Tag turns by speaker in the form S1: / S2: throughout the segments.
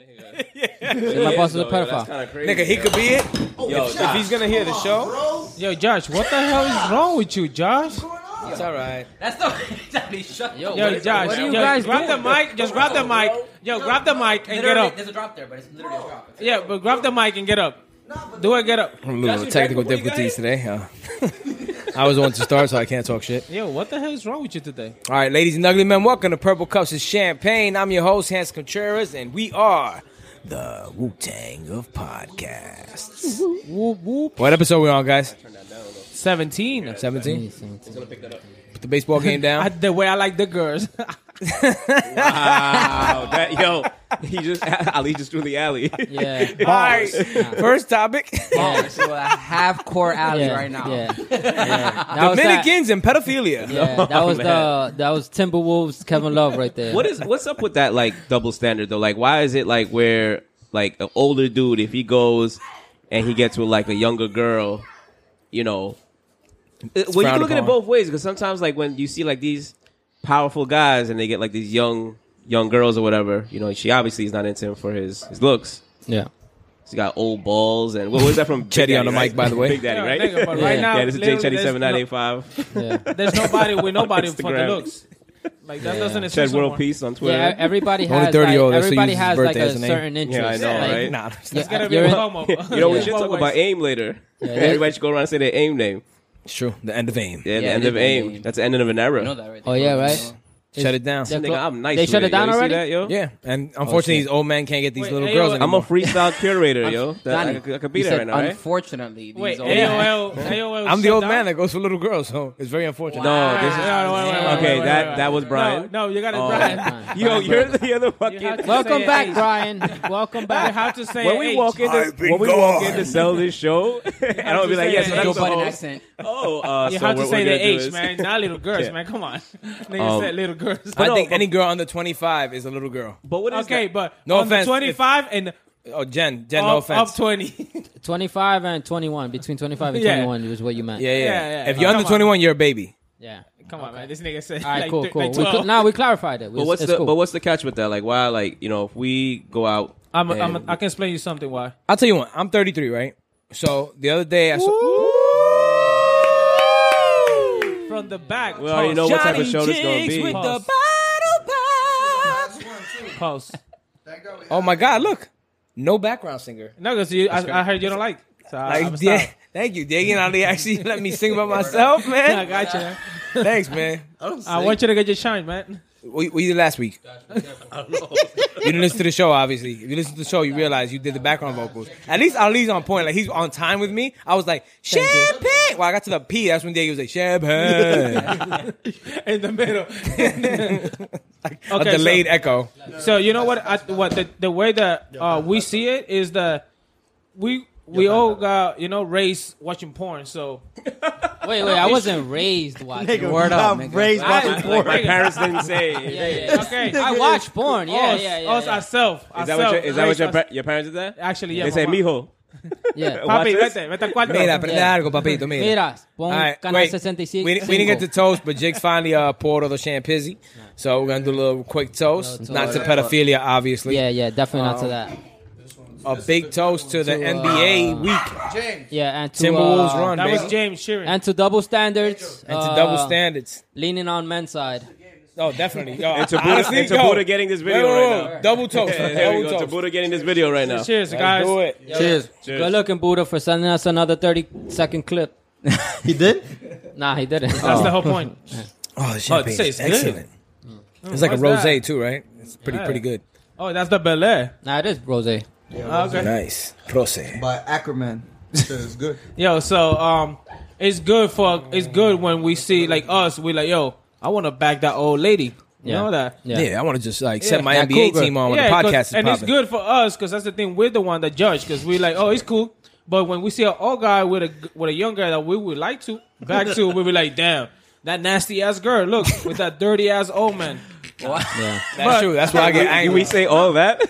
S1: nigga.
S2: Shit, my boss is a
S1: Yo, yo, that's
S2: pedophile.
S1: kind of crazy.
S3: Nigga, he
S1: yo.
S3: could be it.
S1: Yo,
S3: If he's gonna hear the show,
S4: Bro,
S2: Yo, Josh, what the hell is wrong with you, Josh?
S3: it's all right.
S5: That's not Johnny. Shut
S1: Yo,
S5: up.
S2: Yo,
S1: what-
S2: Josh,
S1: what
S2: yo,
S1: you
S2: guys
S1: guys
S2: grab the
S1: doing?
S2: mic. Just grab the mic. Yo, grab the mic and get
S5: Literally,
S2: up.
S5: There's a drop there, but it's literally a drop.
S2: Yeah, but grab the mic and get up. Do it, get up.
S3: I'm a little technical difficulties today. Huh? I was on to start, so I can't talk shit.
S2: Yo, what the hell is wrong with you today?
S3: All right, ladies and ugly men, welcome to Purple Cups of Champagne. I'm your host, Hans Contreras, and we are the Wu Tang of podcasts.
S2: Whoop whoop.
S3: What episode we on, guys?
S2: Seventeen.
S3: Seventeen. Put the baseball game
S2: I,
S3: down.
S2: the way I like the girls.
S1: Wow, that yo, he just Ali just threw the alley.
S6: Yeah.
S3: All right, first topic:
S5: Yeah, so a half core alley
S6: yeah,
S5: right now.
S6: Yeah. yeah. That was that,
S3: Dominicans and pedophilia.
S6: yeah, that was
S1: man.
S6: the that was Timberwolves Kevin Love right there.
S1: What is what's up with that like double standard though? Like, why is it like where like an older dude if he goes and he gets with like a younger girl, you know? uh, well, you can
S3: frowned
S1: look at it
S3: upon.
S1: both ways because sometimes like when you see like these powerful guys and they get like these young young girls or whatever, you know, she obviously is not into him for his his looks.
S6: yeah.
S1: He's got old balls and what was that from? Big
S3: Chetty on
S1: Daddy,
S3: the mic,
S1: right?
S3: by the way.
S1: Big Daddy,
S2: Yeah,
S1: right?
S2: nigga, but
S6: right
S1: yeah.
S2: now,
S1: yeah, this is Jake
S2: literally,
S1: Chetty
S2: there's
S1: seven nine
S2: no-
S1: eight five.
S6: Yeah.
S2: There's nobody with nobody for the
S1: Instagram.
S2: looks. Like that doesn't
S1: Said
S2: exist. no
S1: world
S2: more.
S1: peace on Twitter.
S6: Yeah, e-, everybody
S3: Only
S6: has
S3: 30 year old
S6: like,
S3: that still
S6: everybody
S3: uses
S6: has like
S3: birthday as
S6: a
S3: a name.
S6: certain interest.
S1: Yeah, I know,
S6: like,
S1: right?
S3: Nah,
S2: It's gonna be
S6: You're-
S2: a promo.
S1: You know, we should
S2: Both
S1: talk
S2: ways.
S1: about AIM later.
S6: they-
S1: Everybody should go around and say their AIM name.
S3: it's true. The end of aim.
S1: Yeah, the
S5: Yeah,
S1: end
S5: it
S1: of
S5: is
S1: AIM.
S5: AIM.
S1: That's the end of an era.
S5: You know that right
S6: Oh
S5: there.
S6: yeah, right.
S3: Shut it down.
S6: Yeah.
S1: Nigga, I'm nice.
S6: They shut
S1: with
S6: it down
S1: yo. You see
S6: already? Oh,
S1: that, yo?
S3: Yeah, and unfortunately,
S6: shit.
S3: these old men can't get these
S2: Wait,
S3: little
S2: hey,
S3: girls
S2: yo,
S1: I'm a
S3: anymore.
S1: freestyle curator, yo. That, I,
S5: Donnie,
S1: could- I could
S5: you
S1: be there
S5: said
S1: right now, right?
S5: Unfortunately, these
S2: Wait,
S5: old
S2: AOL, AOL.
S3: I'm the
S2: shut
S3: old
S2: down?
S3: man that goes for little girls, so it's very unfortunate.
S1: No, this is.
S2: No, no, wait, wait, wait,
S1: Okay,
S2: wait,
S1: that-
S2: wait, wait.
S1: that was Brian.
S2: No, no, you got it,
S1: Oh.
S2: Brian.
S1: Yo, you're the other
S2: You have
S1: fucking.
S2: to
S6: Welcome
S2: say
S6: back,
S2: age.
S6: Brian. Welcome
S2: You
S6: back.
S2: have to say
S1: When we
S2: age.
S1: walk in, to,
S4: I've been
S1: when we walk in
S4: gone.
S1: to sell this show, I don't be like,
S2: say
S1: yes,
S2: that.
S1: that's
S5: Joe
S2: Joe
S1: the
S2: Biden
S5: Biden
S1: whole-
S5: accent.
S1: Oh, uh,
S2: You
S1: so
S2: have
S1: what
S2: to
S1: we're
S2: say
S1: gonna
S2: the
S1: do
S2: age,
S1: is-
S2: man. Not little girls,
S1: Yeah.
S2: man. Come on, nigga
S1: Um,
S2: said little girls.
S3: I
S1: no,
S3: think
S1: but-
S3: any girl under 25 is a little girl.
S1: But what is
S2: okay,
S1: that?
S2: but
S3: No
S2: on the
S3: offense, if-
S2: 25 and
S3: Oh, Jen, Jen,
S2: up,
S3: no offense.
S2: up 20.
S6: Twenty five and twenty one. Between twenty five and
S2: Yeah.
S6: twenty one was what you meant.
S3: yeah, yeah,
S2: Yeah, yeah.
S3: If you're
S2: Come
S3: under
S2: on.
S3: 21, you're a baby.
S6: Yeah.
S2: Come on, man. This nigga said
S6: All right,
S2: like,
S6: cool,
S2: th-
S6: cool.
S2: like
S6: we,
S2: 12.
S6: now we clarified it.
S1: But what's
S6: it's
S1: the
S6: cool.
S1: but what's the catch with that? Like, why? Like, you know, if we go out,
S2: I'm,
S1: and-
S2: I'm, I can explain you something why.
S3: I'll tell you what, I'm 33, right? So the other day I saw.
S2: From the back.
S1: we already
S2: pulse.
S1: know what type of
S3: Johnny
S1: show this gonna
S3: Jigs
S1: be.
S3: with the
S2: Pause.
S4: that's one too.
S2: Pulse.
S4: Thank God we
S3: Oh my God, look. No background singer.
S2: No, because you, I, I heard you don't like. So I,
S3: Like,
S2: I'm
S3: yeah,
S2: sorry.
S3: thank you, Diggy. And Ali actually let me sing about myself, man.
S2: I got you. man.
S3: Thanks, man.
S2: I want you to get your shine, man.
S3: What what you did last week? you didn't listen to the show, obviously. If you listen to the show, you realize you did the background vocals. At least Ali's on point. Like he's on time with me. I was like, champagne. Well, I got to the P. That's when Diego was like, champagne.
S2: In the middle.
S3: A
S2: Okay,
S3: delayed echo.
S2: So you know what? I, what the, the way that uh, we see it is that we we all got you know race watching porn. So
S6: wait, wait. I wasn't raised watching.
S7: Nigga,
S5: Word
S7: I'm
S5: up, nigga.
S7: raised
S2: I-
S7: watching
S2: I-
S7: porn.
S1: My parents didn't say.
S6: Yeah, yeah. yeah.
S2: okay,
S6: I watch porn. Yeah,
S2: us,
S6: yeah, yeah.
S2: us
S6: yeah.
S2: ourselves.
S1: Is that what your, is that what your,
S2: race
S1: par- your parents did that?
S2: us- actually? Yeah,
S1: they say,
S2: mamá.
S1: mijo.
S6: Yeah.
S1: Watch
S2: Papi,
S1: this.
S2: vete, vete al cuarto.
S3: Mira, aprende
S6: Yeah.
S3: algo, papito. Mira.
S6: Mira, pon
S3: All right,
S6: canal
S3: wait.
S6: 66.
S3: We, didn't- we didn't get to
S6: cinco.
S3: toast, but Jake finally uh, poured all the champagne. So we're gonna do a little quick toast.
S6: Little
S3: Not to
S6: toast.
S3: pedophilia, obviously.
S6: Yeah, yeah, definitely not to
S3: Um,
S6: that.
S3: A big toast to the
S6: To, uh,
S3: NBA week
S4: James.
S6: Yeah, and to
S3: Timberwolves
S6: uh,
S3: run,
S2: That
S3: baby,
S2: was James Sheeran.
S6: and to double standards
S3: and to
S6: uh,
S3: double standards.
S6: leaning on men's side.
S3: Oh, definitely. Yo,
S1: And to Buddha,
S3: honestly,
S1: and to
S3: yo,
S1: Buddha getting this video
S3: wait, wait, wait,
S1: right now.
S3: Double toast.
S1: Yeah, there we
S3: double
S1: go. To
S3: toast.
S1: Buddha getting this video right now.
S2: Cheers, guys.
S3: Do it.
S6: Cheers.
S1: Cheers.
S6: Good looking Buddha for sending us another thirty second clip.
S7: He did?
S6: Nah, he didn't.
S2: That's the whole point.
S3: Oh, the champagne
S2: it tastes
S3: is excellent. It's like a
S2: Mm. What's
S3: rosé
S2: that?
S3: too, right? It's pretty
S2: Yeah.
S3: pretty good.
S2: Oh, that's the Bel Air.
S6: nah, it is rose.
S3: Ah,
S2: Okay.
S3: Nice rosé.
S7: By Ackerman.
S4: Shit is good.
S2: Yo, so um, it's good for it's good when we see like us. We like, yo, I want to back that old lady. You
S6: Yeah.
S2: know that.
S3: Yeah, I want to just like set my
S6: That
S3: NBA
S6: cougar.
S3: team on when the
S2: 'cause-
S3: podcast is
S2: and it's
S3: popping.
S2: good for us because that's the thing. We're the one that judge because we like, oh, it's cool. But when we see an old guy with a g- with a young guy that we would like to back to, we be like, damn, that nasty ass girl. Look with that dirty ass old man.
S3: That's true. That's why I get
S1: Can
S3: angry.
S1: we say all that?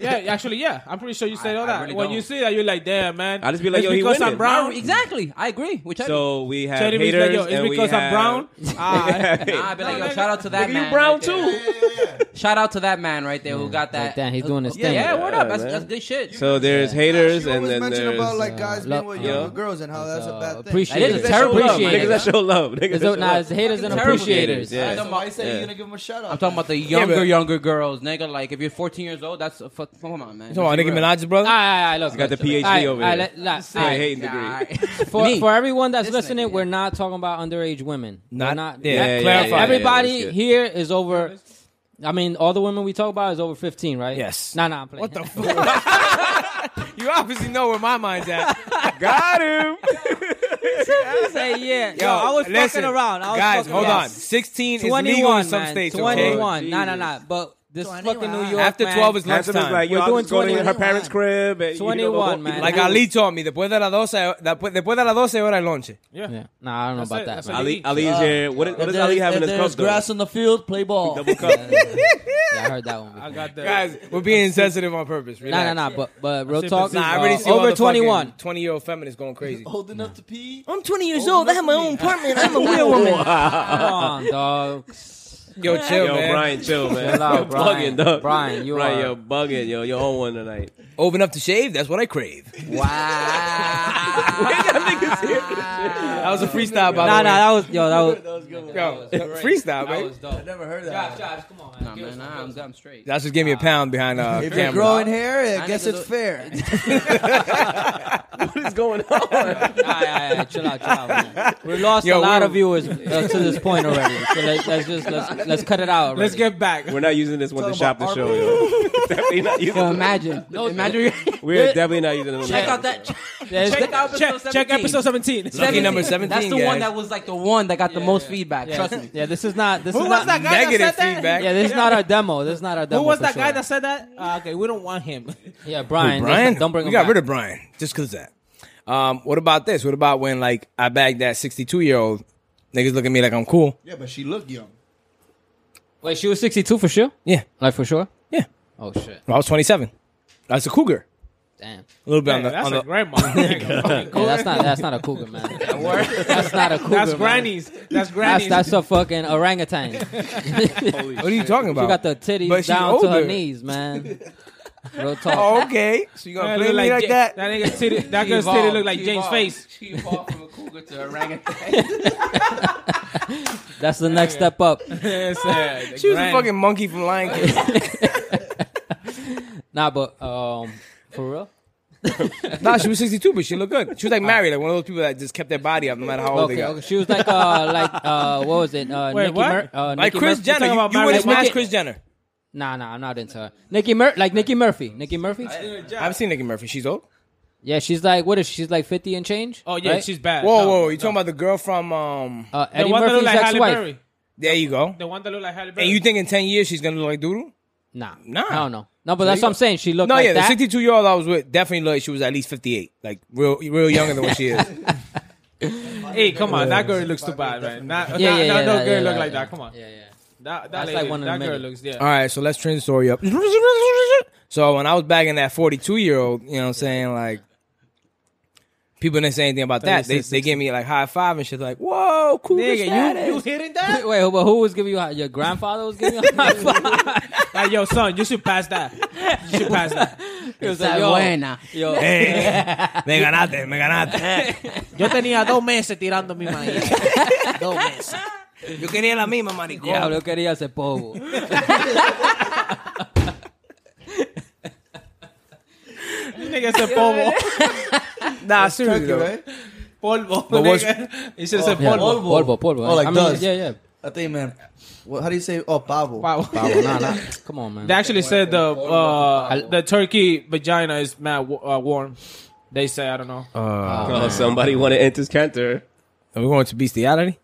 S2: Yeah, actually, yeah. I'm pretty sure you said
S5: I-
S2: all
S5: I
S2: that.
S5: really
S2: when
S5: don't.
S2: you see that, you're like, damn, man.
S1: I just be like,
S2: it's
S1: yo, he
S2: because I'm
S1: winning.
S2: brown.
S5: Exactly. I agree. Which
S1: So we have
S2: Teddy Bear's
S1: haters
S2: like, yo, it's
S1: and we
S2: because I'm
S1: have-
S2: brown. Ah,
S5: I, nah, I'd be like, yo,
S2: No,
S5: shout out to that
S1: Nigga,
S5: man.
S1: you brown
S5: right there.
S1: too.
S5: Shout out to that man right there who got that.
S6: Like that, he's doing his
S5: yeah,
S6: thing.
S5: Yeah, word up. That's,
S1: Yeah,
S5: that's
S1: man.
S5: good shit.
S1: So there's haters and then
S4: mention
S1: there's uh,
S4: about like guys
S6: uh, love-
S4: being with
S6: yeah.
S4: younger girls and how that's a bad thing.
S6: appreciate
S5: That is a Niggas
S6: it.
S5: that terrible show love,
S6: appreciate
S1: niggas
S6: it.
S1: that show love. Niggas
S6: It's
S1: that show
S6: not- nah,
S1: love.
S6: it's haters and
S5: Terrible.
S6: appreciators.
S1: Yeah.
S4: That's why I said
S1: Yeah.
S4: you're gonna give him a shout out.
S5: I'm talking about the younger, younger girls, nigga. Like, if you're 14 years old, that's a fuck. Come on, man.
S3: So, Nicki Minaj's brother.
S6: I, I, love
S1: got the PhD over here. Yeah, hating degree.
S6: for,
S5: Me.
S6: for everyone that's
S5: This
S6: listening,
S5: nigga.
S6: we're not talking about underage women. We're
S3: Not-
S6: not.
S3: yeah,
S1: yeah,
S3: clarify.
S1: yeah, yeah.
S6: Everybody
S1: that's good.
S6: here is over. I mean, all the women we talk about is over fifteen, right?
S3: Yes.
S6: Nah, nah. I'm playing.
S3: What the fuck? you obviously know where my mind's at.
S1: Got him.
S6: Say yeah. Yo,
S3: Yo,
S6: I was
S3: listen,
S6: fucking around. I was
S3: guys,
S6: fucking
S3: hold
S6: around.
S3: on. 16 is legal
S6: Twenty-one,
S3: in some
S6: man.
S3: states.
S6: Twenty-one.
S1: okay?
S6: Nah, nah, nah. But this fucking New York.
S3: After
S6: man,
S3: 12 is
S1: Handsome is
S3: lunchtime.
S1: like, yo,
S6: We're
S1: I'll
S6: doing
S1: just go to her
S6: 21.
S1: parents' crib. eh, and, you know,
S6: 21,
S1: the whole-
S6: man.
S3: Like Ali told me, después de las 12, después después de las 12 hora el lonche.
S2: yeah.
S6: Yeah. Nah, I don't know
S2: That's
S6: about that.
S2: it, that's
S6: man.
S2: it.
S1: Ali, Ali
S3: Uh,
S1: is here. What is, what does Ali have in his cup? though?
S7: on the field, play ball.
S1: Double cup.
S6: Yeah, I heard that one.
S2: I
S6: Before.
S2: got that.
S3: Guys, we're being insensitive on purpose.
S6: Nah, nah,
S3: Relax.
S6: nah. But but real
S2: said
S6: talk.
S2: Brazil.
S3: Nah, I already
S6: uh,
S3: see all
S6: over
S3: the
S6: twenty-one.
S3: 20 year old feminists going crazy.
S7: Old enough to pee.
S3: I'm 20 years old. I have my own apartment. I'm a weird
S6: Come on, dog.
S3: Yo, chill,
S1: Yo,
S3: man.
S1: Brian, chill, man.
S6: Chill out,
S1: You're
S6: Brian.
S1: bugging, dog.
S6: Brian, you
S1: Brian,
S6: are-
S1: you're bugging, yo. You're on one tonight.
S3: Open up to shave. That's what I crave. That was a freestyle, by
S6: Nah, nah.
S3: the way.
S6: That was yo. That was.
S3: Yo, freestyle, man.
S7: I never heard that.
S6: come on,
S5: Nah, man, nah, I'm, I'm straight.
S3: That's just gave me a pound behind uh,
S7: If
S3: camera.
S7: you're growing hair,
S5: I
S7: I guess
S5: need to
S7: it's
S5: do-
S7: fair.
S1: What is going on?
S6: oh, chill out, chill out. Man. We lost
S3: Yo,
S6: a lot
S3: we're-
S6: of viewers uh, to this point already. So let, let's just let's, let's cut it out. Already.
S2: Let's get back.
S1: We're not using this one to
S7: Talking
S1: shop the
S7: about
S1: show, yo. definitely not using.
S5: Yo, imagine. imagine. you
S1: We're definitely not using it.
S5: check out that.
S6: There's
S5: check
S6: the-
S5: out
S2: Check,
S5: episode
S2: check
S5: 17.
S2: episode 17.
S3: Lucky number 17,
S5: That's the one
S3: guys.
S5: that was like the one that got the most feedback.
S6: yeah,
S5: Trust me.
S6: yeah, this is not this
S2: Who
S6: is not
S2: was that guy
S3: negative
S2: that said that?
S3: feedback.
S6: yeah, this is not our demo. This is not our demo.
S2: Who was
S6: for
S2: that
S6: sure.
S2: guy that said that? Uh, okay, we don't want him.
S6: Yeah, Brian. Brian,
S3: Brian,
S6: don't bring
S3: we
S6: him
S3: got
S6: back.
S3: rid of Brian just because that. Um, what about this? What about when like I bagged that 62 year old niggas look at me like I'm cool?
S4: Yeah, but she looked young.
S6: Wait, she was 62 for sure.
S3: Yeah,
S6: Like for sure.
S3: yeah.
S6: Oh shit!
S3: I was 27. That's a cougar.
S6: Damn.
S3: A little bit
S2: Yeah,
S3: on the
S2: that's
S3: on
S2: a
S3: the.
S2: grandma. Fucking
S6: Yeah,
S2: cool.
S6: that's not that's not a cougar, man. that's not a cougar.
S2: That's
S6: man.
S2: grannies. That's
S6: That's
S2: grannies.
S6: that's a fucking orangutan. she
S3: what are you talking about?
S6: got the
S3: But
S6: titties
S3: she's
S6: down to her
S3: older.
S6: knees, man. Real talk.
S3: Oh, okay, so you gonna
S2: That
S3: play
S2: look
S3: me like,
S2: Ja-
S3: that?
S2: That nigga's titty. That
S5: She
S2: girl's titty
S5: evolved.
S2: look like
S5: She
S2: Jane's
S5: evolved.
S2: face.
S5: She evolved from a cougar to a orangutan.
S6: That's the next step up.
S2: uh,
S3: She was a fucking monkey from Lion King.
S6: Nah, but um, for real.
S3: nah, she was 62, but she looked good. She was like married, like one of those people that just kept their body up no matter how old they
S6: Okay,
S3: got.
S6: okay. She was like, uh, like, uh, what was it? Uh,
S2: Wait,
S6: Nicki
S2: what?
S6: Mur- uh,
S3: Like
S6: Nicki
S3: Chris
S6: Murphy.
S3: Jenner,
S2: talking
S3: you,
S2: about
S3: you would
S2: Mary
S3: have smashed
S2: Nicki-
S3: Chris Jenner.
S6: Nah, nah, I'm not into her. Nicki Mur, like Nicki Murphy. Nicki Murphy.
S3: I've seen Nicki Murphy. She's old.
S6: Yeah, she's like, what is she? she's like fifty and change?
S2: Oh yeah,
S6: right?
S2: she's bad.
S3: Whoa,
S2: No,
S3: whoa, you
S2: no.
S3: talking about the girl from? um
S6: uh,
S2: the
S6: Eddie
S2: one that
S6: Murphy's
S2: look like Halle
S6: ex-wife.
S2: Berry.
S3: There you go.
S2: The one that look like Halle Berry.
S3: And you think in 10 years she's gonna look like Doodle?
S6: Nah,
S3: Nah.
S6: I don't know. No, but that's what I'm saying. She looked
S3: No,
S6: like
S3: yeah, the
S6: that.
S3: 62 year old I was with definitely looked. She was at least 58, like real, real younger than what she is.
S2: Hey, come on, that girl looks too bad, man. Not,
S6: Yeah, yeah,
S2: not- no,
S6: yeah,
S2: no
S6: yeah,
S2: girl
S6: yeah,
S2: look
S6: yeah,
S2: like
S6: yeah.
S2: that. Come on,
S6: Yeah, yeah.
S2: that that
S6: That's
S2: lady,
S6: like one in
S2: that
S6: the
S2: girl
S6: middle.
S2: looks yeah.
S3: All right, so let's trend the story up. So when I was bagging that 42 year old, you know, what I'm saying like. People didn't say anything about that. They, they gave me like high five and shit, like, "Whoa, cool
S2: Nigga,
S3: status."
S2: you you hitting that?
S6: Wait, wait, but who was giving you a- your grandfather was giving you? A high five?
S2: Like, yo, son, you should pass that. You should pass that.
S6: He was
S5: Está buena.
S6: yo,
S3: me ganaste, me ganaste.
S2: Yo tenía dos meses tirando mi maíz. dos meses.
S3: Yo quería la misma, maricón.
S6: diablo, quería ese polvo.
S2: Nigga said polvo.
S3: nah,
S7: Turkey,
S3: seriously. though.
S7: right?
S2: Polvo.
S3: But what's-
S2: nigga. He should have
S3: Oh,
S2: said
S6: Yeah,
S2: polvo.
S6: polvo, polvo.
S7: Oh, like
S6: I mean,
S7: dust.
S6: yeah, yeah.
S7: I think, man. What, how do you say? Oh, pavo.
S2: Wow.
S6: Polvo, nah, nah. Come on, man.
S2: They actually said the uh, the turkey vagina is mad wa- uh, warm. They say I don't know.
S3: Uh,
S1: Oh, somebody want to enter his canter.
S3: Are we going to bestiality?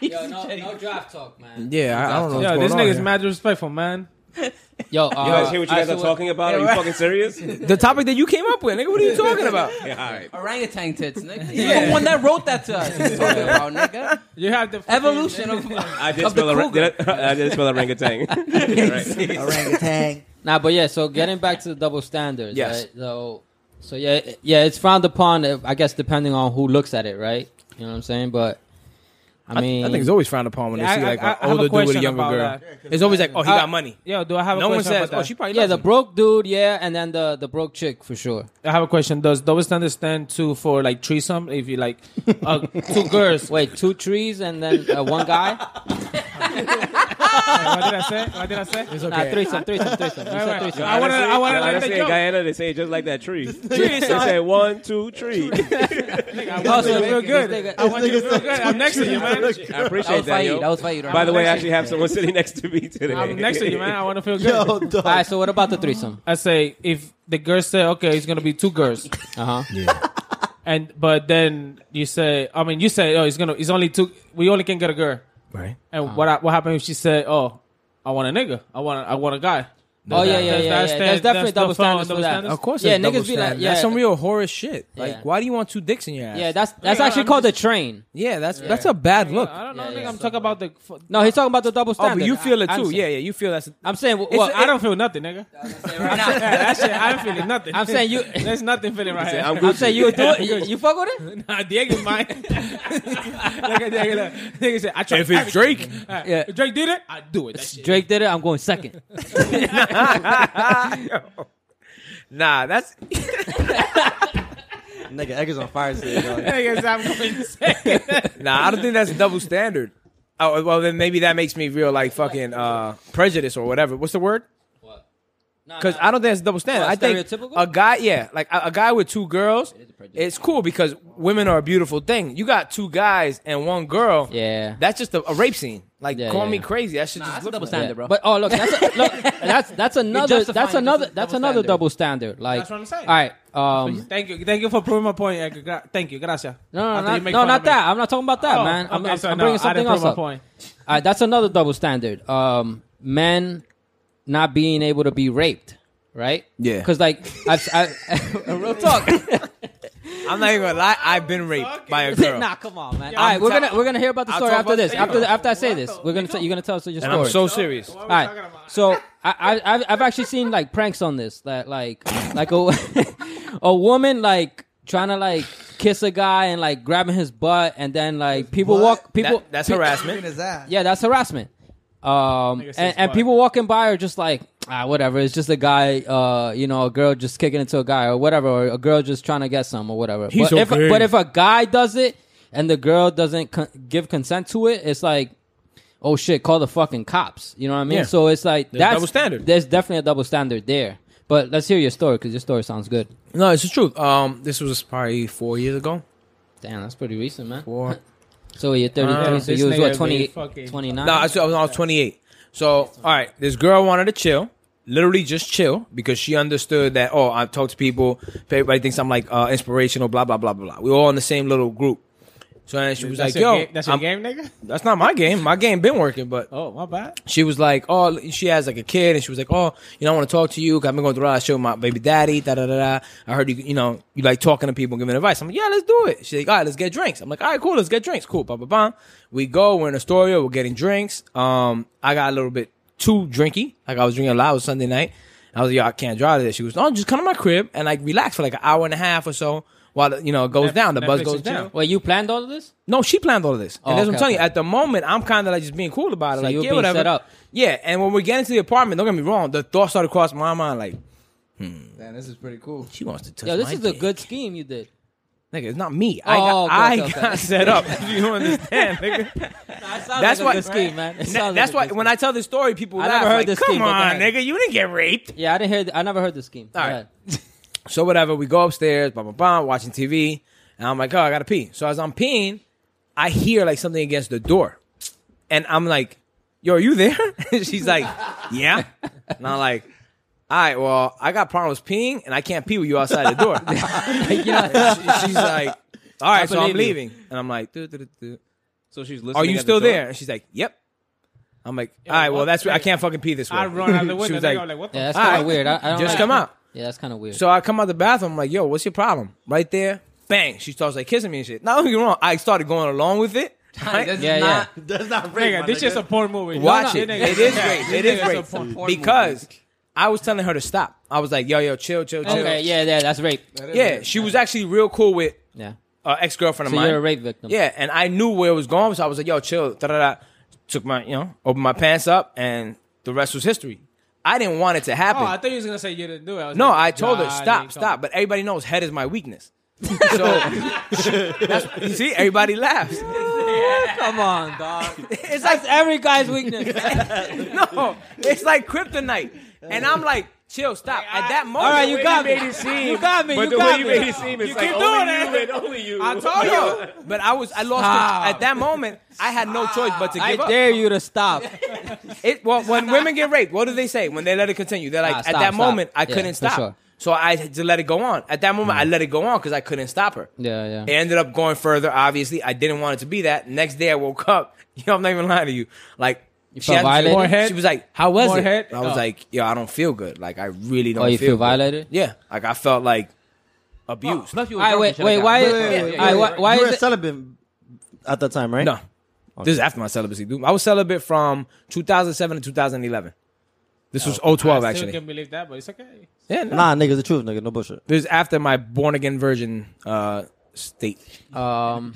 S6: Yo, no, no draft talk, man.
S3: Yeah, I, I don't know.
S2: Yo,
S3: what's
S2: this
S3: going on
S2: nigga's
S3: here.
S2: mad disrespectful, man.
S6: Yo,
S1: You
S6: uh,
S1: guys hear what you guys are talking about? Are you fucking serious? yeah,
S3: The topic that you came up with, nigga. What are you talking about?
S1: all right.
S5: Orangutan tits, nigga. You the one that wrote that to us. What you talking about, nigga?
S2: You have the fucking-
S5: Evolution of.
S1: I did
S5: Of the
S1: spell a
S5: cougar.
S1: did I, I did spell orangutan. right.
S7: Orangutan.
S6: Nah, but yeah. So getting back to the double standards.
S1: Yes.
S6: Right? So, so yeah, yeah. It's frowned upon. uh, I guess depending on who looks at it, right? You know what I'm saying? But I mean,
S3: I think it's always frowned upon when
S2: Yeah,
S3: they
S2: I-
S3: see like
S2: I- I
S3: an
S2: have a
S3: older dude with a
S2: question
S3: younger
S2: about
S3: girl.
S2: that.
S3: It's always like, oh, he
S2: Uh,
S3: got money.
S2: Yo, do I have a
S3: No one
S2: question?
S3: says,
S2: about
S3: oh,
S2: that?
S3: she probably
S6: yeah, the
S3: doesn't.
S6: broke dude, yeah, and then the the broke chick for sure.
S2: I have a question. Does double standard stand to for like threesome? If you like uh, two girls,
S6: Wait, two trees and then uh, one guy.
S2: what did I say? What did I say?
S6: Nah, threesome, threesome, threesome. You said threesome.
S2: I wanna- I wanna
S1: Yeah,
S2: like
S1: like
S2: the
S1: I said,
S2: joke.
S1: Guyana, they say it just like that tree. they say one, two, three.
S2: I want you to feel
S6: This
S2: good.
S6: nigga-
S2: I want you to feel good. I'm next to you, man.
S1: I
S5: That
S1: appreciate
S5: was
S1: that,
S5: Fahid. That
S1: yo.
S5: was Fahid.
S1: By the way, I actually have someone sitting next to me today.
S2: I'm next to you, man. I want to feel good.
S7: Yo,
S6: All
S7: dog.
S6: right, so what about the threesome?
S2: I say if the girl say, okay, it's gonna be two girls,
S6: Uh huh.
S2: and but then you say, I mean, you say, oh, it's gonna, it's only two. We only can get a girl.
S3: Right.
S2: And
S6: Uh-huh.
S2: what I- what happened if she said, oh, I want a nigga, I want, a- I want a guy.
S6: Oh yeah, yeah, yeah.
S2: Does
S6: yeah.
S2: that
S6: There's
S2: stand-
S6: definitely
S2: that's
S6: double
S2: the phone,
S6: standards for
S2: double
S6: that.
S2: standards?
S3: Of course,
S6: Yeah,
S3: it's double
S6: niggas be like-
S3: standard.
S6: yeah.
S3: that's some real horror shit.
S6: Yeah.
S3: Like, why do you want two dicks in your ass?
S6: Yeah, that's that's
S2: Yeah,
S6: actually
S2: I'm
S6: called a train.
S3: yeah, that's that's a bad look.
S2: I don't know.
S6: Yeah,
S2: nigga,
S6: yeah.
S2: I'm talking about the. f-
S6: No, he's talking about the double
S3: Oh,
S6: standard.
S3: but you feel
S6: I-
S3: it
S6: I
S3: too.
S6: understand.
S3: Yeah, yeah, you feel that's
S6: I'm saying. Well,
S2: Well,
S6: it-
S2: I don't feel nothing, nigga. that shit, I'm feeling nothing.
S6: I'm saying you.
S2: There's nothing feeling right here.
S1: I'm
S6: I'm
S1: Gucci.
S6: saying you would do it. You, you fuck with it?
S2: Nah, Diego's mine. look at Diego. Look. Nigga said, I tried
S3: If it's
S2: everything.
S3: Drake,
S2: All right.
S6: Yeah.
S2: If Drake did it, I do it. That shit.
S6: Drake did it. I'm going second.
S3: nah, that's
S7: Nigga, egg is on fire today, dog.
S2: Nigga said, I'm going insane.
S3: nah. I don't think that's a double standard. Oh well, then maybe that makes me real like fucking uh, prejudice or whatever. What's the word? Because I don't think that's a double standard.
S6: What,
S3: I think
S6: stereotypical?
S3: a guy, yeah, like a, a guy with two girls, it's cool because women are a beautiful thing. You got two guys and one girl.
S6: Yeah.
S3: that's just a, a rape scene. Like,
S6: Yeah,
S3: call
S6: yeah,
S3: me
S6: yeah.
S3: crazy. That should just
S5: that's a
S3: look
S5: double
S3: like-
S5: standard,
S6: Yeah.
S5: bro.
S6: But oh look, that's a, look, that's that's another that's
S5: justifying
S6: another
S5: this as
S6: that's
S5: double
S6: another
S5: standard.
S6: double standard. Like
S2: That's what I'm saying.
S6: All right, um,
S2: Thank you. Thank you for proving my point, Edgar. Gra- Thank you. Gracias.
S6: no, no,
S2: After
S6: no,
S2: you
S6: not,
S2: make
S6: no,
S2: fun of
S6: not
S2: me.
S6: that. I'm not talking about that,
S2: Oh,
S6: man. I'm,
S2: okay,
S6: I'm,
S2: so
S6: I'm
S2: no,
S6: bringing
S2: I
S6: something
S2: didn't
S6: else
S2: prove my
S6: up.
S2: point.
S6: All right, that's another double standard. Um, men not being able to be raped, right?
S3: Yeah.
S6: Because like, I've, I, real talk.
S3: I'm not even gonna lie. I've been raped by a girl.
S6: nah, come on, man.
S2: Yeah,
S6: All right,
S2: I'm
S6: we're
S3: tell-
S6: gonna we're gonna hear about the
S3: I'll
S6: story
S3: talk
S6: after
S3: about
S6: this.
S3: the
S6: After
S3: video.
S6: after I say this, we're gonna tell you're gonna tell us your
S3: And
S6: story.
S3: I'm so serious.
S6: All right. So I, I I've I've actually seen like pranks on this that like like a a woman like trying to like kiss a guy and like grabbing his butt and then like people
S7: butt?
S6: walk people
S3: That- that's
S6: pe-
S7: Clean
S3: harassment.
S7: his ass.
S6: yeah that's harassment. Um
S2: Nigga says
S6: and, and
S2: butt.
S6: people walking by are just like ah whatever it's just a guy uh you know a girl just kicking into a guy or whatever or a girl just trying to get some or whatever.
S3: He's
S6: but if
S3: okay.
S6: but if a guy does it and the girl doesn't con- give consent to it, it's like oh shit, call the fucking cops. You know what I mean?
S3: Yeah.
S6: So it's like
S3: There's
S6: that's
S3: double standard.
S6: There's definitely a double standard there. But let's hear your story because your story sounds good.
S3: No, it's the truth. Um, this was probably four years ago.
S6: Damn, that's pretty recent, man.
S3: Four.
S6: So you're 33,
S3: Uh,
S6: so
S2: Ah. this
S6: you was what
S2: nigga
S6: 28,
S2: be fucking-
S6: 29?
S3: No, I was, I was- I was 28. So, all right, this girl wanted to chill, literally just chill, because she understood that, oh, I've talked to people, everybody thinks I'm like uh, inspirational, blah, blah, blah, blah, blah. We were all in the same little group. So then she was
S2: That's
S3: like,
S2: your
S3: yo,
S2: game- that's your
S3: I'm-
S2: game, nigga.
S3: that's not my game. My game been working, but
S2: Oh, my bad.
S3: she was like, oh, she has like a kid, and she was like, oh, you know, I want to talk to you. 'cause I've been going through a lot. I showed my baby daddy, da da da da. I heard you, you know, you like talking to people, and giving advice. I'm like, yeah, let's do it. She's like, all right, let's get drinks. I'm like, all right, cool, let's get drinks. Cool, ba ba ba. We go. We're in Astoria. We're getting drinks. Um, I got a little bit too drinky. Like I was drinking a lot. It was Sunday night. I was like, yo, I can't drive this. She was, oh, just come to my crib and like relax for like an hour and a half or so while you know it goes
S2: Netflix
S3: down. The buzz
S2: and
S3: goes
S2: chill?
S3: down.
S6: Wait, you planned all of this?
S3: No, she planned all of this.
S6: Oh,
S3: and that's what
S6: okay,
S3: I'm telling
S6: okay.
S3: you. At the moment, I'm kind of like just being cool about it.
S6: So
S3: like,
S6: you were
S3: yeah,
S6: being
S3: whatever.
S6: set up.
S3: Yeah, and when we're getting to the apartment, don't get me wrong, the thought started crossing my mind like,
S4: Hmm.
S7: Man, this is pretty cool.
S3: she wants to touch
S6: Yo, this
S3: my
S6: is
S3: dick.
S6: a good scheme you did.
S3: Nigga, it's not me. I got,
S6: Oh, okay,
S3: I
S6: okay,
S3: got
S6: okay.
S3: set up. you don't understand, nigga.
S6: That's
S3: That's
S6: like a
S3: why-
S6: good scheme, man. It sounds
S3: That's
S6: like
S3: why
S6: a good
S3: when I tell this story, people
S6: I
S3: laugh.
S6: never heard
S3: like,
S6: this
S3: Come
S6: scheme, but go
S3: on,
S6: ahead."
S3: nigga, you didn't get raped.
S6: scheme. Yeah, I didn't hear. th- I never heard the scheme.
S3: All
S6: Go
S3: right.
S6: ahead.
S3: So whatever, we go upstairs, blah blah blah, watching TV, and I'm like, oh, I gotta pee. So as I'm peeing, I hear like something against the door, and I'm like, Yo, are you there? And She's like, Yeah, and I'm like. All right, well, I got problems peeing, and I can't pee with you outside the door. She- she's like, "All right, so
S6: believe
S3: I'm
S6: you.
S3: leaving," and I'm like, "Duh, duh, duh, duh."
S1: So she's listening.
S3: "Are you
S1: at the
S3: still
S1: door?
S3: there?" And she's like, "Yep." I'm like, all right, well, that's I can't fucking pee this way.
S2: I run out the
S3: She
S2: window.
S3: was
S2: They
S3: like,
S2: go like, what the
S6: Yeah, that's
S3: All
S6: kind of
S3: right.
S6: weird. I, I don't
S3: Just
S6: like-
S3: come out.
S6: Yeah, that's kind of weird.
S3: So I come out the bathroom, I'm like, yo, what's your problem? Right there, bang. She starts like kissing me and shit. Now don't get me wrong, I started going along with it. right?
S5: This is
S6: Yeah, yeah.
S5: not-
S8: That's not rape,
S2: Nigga,
S8: my
S2: this
S8: nigga.
S2: just a porn movie.
S3: Watch
S2: No,
S3: it.
S2: no,
S3: It is
S2: yeah,
S3: great.
S2: this
S3: It is
S2: nigga's a
S3: great.
S2: porn-
S5: porn
S3: Because I was telling her to stop. I was like, yo, yo, chill, chill, chill.
S6: okay, yeah, yeah, that's rape.
S3: Yeah, she was actually real cool with
S6: Yeah,
S3: uh, ex girlfriend of
S6: so
S3: mine.
S6: you're a rape victim.
S3: Yeah, and I knew where it was going, so I was like, "Yo, chill." Da da da. Took my, you know, opened my pants up, and the rest was history. I didn't want it to happen.
S2: Oh, I thought you was gonna say you didn't do it. was
S3: no,
S2: like,
S3: I told her,
S2: "Nah,
S3: "Stop,
S2: nigga,
S3: stop." But everybody knows head is my weakness. so that's, you see, everybody laughs.
S6: come on, dog. it's like every guy's weakness.
S3: No, it's like kryptonite, and I'm like, "Chill, stop." At that moment,
S6: All right, you got me.
S1: made it seem-
S6: You got me.
S1: But
S6: you
S1: the
S6: got
S1: way you
S6: me.
S1: made it seem, it's
S2: You
S1: like
S2: keep
S1: only
S2: doing
S1: you oh, and only you.
S2: I told you.
S3: Yo, but I was, I lost. it. At that moment, I had no choice but to give
S6: I
S3: up.
S6: dare you to stop.
S3: It well, when women get raped, what do they say when they let it continue? They're like,
S6: Nah,
S3: at
S6: stop,
S3: that
S6: stop."
S3: moment, I
S6: Yeah,
S3: couldn't
S6: for
S3: stop,
S6: sure. Mm.
S3: so I had to let it go on. At that moment, I let it go on because I couldn't stop her.
S6: Yeah,
S3: It
S6: yeah.
S3: ended up going further. Obviously, I didn't want it to be that. Next day, I woke up. Yo, I'm not even lying to you. Like. She,
S6: felt
S3: had-
S6: violated? More
S2: head?
S3: she was like, "How was
S2: More
S3: it?"
S2: head?
S3: I was
S2: Oh.
S3: like, "Yo, I don't feel good. Like, I really don't."
S6: Oh, you feel
S3: good."
S6: violated?
S3: Yeah, like I felt like abused.
S5: Plus you
S6: All
S5: were
S6: right,
S5: drunk and
S6: wait,
S5: shit like
S6: wait, why,
S5: that.
S6: all
S5: But-
S6: right, why, why
S7: you were a
S6: is it?
S7: celibate at that time, right?
S3: No, this is after my celibacy. Dude. I was celibate from 2007 to 2011. This
S6: Oh,
S3: was
S2: I
S3: 012
S2: still
S3: actually.
S2: can't believe that, but it's okay.
S3: Yeah, no.
S7: Nah, nigga, the truth, nigga, no bullshit.
S3: This is after my born again virgin uh, state.
S6: Um,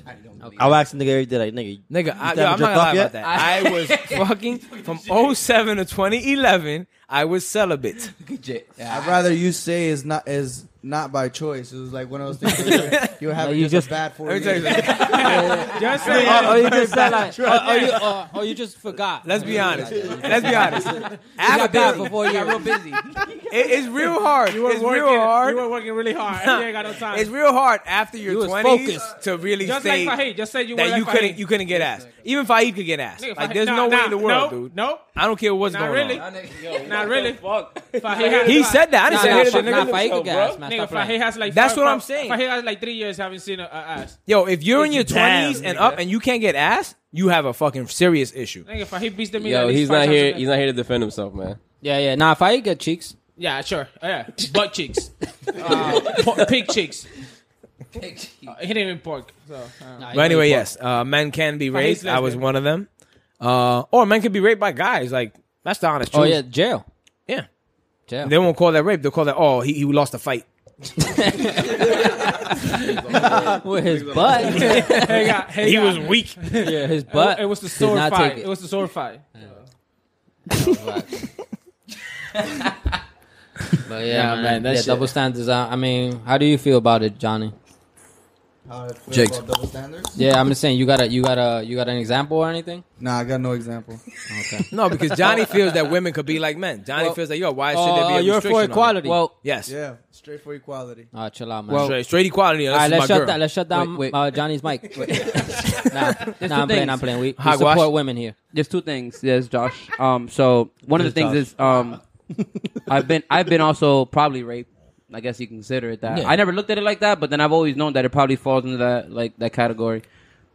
S7: I was asking nigga every day, like, nigga,
S3: Nigga, I,
S7: haven't
S3: yo,
S7: jerked
S3: I'm not gonna
S7: off
S3: lie about
S7: yet?
S3: that. I was fucking from 07 to 2011. I was celibate.
S4: I'd rather you say is not is not by choice. It was like one of those things. Where you were having
S6: you
S4: just,
S6: just-
S4: a bad for
S3: Let me tell you
S4: you.
S3: something.
S2: Just say
S6: or, or oh, you just said like, or, or you, or, or you just forgot.
S3: Let's be honest. Let's be honest.
S6: you got bad
S3: After,
S6: before you.
S5: busy.
S3: it- it's real hard.
S2: you were
S3: it's
S2: working.
S3: real hard.
S2: You were working really hard. you ain't got no time.
S3: it's real hard after
S6: You
S3: your
S6: was
S3: 20s
S6: focused.
S3: to really
S2: just
S3: say
S2: like Fahid. Just say you were
S3: that
S2: like
S3: you couldn't
S2: Fahid.
S3: you couldn't get ass. Even Faid could get ass.
S2: Nigga,
S3: Like
S2: Fahid-
S3: there's no
S2: nah,
S3: way in the
S2: nah,
S3: world,
S2: no,
S3: dude.
S2: No,
S3: I don't care what's
S2: not
S3: going
S2: really.
S3: on.
S2: Not really. Fahid has-
S3: He said that. I
S6: Nah, nah,
S3: didn't say
S6: fuck,
S3: that.
S6: nah,
S3: nigga.
S6: Fahid could get ass, man.
S2: Nigga,
S6: Stop playing.
S2: Fahid has like.
S3: That's
S2: five-
S3: what I'm
S2: five-
S3: saying.
S2: Fahid has like three years haven't seen a, a ass.
S3: Yo, if you're in your
S8: Damn,
S3: 20s and
S8: nigga.
S3: up and you can't get ass, you have a fucking serious issue.
S2: Nigga, Fahid beats the meat.
S1: Yo,
S2: at least
S1: he's
S2: five
S1: not
S2: times a
S1: here.
S2: day.
S1: He's not here to defend himself, man.
S6: Yeah, yeah. Nah, if I get cheeks,
S2: Yeah, sure. Oh, yeah, butt cheeks, uh, pig cheeks. Uh, he didn't even pork. So uh,
S6: nah,
S3: But anyway, yes, uh, men can be raped. I was
S2: lesbian.
S3: one of them. Uh, or men can be raped by guys. Like that's the honest
S6: Oh
S3: truth.
S6: yeah, jail,
S3: yeah.
S6: jail.
S3: They won't call that rape. They'll call that oh he, he lost a fight.
S6: With his butt,
S2: hey, got, hey,
S3: He
S2: got-
S3: was weak.
S6: yeah, his
S2: It wa-
S6: butt.
S2: it was the
S6: did
S2: sword
S6: not
S2: fight.
S6: take
S2: It.
S6: it.
S2: was the sword fight.
S6: But yeah,
S2: Yeah,
S6: man,
S2: man, that
S6: yeah,
S2: shit-
S6: double standards. I, I mean, how do you feel about it, Johnny?
S4: Jigs. Double standards?
S6: Yeah, I'm just saying you got a you got a you got an example or anything?
S4: Nah, I got no example.
S3: No, because Johnny feels that women could be like men. Johnny
S6: Well- oh,
S3: feels like yo, why should there be a
S6: you're
S3: restriction
S6: for
S3: on it?
S6: equality.
S5: Well,
S3: Yes.
S4: Yeah, straight for equality.
S6: oh, chill out, man.
S5: Well-
S3: Straight, straight equality.
S6: all right,
S3: Unless
S6: let's
S3: it's my
S6: shut
S3: girl.
S6: that, let's shut down
S5: Wait, wait.
S6: Uh, Johnny's mic. nah, nah I'm
S5: things.
S6: playing. I'm playing. We, we
S3: Hogwash.
S6: support women here.
S5: there's two things. There's Josh. Um, so one of the
S6: There's
S5: things is um, I've been I've been also probably raped. I guess you consider it that.
S6: Yeah.
S5: I never looked at it like that, but then I've always known that it probably falls into that like that category.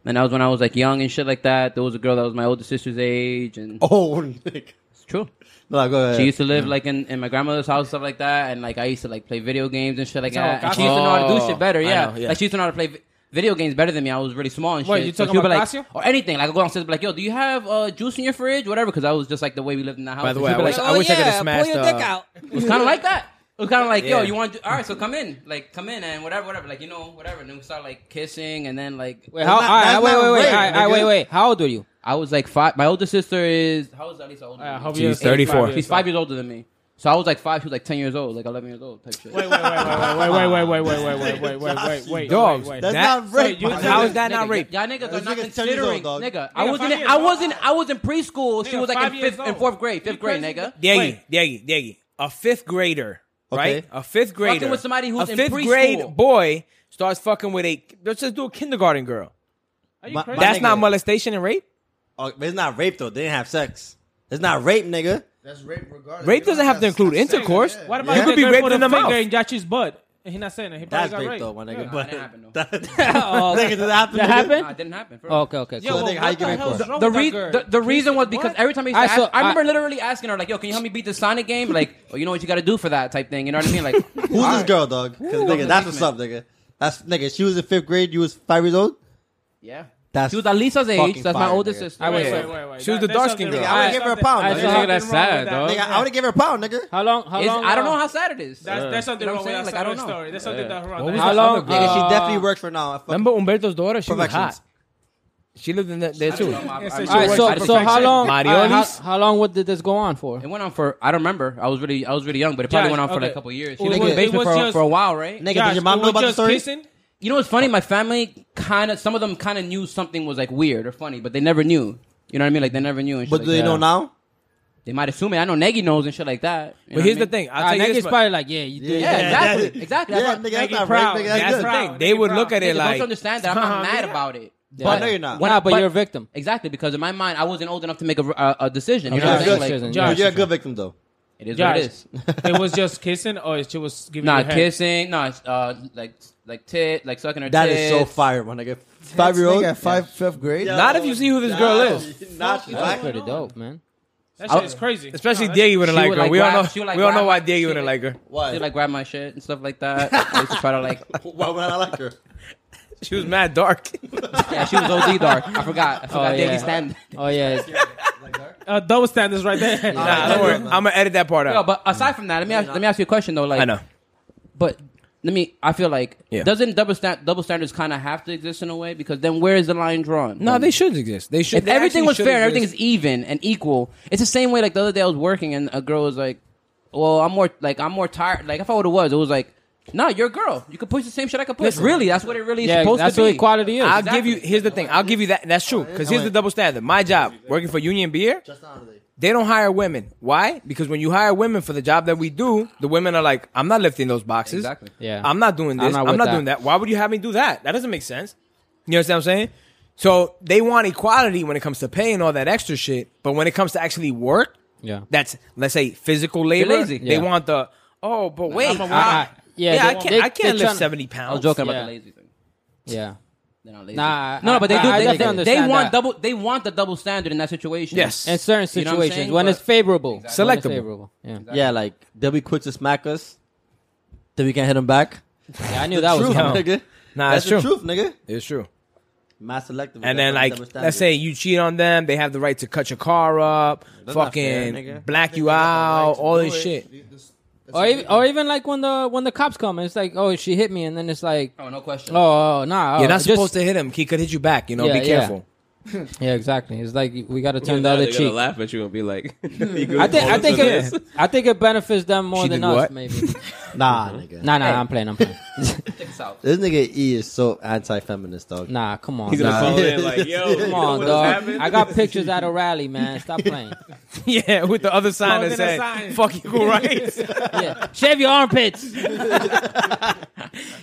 S5: And that was when I was like young and shit like that. There was a girl that was my older sister's age, and
S7: Oh, nigga.
S5: it's true.
S7: No, go ahead.
S5: She used to live like in, in my grandmother's house, stuff like that, and like I used to like play video games and shit like
S2: That's how
S5: that. And
S2: Ocasio-
S5: she used to know how to do
S3: Oh,
S5: shit better,
S3: I
S5: yeah.
S3: know, yeah.
S5: Like she used to know how to play vi- video games better than me. I was really small and
S2: What,
S5: shit.
S2: you
S5: So
S2: talking
S5: she'll be
S2: about
S5: like-
S2: Ocasio?
S5: or anything. Like I go downstairs, and be like, "Yo, do you have uh, juice in your fridge, whatever?" Because I was just like the way we lived in the house.
S3: By the way,
S5: And she'll be
S3: I wish,
S5: like, "Oh,
S3: I, wish I could have smashed. uh,
S5: it was kind of like that. It was kind of like, yo,
S3: Yeah.
S5: you want to? All right, so come in, like come in and whatever, whatever, like you know, whatever. And then we start like kissing, and then like
S6: Wait, how, all right,
S7: that's
S6: wait,
S7: not
S6: wait, wait,
S7: rape,
S6: all right, all right, wait,
S7: nigga.
S6: wait. How old were you?
S5: I was like five. My older sister is how is Alisa older?
S2: I
S5: than
S2: hope
S5: me?
S2: you're
S3: She's
S2: eight, five
S3: 34.
S2: years
S5: She's five
S2: old.
S5: years older than me. So I was like five. She was like ten years old, like eleven years old, type shit.
S2: Wait, wait, wait, wait, wait, wait, wait, wait, wait, wait, wait, wait, wait,
S3: Dogs.
S2: wait, wait.
S7: That's
S3: That-
S7: not rape.
S2: So you
S7: my
S2: tell
S7: nigga.
S3: How is that
S5: Nigga,
S3: not rape?
S5: Y'all niggas are
S7: Those
S5: not
S7: niggas 10 years
S5: considering,
S7: old, dog.
S5: nigga. I
S2: Nigga,
S5: wasn't.
S2: five
S5: In, I
S2: years
S5: wasn't. I was in preschool. She
S2: Nigga,
S5: was like
S2: five
S5: in
S2: years
S5: fifth and
S2: old.
S5: fourth grade,
S2: You
S5: fifth grade,
S2: crazy?
S5: nigga.
S3: Deggy, Deggy, Deggy. A fifth grader, right?
S7: Okay.
S3: A fifth grader.
S5: with somebody who's
S3: a
S5: in
S3: fifth
S5: preschool.
S3: grade boy starts fucking with a. Let's just do a kindergarten girl.
S2: Are you
S7: My-
S2: crazy?
S7: my
S3: That's
S7: nigga.
S3: not molestation and rape.
S7: Oh, but it's not rape though. They didn't have sex. It's not rape, nigga.
S4: That's rape regardless.
S3: Rape
S4: You
S3: doesn't
S4: don't
S3: have to include
S4: sex.
S3: intercourse.
S2: What
S4: What
S2: about
S3: You
S2: if
S3: could
S2: the
S3: be
S2: girl
S3: raped
S2: put a
S3: in the
S2: finger
S3: mouth.
S2: in Jachi's butt? He's not saying that. He probably
S7: That's
S2: got
S7: rape
S2: raped.
S7: though, my nigga.
S2: Yeah.
S7: But
S5: didn't happen, though.
S7: that,
S6: Oh,
S7: nigga, did that happen?
S6: That
S7: nigga?
S6: happened?
S5: Nah, it didn't happen. For real.
S6: Okay, okay,
S2: Yo,
S6: cool.
S7: So
S2: well,
S7: nigga, how you
S2: what the
S7: give it
S2: hell's
S7: for?
S2: wrong
S5: The,
S2: with that
S5: re-
S2: girl?
S5: the, the reason was
S2: What?
S5: because every time I used to
S6: I
S5: ask,
S6: saw-
S5: I remember
S6: I-
S5: literally asking her like, "Yo, can you help me beat the Sonic game?" Like, oh, you know what you got to do for that type thing. You know what I mean? Like,
S7: Who's this girl, dog? 'Cause, nigga, that's what's up, nigga. That's nigga. She was in fifth grade. You was five years old.
S5: yeah.
S7: That's
S5: She was Alisa's age.
S7: fucking
S5: That's my
S7: fire,
S5: oldest
S7: nigga.
S5: sister.
S6: I was-
S2: Wait, wait, wait, wait.
S3: She was
S2: That-
S3: the
S2: there's
S3: dark-skinned
S7: girl.
S2: something wrong.
S7: I would give her a pound,
S2: There's
S7: nigga.
S2: something
S6: Nigga, that's
S2: wrong with
S6: sad,
S2: that.
S6: dog.
S7: nigga. I want to give her a pound, nigga.
S6: How long? How
S5: Is-
S6: long?
S5: I don't know
S6: uh,
S5: how sad it is.
S2: That's, that's something
S5: You know
S2: wrong
S5: what
S2: with
S5: I'm saying?
S2: that
S5: Like, I
S2: side
S5: don't know.
S2: story. That's something that's wrong.
S3: What was
S6: How
S3: that
S6: long?
S3: other girl?
S7: Nigga,
S6: uh,
S7: she definitely works for now. I fucking-
S3: Remember Umberto's daughter? She was
S7: Perfectionist.
S3: hot. She lived in that, there
S5: All
S3: too.
S6: All right, so so how long?
S5: uh,
S6: all right, how,
S3: Mariolis?
S6: how long would did this go on for?
S5: It went on for I don't remember. I was really I was really young, but it probably
S2: Josh,
S5: went on for
S2: okay.
S5: like a couple years. She
S2: It
S5: lived in
S2: was-
S5: the basement
S2: it was
S5: for,
S2: just-
S5: for a while, right?
S7: nigga, did your mom know about the story?
S2: Kissing?
S5: You know what's funny? My family kind of some of them kind of knew something was like weird or funny, but they never knew. You know what I mean? Like they never knew. And shit
S7: But
S5: like
S7: do they
S5: that.
S7: know now?
S5: They might assume it. I know Negi knows and shit like that. You know
S3: But
S5: what
S3: here's
S5: I
S3: the
S5: mean?
S3: thing.
S6: All
S3: I'll
S6: right,
S3: tell you
S6: Nigga's
S3: this.
S6: probably like, yeah, you did.
S5: Yeah, exactly,
S7: yeah.
S5: exactly.
S7: Yeah,
S5: That's
S7: nigga,
S5: what,
S7: that's
S2: Nigga
S7: not
S2: proud.
S7: rape, nigga.
S2: That's
S7: That's
S2: proud.
S7: good.
S3: the thing. They would look at
S5: nigga,
S3: it
S5: don't you
S3: like,
S5: understand that I'm not mad
S2: yeah.
S5: about it.
S7: But I know you're not.
S5: When
S6: nah,
S5: I-
S6: but you're a victim.
S5: exactly because in my mind I wasn't old enough to make a, a, a decision. You know
S6: Okay.
S5: what I'm saying?
S7: Good.
S5: Like,
S6: Josh,
S7: But you're a
S6: Josh.
S7: good victim though.
S5: it is what
S2: Josh,
S5: it is.
S2: it was just kissing, or she was giving
S5: Nah,
S2: you head?
S5: kissing. Nah, uh, like like tit, like sucking her.
S7: That
S5: tits.
S7: is so fire, my nigga. Five year old.
S4: at five, fifth grade.
S3: not if you see who this girl is.
S7: Not
S6: That's pretty dope, man. Oh,
S2: That shit is crazy.
S3: Especially
S2: No, that's-
S3: Diego wouldn't
S5: She
S3: like
S5: would,
S3: her.
S5: like,
S3: we all
S5: grab-
S3: know.
S5: she would, like,
S3: we all know
S5: grab-
S3: why Diego
S5: she
S3: wouldn't like her.
S5: She
S7: Why?
S5: like grab my shit and stuff like that. I used to try to like.
S7: Why would I like her?
S3: She was mad dark.
S5: Yeah, she was OD dark. I forgot. I forgot.
S6: Oh,
S5: Daily
S6: yeah.
S5: standard.
S6: Oh yeah,
S2: uh, double standards right there.
S3: nah, don't worry. I'm gonna edit that part
S5: Yo,
S3: out.
S5: but aside from that, let me ask, let me ask you a question though. Like,
S3: I know.
S5: but let me. I feel like
S3: Yeah.
S5: doesn't double sta- double standards kind of have to exist in a way because then where is the line drawn?
S3: No,
S5: Like,
S3: they should exist. They should.
S5: If everything was fair and everything is even and equal, it's the same way. Like the other day, I was working and a girl was like, "Well, I'm more like I'm more tired." Like if I would have was, it was like, "No, you're a girl. You could push the same shit I could push." really, that's what it really is
S6: yeah.
S5: supposed
S6: That's
S5: to be.
S6: what equality is.
S3: I'll
S5: Exactly.
S3: give you. Here's the thing. I'll give you that. That's true. Because here's the double standard. My job, working for Union Beer, they don't hire women. Why? Because when you hire women for the job that we do, the women are like, "I'm not lifting those boxes.
S5: Exactly.
S6: Yeah.
S3: I'm not doing this.
S6: I'm
S3: I'm
S6: not
S3: not,
S6: with that."
S3: doing that. Why would you have me do that? That doesn't make sense. You understand what I'm saying? So they want equality when it comes to pay and all that extra shit, but when it comes to actually work,
S6: Yeah.
S3: that's let's say physical labor,
S5: lazy.
S3: they
S6: Yeah.
S3: want the oh, but wait,
S5: I'm a
S3: I-
S5: woman.
S6: Yeah,
S3: yeah,
S6: they-
S3: I can't,
S6: they-
S3: I
S6: they're
S3: can't lift
S6: trying-
S3: seventy
S5: I was
S3: pounds.
S5: joking
S6: Yeah.
S5: about the lazy thing.
S6: yeah.
S5: They're not lazy.
S6: Nah,
S5: no,
S6: I-
S5: but they
S6: I-
S5: do.
S6: I
S5: they, they,
S6: definitely
S5: they
S6: understand
S5: want
S6: that.
S5: double. They want the double standard in that situation.
S3: Yes.
S6: In certain
S5: You know what I'm
S6: situations,
S5: saying?
S6: when it's
S5: But-
S6: favorable, When it's
S3: Selectable.
S6: favorable. Yeah.
S7: Yeah, like W quick to smack us. Then we can't hit him back.
S6: yeah, I knew that was
S7: Truth,
S6: coming.
S7: nigga.
S3: Nah,
S7: That's
S3: it's true.
S7: the truth, nigga.
S3: It's true.
S7: Mass selective.
S3: And then,
S7: That's
S3: like,
S7: double standard.
S3: let's say you cheat on them, they have the right to cut your car up,
S7: not fair,
S3: fucking
S7: nigga.
S3: black you out, all this shit.
S6: Or even, or even like when the when the cops come, it's like, oh, she hit me, and then it's like,
S5: Oh, no question.
S6: oh, oh nah, oh,
S3: You're not
S6: just-
S3: supposed to hit him. He could hit you back. You know,
S6: Yeah,
S3: be
S6: yeah.
S3: careful.
S6: Yeah, exactly. It's like we got to turn the
S1: Now
S6: other
S1: they're gonna
S6: cheek.
S1: laugh at you and be like,
S3: Hmm.
S6: I think I think
S3: this.
S6: it, I think it benefits them more
S3: She
S6: than
S3: did
S6: us.
S3: what?
S6: Maybe.
S7: nah, nigga.
S6: Nah, nah, I'm playing. I'm playing.
S5: It's out.
S7: This nigga E is so anti-feminist, dog.
S6: Nah, come on.
S1: He's gonna
S6: dog.
S1: phone in like, yo,
S6: Come on,
S1: what
S6: dog.
S1: happened?
S6: I got pictures at a rally, man. Stop playing.
S3: yeah, with the other sign
S2: Holding
S3: that
S2: a
S3: said,
S2: sign.
S3: "Fuck you, rights." Uh,
S6: Yeah. Shave your armpits.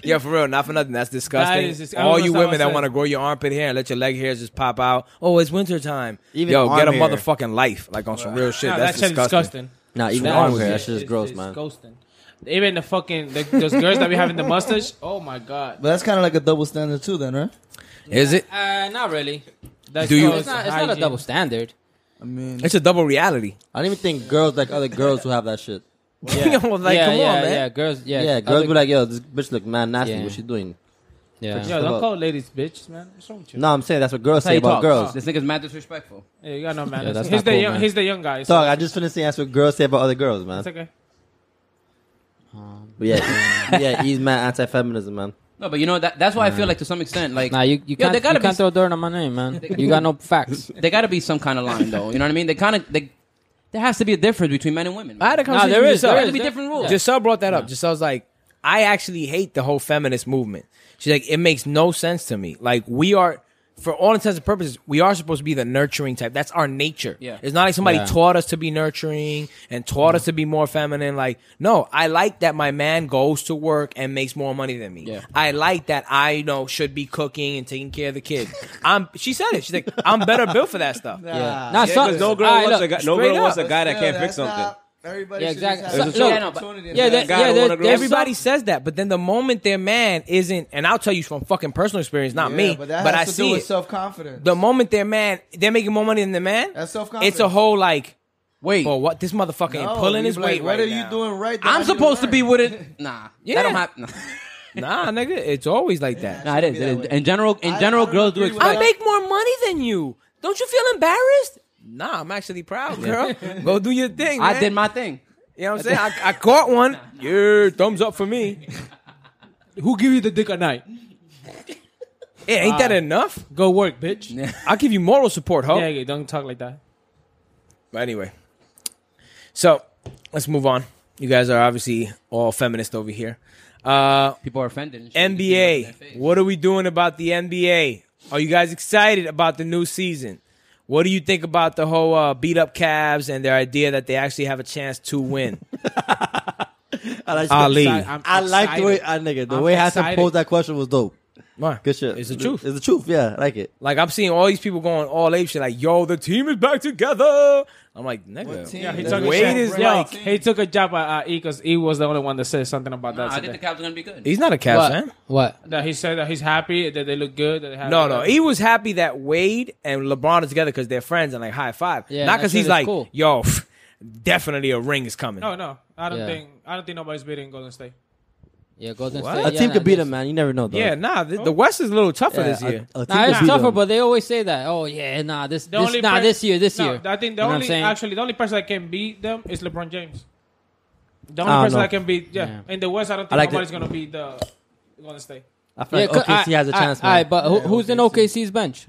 S3: yeah, for real, not for nothing. That's disgusting.
S2: That is dis- I
S3: all
S2: was
S3: you
S2: gonna say-
S3: women
S2: I
S3: that
S2: said-
S3: want to grow your armpit hair and let your leg hairs just pop out. Oh, it's winter time.
S7: Even
S3: Yo, get a
S7: arm hair.
S3: motherfucking life, like on some real shit.
S2: Nah,
S3: that's
S2: that shit is
S3: disgusting.
S2: disgusting.
S7: Nah, even
S3: That
S7: arm
S3: was
S7: hair. That
S3: it.
S7: shit is
S2: It's-
S7: gross,
S2: it's
S7: man.
S2: Disgusting. Even the fucking the, those girls that be having the mustache. Oh my god.
S4: But that's kind of like a double standard too, then, right?
S3: Is it?
S6: Uh, not really.
S2: That's
S3: Do you-
S2: gross
S6: It's not. It's not a
S2: hygiene.
S6: double standard.
S4: I mean,
S3: It's a double reality.
S7: I don't even think girls like other girls who have that shit.
S3: Yo, like,
S6: yeah,
S3: come
S6: yeah,
S3: on, man.
S6: yeah. Girls, yeah,
S7: Yeah, girls
S6: other-
S7: be like, "Yo, this bitch look man nasty.
S6: Yeah.
S7: What she doing?"
S6: yeah.
S2: Yo, don't
S7: About-
S2: call ladies bitch, man. What's wrong with you?
S7: No, I'm saying that's what girls
S5: That's how
S7: say
S5: you
S7: about
S5: talk.
S7: girls.
S5: This nigga's mad disrespectful.
S2: Yeah, you got no manners.
S6: that's
S2: he's
S6: not
S2: the
S6: cool,
S2: young,
S6: man.
S2: he's the young guy. So
S7: Dog, I just finished saying that's what girls say about other girls, man.
S2: it's okay.
S7: But yeah, yeah, he's mad anti-feminism, man.
S5: No, but you know that that's why I feel like to some extent, like
S6: Nah, you, you
S5: Yo,
S6: can't,
S5: there
S6: you
S5: gotta
S6: can't
S5: be-
S6: throw dirt on my name, man. You got no facts.
S5: there got to be some kind of line, though. You know what I mean? They kind of they, there has to be a difference between men and women.
S3: I had a
S6: No,
S3: conversation
S6: there
S3: with
S6: is.
S3: Giselle.
S6: There is.
S5: be different rules.
S6: Yeah.
S3: Giselle brought that up. Giselle's like, I actually hate the whole feminist movement. She's like, it makes no sense to me. Like, we are, for all intents and purposes, we are supposed to be the nurturing type. That's our nature.
S5: Yeah.
S3: It's not like somebody
S6: Yeah.
S3: taught us to be nurturing and taught us to be more feminine. Like, no, I like that my man goes to work and makes more money than me.
S5: Yeah.
S3: I like that I, you know, should be cooking and taking care of the kids. I'm, she said it. She's like, I'm better built for that stuff.
S6: Yeah. Nah, some-
S1: Because no girl
S6: Alright,
S1: wants
S6: look,
S1: a guy, no
S3: straight
S1: girl wants
S3: up.
S1: a guy that can't fix something.
S4: Everybody
S6: Yeah,
S4: should just
S6: exactly.
S4: have
S1: It's
S4: the
S1: a
S6: yeah,
S1: choice.
S4: opportunity to
S6: yeah,
S4: have
S6: that,
S1: Gotta
S6: yeah,
S1: wanna
S6: there-
S1: grow.
S6: there's
S3: Everybody says that, but then the moment their man isn't, and I'll tell you from fucking personal experience, not
S4: Yeah,
S3: me,
S4: but
S3: but,
S4: that
S3: I
S4: has to do
S3: see
S4: with
S3: it.
S4: self confidence.
S3: the moment their man, they're making more money than the man.
S4: That's self-confidence.
S3: It's a whole like,
S5: Wait,
S3: oh, what this motherfucker ain't pulling his weight.
S4: What
S3: right
S4: are
S3: now.
S4: you doing right? that I
S5: I'm
S4: need to
S5: supposed to
S4: learn?
S5: be with it. Nah, that
S3: Yeah.
S5: don't happen.
S3: Nah, nigga, it's always like that.
S5: nah, it is. It is. In general, in
S4: I-
S5: general,
S4: I don't
S5: girls do
S4: agree with
S5: expect.
S3: I make more money than you. Don't you feel embarrassed? Nah, I'm actually proud, girl. Go do your thing.
S5: I
S3: man.
S5: did my thing.
S3: You know what I'm saying? I, I caught one. Yeah, thumbs up for me.
S2: Who give you the dick at night?
S3: Yeah, ain't that enough?
S2: Go work, bitch. Yeah,
S3: I'll give you moral support, ho.
S2: yeah, don't talk like that.
S3: But anyway, so let's move on. You guys are obviously all feminist over here. Uh,
S5: People are offended. and shit. You see it
S3: NBA.
S5: in
S3: What are we doing about the NBA? Are you guys excited about the new season? What do you think about the whole uh, beat up Cavs and their idea that they actually have a chance to win?
S7: I like,
S3: Ali.
S2: I'm
S7: I like the way I nigga. The way Hassan
S2: excited.
S7: posed that question was dope.
S3: Why?
S7: Good shit.
S3: It's the truth.
S7: It's the truth. Yeah, I like it.
S3: Like I'm seeing all these people going all ape shit. Like, yo, the team is back together. I'm like,
S4: What
S3: nigga,
S4: team?
S2: Yeah, he
S4: The
S2: took
S3: Wade
S2: a shot.
S3: is
S2: Yo,
S3: like-
S2: he took a job at uh, E because E was the only one that said something about
S5: Nah,
S2: that.
S5: I
S2: today.
S5: think the Cavs are gonna be good.
S3: he's not a Cavs
S6: What?
S3: fan.
S6: What?
S2: that he said that he's happy that they look good. That they have
S3: No, no, he was happy that Wade and LeBron are together because they're friends and like high five.
S6: Yeah,
S3: not because
S6: that shit
S3: he's
S6: is
S3: like,
S6: cool.
S3: yo, definitely a ring is coming.
S2: no, no. I don't
S6: Yeah.
S2: think I don't think nobody's beating Golden State.
S6: Yeah, Golden
S3: What?
S6: State.
S3: A
S7: A
S6: yeah,
S7: team
S6: nah,
S7: could beat
S6: this-
S7: him, man. You never know. Though.
S3: Yeah, nah, the,
S2: Oh.
S3: the West is a little Oh, tougher this
S7: a-
S3: year.
S7: a team
S6: Nah,
S7: could
S6: it's
S7: beat
S6: tougher,
S7: them.
S6: but they always say that. Oh yeah, nah, this,
S2: The
S6: this
S2: only
S6: nah,
S2: per-
S6: this year, this
S2: No,
S6: year.
S2: I think the
S6: You know what I'm
S2: only
S6: saying?
S2: actually the only person that can beat them is LeBron James. The only
S7: I don't
S2: person
S7: know.
S2: that can beat yeah, in the West, I don't think
S7: like
S2: nobody's
S7: that.
S2: gonna beat the Golden State.
S7: I feel like
S6: 'cause
S7: OKC has a
S6: I-
S7: chance,
S6: I,
S7: man.
S6: alright, but who, who's in OKC's bench?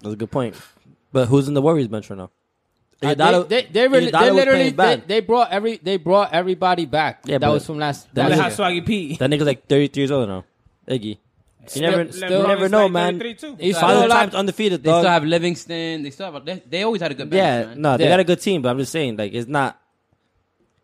S7: That's a good point. But who's in the Warriors bench right now?
S6: Uh,
S7: Iguodala-
S6: they, they, they, really,
S7: Iguodala
S6: they
S7: was
S6: literally
S7: playing bad.
S6: they, they brought every they brought everybody back.
S7: Yeah,
S6: that
S7: but
S6: was from last.
S7: that
S6: last
S2: They
S7: is-
S6: year.
S2: have Swaggy P.
S7: That nigga's like 33 years old now. Iggy. You never,
S6: still-
S7: you
S6: LeBron
S7: never
S2: is
S7: know,
S2: like
S7: man.
S2: 33 too.
S6: He's
S5: Father
S7: Father
S6: still
S7: time's
S6: alive.
S7: undefeated,
S5: They still
S7: dog.
S5: have Livingston. They still have. They, they always had a good. Bench,
S7: Yeah,
S5: man.
S7: no, they
S6: Yeah.
S7: got a good team, but I'm just saying, like, it's not,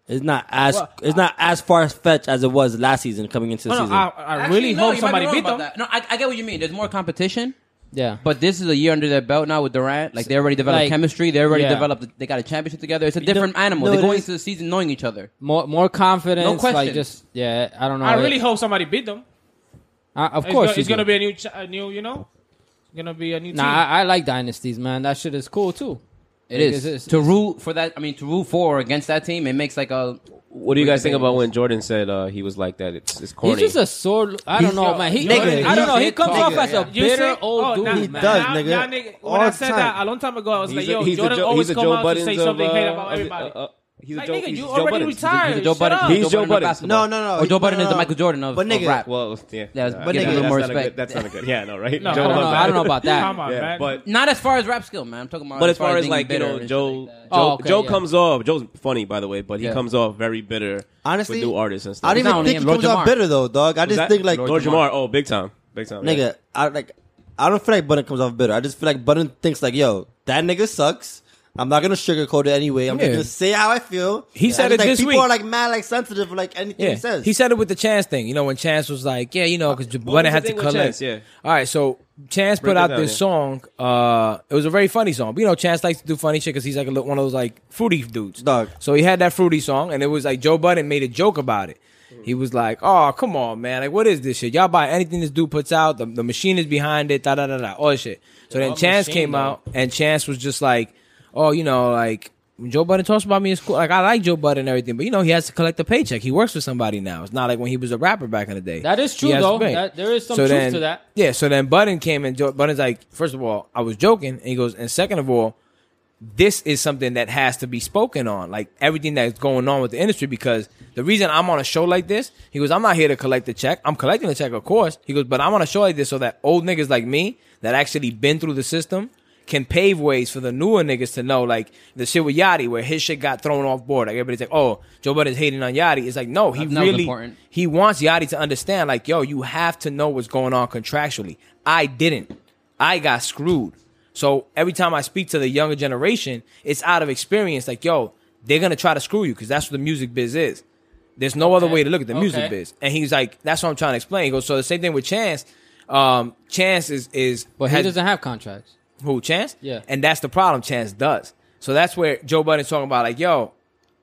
S7: it's not as, it's not as far fetched as it was last season coming
S6: Oh,
S7: into the
S2: No,
S7: season.
S2: no, I, I
S5: Actually,
S2: really
S5: no,
S2: hope
S5: you might be
S2: somebody
S5: wrong
S2: beat
S5: about
S2: them.
S5: that. No, I, I get what you mean. There's more competition,
S6: Yeah,
S5: but this is a year under their belt now with Durant. Like they already developed
S6: Like,
S5: chemistry. They already
S6: yeah.
S5: developed. They got a championship together. It's a different animal.
S7: no,
S5: They're
S7: it
S5: going
S7: is.
S5: into the season knowing each other.
S6: more more confidence.
S5: No
S6: Like
S5: questions.
S6: just yeah, I don't know.
S2: I really hope somebody beat them.
S6: I, of
S2: It's
S6: course,
S2: gonna-
S6: you
S2: it's gonna
S6: do.
S2: be a new, ch- a new, you know, it's gonna be a new
S6: Nah,
S2: team.
S6: I, I like dynasties, man. That shit is cool too.
S5: It
S6: Like,
S5: is
S6: it's- it's-
S5: to root for that. I mean, to root for or against that team, it makes like a.
S1: What do you guys think about when Jordan said uh, he was like that? It's it's corny.
S6: He's just a sore. I don't know, man. He,
S7: Nigga,
S6: I don't know. He comes
S5: nigga,
S6: off as a
S2: You
S6: bitter
S2: see-
S6: old
S2: oh,
S6: dude,
S2: nah,
S7: He
S6: man.
S7: does,
S2: nah,
S7: nigga.
S2: nah, nigga. When
S7: All
S2: I
S7: the
S2: said
S7: time.
S2: that a long time ago, I was
S1: He's
S2: like,
S1: a-
S2: "Yo,
S1: he's a
S2: Jordan
S1: Joe-
S2: always
S1: he's a
S2: come
S1: Joe
S2: out
S1: Buddens
S2: to say
S1: of,
S2: something
S1: uh,
S2: hate about
S1: of the-
S2: everybody."
S1: uh, uh, He's a
S2: Like,
S1: Joe,
S2: nigga,
S1: he's
S2: you
S1: Joe
S2: already
S1: Budden.
S2: retired.
S5: He's a Joe
S2: Shut
S5: Budden.
S2: up.
S7: He's
S5: Joe
S7: Joe
S5: Budden of
S7: Budden.
S5: basketball.
S7: No, no, no.
S5: Or Joe
S7: No,
S5: Budden
S7: no,
S5: is the
S7: no.
S5: Michael Jordan of,
S7: But
S5: of
S7: nigga-
S5: rap.
S1: Well, yeah,
S5: Yeah,
S1: nah,
S5: but
S1: yeah, that's
S5: nigga, give him more
S1: not a good-
S5: respect.
S1: That's not a good. Yeah, no, right?
S2: No,
S1: Joe
S6: I don't know.
S1: Budden.
S6: I don't know about that.
S2: Come on,
S1: Yeah,
S2: man.
S1: but
S5: Not as far as rap skill, man. I'm talking about.
S1: But as far as
S5: being
S1: like you
S5: bitter
S1: know,
S5: and
S1: Joe,
S5: shit like that.
S6: Oh,
S1: Joe,
S6: okay,
S1: Joe
S6: yeah.
S1: comes off. Joe's funny, by the way, but he
S5: Yeah.
S1: comes off very bitter.
S7: Honestly,
S1: with new artists and stuff.
S7: I don't
S5: Not
S7: even
S5: only
S7: think
S5: him,
S7: he comes
S5: Lord
S7: out
S5: Jamar.
S7: better though, dog. I
S1: Was
S7: just
S1: that-
S7: think like,
S1: Lord Jamar. Oh, big time, big time, yeah.
S7: nigga, I like, I don't feel like Button comes off better. I just feel like Button thinks like, yo, that nigga sucks. I'm not gonna sugarcoat it anyway. I'm
S3: Yeah.
S7: just gonna say how I feel. I
S3: He said
S7: just
S3: it
S7: like,
S3: this
S7: people
S3: week.
S7: are like mad, like sensitive, for, like anything
S3: Yeah.
S7: he says.
S3: said it with the Chance thing. You know, when Chance was like, yeah, you know, because
S1: was the
S3: Bunny had to
S1: thing with
S3: collect.
S1: Chance? Yeah.
S3: All right, so Chance
S1: Break it
S3: put out
S1: down,
S3: this
S1: yeah.
S3: song. Uh, it was a very funny song. But, you know, Chance likes to do funny shit because he's like a, little- one of those like fruity dudes.
S7: Dog.
S3: So he had that fruity song, and it was like Joe Budden made a joke about it. He was like, "Oh, come on, man! Like, what is this shit? Y'all buy anything this dude puts out? The, the machine is behind it. Da da da da. All this shit." So then Chance came out, and Chance was just like, "Oh, you know, like." when Joe Budden talks about me. It's cool. Like I like Joe Budden and everything, but you know he has to collect a paycheck. He works for somebody now. It's not like when he was a rapper back in the day.
S6: That is
S3: He
S6: true,
S3: has to
S6: though.
S3: pay.
S6: That- there is some truth
S3: then,
S6: to that.
S3: Yeah. So then Budden came and Joe, Budden's like, first of all, I was joking, and he goes, and second of all, this is something that has to be spoken on, like everything that's going on with the industry. Because the reason I'm on a show like this, he goes, I'm not here to collect the check. I'm collecting the check, of course. He goes, but I'm on a show like this so that old niggas like me that actually been through the system can pave ways for the newer niggas to know, like the shit with Yachty, where his shit got thrown off board. Like everybody's like, oh, Joe Budden's hating on Yachty. It's like, no, he
S5: That's not
S3: really
S5: important.
S3: he wants Yachty to understand, like, yo, you have to know what's going on contractually. I didn't. I got screwed. So every time I speak to the younger generation, it's out of experience. Like, yo, they're gonna try to screw you because that's what the music biz is. There's no other way to look at the music
S6: Okay.
S3: biz. And he's like, that's what I'm trying to explain. He goes, so the same thing with Chance. Um, Chance is is
S6: But he
S3: has-
S6: doesn't have contracts.
S3: who Chance?
S6: Yeah.
S3: And that's the problem. Chance does. So that's where Joe Budden's talking about, like, yo,
S6: What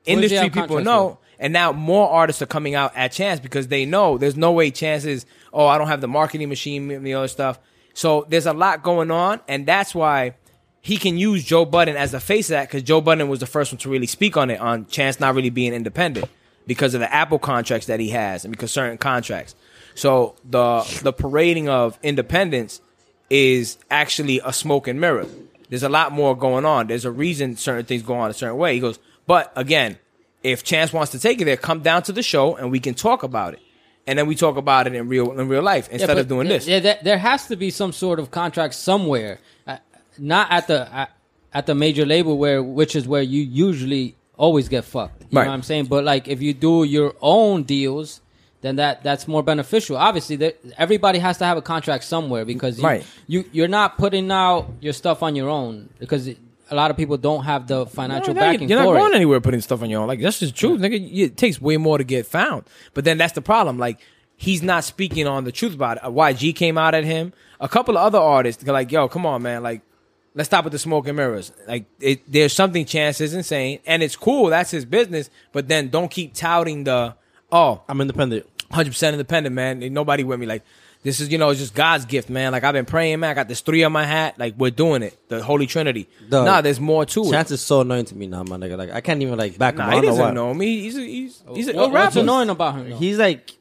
S3: industry
S6: is your
S3: people
S6: contract
S3: know, and now more artists are coming out at Chance because they know there's no way Chance is. Oh, I don't have the marketing machine and the other stuff. So there's a lot going on, and that's why he can use Joe Budden as the face of that because Joe Budden was the first one to really speak on it on Chance not really being independent because of the Apple contracts that he has and because certain contracts. So the the parading of independence is actually a smoke and mirror. There's a lot more going on. There's a reason certain things go on a certain way. He goes, but again, if Chance wants to take it there, come down to the show and we can talk about it. And then we talk about it in real in real life instead
S6: but
S3: of doing
S6: yeah,
S3: this.
S6: Yeah, there, there has to be some sort of contract somewhere, uh, not at the at, at the major label where which is where you usually always get fucked. You
S3: Right.
S6: know what I'm saying? But like if you do your own deals, then that that's more beneficial. Obviously, there, everybody has to have a contract somewhere because you,
S3: Right.
S6: you you're not putting out your stuff on your own because. It, a lot of people don't have the financial
S3: No, no,
S6: backing
S3: You're
S6: for
S3: not going
S6: it.
S3: anywhere putting stuff on your own. Like that's just true, nigga. You- It takes way more to get found. But then that's the problem. Like he's not speaking on the truth about it. YG came out at him. A couple of other artists they're like, "Yo, come on, man. Like, let's stop with the smoke and mirrors. Like, it, there's something Chance isn't saying, and it's cool. That's his business. But then don't keep touting the oh,
S7: I'm independent.
S3: hundred percent independent, man. Ain't nobody with me. Like this is, you know, it's just God's gift, man. Like I've been praying, man. I got this three on my hat. Like we're doing it, the Holy Trinity.
S7: Dog.
S3: nah, there's more to it.
S7: Chance is so annoying to me now, my nigga. Like I can't even like back
S3: Nah,
S7: him. I
S3: he
S7: don't know
S3: doesn't
S7: why.
S3: know me. He's a, he's he's an
S6: What-
S3: ill
S6: what's
S3: rapper.
S6: annoying about him? though?
S7: He's like,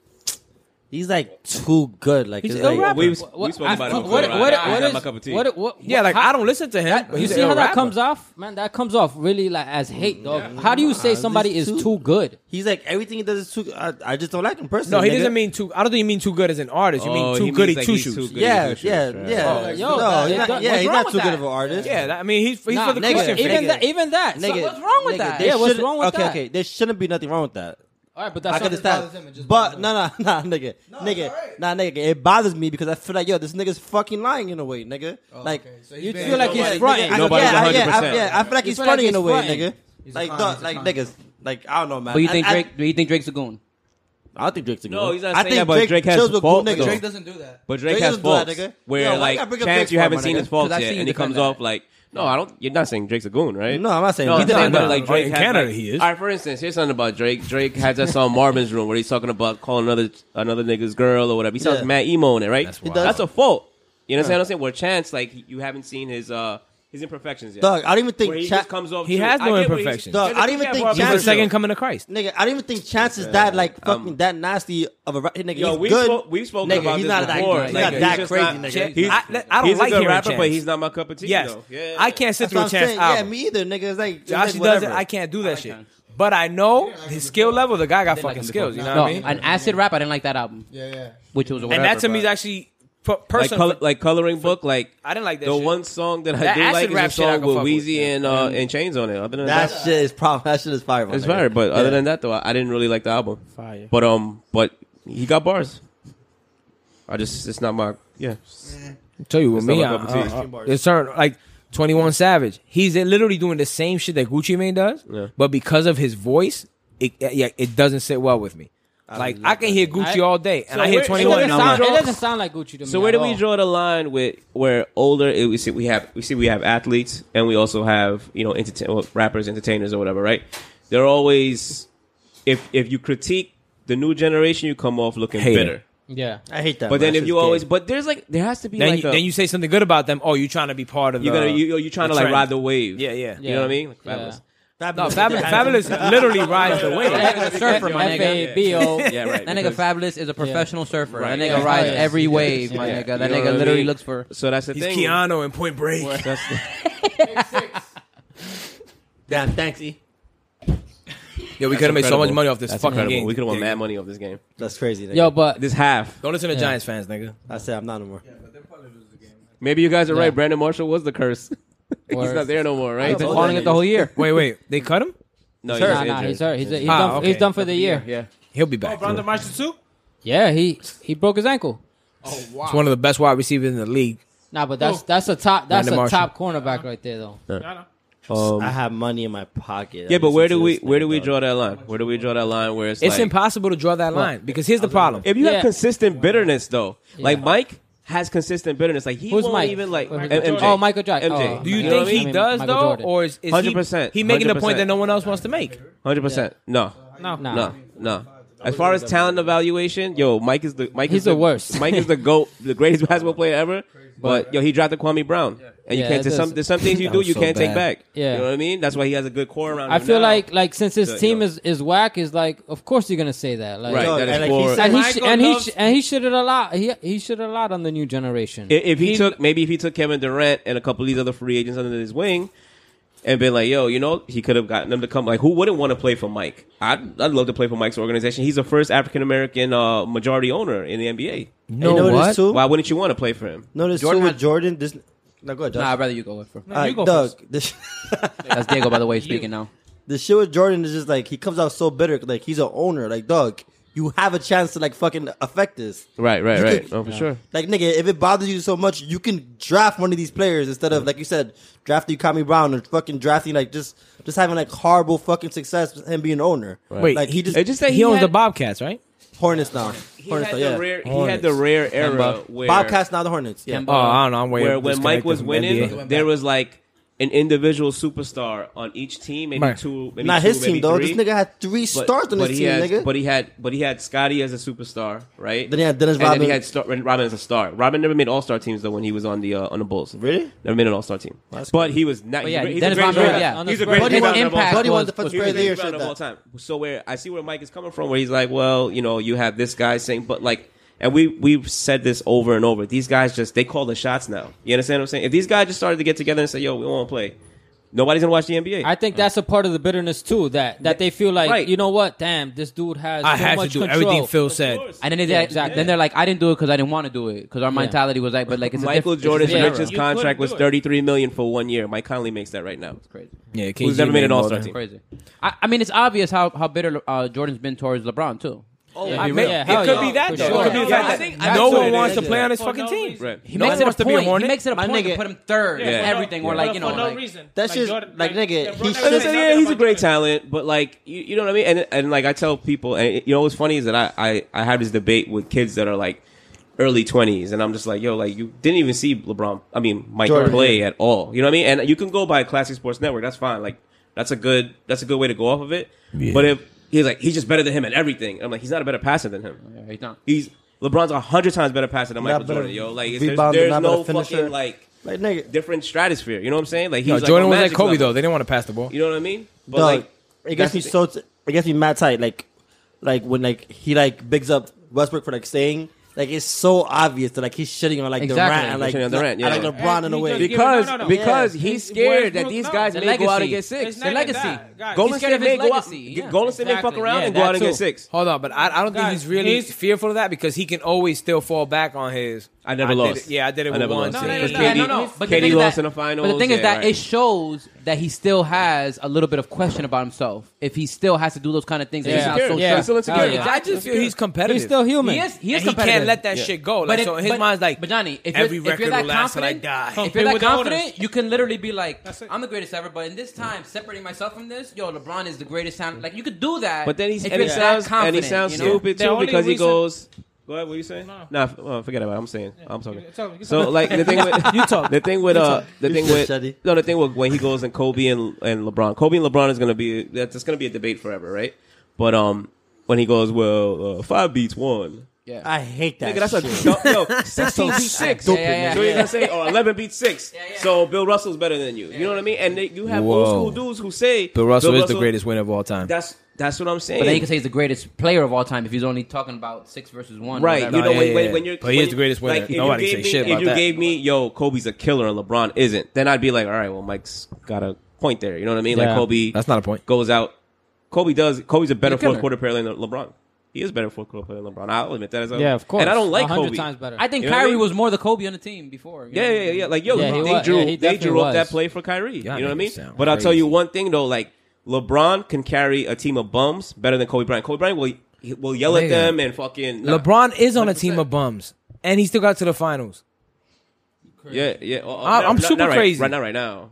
S7: he's like too good. Like,
S3: He's
S7: it's
S3: a
S7: like-
S3: rapper.
S1: We, we
S6: What-
S1: spoke
S6: I-
S1: about it
S6: what-
S1: before.
S6: what-
S1: right?
S6: what-
S1: It's
S6: what
S1: not
S6: is-
S1: my cup of tea.
S6: what- what-
S3: Yeah, like
S6: how-
S3: I don't listen to him, but
S6: you
S3: he's
S6: see
S3: an
S6: how
S3: ill
S6: that
S3: rapper.
S6: comes off, man. That comes off really like as hate, dog. How do you say
S7: Nah,
S6: somebody is
S7: this
S6: too,
S7: too-
S6: good?
S7: He's like everything he does is too. I, I just don't like him personally.
S3: No, he
S7: nigga.
S3: doesn't mean too. I don't think you mean too good as an artist. You
S1: Oh,
S3: mean too
S1: he
S3: goody
S1: means like
S3: two
S1: he's
S3: shoes.
S1: too good.
S7: Yeah,
S1: Good
S7: yeah,
S1: issues, right.
S7: yeah.
S6: Oh,
S7: Like,
S6: yo,
S7: no,
S6: that-
S7: he's
S6: that-
S7: not, yeah,
S6: what's
S7: he's
S6: wrong
S7: not
S6: with
S7: too good
S6: that?
S7: of an artist.
S3: Yeah, that, I mean he's he's
S6: Nah,
S3: for the
S6: nigga,
S3: Christian.
S7: even
S3: faith.
S6: that- even that. So what's wrong with that?
S7: there
S6: Yeah, what's
S7: shouldn't-
S6: wrong with
S7: okay,
S6: that?
S7: Okay, There shouldn't be nothing wrong with that.
S6: All right, but
S7: I
S6: that's
S7: can
S6: not,
S4: bothers him, it
S7: understand,
S4: just
S7: but
S4: bothers
S7: no, no, no, nigga, nigga, nah, nigga. It bothers me because I feel like yo, this nigga's fucking lying in a way, nigga.
S6: Oh,
S7: like,
S4: okay, so he's
S7: you
S4: being-
S7: feel like
S4: Nobody's-
S7: he's fronting. I-
S1: nobody's
S7: yeah, I- yeah,
S1: 100%.
S7: I- yeah, I feel like
S6: You
S7: he's
S6: feel like
S7: fronting in
S6: he's
S7: a way,
S6: fronting.
S7: nigga.
S4: He's a
S7: Like,
S4: con,
S7: dog-
S4: he's a
S7: like
S4: con.
S7: niggas, like I don't know, man.
S5: But you think
S7: I- I-
S5: Drake? Do you think Drake's a goon?
S7: I don't think Drake's a
S1: No,
S7: goon.
S1: he's not
S7: I
S1: saying
S7: think
S1: that, but Drake has
S7: chills with
S1: fault,
S7: good niggas.
S1: though.
S4: Drake doesn't do that.
S1: But Drake
S7: Drake
S1: has
S7: doesn't do that,
S1: faults
S7: nigga.
S1: where
S7: Yo, why you gotta
S1: like
S7: bring up
S1: chance
S7: Drake's
S1: you haven't
S7: fault,
S1: seen
S7: my
S1: his
S7: nigga?
S1: faults
S5: 'Cause I've
S1: yet,
S5: seen you
S1: and he
S5: defend
S1: comes
S5: that.
S1: off like, no, I don't. You're not saying Drake's a goon, right?
S7: No, I'm not saying
S1: No,
S7: that.
S1: I'm
S7: He's
S1: saying,
S7: not,
S1: but
S7: no.
S1: like
S3: Oh,
S1: Drake
S3: in
S1: has,
S3: Canada
S1: like-
S3: he is.
S1: All right, for instance, here's something about Drake. Drake has us on Marvin's room where he's talking about calling another another nigga's girl or whatever. He sounds
S7: Yeah.
S1: mad emo in it, right? That's,
S7: wild. does.
S1: a fault. You know what I'm saying? Where Chance, like, you haven't seen his uh his imperfections yet.
S7: Dog, I don't even think
S1: where he
S7: Chan-
S1: just comes off.
S3: He
S1: true.
S3: has
S1: I
S3: no
S1: get what he's-
S3: imperfections.
S7: Dog, I don't even
S1: Yeah,
S7: think
S1: bro,
S7: Chance-
S3: he's the
S7: Chance-
S3: second coming to Christ.
S7: Nigga, I don't even think Chance is that like fucking that nasty of a ra- nigga.
S1: Yo,
S7: he's
S1: we've
S7: good.
S1: spoke- we've spoken
S7: nigga,
S1: about
S7: he's
S1: this
S7: not
S1: before.
S7: That, he's
S1: Like,
S7: not
S1: he's
S7: that
S1: just
S7: crazy,
S1: not-
S7: nigga.
S1: He's-
S3: I, I don't
S1: he's
S3: like
S1: a good
S3: hearing
S1: rapper,
S3: Chance.
S1: but he's not my cup of tea.
S3: Yes,
S1: though. Yeah.
S3: I can't sit
S7: That's
S3: through
S7: what
S3: a
S7: I'm
S3: Chance
S7: saying.
S3: album.
S7: Yeah, me either, nigga. It's like it's
S3: Joshy
S7: like
S3: does it.
S7: whatever.
S3: I can't do that shit. But I know his skill level. The guy got fucking skills. You know
S5: No,
S3: what I mean?
S5: an acid rap. I didn't like that album,
S4: Yeah, yeah.
S5: which was whatever,
S3: And that to
S5: but-
S3: me is actually per-
S1: Like,
S3: personal.
S1: color, like coloring book, like
S3: I didn't like that.
S1: the
S3: shit.
S1: one song that I
S3: That
S1: do
S3: acid
S1: like is
S3: rap
S1: a
S3: shit I
S1: song
S3: can
S1: with
S3: fuck with,
S1: Weezy
S3: yeah.
S1: and uh, and Chains on it. Other than
S7: That
S1: that,
S7: shit is problem. That shit is fire. my
S1: it's
S7: nigga.
S1: fire. But other
S7: Yeah.
S1: than that, though, I I didn't really like the album.
S3: Fire.
S1: But um, but he got bars. I just it's not my yeah.
S3: Tell you
S1: It's
S3: with
S1: not
S3: me,
S1: my
S3: I,
S1: cup of tea.
S3: I, I, there's certain like Twenty One Savage. He's literally doing the same shit that Gucci Mane does,
S1: Yeah.
S3: but because of his voice, it yeah, it doesn't sit well with me. Like I, can hear Gucci
S6: I-
S3: all day, and
S1: So
S3: I hear
S1: where-
S3: Twenty
S6: it,
S3: One.
S6: doesn't
S1: No,
S6: sound,
S1: man.
S6: it doesn't sound like Gucci to me.
S1: So where
S6: at
S1: do we
S6: all.
S1: draw the line with where older? It, we see we have we see we have athletes and we also have you know entertain, well, rappers, entertainers or whatever, right? They're always if if you critique the new generation, you come off looking
S3: Hater.
S1: bitter.
S6: Yeah,
S7: I hate that.
S1: But
S7: man.
S1: then
S7: That
S1: if you
S7: shit's
S1: always,
S7: gay.
S1: but there's like there has to be
S3: Then,
S1: like
S3: you,
S1: a,
S3: then you say something good about them. Oh, you trying to be part of
S1: you're
S3: the,
S1: gonna you you trying to
S3: the
S1: like
S3: trend.
S1: ride the wave.
S3: Yeah, yeah.
S1: You know what I mean? Like,
S6: Yeah.
S1: fabulous.
S3: No, Fabulous, Fabulous literally rides the wave.
S5: That nigga's a surfer, my
S6: F
S5: nigga.
S6: A B O.
S1: Yeah, right.
S5: That nigga
S1: because-
S5: Fabulous is a professional surfer. That
S1: Right.
S5: nigga rides
S6: Yeah.
S5: every wave, my
S1: Yeah.
S5: nigga. That
S1: You know what
S5: nigga
S1: I
S5: literally
S1: mean?
S5: looks for.
S1: so that's the
S3: He's
S1: thing.
S3: Keanu in Point Break.
S1: That's the-
S7: damn, thanks, E.
S3: Yo, we could have made so much
S1: incredible.
S3: money off this
S1: That's
S3: fucking
S1: incredible.
S3: game.
S1: We could have won mad money off this game.
S7: That's crazy. Nigga.
S6: Yo, but
S1: This half.
S3: Don't listen to
S6: Yeah.
S3: Giants fans, nigga.
S7: I said I'm not no more.
S1: Maybe you guys are
S6: Yeah.
S1: right. Brandon Marshall was the curse. He's
S6: Word.
S1: not there no more, right?
S5: He's been calling it the whole year.
S3: Wait, wait, they cut him?
S1: No, he's,
S6: nah,
S1: injured.
S6: nah, he's hurt. He's, he's,
S3: Ah,
S6: done,
S3: okay.
S6: he's done for the year. Yeah,
S3: He'll be back.
S2: Oh, Brandon Marshall too.
S6: he he broke his ankle.
S3: He's one of the best wide receivers in the league.
S6: Nah, but that's that's a top that's
S3: Brandon
S6: a
S3: Marshall.
S6: top cornerback right there though.
S1: Um,
S7: I have money in my pocket.
S1: yeah,
S7: I
S1: but
S7: listen
S1: where
S7: to
S1: do we
S7: this
S1: where do
S7: nigga,
S1: we
S7: dog.
S1: draw that line? Where do we draw that line where it's
S3: It's
S1: like,
S3: impossible to draw that line because here's the problem.
S1: If you
S6: Yeah.
S1: have consistent bitterness though, like
S6: Yeah.
S1: Mike, has consistent bitterness. Like he
S6: Who's
S1: won't
S6: Mike?
S1: even like
S6: Michael
S1: M-
S6: Jordan.
S1: MJ.
S6: Oh, Michael Jackson.
S1: MJ.
S6: Oh,
S3: Do you,
S6: You know
S3: think
S6: what I
S3: he
S6: mean?
S3: does
S6: Michael
S3: though,
S6: Jordan.
S3: or is, is he
S1: 100%,
S3: he making the
S1: 100%.
S3: point that no one else wants to make?
S1: Hundred percent. No,
S2: No, no.
S1: no, no. As far as talent evaluation, yo, Mike is the Mike
S6: He's
S1: is
S6: the worst.
S1: Mike is the goat, the greatest basketball player ever. But yo, he drafted Kwame Brown, and you
S6: Yeah,
S1: can't.
S6: it
S1: There's some
S6: does.
S1: there's some things you
S7: That
S1: do
S7: was
S1: you
S7: so
S1: can't take
S7: bad.
S1: back.
S6: Yeah.
S1: you know what I mean. That's why he has a good core around.
S6: I
S1: him
S6: feel
S1: now.
S6: like like since his
S1: So,
S6: team
S1: yo.
S6: is is whack, is like of course you're gonna say that. Like,
S1: right.
S7: Yo,
S1: that
S7: and like
S1: is
S7: he
S1: core.
S7: said-
S6: And he
S2: Michael
S6: sh- and he
S2: loves-
S6: sh- and he shitted a lot. He he shitted a lot on the new generation.
S1: I- If he, took maybe if he took Kevin Durant and a couple of these other free agents under his wing, and been like, yo, you know, he could have gotten them to come. Like, who wouldn't want to play for Mike? I'd I'd love to play for Mike's organization. He's the first African American uh, majority owner in the NBA.
S7: No, you know what? it is too?
S1: Why wouldn't you want to play for him?
S7: No, this
S5: Jordan
S7: too with
S5: had-
S7: Jordan. This no go ahead, Josh.
S5: Nah, I'd rather you go for.
S7: All right,
S2: you go
S7: Doug, this-
S5: That's Diego, by the way, speaking now.
S7: the shit with Jordan is just like he comes out so bitter. Like he's an owner. Like dog, you have a chance to like fucking affect this.
S1: Right, right,
S7: You
S1: right.
S7: could-
S1: oh, for sure.
S7: Like nigga, if it bothers you so much, you can draft one of these players instead of like you said, drafting Kami Brown and fucking drafting like just just having like horrible fucking success with him being owner.
S3: Wait.
S7: like he just,
S1: It's just that
S3: He,
S1: he,
S3: owns
S1: had,
S3: the Bobcats, right?
S7: Hornets now.
S1: He
S7: Hornets
S1: had
S7: now,
S1: the
S7: yeah.
S1: rare. He had
S3: Hornets.
S1: the rare era
S5: Kemba.
S1: where
S7: Bobcats now the Hornets. Yeah.
S5: Kemba.
S3: Oh, I don't know. I'm way
S1: where when Mike was winning,
S3: NBA.
S1: there was like an individual superstar on each team, maybe
S3: Right.
S1: two, maybe
S7: Not
S1: two,
S7: his
S1: maybe
S7: team though.
S1: three.
S7: This nigga had three stars on his
S1: he
S7: team,
S1: had,
S7: nigga.
S1: But he had, but he had Scotty as a superstar, right?
S7: Then he had Dennis
S1: and Then
S7: Rodman.
S1: he had Star- Robin as a star. Robin never made All Star teams though when he was on the uh, on the Bulls.
S7: Really?
S1: Never made an All Star team.
S7: that's
S1: but he was not.
S5: But yeah,
S1: he's a- he's
S5: Dennis
S1: a great
S5: Rodman,
S1: rebounder.
S5: yeah.
S1: he's a
S6: But
S1: great
S6: he
S1: rebounder
S5: his
S1: of all
S5: impact
S1: time.
S7: Buddy won
S5: was,
S7: the
S5: was
S7: first
S1: He
S7: player
S1: was the
S7: of the year.
S1: greatest
S7: shit
S1: rebounder of all
S7: that.
S1: time. So where I see where Mike is coming from, where he's like, well, you know, you have this guy saying, but like, and we we've said this over and over. These guys just they call the shots now. You understand what I'm saying? If these guys just started to get together and say, yo, we want to play, nobody's gonna watch the NBA.
S6: I think that's a part of the bitterness too. That that they feel like
S1: Right.
S6: you know what? Damn, this dude has
S3: I
S6: so
S3: had to
S6: much
S3: do
S6: control.
S3: everything Phil said.
S5: And then, they,
S6: exactly.
S5: then they're like, I didn't do it because I didn't want to do it because our mentality was like, but like it's a
S1: Michael
S5: diff- it's
S1: Jordan's
S5: a different
S1: richest
S2: You
S1: contract was
S2: couldn't do it.
S1: 33 million for one year. Mike Conley makes that right now.
S5: era. Crazy.
S3: Yeah,
S1: Who's never made an All Star team?
S5: Crazy. I, I mean, it's obvious how, how bitter uh, Jordan's been towards LeBron too.
S6: Oh,
S3: I mean,
S6: yeah,
S3: it
S6: hell
S3: could
S6: yeah,
S3: be that
S6: for
S3: though.
S6: sure.
S3: It could be the
S6: Yeah,
S3: fact
S6: I
S3: that
S6: think
S3: no
S6: that's what
S3: one
S6: it
S3: wants
S6: is.
S3: to play on his
S2: For
S3: fucking
S2: no
S3: team.
S2: reason.
S1: Right.
S5: He
S3: No
S5: makes
S3: one
S5: it a
S3: wants to be a
S5: point. He
S3: Hornet.
S5: makes it a
S7: My
S5: point to
S7: nigga-
S5: put him third
S2: Yeah,
S5: in
S2: for no-
S5: everything, or
S2: for
S5: like
S2: no-
S5: you know,
S2: for no
S5: like,
S2: reason.
S7: That's
S2: Like,
S7: just-
S2: Jordan-
S7: like, nigga,
S2: LeBron
S7: he
S2: never
S7: should-
S1: I
S2: said
S1: said,
S2: nothing
S1: yeah, he's a
S2: about
S1: great
S2: Jordan.
S1: talent, but like you, you know what I mean. And and like I tell people, and you know what's funny is that I I, I have this debate with kids that are like early twenties, and I'm just like, yo, like you didn't even see LeBron. I mean, Mike
S7: Jordan,
S1: play at all. You know what I mean? And you can go by Classic Sports Network. That's fine. Like that's a good that's a good way to go off of it. But if he's like he's just better than him at everything, I'm like he's not a better passer than him.
S5: Yeah, he's not.
S1: He's LeBron's a hundred times better passer than
S7: Not
S1: Michael
S7: better
S1: Jordan. Yo, like it's- there's,
S7: rebounder,
S1: there's
S7: not
S1: no
S7: better finisher.
S1: fucking like
S7: Like nigga,
S1: different stratosphere. You know what I'm saying? Like he's
S3: No,
S1: like,
S3: Jordan
S1: on
S3: was like
S1: Magic's
S3: Kobe
S1: level.
S3: though. They didn't want to pass the ball.
S1: You know what I mean? But
S7: Dog,
S1: like.
S7: it gets
S1: that's
S7: me
S1: the
S7: so t- it gets me mad tight. Like like when like he like bigs up Westbrook for like saying like it's so obvious that like he's shitting on like
S5: Exactly.
S7: Durant and like,
S1: Shitting on Durant,
S7: and,
S1: yeah.
S7: like LeBron in
S2: And
S7: a
S2: he
S7: way.
S2: just-
S1: because
S2: No, no, no.
S1: because
S2: Yeah.
S1: he's
S2: He's
S1: scared that
S2: Westbrook,
S1: these
S2: no.
S1: guys
S5: The
S1: may go out
S5: legacy.
S1: and get
S2: It's
S1: six.
S2: not
S1: Their
S2: even
S1: legacy.
S2: that, guys.
S1: Golden
S5: He's
S1: State
S5: scared of
S1: may
S5: his
S1: go out.
S5: legacy,
S1: get-
S5: yeah.
S1: Golden State may fuck
S6: Exactly,
S1: around
S6: yeah,
S1: and go out
S6: that
S1: and get
S6: too.
S1: six.
S3: Hold on, but I, I don't think
S2: Guys,
S3: he's really
S2: he's-
S3: fearful of that because he can always still fall back on his.
S1: I never
S3: did
S1: lost.
S3: it- yeah, I did it
S1: I
S3: with
S1: never
S3: one.
S1: lost.
S3: team.
S1: No, no,
S2: no,
S5: Because
S2: no,
S5: KD,
S2: no, no.
S5: But the
S1: KD
S5: thing is
S1: lost
S5: that-
S1: in the
S5: But the thing
S1: finals,
S5: is
S1: yeah,
S5: that
S1: right.
S5: it shows that he still has a little bit of question about himself. If he still has to do those kind of things,
S6: Yeah.
S5: yeah. he's not so
S6: Yeah.
S5: sure.
S1: He's still insecure.
S6: Hell yeah.
S3: I just feel he's competitive.
S6: He's still human.
S5: He is. He is
S3: and he can't
S5: competitive.
S3: let that shit go. Like,
S5: it-
S3: so his mind's like,
S5: but Johnny, if
S3: every
S5: you're, if you're
S3: record
S5: that
S3: will last till I
S5: confident,
S3: die.
S5: if you're
S2: Compete
S5: that
S2: with the owners.
S5: confident, you can literally be like,
S2: it.
S5: I'm the greatest ever. But in this time, separating myself from this, yo, LeBron is the greatest talent. Like you could do that.
S1: But then he's
S5: if
S1: and he
S5: you're that
S1: sounds and he
S5: confident,
S1: sounds
S5: you know?
S1: stupid
S2: The
S1: too
S2: only
S1: because he
S2: reason-
S1: goes. Go ahead. What are you saying?
S2: No.
S1: Nah, f- uh, forget about. it. I'm saying. I'm talking.
S2: You talk, you
S1: So
S2: talk.
S1: like the thing with
S3: You talk.
S1: The thing with uh the
S7: You
S1: thing
S7: said Shadi.
S1: with no the thing with when he goes and Kobe and and LeBron. Kobe and LeBron is gonna be that's that's gonna be a debate forever, right? But um when he goes well uh, five beats one.
S5: Yeah.
S7: I hate that.
S1: Nigga, that's a
S7: shit.
S1: dumb, yo, 16 beat 6.
S5: Yeah, yeah, yeah,
S1: so you're
S5: yeah.
S1: going to say, oh, 11 beat 6.
S5: yeah.
S1: So Bill Russell's better than you. You know what I mean? And they, you have
S3: Whoa.
S1: old school dudes who say
S3: Bill Russell is the greatest winner of all time.
S1: That's, that's what I'm saying.
S5: But then you can say he's the greatest player of all time if he's only talking about six versus one.
S1: Right,
S5: whatever.
S1: you know
S3: yeah,
S1: when,
S3: yeah,
S1: when,
S3: yeah.
S1: when you're.
S3: But he
S1: when
S3: is the
S1: you-
S3: greatest winner.
S1: if you
S3: Nobody
S1: gave
S3: can say
S1: me-
S3: shit
S1: If
S3: about
S1: you
S3: that.
S1: gave me, yo, Kobe's a killer and LeBron isn't, then I'd be like, all right, well, Mike's got a point there. You know what I mean?
S3: Yeah.
S1: Like Kobe.
S3: That's not a point.
S1: Goes out. Kobe does. Kobe's a better
S5: He's a killer.
S1: fourth quarter player than LeBron. He is better fourth quarter player than LeBron. I'll admit that as well.
S6: Yeah, of course.
S1: And I don't like
S6: 100
S1: Kobe.
S6: times better.
S5: I think
S1: You know what I
S5: Kyrie
S1: mean?
S5: was more the Kobe on the team before. you know
S1: Yeah,
S5: what I
S1: yeah,
S5: mean?
S1: yeah. Like yo,
S6: Yeah, he
S1: they
S6: wa-
S1: drew
S6: yeah, he
S1: they
S6: definitely
S1: drew up that
S6: was.
S1: play for Kyrie.
S3: Yeah,
S1: you know what I
S3: niggas
S1: mean?
S3: sound
S1: But I'll tell
S3: crazy.
S1: you one thing though, like LeBron can carry a team of bums better than Kobe Bryant. Kobe Bryant will he will yell at
S3: Nigga.
S1: them and fucking nah.
S3: LeBron is on a team of bums, and he still got to the finals.
S1: Yeah, yeah. Oh, oh,
S3: I'm-
S1: no,
S3: I'm
S1: not-
S3: super
S1: not right,
S3: crazy.
S1: Right now, right now.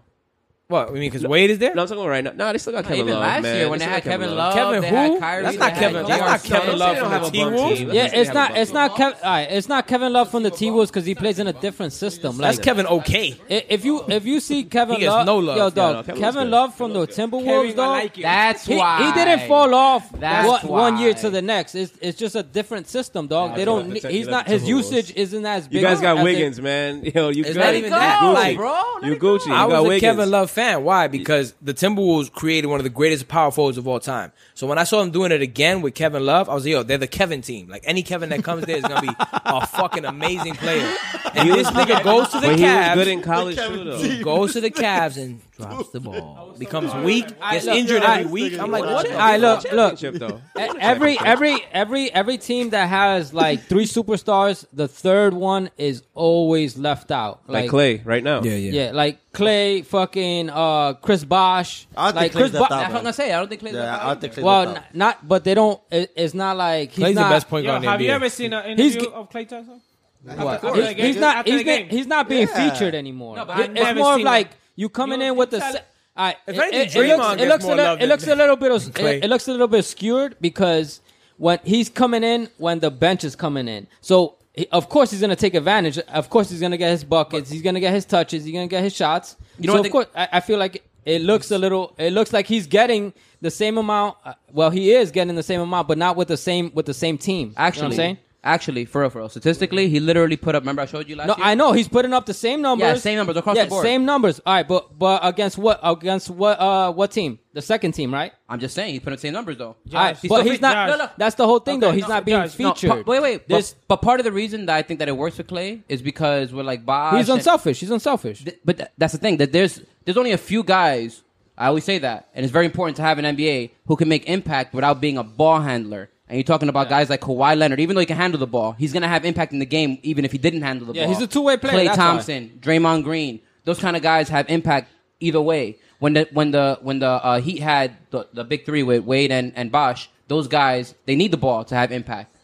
S3: What? We mean because Wade is there?
S1: No, I'm talking about right now. No, they still got Kevin
S5: even
S1: Love,
S5: last
S1: man.
S5: year
S1: They
S5: when they
S1: still
S5: had
S1: got
S5: Kevin Love,
S3: Kevin
S5: they had
S3: who?
S5: Kyrie,
S3: That's not
S5: they
S3: Kevin-
S5: Had
S3: that's not
S5: J.R.
S3: Kevin
S5: Smith. They
S3: Love from
S5: don't
S3: the
S5: have a bum
S3: T-Wolves?
S5: team.
S6: Yeah, it's
S1: have
S6: not
S1: a
S6: it's not Kev, all right, it's not Kevin Love from the T Wolves because he plays in a different system.
S3: That's
S6: Like
S3: Kevin. Okay.
S6: i- if you if you see Kevin
S3: He gets
S6: Love,
S3: no love.
S6: yo
S1: no,
S6: dog,
S1: Kevin Love's
S6: Kevin
S1: good.
S6: Love from the Timberwolves dog.
S5: That's
S6: He,
S5: why
S6: he didn't fall off
S5: That's
S6: one, one year
S5: why.
S6: to the next. It's it's just a different system, dog.
S1: Yeah,
S6: they
S1: I
S6: don't.
S1: feel
S6: need-
S1: like
S6: He's
S1: the
S6: not. His
S1: Timberwolves.
S6: usage isn't as big.
S1: You guys
S6: as
S1: got
S6: they-
S1: Wiggins, man. Yo, you
S3: It's
S1: good.
S3: not
S5: Let
S3: even
S5: it
S3: that,
S5: go,
S3: like,
S5: bro. Let
S1: you
S5: it go.
S1: Gucci. You
S3: I
S1: got
S3: was a
S1: Wiggins.
S3: Kevin Love fan. Why? Because the Timberwolves created one of the greatest power forwards of all time. So when I saw them doing it again with Kevin Love, I was like, yo, they're the Kevin team. Like any Kevin that comes there is gonna be a fucking amazing player. And this nigga goes to the
S1: But he was good
S3: Cavs,
S1: in college too, though.
S3: goes to the Cavs and drops the ball, becomes weak, gets
S6: look,
S3: injured
S6: all right,
S3: every week. I'm like,
S6: All
S3: what? the-
S6: right, look, look.
S1: Championship, though.
S6: E- Every every every every team that has like three superstars, the third one is always left out.
S1: Like Clay right now.
S6: Yeah, like Clay, fucking uh, Chris Bosh.
S7: I don't think
S6: like
S7: Clay's
S6: Chris Bosh.
S7: left out,
S5: That's what I'm
S7: man.
S5: gonna say. I don't think Clay.
S7: Yeah, I don't think Clay
S6: Well,
S7: left
S6: n-
S7: out.
S6: not, but they don't. It, it's not like he's
S3: Clay's the
S6: not,
S3: best point
S2: Yo,
S3: guard
S2: have
S3: in the
S2: you
S3: NBA.
S2: ever seen an
S6: He's
S2: interview
S6: ge-
S2: of Clay Thompson?
S7: What?
S6: He's, he's not. He's, not-
S2: He's
S6: he's not being
S7: Yeah.
S6: featured anymore.
S5: No, but I've
S6: It-
S2: never
S6: it's more of
S2: seen
S6: like
S2: that.
S6: you coming
S2: You
S6: in
S2: don't
S6: with the.
S2: think
S6: Se-
S2: that-
S6: Alright, it, it-
S3: anything,
S6: it
S3: Draymond
S6: looks, it
S3: gets
S6: looks a
S3: more
S6: little.
S3: love
S6: It looks a
S3: than-
S6: little bit. Of,
S3: Clay.
S6: it, it looks a little bit skewed because when he's coming in when the bench is coming in. So he- of course he's gonna take advantage. Of course he's gonna get his buckets. He's gonna get his touches. He's gonna get his shots.
S5: You know
S6: so
S5: what
S6: of
S5: they-
S6: course I, I feel like it looks a little. It looks like he's getting the same amount. uh, Well, he is getting the same amount, but not with the same with the same team.
S5: Actually,
S6: you know what I'm saying.
S5: actually, for real, for real. Statistically, he literally put up. Remember, I showed you last
S6: No,
S5: year.
S6: I know he's putting up the same numbers.
S5: Yeah, same numbers across
S6: yeah,
S5: the board.
S6: Same numbers. All right, but but against what? Against what? Uh, what team? The second team, right?
S5: I'm just saying he put up the same numbers though.
S6: All right,
S5: He's
S6: but
S5: still
S6: he's
S5: fe-
S6: not.
S5: No, no.
S6: That's the whole thing, though.
S2: Okay,
S6: He's
S2: no,
S6: not being
S2: Josh, no,
S6: featured.
S5: No, but- wait, wait.
S6: This
S5: but, but part of the reason that I think that it works for Clay is because we're like Bosh.
S6: he's
S5: and-
S6: unselfish. He's unselfish.
S5: Th- but th- that's the thing that there's there's only a few guys. I always say that, and it's very important to have an NBA who can make impact without being a ball handler. And you're talking about guys like Kawhi Leonard, even though he can handle the ball, he's gonna have impact in the game, even if he didn't handle the
S6: Yeah,
S5: ball.
S6: he's a two-way player,
S5: Clay
S6: that's
S5: Thompson, Draymond Green, those kind of guys have impact either way. When the when the when the uh, Heat had the, the big three with Wade and and Bosh, those guys they need the ball to have impact.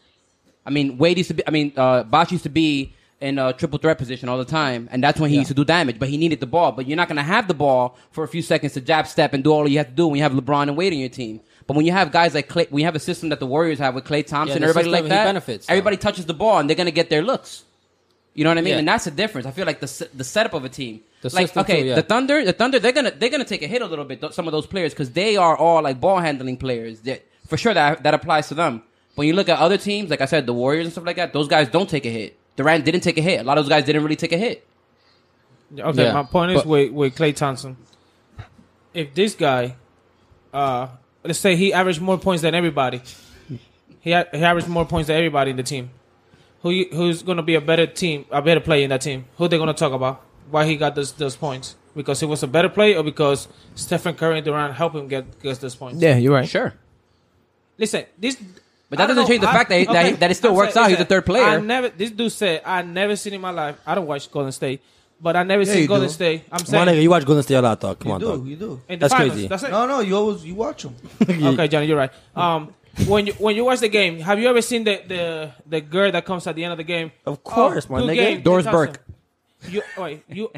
S5: I mean, Wade used to be. I mean, uh, Bosh used to be in a triple threat position all the time, and that's when he used to do damage. But he needed the ball. But you're not going to have the ball for a few seconds to jab step and do all you have to do when you have LeBron and Wade on your team. But when you have guys like Clay, when you have a system that the Warriors have with Clay Thompson,
S6: the
S5: everybody
S6: system,
S5: like
S6: he
S5: that,
S6: benefits, though.
S5: everybody touches the ball and they're going to get their looks. You know what I mean?
S6: Yeah.
S5: And that's the difference. I feel like the se- the setup of a team.
S6: The
S5: like
S6: system
S5: okay,
S6: too, yeah.
S5: the Thunder, the Thunder, they're gonna they're gonna take a hit a little bit. th- Some of those players because they are all like ball handling players. That for sure that that applies to them. When you look at other teams, like I said, the Warriors and stuff like that, those guys don't take a hit. Durant didn't take a hit. A lot of those guys didn't really take a hit.
S2: Okay,
S6: Yeah.
S2: my point is
S6: But-
S2: with with Clay Thompson. If this guy, uh, let's say he averaged more points than everybody, he a- he averaged more points than everybody in the team. Who you, who's gonna be a better team, a better player in that team? Who they gonna talk about? Why he got those those points? Because he was a better player, or because Stephen Curry and Durant helped him get get those points?
S3: Yeah, you're right.
S5: Sure,
S2: Listen, this.
S5: But that
S2: I don't
S5: doesn't change the
S2: I-
S5: fact that he- that he- that it still works out. He's
S2: listen,
S5: a third player.
S2: I never. This dude said I never seen in my life. I don't watch Golden State, but I never seen
S4: you
S2: Golden
S4: do.
S2: State. I'm
S7: Come on,
S2: saying
S7: nigga, you watch Golden State a lot, dog. Come
S4: You
S7: on,
S4: do,
S7: dog.
S4: you do.
S2: in the
S7: That's
S2: finals.
S7: crazy.
S2: That's it.
S4: No, no, you always you watch them.
S2: Okay, Johnny, you're right. Um, when you when you watch the game, have you ever seen the the the girl that comes at the end of the game? Oh,
S7: Of course, my
S2: two
S7: nigga.
S2: games,
S7: Doris
S2: Clay Thompson.
S7: Burke.
S2: You wait, you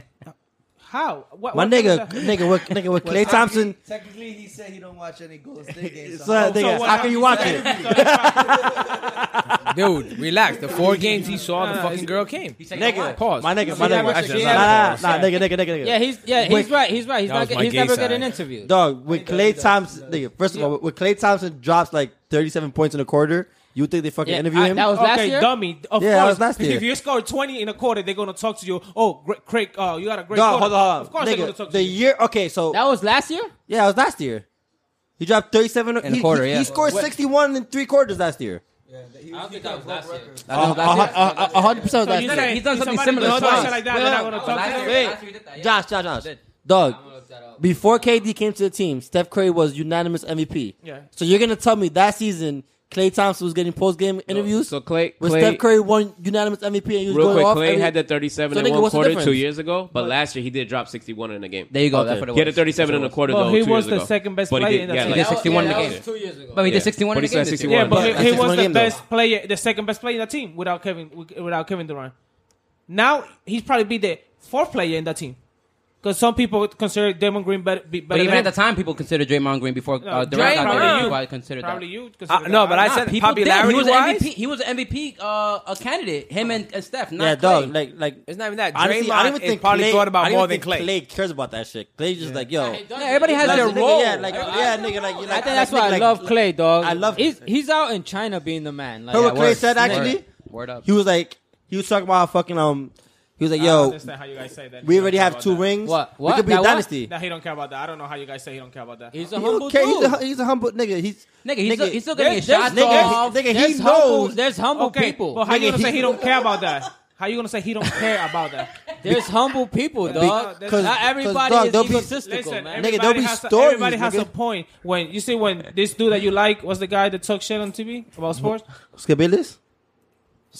S2: how? What,
S7: My
S2: what kind
S7: nigga,
S2: of-
S7: nigga, what, nigga, what Clay Thompson?
S4: Technically, he said he don't watch any Golden State games.
S7: So, nigga,
S2: what
S7: how can
S2: happened?
S7: you watch it?
S3: Dude, relax. The four games he saw, the fucking girl came.
S7: Nigga,
S3: Pause.
S7: my nigga, my
S3: See how
S7: nigga.
S3: much
S7: Actually,
S3: she
S7: Nah, nah,
S3: had?
S7: nah, nigga, nigga, nigga, nigga.
S6: yeah, he's yeah, he's
S7: Wait.
S6: right. He's right. He's
S3: That
S6: not.
S3: was
S6: Get,
S3: my
S6: he's
S3: gay
S6: never getting
S3: side.
S6: interviewed.
S7: Dog, when Clay Thompson, nigga, first of all, when Clay Thompson drops like 37 points in a quarter, you think they fucking
S6: Yeah,
S7: interview
S6: I-
S7: him?
S6: that was last
S2: okay,
S6: year?
S2: dummy. Of
S7: Yeah, that
S2: course,
S7: was last year.
S2: If you score twenty in a quarter, they're gonna talk to you. Oh, great, Craig, uh, you got a great.
S7: no,
S2: quarter.
S7: hold on, hold on.
S2: Of course,
S7: nigga,
S2: they're gonna talk
S7: the
S2: to you.
S7: year, okay, so
S6: That was last year.
S7: yeah, it was last year. He dropped 37
S5: a
S7: he,
S5: quarter,
S7: He,
S5: yeah.
S7: he scored 61 in three quarters last year.
S5: Uh, that's it.
S7: hundred percent
S2: So you
S5: year.
S2: saying
S5: He's done
S2: if
S5: something
S2: somebody
S5: similar
S2: does
S5: twice.
S2: shit like that, they're not gonna talk to
S5: Last
S2: you?
S5: year-
S7: Wait.
S5: last year he did that, yeah.
S7: Josh, Josh, Josh.
S5: did.
S7: Dog,
S5: I'm gonna look that up.
S7: before KD came to the team, Steph Curry was unanimous MVP.
S2: Yeah.
S7: So you're gonna tell me that season Clay Thompson was getting post game interviews?
S1: so Clay-
S7: when
S1: Clay-
S7: Steph Curry won unanimous MVP and he was
S1: Real
S7: going
S1: quick,
S7: off.
S1: Clay
S7: every-
S1: had that 37
S7: So,
S1: in
S7: nigga,
S1: one
S7: what's the
S1: quarter
S7: difference?
S1: two years ago, but last year he did drop 61 in a game.
S5: There you go.
S7: Okay.
S5: That's what it was.
S1: He had a 37 and a quarter
S2: Well,
S1: though.
S2: he
S1: two years
S2: was the
S1: ago.
S2: second best
S1: But he
S2: player
S1: did-
S2: in the
S1: yeah,
S2: team.
S1: like-
S2: That
S5: was-
S1: 61 in
S5: yeah, that
S1: the
S5: was
S1: game.
S6: two years ago.
S5: But he
S1: Yeah.
S5: did 61 in
S1: But
S5: a
S1: he
S5: game.
S1: said
S5: this year.
S1: 61.
S2: Yeah, but
S7: Yeah,
S2: he, he
S7: that's
S2: was
S7: one
S2: the
S7: game,
S2: best
S7: though.
S2: player, the second best player in that team without Kevin without Kevin Durant. Now he's probably be the fourth player in that team. Because some people consider Damon Green better. Be better
S5: But even
S2: than
S5: at the
S2: him.
S5: time, people considered Draymond Green before uh,
S2: No,
S5: Durant got there.
S2: probably
S5: You
S2: you.
S5: probably considered
S2: Probably
S5: that.
S2: you.
S3: Uh,
S2: consider
S3: no,
S2: that.
S3: but I said
S5: People did. He
S3: popularity
S5: was an
S3: wise.
S5: MVP. He was an MVP uh, a candidate. Him and, and Steph. Not
S7: yeah, dog.
S5: Klay.
S7: Like, like
S3: It's not even that.
S7: honestly, I don't
S3: Draymond
S7: even
S3: is
S7: think
S3: probably
S7: Klay,
S3: thought about
S7: I don't
S3: more
S7: even
S3: than Klay.
S7: think Klay cares about that shit. Clay just like, yo,
S5: yeah, everybody has
S7: Like,
S5: their
S7: nigga,
S5: role.
S7: Yeah, like yeah, nigga, like you
S6: I
S7: like,
S6: think that's
S7: like,
S6: why I
S7: like,
S6: love Clay, dog.
S7: I love-
S6: He's he's out in China being the man. Like,
S7: Heard what
S5: Yeah,
S7: Clay
S5: word.
S7: said
S5: Word.
S7: actually?
S5: Word up.
S7: He was like, he was talking about how fucking um, he was like,
S2: I don't
S7: yo,
S2: understand how you guys say that.
S7: we
S2: He
S7: already
S2: don't care
S7: have
S2: about
S7: two
S2: that.
S7: rings.
S6: What?
S7: We
S6: What?
S7: could be
S6: That what?
S7: dynasty.
S2: Nah, he don't care about that. I don't know how you guys say he don't care about that.
S6: He's
S7: He
S6: a
S7: don't
S6: humble
S7: care. He's
S6: dude.
S7: a, hu- he's a humble nigga. He's
S5: Nigga,
S7: nigga,
S5: he's still, he's still getting his shots
S7: nigga,
S5: off.
S7: he- nigga, he
S6: There's humble,
S7: knows.
S6: there's humble
S2: okay,
S6: people.
S2: But how you
S7: Nigga,
S2: gonna say
S7: he-
S2: he don't care about that? How you gonna say he don't care about that?
S6: There's humble people, dog.
S2: Because-
S6: Not everybody
S7: dog,
S6: is
S7: there'll be-
S6: egotistical,
S2: Listen,
S6: man.
S2: everybody
S7: there'll be
S2: has
S7: stories,
S2: a, everybody has
S7: nigga.
S2: a point. When you see when this dude that you like was the guy that took shit on TV about sports.
S7: Skabilis.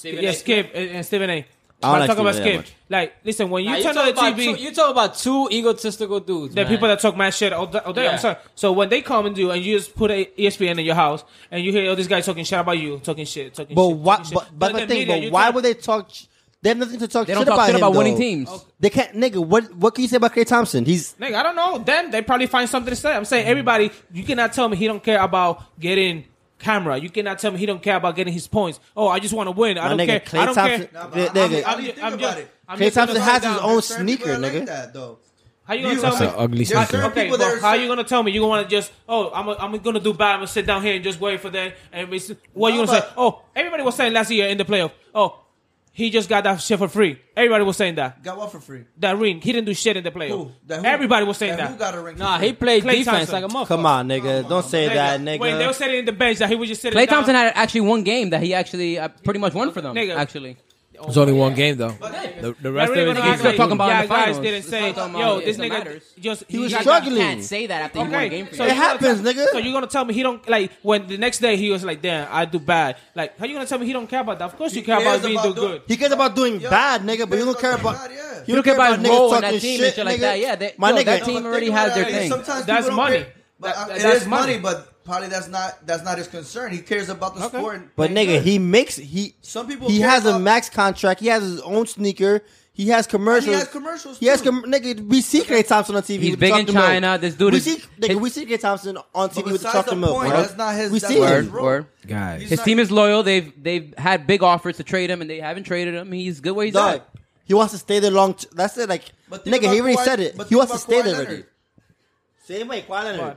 S2: yeah, Skip and, and Stephen A.
S7: I don't
S2: I'm
S7: like
S2: talking about
S7: Stephen A that much.
S2: Skip. Like, listen, when you
S6: Nah,
S2: turn
S6: talk
S2: on the
S6: about
S2: TV,
S6: Two, you talk about two egotistical dudes.
S2: the
S6: man.
S2: people that talk mad shit all, da- all day.
S6: Yeah.
S2: I'm sorry. So when they come and do, and you just put a E ESPN in your house, and you hear all these guys talking shit about you, talking shit, talking
S7: But
S2: shit.
S7: why?
S2: talking shit.
S7: But, but
S2: Then
S7: the
S2: the
S7: thing,
S2: media,
S7: but
S2: you
S7: why
S2: turn-
S7: would they talk? sh- They have nothing to talk
S5: They
S7: shit
S5: don't talk shit
S7: him,
S5: about winning
S7: though.
S5: teams.
S7: They can't, nigga. What what can you say about Clay Thompson? He's
S2: Nigga, I don't know. Then they probably find something to say. I'm saying everybody, you cannot tell me he don't care about getting camera. You cannot tell me he don't care about getting his points. Oh, I just want to win. I
S7: my
S2: don't
S7: nigga.
S2: care.
S7: Klay
S2: I don't
S7: Thompson,
S2: care.
S7: yeah,
S4: I mean,
S7: nigga.
S4: I mean, think about it.
S2: I'm
S7: Klay Thompson
S2: gonna-
S7: has his own
S4: There's certain people
S7: sneaker,
S4: that
S7: nigga.
S4: Like that, though.
S2: How you gonna
S4: You-
S2: tell me?
S4: That's an ugly
S2: How-
S4: sentence.
S2: Okay,
S4: People that
S2: but
S4: are
S2: how you
S4: so-
S2: gonna tell me? You gonna just oh I'm a, I'm gonna do bad. I'm gonna sit down here and just wait for that. And it's, what
S4: No,
S2: you gonna say?
S4: but-
S2: Oh, everybody was saying last year in the playoff. Oh, he just got that shit for free. Everybody was saying that
S4: Got one for free.
S2: that ring. He didn't do shit in the playoff.
S4: Who? That who?
S2: Everybody was saying
S4: that.
S2: that.
S4: Who got a ring?
S6: Nah,
S4: for free?
S6: he played
S2: Klay
S6: defense
S2: Thompson.
S6: like a motherfucker.
S7: come on, nigga. Don't say that, nigga.
S2: Wait, they were sitting in the bench that he was just sitting.
S5: Clay
S2: down.
S5: Thompson had actually one game that he actually uh, pretty much won for them.
S2: Nigga.
S5: Actually,
S3: It's only one game though. The, the
S2: They're
S3: rest
S2: really
S3: of
S2: gonna
S3: it
S2: act
S3: is
S5: We're
S2: like,
S5: talking about in
S2: yeah,
S5: the
S2: guys
S5: finals.
S2: didn't
S5: We're
S2: say,
S5: talking about
S2: yo,
S5: it.
S2: this
S5: It
S2: nigga
S5: matters.
S2: just
S7: He was
S5: You guys
S7: struggling.
S5: Can't say that after you won a game for
S2: so
S5: them.
S7: It
S2: you're gonna
S7: happens,
S2: tell-
S7: nigga.
S2: So you're gonna tell me he don't like when the next day he was like, "Damn, I do bad." Like, how you gonna tell me he don't care about that? Of course, you
S4: He
S2: care about
S4: cares
S2: me
S4: about
S2: do
S4: doing-
S2: good.
S7: He cares about doing
S4: Yo,
S7: bad, nigga, but
S4: cares
S7: you don't care about
S4: about doing bad, yeah.
S7: you don't care about
S5: his role
S7: niggas
S5: in
S7: talking
S5: that team and
S7: shit,
S5: shit like
S7: nigga.
S5: that. Yeah, they-
S7: my
S5: yo,
S7: nigga,
S5: that
S4: No,
S5: team
S4: but
S5: already
S4: think
S5: has
S4: about
S5: their
S4: it, like,
S5: thing.
S4: Sometimes
S2: That's
S4: people don't
S2: money.
S4: Care, but
S5: That-
S4: uh,
S5: that's
S4: it is
S5: money.
S4: money, but probably that's not that's not his concern. He cares about the sport. and
S7: But
S4: playing
S7: nigga,
S4: good.
S7: he makes he
S4: Some people
S7: he
S4: care
S7: has a
S4: about-
S7: max contract. He has his own sneaker. He has commercials.
S4: And he has commercials,
S7: He has
S4: too.
S7: com- nigga. We see Clay Thompson on TV.
S5: He's
S7: with
S5: big
S7: Chuck
S5: in
S7: DeMille.
S5: China. This dude
S7: we
S5: is-
S7: see nigga.
S5: his-
S7: We see Clay Thompson on TV with
S4: besides
S7: Chuck
S4: the
S7: DeMille.
S4: point,
S7: bro.
S4: that's not his-
S7: We
S4: that's
S7: see
S4: not
S7: him.
S4: his
S5: Word, word.
S4: He's
S5: His
S4: not-
S5: team is loyal. They've they've had big offers to trade him, and they haven't traded him. He's good where he's
S7: Dog,
S5: at.
S7: he wants to stay there long. T- that's it. Like
S4: But think
S7: nigga,
S4: about
S7: he already
S4: Kawhi-
S7: said it.
S4: but
S7: He
S4: think
S7: wants to
S4: about
S7: stay
S4: Kawhi
S7: there
S4: Leonard.
S7: already. Same way, Kawhi Leonard.
S2: Kawhi.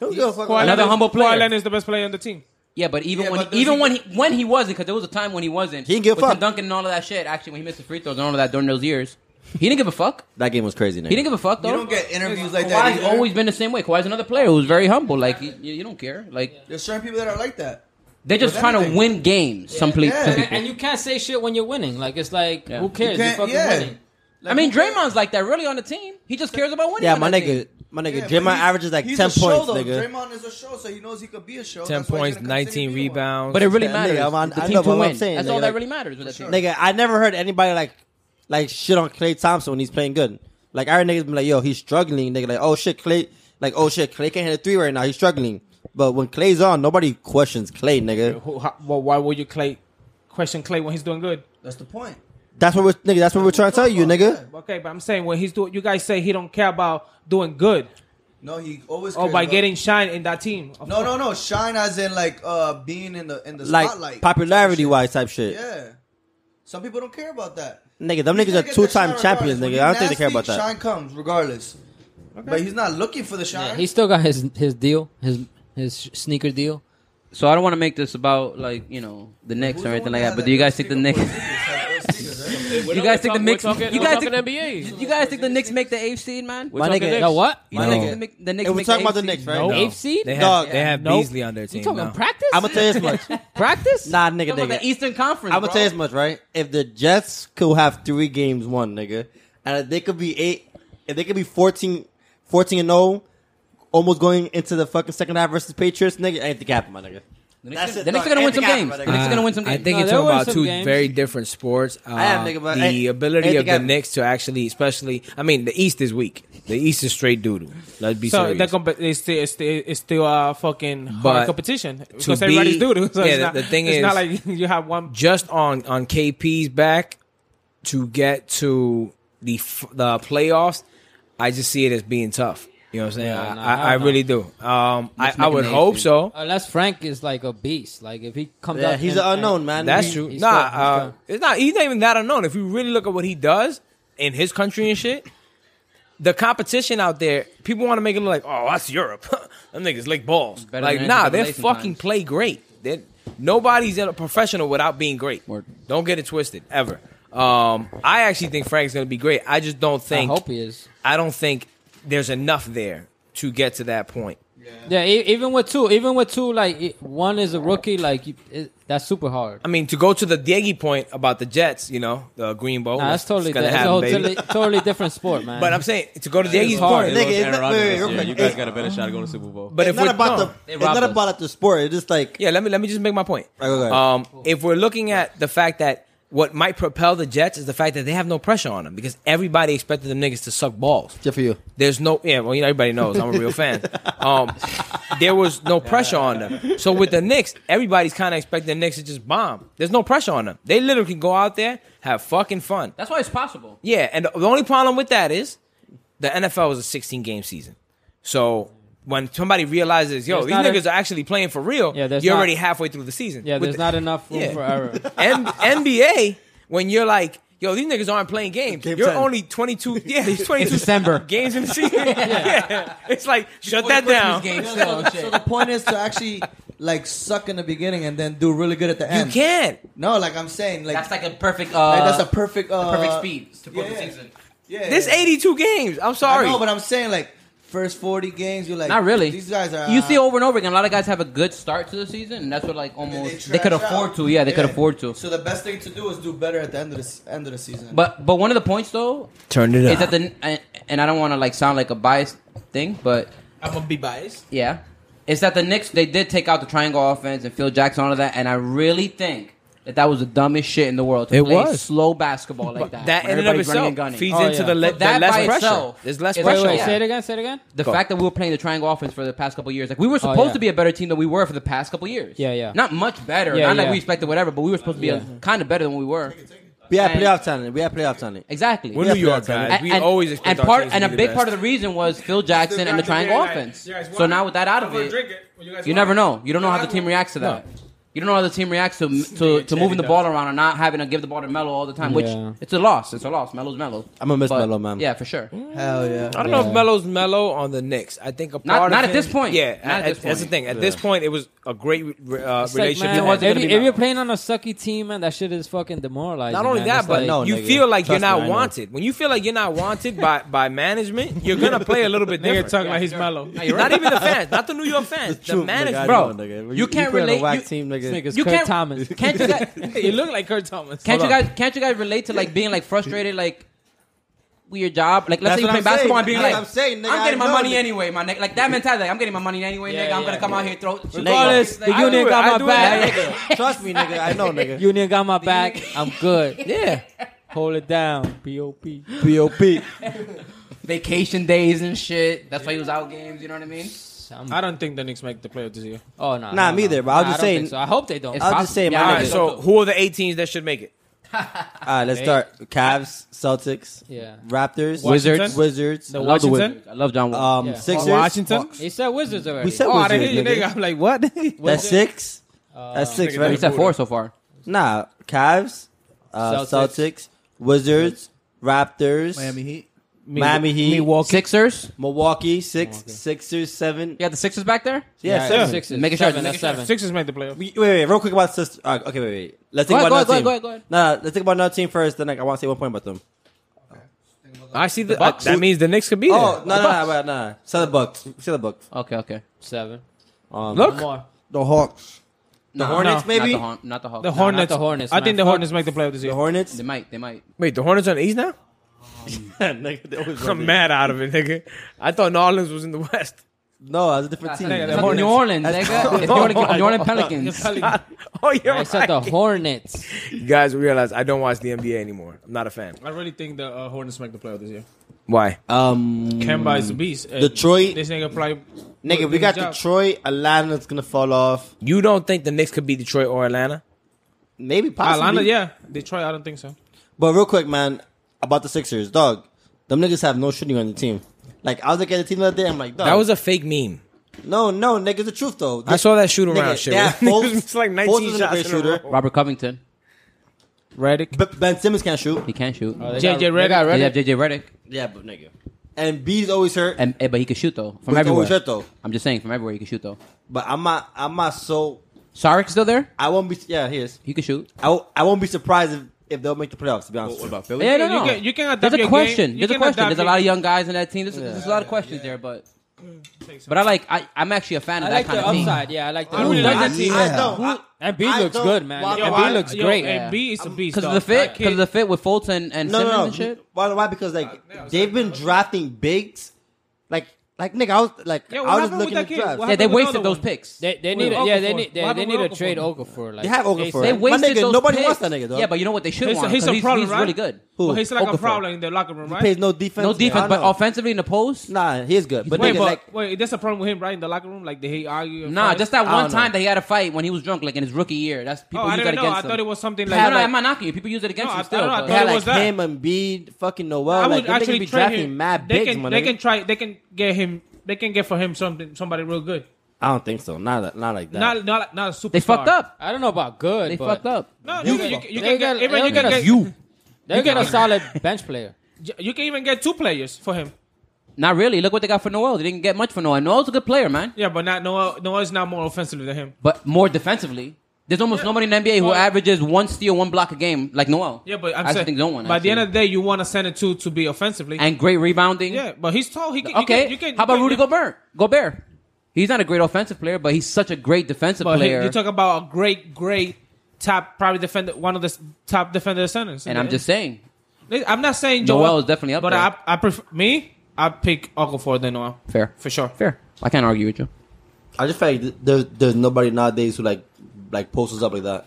S7: Don't give a fuck
S2: Kawhi
S7: about
S5: Another
S2: Leonard-
S5: humble player.
S2: Kawhi Leonard's the best player on the team.
S5: Yeah, but even
S4: Yeah,
S5: when
S4: but
S5: he,
S4: does
S5: even
S4: he-
S5: when he when he wasn't, because there was a time when he wasn't.
S7: He didn't give a
S5: with Tim
S7: fuck.
S5: Duncan and all of that shit. Actually, when he missed the free throws and all of that during those years, he didn't give a fuck.
S7: That game was crazy, nigga.
S5: He didn't give a fuck
S4: You
S5: though.
S4: don't get interviews like that.
S5: Kawhi's
S4: Either.
S5: always been the same way. Kawhi's another player who's very humble. Like you, you don't care. Like
S4: There's certain people that are like that.
S5: they're just
S4: With
S5: trying to
S4: anything.
S5: win games. Some, ple-
S4: Yeah.
S5: some
S6: And,
S5: people.
S6: and you can't say shit when you're winning. Like it's like
S5: Yeah.
S6: who cares?
S4: You
S6: You are
S4: can't-
S6: fucking
S4: yeah.
S6: winning.
S5: I mean, Draymond's like that really on the team. He just cares about winning.
S7: Yeah,
S5: on
S7: my
S5: that team.
S7: nigga. My nigga,
S4: Yeah,
S7: Draymond
S4: but he's-
S7: averages like
S4: he's
S7: ten
S4: a show,
S7: points,
S4: though.
S7: nigga.
S4: Draymond is a show, so he knows he could be a show.
S3: ten
S4: That's why he's
S3: points,
S4: gonna continue
S3: nineteen
S4: to be one.
S3: rebounds.
S5: But it really
S7: Yeah,
S5: matters.
S7: nigga, I'm on-
S5: The
S7: I
S5: team
S7: know,
S5: to
S7: but what I'm
S5: win.
S7: saying,
S5: That's
S7: nigga,
S5: all that
S7: like-
S5: really matters with that team.
S7: Nigga, I never heard anybody like like shit on Clay Thompson when he's playing good. Like I heard niggas be like, yo, he's struggling, nigga. Like, oh shit, Clay like oh shit, Clay can't hit a three right now, he's struggling. But when Clay's on, nobody questions Clay, nigga.
S2: Who, how, well, why would you Clay question Clay when he's doing good?
S4: That's the point.
S7: That's what we're nigga, that's what we're trying to tell you, nigga.
S2: Okay, but I'm saying when he's doing, you guys say he don't care about doing good
S4: No, he always.
S2: or
S4: cares
S2: by
S4: about-
S2: getting shine in that team. Of
S4: No, no, no. Shine as in like uh being in the in the
S7: Like
S4: spotlight.
S7: popularity wise type shit.
S4: Yeah. Some people don't care about that.
S7: Nigga, them
S4: He's gonna
S7: niggas
S4: get
S7: are
S4: the
S7: two time
S4: shine regardless.
S7: champions,
S4: When
S7: nigga.
S4: you
S7: I don't think they care
S4: nasty,
S7: about that.
S4: Shine comes regardless. But he's not looking for the shine.
S6: He still got his his deal, his his sneaker deal.
S5: So I don't want to make this about like you know the Knicks
S4: Who's
S5: or
S4: the
S5: anything
S4: one that
S5: like that.
S4: had
S5: But do you guys think
S4: sticker
S5: the Knicks?
S4: for his sneakers? Had those sneakers, right?
S5: You guys think the Knicks?
S6: We're talking,
S5: You
S6: we're
S5: guys
S6: talking
S5: think?
S6: NBA?
S5: You guys think the Knicks make the eighth seed, man?
S7: My
S6: talking
S7: nigga,
S6: Yo, what?
S5: You
S7: My
S5: guys
S7: nigga.
S5: think the Knick- the Knicks
S7: Hey, we're
S5: make
S7: talking about
S5: eighth
S7: the Knicks,
S5: seed?
S7: right?
S6: Eighth seed?
S3: They
S7: Dog.
S3: have, they have
S2: Nope.
S3: Beasley on their team.
S6: You talking
S3: now.
S6: practice?
S7: I'ma tell you this much.
S6: practice?
S7: Nah, nigga,
S5: Talking about
S7: nigga.
S5: the Eastern Conference.
S7: I'm gonna
S5: bro.
S7: tell you this much, right? If the Jets could have three games won, nigga, and if they could be eight, if they could be 14, 14 and zero, almost going into the fucking second half versus Patriots, nigga, anything can happen, my nigga.
S5: The
S7: That's
S5: Knicks,
S7: it,
S5: the Knicks
S7: dog.
S5: are gonna win
S7: Anything
S5: some
S7: happen,
S5: games.
S7: my
S5: The
S7: nigga.
S5: Knicks are gonna win some
S3: I
S5: games.
S3: think
S6: No,
S3: it's
S6: there
S3: all
S6: were
S3: about
S6: some
S3: two
S6: games.
S3: very different sports. Uh,
S7: am thinking about-
S3: the
S7: I-
S3: ability
S7: I
S3: of the
S7: think I-
S3: Knicks to actually, especially, I mean, the East is weak. The East is straight doodle. Let's be
S2: so
S3: serious.
S2: that comp- it's still it's still, it's still uh, fucking
S3: But
S2: hard competition because
S3: be-
S2: everybody's doodle. So
S3: yeah,
S2: it's
S3: the-
S2: not,
S3: the thing
S2: it's not
S3: is-
S2: like you have one
S3: Um, just on on KP's back to get to the f- the playoffs. I just see it as being tough. You know what I'm saying?
S6: Yeah,
S3: I,
S6: nah,
S3: I, I
S6: hell no.
S3: really do. Um, I, I
S7: Matchmaking
S3: would hope
S7: is-
S3: so.
S6: Unless Frank is like a beast, like if he comes
S7: Yeah,
S6: out,
S7: he's
S6: and-
S7: an unknown,
S6: and-
S7: man.
S3: That's
S7: He-
S3: true.
S6: he's
S3: nah,
S6: tough, he's
S3: uh,
S6: tough.
S3: it's not. He's not even that unknown. If you really look at what he does in his country and shit, the competition out there, people want to make it look like, oh, that's Europe. Them niggas lick balls.
S5: Better
S3: like,
S5: than
S3: nah,
S5: NCAA
S3: they
S5: sometimes.
S3: fucking play great. They, nobody's a professional without being great.
S5: Word.
S3: Don't get it twisted ever. Um, I actually think Frank's gonna be great. I just don't
S6: I
S3: think.
S6: hope he is.
S3: I don't think there's enough there to get to that point.
S6: Yeah, e- even with two, even with two, like e- one is a rookie, like you- it, that's super hard.
S3: I mean, to go to the Diego point about the Jets, you know, the Green Bowl.
S6: Nah, that's
S3: it's
S6: totally
S3: gonna
S6: different. It's a
S3: happen,
S6: whole
S3: baby.
S6: totally, totally different sport, man.
S3: But I'm saying to go to Diego's
S6: hard.
S3: point.
S7: Nigga, it's
S1: Aaron
S7: not-
S1: Rodgers
S7: wait, wait,
S1: this
S7: real
S1: year.
S7: quick.
S1: You guys
S7: Hey.
S1: got a better shot of going to Super Bowl.
S3: But
S7: it's
S3: if
S7: not
S3: we're
S7: about
S3: no.
S7: the it's
S5: robbed
S7: not
S5: us.
S7: about the sport. It's just like
S3: yeah, let me let me just make my point.
S7: Right, go ahead.
S3: Um, if we're looking at the fact that what might propel the Jets is the fact that they have no pressure on them because everybody expected them niggas to suck balls.
S7: just for you.
S3: There's no yeah, well you know, everybody knows I'm a real fan. Um, there was no pressure on them. So with the Knicks, everybody's kind of expecting the Knicks to just bomb. There's no pressure on them. They literally can go out there have fucking fun.
S5: That's why it's possible.
S3: Yeah, and the the only problem with that is the NFL is a 16 game season. So when somebody realizes, yo,
S6: There's
S3: these
S6: not
S3: niggas
S6: a-
S3: are actually playing for real,
S6: Yeah,
S3: you're
S6: there's not-
S3: already halfway through the season.
S6: yeah,
S3: With
S6: there's
S3: the-
S6: not enough room
S3: yeah.
S6: for error.
S3: N- NBA, when you're like, yo, these niggas aren't playing games.
S7: Game
S3: you're
S7: 10.
S3: only 22. Yeah, these 22
S5: December.
S3: games in the season. yeah. It's like, shut that down.
S4: So the point is to actually like suck in the beginning and then do really good at the
S3: You
S4: end.
S3: can't.
S4: No, like I'm saying, like,
S5: That's
S4: that's,
S5: like a perfect. Uh,
S4: like, that's a perfect, uh,
S5: perfect speed to put
S4: yeah.
S5: the season.
S4: Yeah,
S3: There's
S4: yeah.
S3: 82 games. I'm sorry.
S4: I know, but I'm saying like first 40 games, you're like,
S5: Not really.
S4: These guys are.
S5: You
S4: uh,
S5: see over and over again. A lot of guys have a good start to the season, and that's what like almost they, could
S4: trash
S5: afford
S4: out.
S5: to. Yeah, they could afford to.
S4: So the best thing to do is do better at the end of the s- end of the season.
S5: But but one of the points though
S3: Turn it
S5: is that the and, and I don't want to like sound like a biased thing, but
S2: I'm gonna be biased.
S5: yeah, it's that the Knicks they did take out the triangle offense and Phil Jackson all of that, and I really think that that was the dumbest shit in the world to
S3: It
S5: play
S3: was.
S5: slow basketball like that.
S3: that
S5: when
S3: in and of
S5: everybody's running
S3: itself
S5: and gunning.
S3: feeds
S6: Oh,
S3: into
S6: yeah.
S3: the, le-
S5: But
S3: the
S5: that by
S3: less pressure.
S5: itself
S3: There's less
S5: is
S3: pressure.
S6: Wait, wait,
S5: Yeah.
S6: say it again. Say it again. Oh,
S5: the
S3: Go.
S5: fact that we were playing the triangle offense for the past couple years, like we were supposed
S6: yeah.
S5: to be a better team than we were for the past couple years.
S6: Yeah, yeah.
S5: Not much better.
S6: Yeah,
S5: not like
S6: yeah.
S5: we expected whatever, but we were supposed to be
S6: Yeah.
S5: kind of better than we were.
S7: We have
S5: And-
S7: playoff talent. We have playoff talent.
S5: Exactly.
S3: We're New York
S7: Yeah.
S3: guys. We always expect
S5: and
S3: our
S5: part
S3: teams to
S5: and a
S3: be the
S5: big
S3: best.
S5: part of the reason was Phil Jackson and the triangle offense. so now with that out of it, you never know. You don't know how the team reacts to that. You don't know how the team reacts to to, to moving the ball around and not having to give the ball to Melo all the time, which
S6: Yeah.
S5: it's a loss. It's a loss. Melo's Melo.
S7: I'm gonna miss
S5: But-
S7: Melo, man.
S5: Yeah, for sure.
S4: Hell yeah.
S3: I don't know
S6: Yeah.
S3: if Melo's mellow on the Knicks. I think a part
S5: Not-
S3: of
S5: not at
S3: him-
S5: this point.
S3: Yeah,
S5: Not at
S3: I-
S5: this
S3: that's the
S5: point.
S3: thing. At this point, it was a great re- uh,
S6: It's like,
S3: relationship.
S6: man,
S5: wasn't
S6: if,
S5: gonna
S6: you-
S5: be
S6: if you're
S5: mellow.
S6: playing on a sucky team, man, that shit is fucking demoralizing.
S3: not only
S6: man.
S3: that,
S6: It's
S3: but
S6: like,
S7: No,
S3: you
S7: nigga.
S3: feel like you're
S7: Trust me,
S3: not
S7: I know.
S3: wanted. When you feel like you're not wanted by, by management, you're gonna play a little bit
S2: Nigga
S3: different.
S2: talking like he's mellow.
S3: Not even the fans, not the New York fans, the management.
S5: Bro,
S7: nigga.
S5: you can't
S7: put on a
S5: relate-
S7: whack
S5: you-
S7: team,
S6: this
S7: nigga.
S6: nigga's
S5: You
S6: Kurt
S5: can't-
S6: Thomas.
S5: Can't you guys
S2: you look like Kurt Thomas.
S5: Can't
S7: Hold
S5: you
S7: on.
S5: guys can't you guys relate to like being like frustrated like with your job? Like
S7: That's
S5: let's say you
S7: what
S5: play
S7: I'm
S5: basketball
S7: saying.
S5: and being
S7: That's
S5: like
S7: what I'm saying, nigga.
S5: I'm getting
S7: I
S5: my
S7: know,
S5: money
S7: nigga.
S5: anyway, my nigga. Like that mentality, like I'm getting my money anyway,
S2: Yeah,
S5: nigga. I'm
S2: yeah,
S5: gonna come
S2: yeah.
S5: out here throw shoot buckets,
S6: Regardless, the union
S3: do it. I
S6: got
S3: do
S6: my
S3: it.
S6: back.
S7: Trust me, nigga. I know, nigga.
S6: Union got my back. I'm good.
S3: Yeah,
S6: Hold it down. P.O.P.
S7: P.O.P.
S5: vacation days and shit. That's why he was out games. You know what I mean?
S6: I'm-
S2: I don't think the Knicks make the playoffs this year.
S6: oh, no.
S7: Nah,
S6: no,
S7: me
S6: no.
S7: either, but I was
S6: Nah,
S7: just
S6: don't
S7: saying-
S6: think so. I hope they don't.
S7: I'll just say, my
S5: Yeah, I
S3: All
S7: nigga.
S3: right,
S5: think
S3: so who are the eight teams that should make it?
S7: All right, let's start. Cavs, Celtics,
S6: Yeah.
S7: Raptors,
S2: Washington?
S7: Wizards, Wizards,
S2: The Washington?
S5: I love John Wall.
S7: um,
S6: Yeah.
S7: Sixers,
S2: Washington?
S6: He said Wizards already.
S7: We said
S2: Oh, I didn't hear you,
S7: Wizards, nigga.
S2: nigga. I'm like, what?
S7: That's six.
S6: Uh,
S7: That's six,
S5: He
S7: right?
S5: said four so far.
S7: Nah, Cavs, uh,
S6: Celtics.
S7: Celtics. Wizards, Raptors,
S4: Miami Heat.
S7: Miami Heat,
S6: Milwaukee.
S5: Sixers.
S7: Milwaukee, six, Sixers, seven.
S5: You got the Sixers back there.
S7: Yeah,
S6: Yeah,
S7: seven.
S6: sixes.
S5: Make it
S6: Seven,
S5: sure,
S6: that's
S5: make it sure.
S6: seven.
S2: Sixers made the playoffs.
S7: We- Wait, wait, real quick about sister. Uh, okay, wait, wait. Let's think
S5: Go ahead,
S7: about
S5: go ahead,
S7: another team.
S5: go ahead, go ahead,
S7: No, no, let's think about another team first. Then like, I want to say one point about them.
S3: I see the. that means the Knicks could be there.
S7: Oh no, no, no, no, no. Say the Bucks. Say the Bucks.
S5: Okay, okay.
S6: Seven.
S7: Um,
S3: Look,
S6: More.
S4: The Hawks.
S5: The
S7: Hornets, maybe?
S5: Not the, Horn- not the Hawks.
S2: The
S5: Nah,
S2: Hornets.
S6: the Hornets,
S2: I
S6: man.
S2: think the
S6: Fuck.
S2: Hornets make the playoffs this
S7: the
S2: year.
S7: Hornets.
S5: They might. They might.
S3: wait, the Hornets on the East now.
S7: Nigga, they always
S3: I'm
S7: win.
S3: mad out of it, nigga. I thought New Orleans was in the West.
S7: no, that's a different team.
S2: nigga,
S5: It's not
S2: Hornets.
S5: New Orleans, nigga. It's New Orleans, New Orleans Pelicans.
S3: Oh, you're
S6: I said the
S3: right.
S6: Hornets.
S3: You guys realize I don't watch the NBA anymore. I'm not a fan.
S2: I really think the uh, Hornets make the playoffs this year.
S3: Why?
S7: Um,
S2: Kemba is a beast. and
S7: Detroit.
S2: This nigga play.
S7: nigga, we got
S2: Good job.
S7: Detroit. Atlanta's gonna fall off.
S3: You don't think the Knicks could beat Detroit or Atlanta?
S7: Maybe possibly.
S2: Atlanta, yeah. Detroit, I don't think so.
S7: But real quick, man, about the Sixers, dog. Them niggas have no shooting on the team. Like I was looking at the team the other day, I'm like,
S3: That was a fake meme.
S7: no, no, niggas, the truth though.
S3: I saw that shoot
S7: Nigga,
S3: around shit.
S7: They have Fultz,
S3: It's like
S7: Fultz isn't
S3: 19
S7: a
S3: shots
S7: great
S3: in a
S7: shooter.
S3: row.
S5: Robert Covington.
S2: Reddick.
S7: B- Ben Simmons can't shoot.
S5: He can shoot.
S2: JJ Redick.
S5: They have JJ Redick,
S7: Yeah, but nigga. And B's always hurt.
S5: and eh, but he can shoot though from
S7: But he's
S5: everywhere.
S7: always hurt, though.
S5: I'm just saying from everywhere he can shoot though.
S7: But I'm not. I'm not so.
S5: Sarek's still there.
S7: I won't be. Yeah, he is.
S5: He can shoot.
S7: I, won't- I won't be surprised if, if they'll make the playoffs. To be honest,
S1: What
S7: with
S1: about Philly?
S5: Yeah, no,
S2: you
S5: no.
S2: can- you can adapt
S5: There's a
S2: your
S5: question.
S2: game. You
S5: There's a
S2: can
S5: question.
S2: adapt
S5: There's a
S2: your-
S5: lot of young guys in that team. There's, there's a lot of questions there, but but I like. I, I'm actually a fan of
S6: I
S5: that
S6: like
S5: kind
S6: the
S5: of team.
S6: upside. Yeah, I like the.
S2: I really
S7: you.
S2: like
S7: I,
S2: that team.
S7: I don't.
S6: Who-
S7: I,
S6: And B
S7: I
S6: looks
S7: don't-
S6: good, man.
S7: Why-
S2: Yo,
S6: and
S2: I-
S6: B looks
S2: yo,
S6: great.
S2: And B is a beast.
S5: Because of
S2: dog.
S5: the fit,
S2: That
S5: because of
S2: kid-
S5: the fit with Fulton and
S7: no,
S5: Simmons
S7: no, no.
S5: and shit.
S7: Why? Why? Because like they've been drafting bigs. Like, like nigga, I was like,
S2: Yeah, what
S7: I was just
S2: happened with
S7: looking
S2: that
S7: at
S2: kid?
S7: drafts.
S2: What
S5: Yeah, they
S2: happened with
S5: wasted
S2: the other
S5: those
S2: one?
S5: picks.
S6: They, they
S2: Wait,
S6: need a, yeah
S2: Okafor.
S6: they
S2: What
S6: need they,
S2: happened
S6: they
S2: with
S6: need to
S2: Okafor?
S6: trade Okafor. Like
S7: They have Okafor.
S6: ASAP.
S5: They
S7: My
S5: wasted
S7: nigga,
S5: those
S7: nobody
S5: picks.
S7: wants that nigga, dog.
S5: Yeah, but you know what? They should
S2: He's,
S5: want.
S2: he's a
S5: 'cause he's,
S2: problem,
S5: he's
S2: right?
S5: really good.
S7: Who?
S2: Well, he's like a
S7: Okafor.
S2: problem in the locker room,
S7: He
S2: right?
S7: plays no defense.
S5: No defense,
S7: I
S5: but
S7: know.
S5: offensively in the post.
S7: Nah, he is good. But
S2: wait,
S7: nigga,
S2: but
S7: like,
S2: wait, that's a problem with him, right? In the locker room, like they hate argue. and
S5: Nah,
S2: fight?
S5: just that
S7: I
S5: one
S7: don't
S5: time
S7: know.
S5: that he had a fight when he was drunk, like in his rookie year. That's
S2: Oh,
S5: people
S2: I
S5: use that
S2: didn't know.
S5: against
S2: I
S5: him.
S2: thought it was something
S5: No,
S2: like.
S5: no, I'm not knocking you. People use it against
S2: No,
S5: you
S2: I
S5: still.
S2: thought- no, I
S5: but-
S7: they had
S2: it
S7: like
S2: was that.
S7: him and B, fucking
S2: I
S7: Noel.
S2: would
S7: Like, them niggas
S2: actually
S7: be
S2: trade
S7: drafting
S2: him.
S7: mad
S2: they
S7: bigs,
S2: can,
S7: my
S2: they
S7: nigga.
S2: can try. They can get him. They can get for him something, somebody real good.
S7: I don't think so. Not that- not like that.
S2: Not, not, not a superstar.
S5: They fucked up.
S6: I don't know about good.
S5: They
S6: but
S5: fucked up.
S2: No, you, can- you, can-
S6: They
S2: you can get
S6: got-
S2: even
S6: they
S2: you can
S6: got
S2: get
S5: You.
S6: They get a solid bench player.
S2: you can even get two players for him.
S5: Not really. Look what they got for Noel. They didn't get much for Noel. Noel's a good player, man.
S2: Yeah, but not Noah. Noah's not more offensive than him.
S5: But more defensively, there's almost nobody in the NBA who
S2: Well-
S5: averages one steal, one block a game like Noel.
S2: Yeah, but I'm
S5: I
S2: saying
S5: think no one.
S2: By the end
S5: actually.
S2: of the day, you want to send it to to be offensively.
S5: and great rebounding.
S2: yeah, but he's tall. He can,
S5: Okay.
S2: You can, you can,
S5: How about
S2: you
S5: Rudy
S2: can,
S5: Gobert? Gobert. He's not a great offensive player, but he's such a great defensive
S2: But he-
S5: player.
S2: you talk about a great, great top, probably defender, one of the s- top defender centers.
S5: and I'm just saying,
S2: saying, I'm not saying Joel,
S5: Noel is definitely up
S2: but
S5: there.
S2: I, I prefer me. I pick Okafor than Noel
S5: fair,
S2: for sure.
S5: fair. I can't argue with you.
S7: I just feel like th- there's there's nobody nowadays who like like posts us up like that.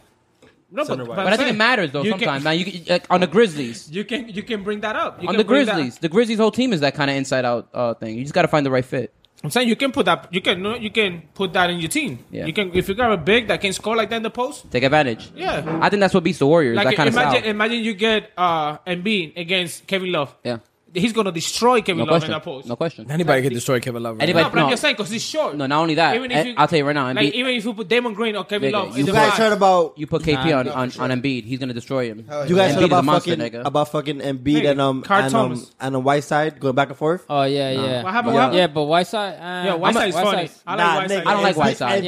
S2: No, but,
S7: Center-wise.
S2: I'm
S5: But I think
S2: saying,
S5: it matters though.
S2: you
S5: Sometimes,
S2: can,
S5: man, you can, like, on the Grizzlies,
S2: you can you can bring that up you
S5: on
S2: can
S5: the
S2: bring that-
S5: Grizzlies, the Grizzlies' whole team is that kind of inside out uh, thing. You just got to find the right fit.
S2: I'm saying you can put that. You can no, you can put that in your team.
S5: Yeah.
S2: You can if you got a big that can score like that in the post.
S5: Take advantage.
S2: Yeah.
S5: I think that's what beats the Warriors.
S2: Like
S5: that kind of
S2: imagine
S5: style.
S2: imagine you get uh Embiid against Kevin Love.
S5: Yeah.
S2: He's gonna destroy Kevin
S5: No
S2: Love in
S5: question.
S2: that post.
S5: No question.
S3: Anybody could destroy Kevin Love. Right
S5: Anybody-
S2: No, but I'm
S5: No.
S2: just saying because he's short.
S5: No, not only that. eh, I'll tell you right now,
S2: like
S5: Embiid-
S2: even if you put Damon Green or Kevin
S5: Nigga,
S2: Love,
S5: you
S2: in
S7: You
S2: the
S7: guys
S2: box,
S7: heard about
S5: You put KP on, on, on Embiid, he's gonna destroy him.
S7: you guys
S5: Embiid
S7: heard
S5: is a
S7: about
S5: monster,
S7: fucking
S5: nigga.
S7: about fucking Embiid
S2: Nigga,
S7: and um
S2: Karl
S7: and um
S2: Thomas.
S7: and a white side going back and forth.
S6: Oh yeah, yeah.
S2: What
S5: Yeah.
S2: happened? What happened?
S6: Yeah, but Whiteside. Uh,
S2: Yeah, Whiteside is funny.
S6: Whiteside's-
S2: I
S7: Nah,
S2: like
S7: nigga,
S2: Whiteside.
S5: I don't like
S7: Embiid-
S5: Whiteside.
S7: Embiid,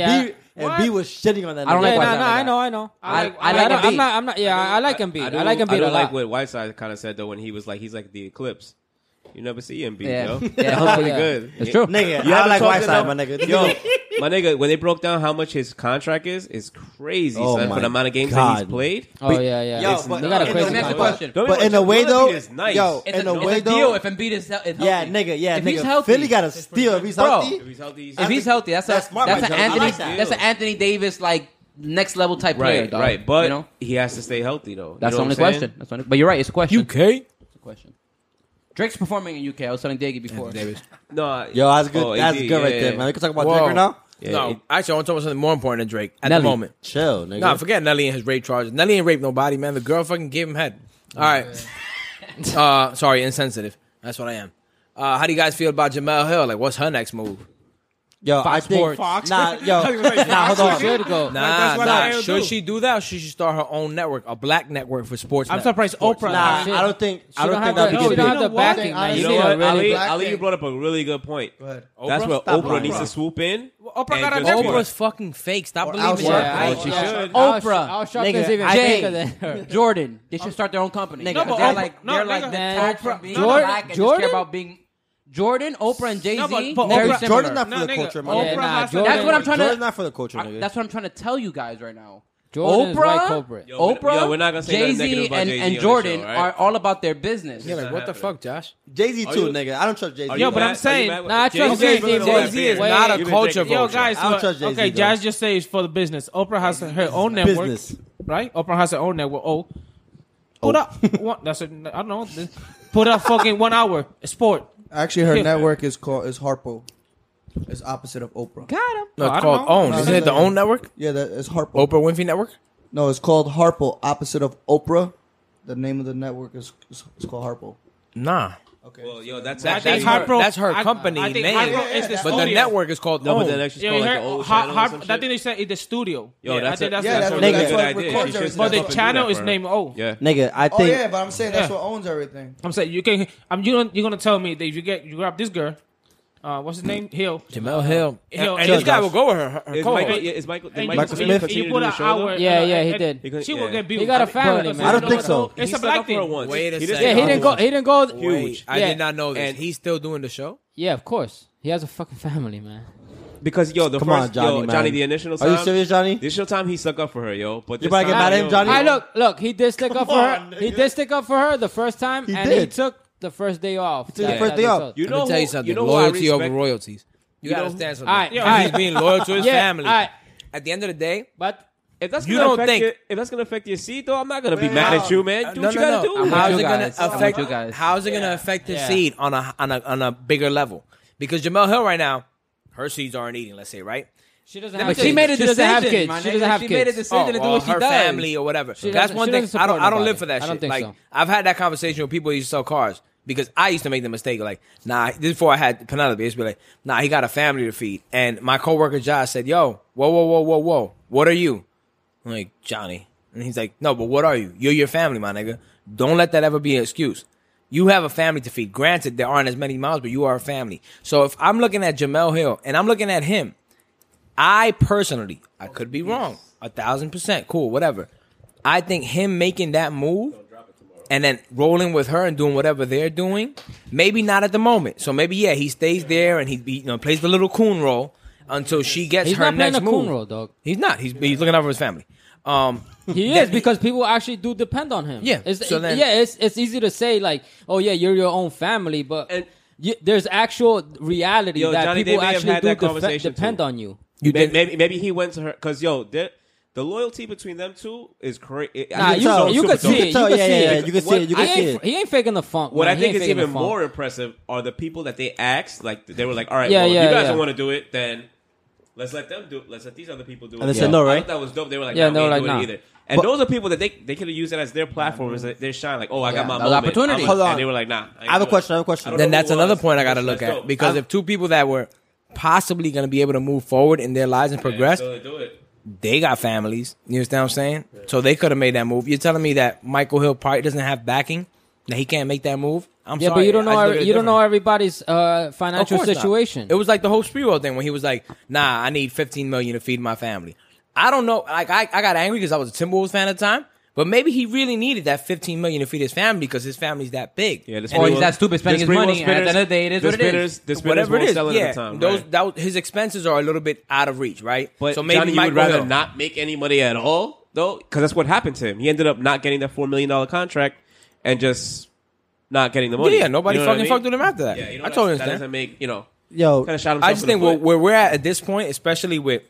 S2: Yeah.
S7: Embiid was shitting on that.
S5: I don't
S7: nigga.
S5: like
S6: Yeah,
S5: Whiteside
S6: no, no,
S5: like
S6: I
S5: that.
S6: know, I know.
S5: I,
S2: like-
S5: I
S6: I
S5: like
S6: don't- I'm
S5: Embiid.
S6: not. I'm not. Yeah, I, like Embiid. I,
S1: do-
S6: like Embiid
S1: I
S6: a
S1: don't like
S6: lot.
S1: what Whiteside kind of said though when he was like he's like the eclipse. You never see Embiid,
S5: Yeah.
S1: yo.
S5: Yeah.
S1: That's pretty
S6: Yeah.
S1: good.
S5: It's true.
S7: Nigga,
S1: You
S7: I
S1: haven't
S7: like
S1: talked
S7: white side, my
S1: enough-
S7: nigga.
S1: Yo, my nigga, when they broke down how much his contract is, it's crazy,
S7: Oh
S1: son,
S7: my
S1: for the amount of games that
S7: God.
S1: he's played.
S6: oh yeah, yeah.
S7: Yo,
S6: It's-
S7: but-
S6: they got a
S7: Let
S5: me
S6: crazy
S5: ask you a
S6: contract.
S5: question.
S1: Don't
S7: But
S1: get me
S7: in a
S1: wrong,
S7: way,
S1: Joel
S7: though-
S1: Embiid is nice.
S7: yo,
S5: It's
S7: In
S5: a,
S7: a
S5: it's
S7: way,
S5: a deal
S7: though-
S5: if Embiid is, hel- is healthy.
S7: yeah, nigga, yeah,
S5: if
S7: nigga.
S5: he's healthy,
S7: Philly got a steal. If he's
S5: Bro.
S7: healthy,
S1: if he's healthy, he's
S5: if he's healthy, that's
S7: That's
S5: a
S7: smart,
S5: that's
S7: my
S5: an
S7: Joe. I
S5: Anthony
S7: like that.
S5: that's an Anthony Davis like next level type player,
S1: right,
S5: dog.
S1: right. But
S5: you know?
S1: he has to stay healthy though.
S5: that's
S1: you
S5: the
S1: know
S5: only
S1: what I'm saying?
S5: question. That's the only, but you're right. It's a question.
S3: UK.
S5: It's a question. Drake's performing in UK. I was telling Diggy before.
S1: No, I-
S7: yo, that's good.
S1: Oh,
S7: that's
S1: AD,
S7: good right
S1: yeah,
S7: there,
S1: yeah.
S7: man. We can talk about
S3: Whoa.
S7: Drake right now.
S1: Yeah,
S3: no,
S1: it-
S3: actually, I want to talk about something more important than Drake at
S5: Nelly.
S3: the moment.
S7: Chill, nigga.
S3: Nah, forget Nelly and his rape charges. Nelly ain't raped nobody, man. The girl fucking gave him head. All right. Uh, sorry, insensitive. That's what I am. Uh, how do you guys feel about Jamel Hill? Like, what's her next move?
S7: yo, I
S5: Fox
S7: think
S5: Sports.
S2: Fox.
S7: nah, yo, nah, hold
S6: She
S7: on.
S6: should go.
S3: Nah,
S2: that's what
S3: nah.
S2: I'll
S3: Should
S2: do.
S3: she do that? Or should she start her own network, a black network for sports?
S2: I'm
S3: net-
S2: surprised Oprah.
S7: Nah,
S6: Shit.
S7: I don't think. I don't
S6: She don't
S7: think
S6: have
S7: that'd
S6: the,
S7: be
S6: she
S7: the big.
S6: don't have the
S2: You know what?
S6: backing.
S4: I
S6: man.
S4: think-
S6: You
S1: You know
S6: need a
S1: what, Ali?
S6: really.
S1: Ali, you brought up a really good point. That's
S3: Oprah?
S1: where
S7: Stop
S1: Oprah needs
S7: Oprah.
S1: to swoop in.
S2: Oprah
S1: and
S2: got a
S1: just
S2: network.
S1: work.
S3: Oprah's fucking fake. Stop believing
S7: outwork
S3: her.
S7: her.
S3: I-
S7: Oh,
S1: she should.
S6: I was-
S5: Oprah.
S6: I was shocked
S7: Nigga,
S6: it's even
S7: I
S6: faker than
S5: Jay,
S6: her.
S5: Jordan, they should start their own company.
S7: Nigga,
S5: No,
S7: but
S5: they're
S2: Oprah-
S5: like
S2: no,
S5: they're
S2: nigga,
S5: like detached
S6: Oprah-
S5: from being
S2: no, no,
S5: black and just
S6: Jordan?
S5: care about being Jordan, Oprah, and Jay
S2: No, but-
S5: Z.
S2: but
S5: very
S2: Oprah-
S5: similar.
S7: Jordan not for
S2: No,
S7: the
S2: nigga,
S7: culture, man.
S2: Oprah
S6: Yeah, nah,
S2: has to-
S6: Jordan-
S5: That's what I'm trying
S7: Jordan's
S5: to.
S7: not for the culture, nigga.
S5: That's what I'm trying to tell you guys right now.
S6: Jordan is
S5: Oprah,
S6: white culprit.
S1: Yo, we're-
S5: Oprah,
S1: yo, we're not gonna say nothing
S5: Jay Z,
S1: negative about
S5: and,
S1: Jay-Z on
S5: and
S1: this
S5: Jordan
S1: show, right?
S5: are all about their business.
S3: Yeah, like, what the fuck, Josh?
S7: Jay Z
S1: Are
S7: too,
S1: you-
S7: nigga. I don't trust Jay Z.
S1: Are you
S2: but I'm
S1: mad- are you
S2: saying-
S1: mad with-
S6: Nah, I trust
S1: Jay-Z
S6: Jay-Z.
S1: is really
S3: Jay-Z is
S1: bad.
S3: not a
S1: You've been
S3: culture
S1: drinking
S3: vulture.
S1: culture.
S2: Yo, guys,
S7: I don't
S2: but-
S7: trust Jay-Z,
S2: okay,
S7: bro.
S2: Jazz just says for the business. Oprah has her own network,
S7: Business.
S2: right? Oprah has her own network. Oh, put up one. That's a, I don't know. Put up fucking one hour sport.
S4: Actually, her network is called is Harpo. It's opposite of Oprah.
S2: Got him.
S3: No, it's called Own.
S4: No,
S3: Isn't it
S4: no,
S3: the
S4: no.
S3: Own Network?
S4: Yeah, that is Harpo.
S3: Oprah Winfrey Network?
S4: No, it's called Harpo. Opposite of Oprah. The name of the network is is, is called Harpo.
S3: Nah.
S4: Okay.
S1: Well, yo, that's
S3: That-
S1: actually
S3: that's her, that's her company
S2: I think
S3: name.
S2: Hypro is the
S3: but the
S2: studio.
S3: network is called
S1: no, but
S3: OWN.
S1: then actually
S2: Yeah,
S1: yeah,
S2: you
S1: called, like,
S2: heard
S1: the old
S2: Har-
S1: channel or
S2: Har-
S1: some
S2: I
S1: shit.
S2: think they said it's the studio.
S1: Yo,
S2: yeah,
S1: that's
S2: I think
S1: a-
S2: that's,
S1: yeah,
S2: that's,
S4: that's
S2: what
S4: what-
S1: a
S4: that's
S1: good
S4: what
S1: idea.
S4: records
S1: She should
S4: everything.
S1: stop
S2: But the
S1: and do
S2: channel
S1: that
S2: is
S1: for her.
S2: named O.
S1: Yeah.
S7: Nigga, I
S4: Oh
S7: think
S4: yeah, but I'm saying that's
S2: Yeah.
S4: what owns everything.
S2: I'm saying you can. I'm you. You're gonna tell me that if you get you grab this girl, uh, what's his name? Hill.
S3: Jamel Hill.
S2: Hill.
S3: And this guy will go with her. her, her
S1: Is
S3: co-host.
S1: Michael, yeah, is Michael, did
S2: And
S1: Michael
S2: you-
S1: Smith
S2: if
S1: continue
S2: you
S1: to
S2: put
S1: do
S2: an
S1: the show, though?
S2: hour,
S6: Yeah, yeah, he
S2: and-
S6: did.
S1: He couldn't-
S2: She
S1: yeah.
S2: will get beat.
S6: He got a family, man.
S7: I don't think so.
S2: It's
S1: He
S2: a
S1: stuck
S2: black
S1: up for her
S2: thing.
S1: once.
S3: Wait a
S1: He
S3: second.
S6: Yeah, he didn't go. He didn't go.
S1: Huge.
S3: I
S6: Yeah.
S3: did not know this.
S1: And-
S3: he's still doing the show.
S6: Yeah, of course. He has a fucking family, man.
S1: Because yo, the
S7: Come
S1: first
S7: on, Johnny,
S1: yo, Johnny,
S7: man.
S1: the initial
S7: Are
S1: time.
S7: you serious, Johnny?
S1: The initial time he stuck up for her, yo. But
S7: You
S1: this
S7: about to get
S1: time,
S7: mad at him,
S1: yo,
S7: Johnny?
S6: I look, look. He did stick up for her.
S7: on,
S6: He did stick up for her the first time,
S7: He
S6: and he
S7: did.
S6: took the first day off.
S7: took the
S6: That-
S7: first
S6: that
S7: day
S6: they
S7: off.
S6: took.
S1: You
S3: Let
S1: know,
S3: me tell
S1: who-
S3: you something.
S1: You know who I
S3: loyalty over
S1: respect?
S3: royalties. You,
S1: You
S3: gotta
S1: know-
S3: stand something.
S6: Alright,
S3: He's
S6: alright.
S3: being loyal to his
S6: Yeah,
S3: family.
S6: alright.
S3: At the end of the day,
S6: But
S1: If that's
S3: You
S1: gonna
S3: don't
S1: affect
S3: think-
S1: your, if that's gonna affect your seat, though, I'm not gonna be mad at you, man. Do
S3: no,
S1: what you
S3: no,
S1: gotta
S3: no.
S1: do.
S6: How-
S3: How's
S6: with
S3: it
S6: you
S3: gonna
S6: guys. I'm
S3: affect?
S6: with you guys.
S3: How's it gonna affect the
S6: Yeah.
S3: seed on a on a on a bigger level? Because Jamel Hill right now, her seeds aren't eating. Let's say right.
S6: she doesn't.
S3: Let
S6: Have
S3: me
S6: kids.
S3: tell you,
S6: she made a
S5: she doesn't have
S6: decision.
S5: kids.
S6: She doesn't have
S5: She
S6: kids.
S5: made a decision to do
S3: well,
S5: what she
S3: her
S5: does.
S3: family Oh, or whatever. That's
S6: doesn't-
S3: one
S6: she
S3: thing
S6: doesn't
S3: I don't.
S6: support
S3: I don't live
S6: nobody.
S3: for that
S6: I don't
S3: shit.
S6: think
S3: Like
S6: so.
S3: I've had that conversation with people who used to sell cars because I used to make the mistake. Like nah, this is before I had Penelope, I used to be like nah, he got a family to feed. And my coworker Josh said, "Yo, whoa, whoa, whoa, whoa, whoa, what are you?" I'm like Johnny, and he's like, "No, but what are you? You're your family, my nigga. Don't let that ever be an excuse." You have a family to feed. Granted, there aren't as many mouths, but you are a family. So if I'm looking at Jamel Hill and I'm looking at him, I personally, I could be wrong, a thousand percent, cool, whatever. I think him making that move and then rolling with her and doing whatever they're doing, maybe not at the moment. So maybe yeah, he stays there and he be- you know plays the little coon role until she gets
S6: He's
S3: her
S6: not playing
S3: next
S6: a coon
S3: move.
S6: role, dog.
S3: He's not. He's he's looking out for his family. Um,
S6: He
S3: that-
S6: is because people actually do depend on him.
S3: Yeah,
S6: it's,
S3: so then-
S6: yeah. It's it's easy to say like, oh yeah, you're your own family, but
S1: And-
S6: you, there's actual reality
S1: Yo,
S6: that
S1: Johnny, they
S6: people
S1: may have
S6: actually
S1: had
S6: do
S1: that
S6: defe-
S1: conversation,
S6: depend
S1: too.
S6: on you.
S3: You
S1: May-
S3: did-
S1: maybe maybe he went to her because yo, the the loyalty between them two is crazy.
S6: Nah, you,
S7: tell.
S6: you
S7: You
S6: could
S7: can
S6: see it.
S7: tell.
S6: You could
S7: Yeah,
S6: see
S7: yeah,
S6: it.
S7: yeah. You can see it. You
S6: I
S7: can see it.
S6: ain't, he ain't faking the funk.
S1: What
S6: man.
S1: I
S6: He
S1: think
S6: ain't
S1: is
S6: faking the
S1: even
S6: funk.
S1: more impressive are the people that they asked. Like they were like, "All right,
S6: Yeah,
S1: well,
S6: yeah,
S1: you guys
S6: yeah.
S1: don't want to do it, then let's let them do. it. Let's let these other people do it."
S7: And they
S1: Yeah.
S7: said no,
S1: I thought
S7: right?
S1: That was dope. They were like,
S6: Yeah,
S1: "Yeah,
S6: they
S1: no,
S6: were
S1: like
S6: like, nah.
S1: either." And those are people that they they could have used it as their platform. Is that their shine? Like, oh, I
S5: Yeah,
S1: got my
S5: that
S1: moment.
S5: was opportunity.
S1: I'm-
S7: Hold on.
S1: And they were like, "Nah." ain't
S7: I have a
S1: doing it."
S7: question, I have a question.
S1: I don't know
S3: then
S1: who
S3: that's
S1: it was,
S3: another point I got to
S1: but
S3: look
S1: that's
S3: at
S1: dope.
S3: because if two people that were possibly going to be able to move forward in their lives and
S1: Yeah,
S3: progress,
S1: so they do it.
S3: they got families. You understand what I'm saying? So they could have made that move. You're telling me that Michael Hill probably doesn't have backing, that he can't make that move. I'm
S6: Yeah,
S3: sorry,
S6: but you don't
S3: I just
S6: know.
S3: look at
S6: every-
S3: it
S6: You don't know
S3: different.
S6: everybody's uh,
S3: Of
S6: financial
S3: course not.
S6: situation.
S3: It was like the whole Spiro thing when he was like, "Nah, I need 15 million to feed my family." I don't know. Like I, I got angry because I was a Timberwolves fan at the time. But maybe he really needed that 15 million to feed his family because his family's that big.
S1: Yeah, this
S5: Or he's that stupid spending his money, and at the end of the day, it is what it is.
S1: The spinners
S3: whatever
S1: won't
S3: it is,
S1: sell
S3: yeah.
S1: at the time.
S3: those
S1: right?
S3: that, his expenses are a little bit out of reach, right?
S1: But
S3: so maybe
S1: Johnny, you
S3: Michael
S1: would rather
S3: Hill-
S1: not make any money at all, though, because that's what happened to him. He ended up not getting that four million dollar contract and just not getting the money.
S3: Yeah, yeah, nobody
S1: You know what
S3: fucking
S1: I mean?
S3: fucked with him after that.
S1: Yeah, you know
S3: I
S1: what?
S3: totally
S1: that
S3: understand.
S1: doesn't make you know.
S7: Yo,
S1: Kind of shot himself.
S3: I just think where, where we're at at this point, especially with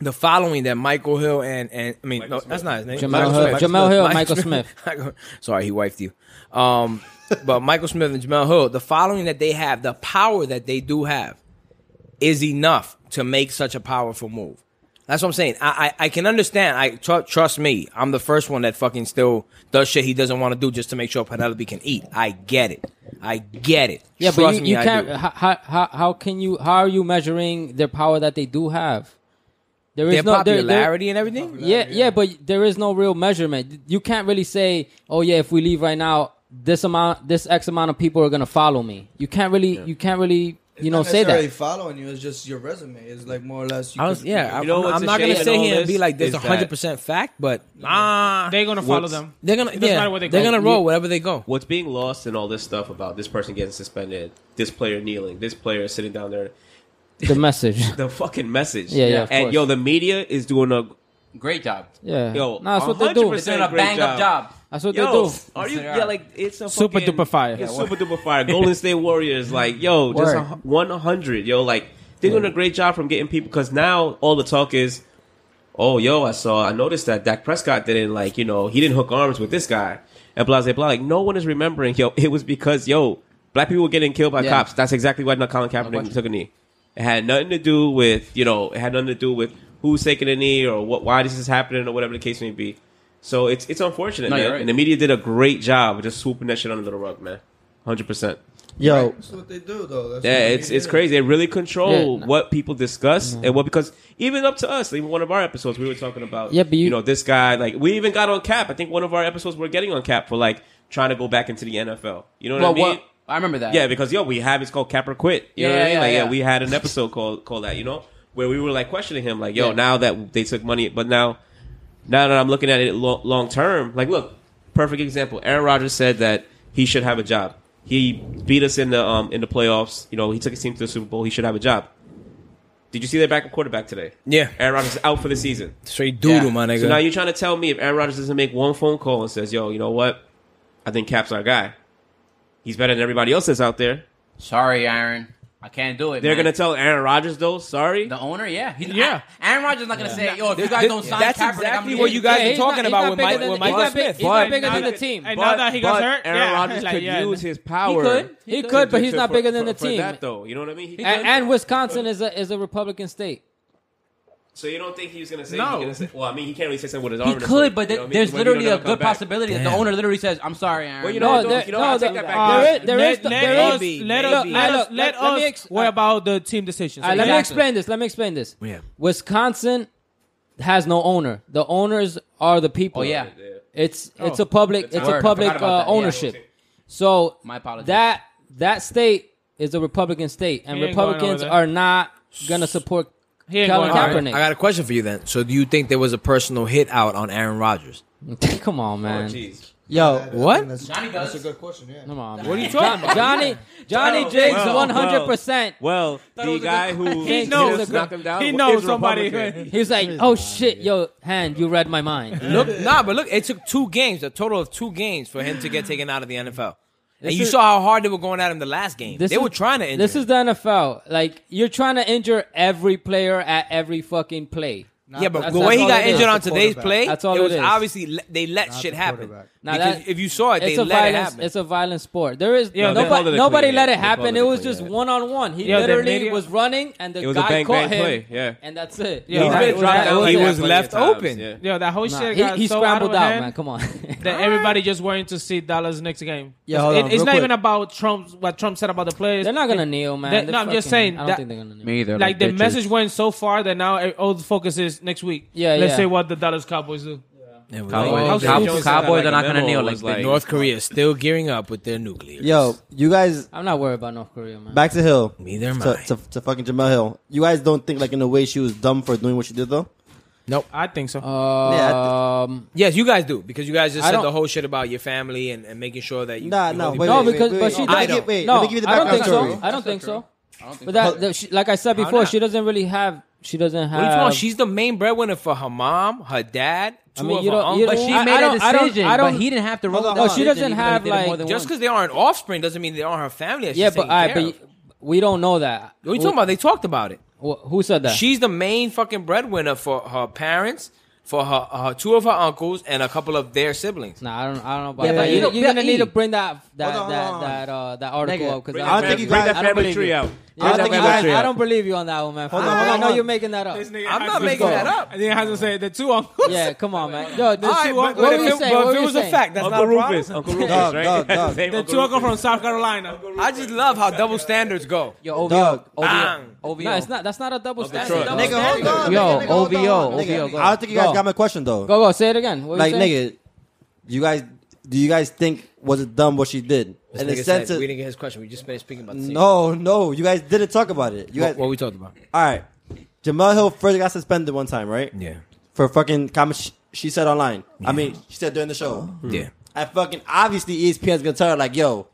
S3: the following that Michael Hill and and I mean, no, that's not his name.
S6: Jamel
S3: Michael
S6: Hill-
S3: Smith.
S6: Jamel Hill and Michael Smith.
S3: Michael- Sorry, he wifed you. Um, but Michael Smith and Jamel Hill, the following that they have, the power that they do have, is enough to make such a powerful move. That's what I'm saying. I I, I can understand. I tr- trust me. I'm the first one that fucking still does shit he doesn't want to do just to make sure Penelope can eat. I get it. I get it.
S6: Yeah, but
S3: Trust
S6: you,
S3: me,
S6: you
S3: I
S6: can't.
S3: do.
S6: How, how how- how can you? How are you measuring their power that they do have? There is
S3: Their
S6: no there- there-
S3: popularity and everything.
S6: yeah, yeah, but there is no real measurement. You can't really say, "Oh yeah, if we leave right now, this amount, this X amount of people are gonna follow me." You can't really, you can't really, you know,
S4: Not
S6: say
S4: necessarily
S6: that.
S4: following you. It's just your resume. It's like more or less. You
S3: I was,
S4: could-
S3: yeah, I'm-
S1: know
S3: I'm,
S1: what's
S3: I'm
S1: a
S3: not
S1: shame
S3: gonna
S1: in
S3: sit
S1: all
S3: here and
S1: this
S3: be like this
S1: is that-
S3: 100 percent fact, but ah,
S2: They're gonna follow
S1: What's-
S2: them.
S3: they're gonna
S2: It doesn't
S3: yeah,
S2: matter where they
S3: they're
S2: go.
S3: gonna roll wherever they go.
S1: What's being lost in all this stuff about this person getting suspended, this player kneeling, this player sitting down there,
S6: The message,
S1: the fucking message.
S6: Yeah, yeah, of
S1: And
S6: course.
S1: yo, the media is doing a
S5: Great job.
S6: yeah,
S1: yo.
S6: no, that's what they do.
S5: They're doing a
S1: great
S5: bang up job.
S6: That's what
S1: Yo,
S6: they do.
S1: are you?
S5: Yes, they
S1: Yeah,
S5: are.
S1: like it's a
S2: Super
S1: fucking-
S2: duper fire.
S1: Yeah,
S2: Yeah,
S1: super duper fire. Golden State Warriors, like yo, just
S5: Word.
S1: a hu- 100. Yo, like they're doing a great job from getting people because now all the talk is, oh, yo, I saw, I noticed that Dak Prescott didn't like, you know, he didn't hook arms with this guy and blah blah blah. Like no one is remembering, yo, it was because yo, black people were getting killed by
S5: Yeah.
S1: cops. That's exactly why not Colin
S5: Like,
S1: Kaepernick
S5: what-
S1: took a knee. It had nothing to do with you know, it had nothing to do with who's taking a knee or what, why this is happening or whatever the case may be. So it's it's unfortunate,
S5: No,
S1: man.
S5: you're right.
S1: And the media did a great job of just swooping that shit under the rug, man. Hundred percent.
S7: Yo,
S4: That's what they do, though. That's
S1: Yeah,
S4: what they
S1: it's it's
S4: do.
S1: crazy. They really control
S6: Yeah. Mm-hmm.
S1: what people discuss and what because even up to us, even one of our episodes, we were talking about.
S6: Yeah, but you-
S1: know this guy. Like we even got on cap. I think one of our episodes we're getting on cap for like trying to go back into the NFL. You know what
S5: Well,
S1: I mean?
S5: what? I remember that.
S1: Yeah, because yo, we have it's called Cap or Quit. You know
S5: Yeah,
S1: what I mean?
S5: yeah,
S1: like, yeah.
S5: yeah.
S1: we had an episode called called that. You know, where we were like questioning him, like, yo,
S5: Yeah.
S1: now that they took money, but now, now that I'm looking at it lo- long term, like, look, perfect example. Aaron Rodgers said that he should have a job. He beat us in the um in the playoffs. You know, he took his team to the Super Bowl. He should have a job. Did you see their backup quarterback today?
S3: Yeah.
S1: Aaron Rodgers is out for the season.
S3: Straight doodle,
S5: Yeah.
S3: my nigga.
S1: So now you're trying to tell me if Aaron Rodgers doesn't make one phone call and says, "Yo, you know what? I think Cap's our guy. He's better than everybody else that's out there."
S5: Sorry, Aaron. I can't do it.
S1: They're
S5: man.
S1: gonna tell Aaron Rodgers though. Sorry,
S5: the owner. Yeah, He's,
S2: Yeah.
S5: I, Aaron Rodgers not gonna say, "Yo, if you guys
S3: This-
S5: don't sign
S3: that's
S5: Kaepernick,
S3: exactly
S5: I'm
S3: what you guys
S6: Yeah,
S3: are
S6: he's not-
S3: talking
S6: he's
S3: about
S6: not
S3: with
S6: bigger
S3: Mike-
S6: than-
S3: with
S6: he's
S3: Michael
S6: not big-
S3: Smith.
S6: He's not bigger than the team.
S2: And
S1: But-
S2: now that Oh, he got
S1: but
S2: hurt,
S1: Aaron
S2: yeah,
S1: Rodgers
S2: like,
S1: could
S2: yeah.
S1: use his power.
S6: He could. He could, but he's
S1: to-
S6: not
S1: for-
S6: bigger than
S1: for-
S6: the
S1: for
S6: team.
S1: that, though, you know what I mean. He
S6: And,
S1: could.
S6: and Wisconsin is a is a Republican state.
S1: so you don't think he was gonna say?
S2: No.
S1: He's gonna say, well, I mean, he can't really say something with his arm.
S5: He
S1: in his
S5: could,
S1: foot,
S5: but
S1: you
S5: th-
S1: know what I mean?
S5: there's
S1: Whether
S5: literally
S1: you
S5: a
S1: know they'll
S5: good
S1: come back.
S5: possibility that the owner literally says, "I'm sorry, Aaron."
S1: Well, you
S6: No,
S1: know,
S6: Oh, there-
S1: what, you know,
S6: no,
S1: I take
S6: there-
S1: that back.
S6: uh,
S1: There
S6: there
S1: is-
S6: is- there
S2: let,
S6: is-
S2: let
S6: there
S2: us,
S6: is-
S2: let
S6: look,
S2: us, let
S6: look,
S2: us,
S6: let
S2: let us
S6: me ex-
S2: worry about the team decisions.
S6: All right, let me
S5: Exactly.
S6: explain this. Let me explain this. Wisconsin has no owner. The owners are the people.
S5: Oh, yeah.
S6: It's
S2: Oh.
S6: it's a public it's
S5: Word, I
S6: a public
S5: forgot about
S6: uh,
S5: that, yeah.
S6: ownership. So
S5: My apologies.
S6: That that state is a Republican state, and
S2: He ain't going
S6: Republicans
S2: over there.
S6: are not gonna support
S2: He ain't
S6: Colin
S2: going
S3: All right,
S6: Kaepernick.
S3: I got a question for you then. So do you think there was a personal hit out on Aaron Rodgers?
S6: Come on,
S1: Oh,
S6: man.
S1: jeez.
S7: yo,
S3: What?
S5: Johnny does.
S4: That's a good question. Yeah.
S6: Come on, man.
S3: What are you talking about?
S6: Johnny Johnny
S1: Well,
S6: Jakes
S1: well,
S6: one hundred percent.
S1: Well,
S5: it
S1: the
S5: was a
S1: guy
S5: good-
S1: who
S6: He
S1: just
S6: knows.
S1: knocked him down
S2: He
S1: is
S2: knows somebody.
S1: Republican.
S6: He was like, "Oh shit, yo, hand, you read my mind."
S3: Look, nah, but look, it took two games, a total of two games, for him to get taken out of the NFL. And
S6: This
S3: you
S6: is-
S3: saw how hard they were going at him the last game.
S6: This
S3: They
S6: is-
S3: were trying to injure.
S6: This
S3: him.
S6: is the NFL. Like you're trying to injure every player at every fucking play.
S3: yeah, but
S6: That's-
S3: the way
S6: that's
S3: he
S6: all
S3: got
S6: it is.
S3: injured on
S4: That's the
S3: today's
S4: quarterback.
S3: play,
S6: That's all
S3: it
S6: it
S3: was
S6: is.
S3: obviously le- they let
S4: Not
S3: shit
S4: the
S3: happen.
S4: quarterback.
S6: Now
S3: because
S6: that-
S3: if you saw it, they
S6: it's a
S3: let
S6: violent,
S3: it happen.
S6: It's a violent sport. There is
S2: Yeah, they
S1: called it
S6: nobody,
S1: a
S6: nobody
S1: clean
S6: let
S1: hit.
S6: it
S1: They called
S6: happen.
S1: it
S6: It
S1: a
S6: was
S1: clean
S6: just
S1: hit.
S6: one on one. He
S2: Yeah, the
S6: literally
S2: media-
S6: was running, and the
S1: It was a
S6: guy
S1: bang
S6: caught
S1: bang
S6: him,
S1: play. Yeah.
S6: and that's it.
S2: Yeah, He's
S6: That
S2: been
S6: was-
S2: dropped
S6: that
S2: out.
S6: was
S3: He
S6: it.
S3: was
S1: Plenty
S3: left
S1: of times,
S3: open.
S1: yeah.
S2: Yo, that whole
S6: Nah,
S2: shit
S6: he,
S2: got
S6: he
S2: so out
S6: scrambled
S2: of
S6: out,
S2: hand
S6: man. Come on.
S2: That everybody just worrying to see Dallas next game.
S7: Yeah, hold
S2: It-
S7: on,
S2: it's
S7: real
S2: not
S7: quick.
S2: even about Trump. What Trump said about the players.
S6: they're not gonna kneel, man.
S2: That-
S6: They're
S2: no, I'm just
S6: fucking-
S2: saying
S6: I don't
S2: that-
S6: think they're gonna kneel.
S5: Me either.
S2: like the message went so far that now eh, all the focus is next week.
S6: Yeah,
S2: Let's
S6: yeah.
S2: see what the Dallas Cowboys do.
S3: It was
S5: Cowboys-
S3: like-
S2: How
S5: Cow-
S2: stupid.
S5: Cowboys are
S1: Like
S5: not
S1: a
S5: gonna
S1: memo
S5: kneel
S1: was
S5: like
S1: like-
S5: they
S3: North Korea is still gearing up with their nuclear.
S7: yo, you guys.
S6: I'm not worried about North Korea, man.
S7: Back to Hill.
S3: Neither am
S7: to,
S3: I.
S7: to, to fucking Jamel Hill. You guys don't think like in a way she was dumb for doing what she did though?
S2: I think so.
S6: Um,
S3: Yes, you guys do because you guys just
S6: I
S3: said
S6: don't-
S3: the whole shit about your family and, and making sure that you.
S7: Nah,
S3: you
S7: no,
S3: know,
S7: wait,
S6: no,
S7: wait,
S6: because
S7: wait,
S6: but
S7: wait.
S6: she
S7: No,
S3: I
S6: doesn't.
S3: don't.
S7: Wait,
S6: no,
S7: let me give you the
S6: I don't
S7: background
S6: think so.
S7: story.
S6: I don't think so.
S5: don't
S6: But that, that she, like I said before,
S3: not?
S6: she doesn't really have. She doesn't have.
S3: What do you want? She's the main breadwinner for her mom, her dad, two
S6: I mean,
S3: of
S6: you
S3: her
S6: don't- you
S3: uncles.
S5: But she
S6: I- I
S5: made a
S6: don't- I don't-
S5: decision.
S6: I don't-
S5: but he didn't have to roll
S7: Hold
S5: that
S7: on.
S5: decision.
S6: Oh, she doesn't
S5: because
S6: have,
S5: he did it more
S6: like-
S5: than
S3: just
S5: once.
S3: because they aren't offspring doesn't mean they aren't her family. that
S6: yeah,
S3: she's
S6: but
S3: taking
S6: I
S3: care
S6: but
S3: of.
S6: we don't know that.
S3: What are you
S6: Who-
S3: talking about? They talked about it.
S6: wh- Who said that?
S3: She's the main fucking breadwinner for her parents, for her, her two of her uncles, and a couple of their siblings.
S6: Nah, I don't, I don't know about
S7: Yeah,
S6: that.
S7: but
S6: you
S7: you
S6: are
S7: don't-
S6: gonna
S7: but
S6: need
S7: E.
S6: to bring that that
S7: Hold on,
S6: that
S7: hold on.
S6: that, uh, that article
S7: Nigga,
S6: up because
S7: bring
S6: I
S7: that
S6: don't
S7: fam-
S6: think
S7: you
S1: Bring
S7: guys-
S1: that
S7: I don't
S1: family
S7: believe
S1: tree
S7: you.
S1: out.
S6: I don't,
S7: think
S6: think
S7: you
S6: I,
S7: guys-
S6: I don't believe you on that one, man.
S7: Hold on,
S6: I,
S7: hold on,
S6: know
S7: hold on.
S6: you're making that up.
S3: I'm not making
S7: go.
S3: that up.
S2: And then has to say the two uncles.
S6: Yeah, come on, man. Yo, the
S3: All
S6: two-
S3: right, but,
S6: what
S3: but
S6: were
S3: if
S6: you
S3: it,
S6: saying?
S3: but
S6: What
S3: if it
S6: were you
S3: was a
S6: saying?
S3: fact, that's
S1: Uncle
S3: not a problem.
S1: Rufus. Uncle Rufus,
S7: Dog,
S1: right?
S7: dog, dog.
S1: Same
S2: The
S1: Uncle
S2: two uncles
S1: Rufus.
S2: from South Carolina.
S3: I just love how double standards go.
S5: Yo, OVO,
S7: Dog.
S5: OVO,
S3: Bang.
S5: OVO.
S6: No, it's not. That's not a double standard.
S1: Detroit.
S6: Double-
S7: Nigga, hold on.
S5: Yo,
S7: nigga, nigga, hold on,
S5: OVO,
S7: hold on, nigga.
S5: OVO, go.
S7: I don't think you guys
S6: Go.
S7: got my question though.
S6: Go go, say it again. What were
S7: Like
S6: you saying?
S7: nigga, you guys, do you guys think was it dumb what she did?
S3: This
S7: In the
S3: nigga
S7: sense
S3: said-
S7: of
S3: we didn't get his question. We just finished speaking about the same
S7: no, no, you guys didn't talk about it. You
S3: shit.
S7: guys,
S3: What, what we talked about?
S7: all right. Jamel Hill first got suspended one time, right?
S3: Yeah,
S7: For fucking comments sh- she said online. I mean, she said during the show.
S3: yeah.
S7: I fucking obviously E ESPN's gonna tell her like, yo,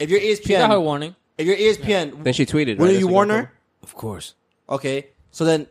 S7: if you're E
S6: She got her
S7: ESPN,
S6: warning.
S7: if you're E ESPN,
S5: Then she tweeted.
S7: wouldn't you warn her?
S3: Of course.
S7: Okay, so then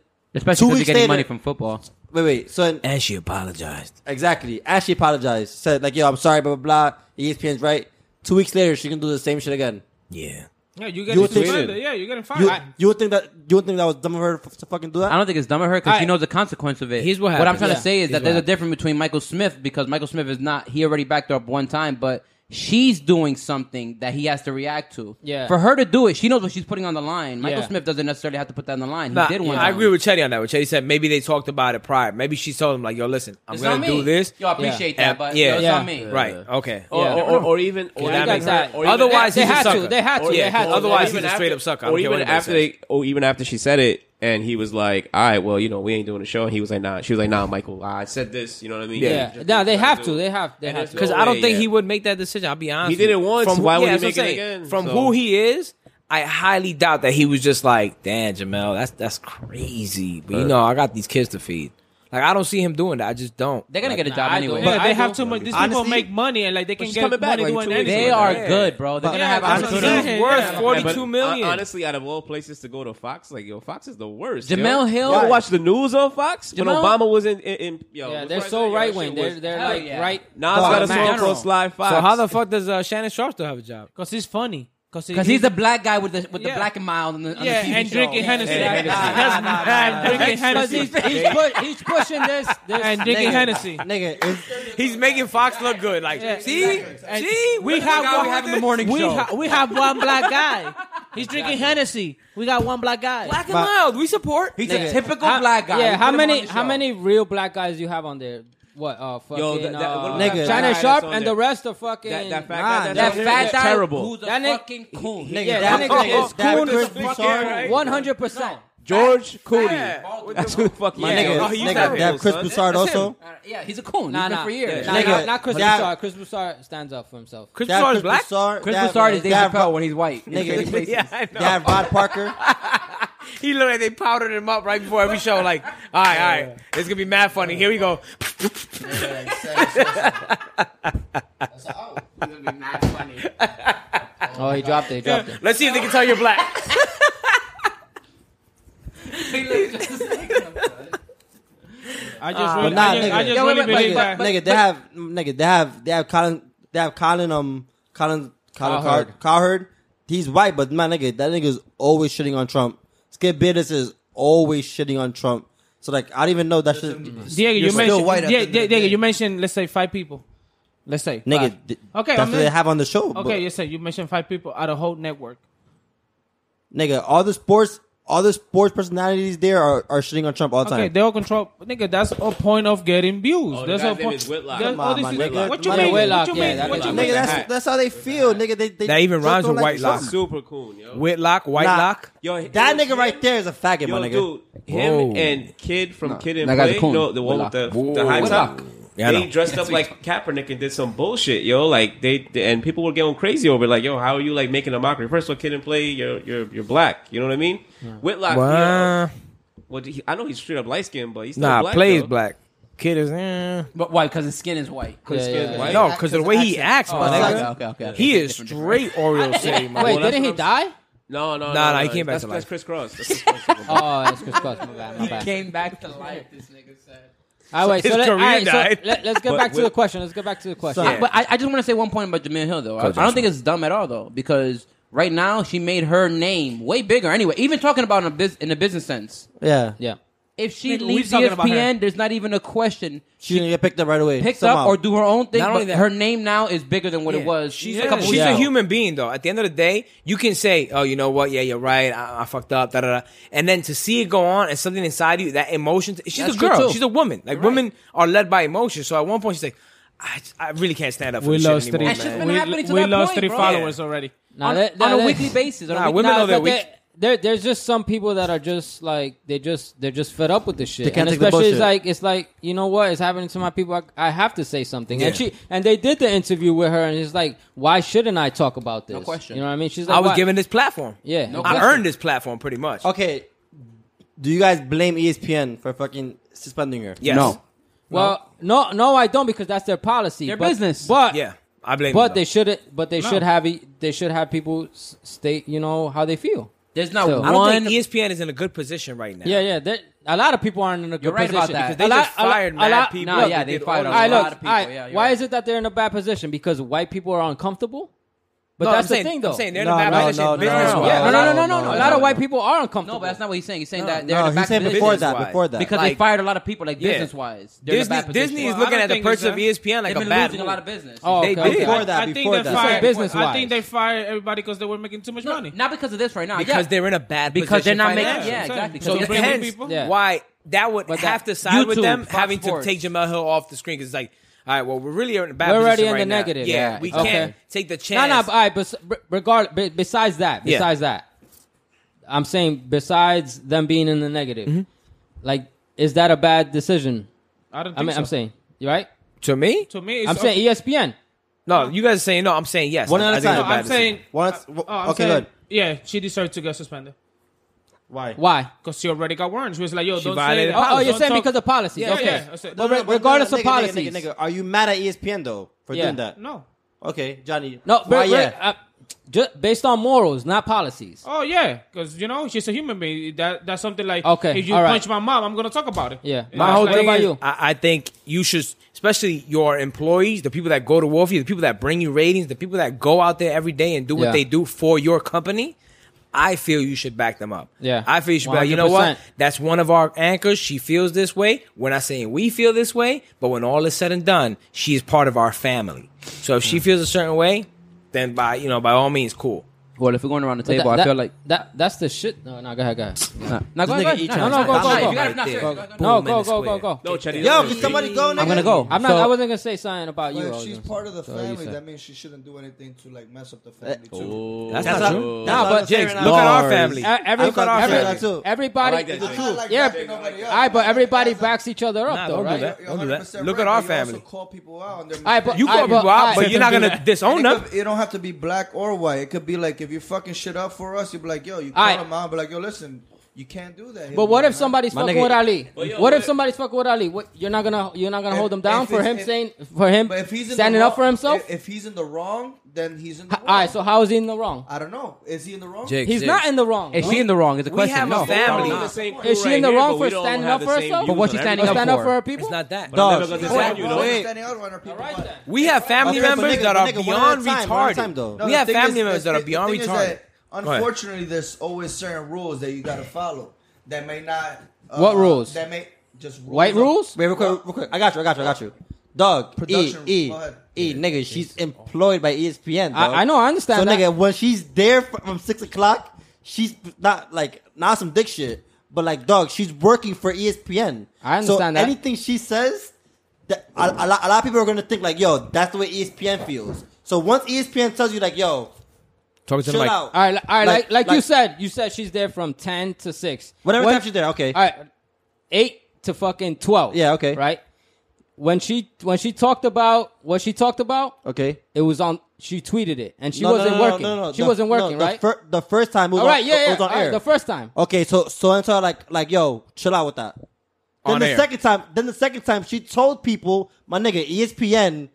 S7: Two
S5: Especially because
S7: weeks
S5: you're getting
S7: later-
S5: money from football.
S7: wait, wait. So then,
S3: And she apologized.
S7: exactly, as she apologized, said like, yo, I'm sorry, blah blah E blah. ESPN's right. Two weeks later, she can do the same shit again.
S3: Yeah.
S2: Yeah, you
S7: You
S2: getting
S7: would think-
S2: suspended. Yeah, you're getting fired.
S7: You, you would think that you would think that was dumb of her f- to fucking do that.
S5: I don't think it's dumb of her because she
S6: Alright.
S5: knows the consequence of it.
S3: Here's what
S5: What I'm
S3: happens.
S5: trying
S3: Yeah.
S5: to say is
S3: Here's
S5: that
S3: what
S5: there's a
S3: happens.
S5: difference between Michael Smith because Michael Smith is not. He already backed her up one time, but she's doing something that he has to react to.
S6: Yeah.
S5: For her to do it, she knows what she's putting on the line. Michael
S6: Yeah.
S5: Smith doesn't necessarily have to put that on the line. He
S3: Nah,
S5: did one.
S3: I
S5: time.
S3: agree with Chetty on that. What Chetty said, maybe they talked about it prior. Maybe she told him like, "Yo, listen, I'm
S5: It's
S3: gonna
S5: not
S3: do
S5: me.
S3: this."
S5: Yo, I appreciate
S3: Yeah.
S5: that, but
S3: Yeah.
S5: yo, it's
S6: Yeah.
S5: not me.
S3: Right. Okay.
S1: Or,
S6: Yeah.
S1: or, or, or even or
S6: Yeah, I
S1: even
S6: got that.
S1: or even-
S3: Otherwise,
S6: they
S3: he's a
S6: had
S3: sucker.
S6: to. They had to.
S1: Or
S6: They
S1: even-
S6: had to.
S1: or
S3: Otherwise,
S1: even
S3: he's a
S1: after-
S3: straight-up sucker. I
S1: Or
S3: don't care what
S1: even
S3: anybody
S1: after
S3: says.
S1: they, or even after she said it, and he was like, "All right, well, you know, we ain't doing the show." And he was like, "Nah." She was like, "Nah, Michael, I said this." You know what I mean?
S6: Yeah.
S1: Just-
S6: No, they
S1: just
S6: have
S1: do
S6: to.
S1: it.
S6: They have. They
S1: And
S6: have
S1: it's
S6: to.
S3: Because I don't
S1: way,
S3: think
S1: yeah.
S3: he would make that decision. I'll be honest.
S1: He did
S3: with
S1: it
S3: you.
S1: once,
S3: who-
S1: why would he
S3: that's what
S1: make
S3: I'm
S1: it
S3: saying.
S1: again?
S3: From
S1: So-
S3: who he is, I highly doubt that he was just like, "Damn, Jamel, that's that's crazy." But you know, I got these kids to feed. Like, I don't see him doing that. I just don't.
S5: They're gonna
S3: Like,
S5: get a job
S6: I
S5: anyway.
S6: don't-
S2: But
S6: I
S2: they
S6: do.
S2: have too much. These people
S7: Honestly-
S2: make money and like they can
S1: she's
S2: get
S1: coming back,
S2: money
S1: like,
S2: doing
S1: two weeks
S2: anything.
S5: They are
S3: Yeah.
S5: good, bro. They're gonna
S2: Yeah,
S5: have
S2: that's what I'm
S5: opportunities.
S2: saying.
S3: He's worth
S2: Yeah.
S5: uh,
S1: Yeah, but
S3: forty-two million.
S1: hon- honestly, out of all places to go to Fox, like yo, Fox is the worst.
S5: Jamel
S1: yo.
S5: Hill-
S1: Y'all watch the news on Fox when
S5: Jamel-
S1: Obama was in. in, in yo,
S6: Yeah,
S1: was
S6: they're
S1: president,
S6: so
S1: yo,
S6: right
S1: shit was-
S6: wing. They're they're
S5: Hell
S6: like
S5: yeah.
S6: right.
S1: Nas got a
S5: Fox.
S1: song called Sly Fox.
S3: so how the fuck does uh, Shannon Sharp still have a job?
S2: Because he's funny. Because
S5: Because he's the black guy with the with
S2: Yeah.
S5: the black and mild on the, on
S2: yeah,
S5: the TV
S2: and
S5: show.
S2: drinking Hennessy.
S1: And
S2: That's
S1: Hennessy.
S2: that's mad. Drinking
S6: Because
S2: Hennessy
S6: he's, he's, pu- he's pushing this. this
S5: Ah,
S2: and drinking
S7: Nigga.
S2: Hennessy.
S7: Nigga, it's,
S3: He's making Fox look good. Like,
S2: Yeah.
S3: see,
S2: And
S3: see,
S2: we
S3: Look
S2: have
S3: how
S2: one-
S3: we have in the morning
S2: We
S3: show.
S2: ha- we have one black guy. He's drinking Hennessy. We got one black guy.
S3: Black and
S7: But-
S3: loud. We support.
S5: He's
S7: Nigga.
S5: a typical black guy.
S6: Yeah,
S5: We
S6: how
S5: put him on
S6: many
S5: the show.
S6: how many real black guys you have on there? What? Uh, fucking,
S1: Yo, that- that-
S6: uh,
S1: what about
S7: that Nigga.
S6: Shannon
S1: guy
S6: Sharp
S1: that's on
S6: and
S1: there?
S6: the rest are fucking.
S1: that, that fat
S7: Nah,
S1: guy,
S5: That
S1: that's on there,
S5: fat
S1: that's
S5: guy
S1: terrible.
S5: who's a
S6: That nigga-
S5: fucking coon.
S7: nigga, that,
S6: yeah, that nigga is
S7: that
S6: cool
S7: Chris
S6: as
S7: Broussard-
S3: right?
S6: One hundred percent.
S1: George Cooley.
S3: Yeah.
S1: That's who the fuck
S7: My
S1: he is.
S7: nigga,
S3: Oh, he's
S7: nigga,
S3: that
S7: that
S1: big,
S7: Chris
S1: son.
S7: Broussard
S3: That's
S7: also.
S5: Uh, Yeah, he's a coon.
S6: Nah,
S5: He's
S6: nah,
S5: been for years.
S6: Nah,
S7: Nigga,
S6: not, not Chris
S7: that-
S6: Broussard. Chris Broussard stands up for himself.
S3: Chris
S7: That
S3: Broussard is black.
S7: Broussard-
S5: Chris
S7: that-
S5: Broussard is Dave
S7: that-
S5: Chappelle when he's white.
S7: Nigga,
S5: Nigga,
S3: Yeah, I know.
S7: That Rod Parker.
S3: He looked like they powdered him up right before every show. Like, all right, all right, it's gonna be mad funny. Here we go.
S6: Oh, he dropped it. He dropped it.
S3: Let's see if they can tell you're black.
S2: I
S9: Ah.
S2: just,
S7: Ah. But
S2: really,
S7: nah,
S2: I just,
S7: nigga.
S2: I just
S7: Yo,
S2: really
S5: wait, wait,
S2: believe
S7: nigga,
S2: that.
S7: nigga, they have nigga, they have they have Colin they have Colin um Colin Colin Cowherd.
S6: Cowherd.
S7: Cowherd. He's white, but my nigga, that nigga is always shitting on Trump. Skip Bayless is always shitting on Trump. So like, I don't even know that shit.
S2: Diego, you
S7: You're still
S2: mentioned.
S4: white at the
S2: yeah,
S4: end of the
S2: Diego,
S4: day.
S2: you mentioned. Let's say five people. Let's say
S7: Nigga,
S2: five.
S7: th-
S2: Okay,
S7: that's
S2: I'm
S7: what they
S2: in.
S7: have on the show. but-
S2: Okay, you said you mentioned five people out of whole network.
S7: nigga, all the sports, all the sports personalities there are, are shitting on Trump all the
S2: Okay,
S7: time.
S2: they all control. Nigga, that's a point of getting views.
S1: Oh, the
S2: that's
S1: guy's
S2: a
S1: name
S2: point.
S1: is Whitlock.
S2: that's-
S1: Come
S2: all
S7: on,
S2: this
S7: my
S2: is-
S7: nigga.
S2: What you
S7: My
S2: mean?
S6: Whitlock,
S2: What you
S6: yeah,
S2: mean?
S6: that
S2: What you
S7: Nigga,
S1: Whitlock.
S2: mean?
S7: that's that's how they feel. Nigga, they, they
S3: That even
S7: Trump
S3: rhymes
S7: don't
S3: with
S7: like
S3: White Lock.
S7: Trump.
S1: Super cool, yo.
S3: Whitlock,
S7: Nah.
S3: Whitelock.
S1: Yo,
S7: That
S1: yo,
S7: nigga right there is a faggot,
S1: Yo,
S7: my nigga.
S1: dude, him
S3: Whoa.
S1: and Kid from Kid and
S5: that guy's a
S1: Play,
S5: coon.
S1: no, the one with the, the high top.
S3: Yeah, I
S1: they
S3: know.
S1: dressed up like Kaepernick and did some bullshit, yo. Like they and people were going crazy over, it, like, yo, how are you like making a mockery? First of all, Kid and Play, you're you're you're black. You know what I mean? Whitlock, yo,
S3: Wow.
S1: well, he, I know he's straight up light skinned but he's still
S3: Nah,
S1: black.
S3: Play is
S1: though.
S3: black. Kid is eh.
S5: But why? Because his skin is white.
S6: Yeah, yeah, yeah.
S1: White.
S3: no, because of the way he acts, my
S5: Oh, okay,
S3: nigga.
S5: okay, okay, okay.
S3: He is straight Oreo City, my
S6: Wait,
S3: nigga.
S1: that's
S6: didn't he
S1: what I'm
S6: die?
S1: No, no, no,
S3: Nah,
S1: no,
S3: nah, he came back
S1: that's,
S3: to
S1: that's
S3: life.
S1: Chris Cross. That's Chris Cross.
S6: Oh, that's Chris Cross. My bad. My bad.
S5: Came back to life. This nigga said.
S6: All right,
S3: His
S6: so, let, all
S3: career
S6: right, so
S3: died.
S6: let, us get
S1: But
S6: back to
S1: with-
S6: the question. Let's get back to the question.
S7: So- Yeah.
S5: But I, I just want to say one point about Jamil Hill, though. I, I don't think it's dumb at all, though, because right now she made her name way bigger. Anyway, even talking about in a, bus- in a business sense,
S7: Yeah,
S6: yeah.
S5: if she
S2: Nigga, we
S5: leaves E
S2: talking about her.
S5: ESPN, there's not even a question.
S7: she didn't get picked up right away.
S5: Picked
S7: somehow.
S5: up or do her own thing.
S3: Not only
S5: But
S3: that-
S5: her name now is bigger than what
S3: Yeah.
S5: it was.
S3: She's,
S5: a couple
S3: she's
S5: weeks
S3: a
S5: ago.
S3: human being, though. At the end of the day, you can say, "Oh, you know what? Yeah, you're right. I, I fucked up." Da da da. And then to see it go on and something inside you, that emotion. She's
S5: That's
S3: a
S5: true,
S3: girl.
S5: too.
S3: She's a woman. Like women are led by emotion. So at one point, she's like, "I, I really can't stand up for
S2: We
S3: this
S2: lost
S3: shit
S2: three.
S3: anymore,
S5: That's just
S3: man."
S5: been happening to
S2: we
S5: that
S2: lost
S5: point,
S2: three
S5: bro.
S2: followers already.
S6: Nah,
S5: on,
S6: that-
S5: on
S6: that-
S5: a weekly basis. On a
S3: Nah,
S5: weekly-
S3: women
S5: nah,
S3: are
S5: it's
S3: that
S5: not
S3: weak.
S5: that-
S6: there, there's just some people that are just like they just they're just fed up with this shit.
S7: They can't
S6: and
S7: take the
S6: especially it's
S7: bullshit.
S6: like it's like you know what is happening to my people. I, I have to say something. And
S3: Yeah.
S6: she and they did the interview with her, and it's like, why shouldn't I talk about this?
S5: question.
S6: You know what I mean? She's like,
S3: I was
S6: why-
S3: given this platform.
S6: yeah, no
S3: I earned this platform pretty much.
S7: Okay, do you guys blame E ESPN for fucking suspending her?
S3: Yes.
S7: No.
S6: Well, no, no, I don't because that's their policy.
S5: Their
S6: but,
S5: business.
S6: But
S3: Yeah, I blame.
S6: but
S3: them,
S6: they
S3: though.
S6: shouldn't. But they should have. e- They should have people s- state. You know how they feel.
S5: There's not
S6: So-
S5: one.
S3: I don't think E ESPN is in a good position right now.
S6: Yeah, yeah. that- A lot of people aren't in a good
S5: You're right about
S6: position
S5: that.
S6: because
S3: They
S6: a lot,
S3: just
S6: a lot-
S3: fired
S6: a
S3: mad
S6: lot-
S3: people.
S5: nah,
S3: Look,
S5: yeah,
S3: they
S5: they
S3: did
S5: fired
S3: all
S5: a
S3: that.
S5: lot
S6: I
S5: of
S6: look.
S5: people.
S6: I-
S5: yeah, you're
S6: why
S5: right.
S6: is it that they're in a bad position? Because white people are uncomfortable. But
S3: No,
S6: that's
S3: I'm
S6: the
S3: saying,
S6: thing, though.
S3: I'm saying they're
S7: No,
S3: in the back
S7: no,
S3: of the
S7: no,
S3: shit.
S7: no,
S3: business
S7: no,
S3: wise.
S6: yeah, no, no, no, no, no,
S5: No,
S6: A
S5: no,
S6: lot of
S5: no.
S6: white people are uncomfortable.
S5: No, but that's not what he's saying. He's saying that they're
S7: No,
S5: in the
S7: he
S5: back
S7: said
S5: position
S7: before that.
S3: Business-wise.
S7: Before that.
S5: because they
S6: Like-
S5: fired a lot of people, like
S3: Yeah.
S5: business wise. They're in the
S3: Disney,
S5: back position.
S3: Disney
S2: Well,
S3: is
S2: I
S3: looking
S2: don't
S3: at the
S2: think
S3: purchase
S2: it's
S3: of
S6: E
S2: that.
S3: ESPN
S5: They've
S3: like
S5: been
S3: a bad.
S5: losing a lot of business.
S6: Oh, okay,
S3: They
S6: okay.
S3: did.
S7: Before that,
S2: I think
S7: before
S2: they
S7: that.
S2: fired.
S6: Business
S2: I
S6: wise.
S2: think they fired everybody because they were making too much
S5: No,
S2: money.
S5: not because of this right now.
S3: because
S5: yeah.
S3: they're in a bad
S5: Because they're
S3: position
S5: not making-
S3: financially.
S5: yeah,
S2: I'm saying.
S5: exactly.
S3: So
S5: Because
S2: they're
S5: they're
S2: paying
S3: hence
S2: people.
S6: Yeah.
S3: why that would
S6: But that-
S3: have to side with
S5: YouTube,
S3: them
S5: Fox
S3: having
S5: Sports.
S3: to take Jamel Hill off the screen because it's like, all right, well, we're really in a bad
S6: We're
S3: position
S6: already in
S3: right
S6: the
S3: now.
S6: negative.
S3: Yeah,
S6: Yeah.
S3: we
S6: Okay.
S3: can't take the
S6: No,
S3: chance.
S6: no, but, all right, but but regard, be- besides that,
S3: Yeah.
S6: besides that, I'm saying besides them being in the negative, like, is that a bad decision?
S2: I don't. Think
S6: I mean,
S2: so.
S6: I'm saying, you right?
S3: to me,
S2: to me, it's
S6: I'm saying E ESPN.
S3: no, you guys are saying no. I'm saying yes.
S7: One
S3: I-
S7: at a
S3: I think it's
S7: time.
S2: No,
S7: a
S2: I'm
S3: bad decision.
S2: saying.
S7: One-
S2: Oh, I'm
S7: okay,
S2: saying,
S7: good.
S2: Yeah, she deserved to get suspended
S7: Why?
S6: Why?
S2: because she already got warned. She was like, "Yo, don't say
S3: violated
S2: that.
S3: the
S6: Oh,
S3: policy.
S6: you're
S2: Don't
S6: saying
S2: talk-
S6: because of policies?
S2: Yeah,
S6: okay.
S2: yeah, I said-
S6: But
S7: No, no, but
S6: regardless
S7: nigga,
S6: of
S7: nigga, nigga,
S6: policies.
S7: nigga, nigga, are you mad at E ESPN though for
S6: Yeah.
S7: doing that?
S2: No.
S7: Okay, Johnny.
S6: No,
S7: why?
S6: but,
S7: yeah.
S6: uh, ju- based on morals, not policies.
S2: Oh yeah, because you know she's a human being. That that's something like
S6: Okay,
S2: If you
S6: all right.
S2: punch my mom, I'm gonna talk about it.
S6: Yeah.
S2: You
S6: My
S2: know,
S3: My whole
S2: like-
S3: thing
S6: about
S3: is,
S6: you?
S3: I, I think you should, especially your employees, the people that go to war for you, the people that bring you ratings, the people that go out there every day and do what
S6: Yeah.
S3: they do for your company. I feel you should back them up.
S6: Yeah.
S3: I feel you should be like, you know what?
S6: 100%.
S3: That's one of our anchors. She feels this way. We're not saying we feel this way, but when all is said and done, she is part of our family. So if she
S5: Hmm.
S3: feels a certain way, then by you know, by all means, cool.
S5: Well, if we're going around the
S6: But
S5: table,
S6: that-
S5: I feel like
S6: that that's the shit. No, no, go ahead, go ahead.
S5: Nah, go
S7: This nigga
S5: ahead, go
S7: eat
S5: ahead.
S7: your
S5: No, no, go,
S7: time.
S5: go,
S7: Time right
S5: go. You gotta- no,
S7: there.
S5: seriously, go, go.
S6: No,
S3: Boom
S6: go,
S3: in the
S6: go, go,
S3: square.
S6: go.
S1: No, Chetty.
S7: Yo,
S1: don't
S7: can
S1: do
S7: somebody go?
S5: I'm
S7: nigga?
S5: gonna go.
S6: I'm not. I wasn't gonna say something about you.
S4: But
S6: I
S4: if
S6: was
S4: she's
S6: gonna-
S4: part of the
S6: So you
S4: family,
S6: said-
S4: that means she shouldn't do anything to like mess up the
S6: Eh,
S4: family too.
S1: That's
S3: That's
S7: not
S3: not
S7: true.
S3: true.
S7: That's
S3: No,
S7: what I'm
S3: but
S7: saying
S3: Jakes,
S7: right
S3: look
S7: now.
S3: at our
S7: Lord.
S3: family.
S6: E- every-
S7: Look at our
S6: every-
S7: family too.
S1: I
S6: everybody.
S1: like that
S6: All
S1: shit.
S4: I don't like
S6: Yeah.
S4: wrapping nobody up.
S6: right, but everybody
S4: That's a-
S6: backs each other up,
S3: Nah,
S6: though,
S3: don't do
S6: right?
S3: that.
S4: you're
S3: Don't do that.
S4: 100%
S3: Look
S4: right,
S3: at our
S4: but
S3: family.
S4: You also call people out on their
S6: All right, but
S3: You
S6: all
S3: call
S6: right, but,
S3: people out,
S6: all
S3: but
S6: right.
S3: you're not gonna disown
S4: And
S3: them.
S4: it, could, it don't have to be black or white. It could be like if you fucking shit up for us, you'd be like, yo, you call
S6: Alright.
S4: him out, be like, yo, listen, you can't do that.
S6: But what if somebody's
S7: My
S6: fucking
S7: nigga-
S6: with Ali?
S1: But yo,
S6: what if
S1: what-
S6: somebody's fucking with Ali? What you're not gonna you're not gonna
S4: If-
S6: hold him down
S4: if
S6: for
S4: it's-
S6: him
S4: if-
S6: saying for him
S4: But if he's in the
S6: standing
S4: wrong,
S6: up for himself?
S4: If, if he's in the wrong, then he's in the
S6: H-
S4: wrong.
S6: all right, so how is he in the wrong?
S4: I don't know. Is he in the wrong?
S6: He's not in the wrong.
S5: Is she in the wrong? Is the
S3: We
S5: question?
S3: have a
S5: no.
S3: fam- family.
S1: We're the same crew
S6: Is she in the
S1: right
S6: wrong
S1: here, but we
S6: for
S1: don't
S6: standing
S1: have
S6: up
S1: the
S6: for
S1: same
S6: herself?
S1: views
S5: But what's she
S1: on
S5: standing
S1: everything.
S5: up
S6: stand up
S5: for?
S6: for her people.
S3: It's not that.
S1: I'm
S7: Dog,
S1: never gonna
S7: she's
S4: Oh,
S1: defend
S7: not
S1: you,
S4: well,
S1: though.
S7: wrong.
S4: standing out on our people.
S6: All right,
S4: but-
S6: then.
S3: We have family
S7: Okay, so
S3: members
S7: nigga,
S3: that are
S7: nigga, one at
S3: beyond
S7: a time, one at a time,
S3: retarded.
S7: though.
S4: No,
S3: we
S4: the
S3: have
S4: thing
S3: family
S4: is-
S3: members that
S4: the-
S3: are
S4: the
S3: beyond
S4: thing is
S3: retarded.
S4: that,
S3: ahead.
S4: unfortunately, there's always certain rules that you gotta follow that may not. Uh,
S6: What rules?
S4: That may just rules
S6: White
S4: of-
S6: rules?
S7: Wait, real quick, real quick. I got you. I got you. I got you. Dog, E,
S4: Production,
S7: E,
S4: go ahead.
S7: E, nigga, she's employed by E ESPN.
S6: I-
S7: dog.
S6: I know, I understand
S7: So,
S6: that.
S7: nigga, when she's there fr- from six o'clock, she's not like not some dick shit, but like, dog, she's working for E ESPN.
S6: I
S7: so
S6: understand that.
S7: Anything she says, that a, a, lot, a lot of people are gonna think like, yo, that's the way E ESPN feels. So once E ESPN tells you like, yo,
S3: Talk
S7: chill out,
S6: All right, li- all right, like,
S7: Like-
S6: like, you
S7: like-
S6: said, you said she's there from ten to six.
S7: whatever
S6: What-
S7: time she's there, okay.
S6: All right, eight to fucking twelve.
S7: Yeah, okay.
S6: Right. When she when she talked about what she talked about,
S7: Okay.
S6: it was on. She tweeted it, and she wasn't working. She
S7: The-
S6: wasn't
S7: no,
S6: working,
S7: the
S6: right?
S7: fir- the first time, it was
S6: all right,
S7: on-
S6: yeah,
S7: it
S6: yeah.
S7: was on
S6: all right,
S7: air.
S6: the first time.
S7: Okay, so so and so like like yo, chill out with that. Then
S3: On
S7: the
S3: air.
S7: second time, then the second time she told people, my nigga, E ESPN,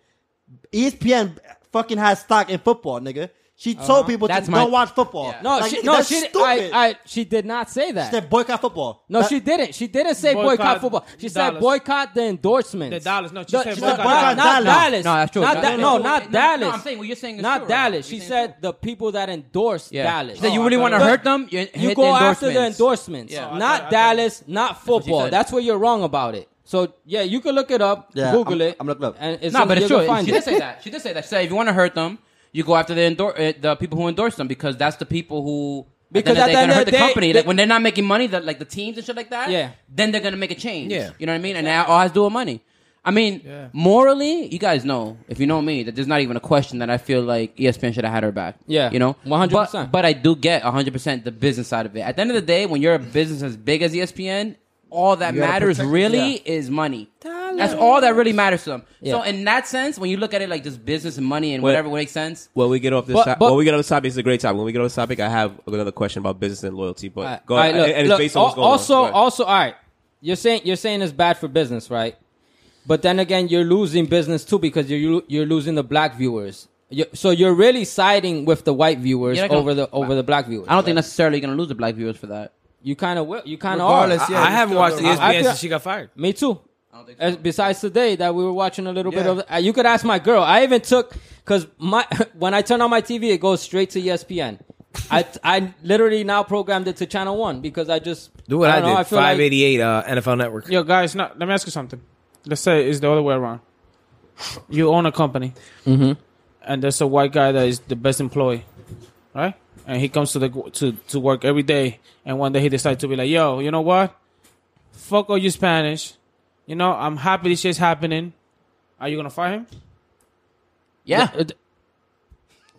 S7: E ESPN fucking has stock in football, nigga. She
S6: Uh-huh.
S7: told people
S5: That's
S7: to
S5: my-
S7: don't watch football.
S6: No,
S7: Like,
S6: she, no,
S7: that's
S6: she. di-
S7: stupid.
S6: I, I, she did not say that.
S7: she said boycott football.
S6: no,
S7: That-
S6: she didn't. She didn't say boycott,
S2: Boycott
S6: football. She said
S2: Dallas.
S6: boycott the endorsements.
S2: The Dallas. No, she
S6: The-
S2: said
S7: boycott
S6: not
S7: Dallas.
S6: Dallas.
S5: No, that's true.
S6: Not
S5: No,
S6: that,
S5: that's
S6: no,
S5: true.
S6: not
S5: No, no,
S6: Dallas.
S5: I'm saying what you're saying is
S6: not
S5: true.
S6: Dallas.
S5: You're
S6: She
S5: saying
S6: said the people that endorse
S5: Yeah.
S6: Dallas.
S5: She said you
S2: Oh,
S5: really
S2: I
S5: want to
S2: thought it-
S5: hurt them. You,
S6: you
S5: hit
S6: go
S5: the
S6: after the
S5: endorsements.
S6: endorsements,
S5: Yeah.
S2: Oh, I
S6: not
S2: thought- I
S6: Dallas, not
S5: she
S6: football.
S5: said.
S6: That's where you're wrong about it. So yeah, you can look it up,
S7: Yeah,
S6: Google
S7: I'm-
S6: it.
S7: I'm looking up.
S6: and it's
S5: No, but it's
S6: you'll
S5: true.
S6: Find
S5: She
S6: it.
S5: did say that. She did say that. She said if you want to hurt them, you go after the endor- uh, the people who endorse them because that's the people who.
S6: Because
S5: then
S6: at the
S5: they're gonna
S6: end of
S5: hurt
S6: the
S5: the,
S6: day,
S5: company,
S6: they-
S5: like when they're not making money, that like the teams and shit like that.
S6: Yeah.
S5: Then they're gonna make a change.
S3: Yeah.
S5: You know what I mean? And that all has to do with money. I mean, morally, you guys know if you know me that there's not even a question that I feel like E ESPN should have had her back.
S6: Yeah.
S5: You know,
S6: 100%.
S5: But- But I do get 100 percent the business side of it. At the end of the day, when you're a business as big as E ESPN, all that matters really is money. That's all that really matters to them. So in that sense, when you look at it like just business and money and
S1: Well-
S5: whatever makes sense,
S1: Well, we get off this.
S6: But-
S1: top-
S6: but-
S1: well, we get off this topic. It's a great topic. When we get off this topic, I have another question about business and loyalty. But
S6: All right,
S1: go
S6: all right,
S1: ahead.
S6: look,
S1: and it's
S6: look,
S1: based on what's
S6: al-
S1: going on.
S6: also,
S1: Go ahead.
S6: also, all right. You're saying you're saying it's bad for business, right? But then again, you're losing business too because you're you're losing the black viewers. you so you're really siding with the white viewers
S5: You're not gonna-
S6: over the over the black viewers.
S5: I don't think necessarily going to lose the black viewers for that.
S6: you kind of will. You kind of are.
S4: Regardless, yeah,
S3: I
S4: you
S3: haven't
S4: still
S3: watched the
S5: E
S4: don't-
S6: I
S3: ESPN
S6: feel-
S3: since she got fired.
S6: Me too.
S5: don't think so.
S6: As, besides today that we were watching a little bit
S4: Yeah.
S6: of, uh, you could ask my girl. I even took because my when I turn on my TV, it goes straight to E ESPN. I I literally now programmed it to channel one because I just
S3: Do what I,
S6: don't know,
S3: did.
S6: feel like-
S3: 588 uh, NFL Network.
S2: Yo, guys, no, let me ask you something. Let's say it's the other way around. You own a company,
S6: Mm-hmm.
S2: and there's a white guy that is the best employee, right? And he comes to the to to work every day, and one day he decides to be like, "Yo, you know what? Fuck all you Spanish. You know, I'm happy this shit's happening. Are you gonna fire him?
S5: Yeah.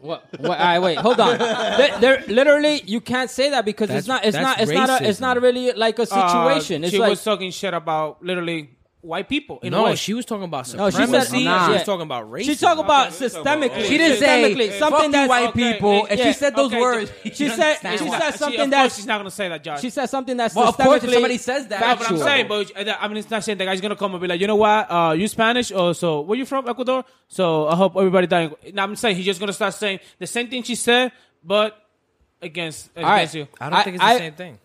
S6: What? what I wait. Hold on. There- there- literally, you can't say that because
S3: That's-
S6: it's not. It's
S3: that's
S6: not. It's not. A, it's
S3: racism.
S6: not really like a situation.
S2: Uh,
S6: it's
S2: she
S6: like
S2: was talking shit about literally white people. In a
S3: No,
S2: way.
S3: she was talking about
S6: No, she said-
S3: supremacy.
S5: Nah.
S3: She was talking about race.
S6: she talking about systemically.
S5: She didn't
S6: systemically,
S5: say fuck you white
S2: okay,
S5: people.
S2: it-
S5: If
S2: yeah,
S5: she said those
S2: okay,
S5: words,
S2: th-
S6: She said. She said
S2: She, of
S6: something
S2: course, she's
S6: that's.
S2: not gonna say that, Josh.
S6: She said something that's.
S5: Well, of course, if
S6: systemically
S5: somebody says that-
S2: But I'm
S6: factual.
S2: saying, but uh, I mean, it's not saying the guy's gonna come and be like, you know what? Uh, you Spanish? Oh, so where you from? Ecuador? So I hope everybody dying. No, I'm saying he's just gonna start saying the same thing she said, but against against
S6: right.
S2: you.
S3: I
S6: I-
S3: don't think it's the
S6: I-
S3: same thing.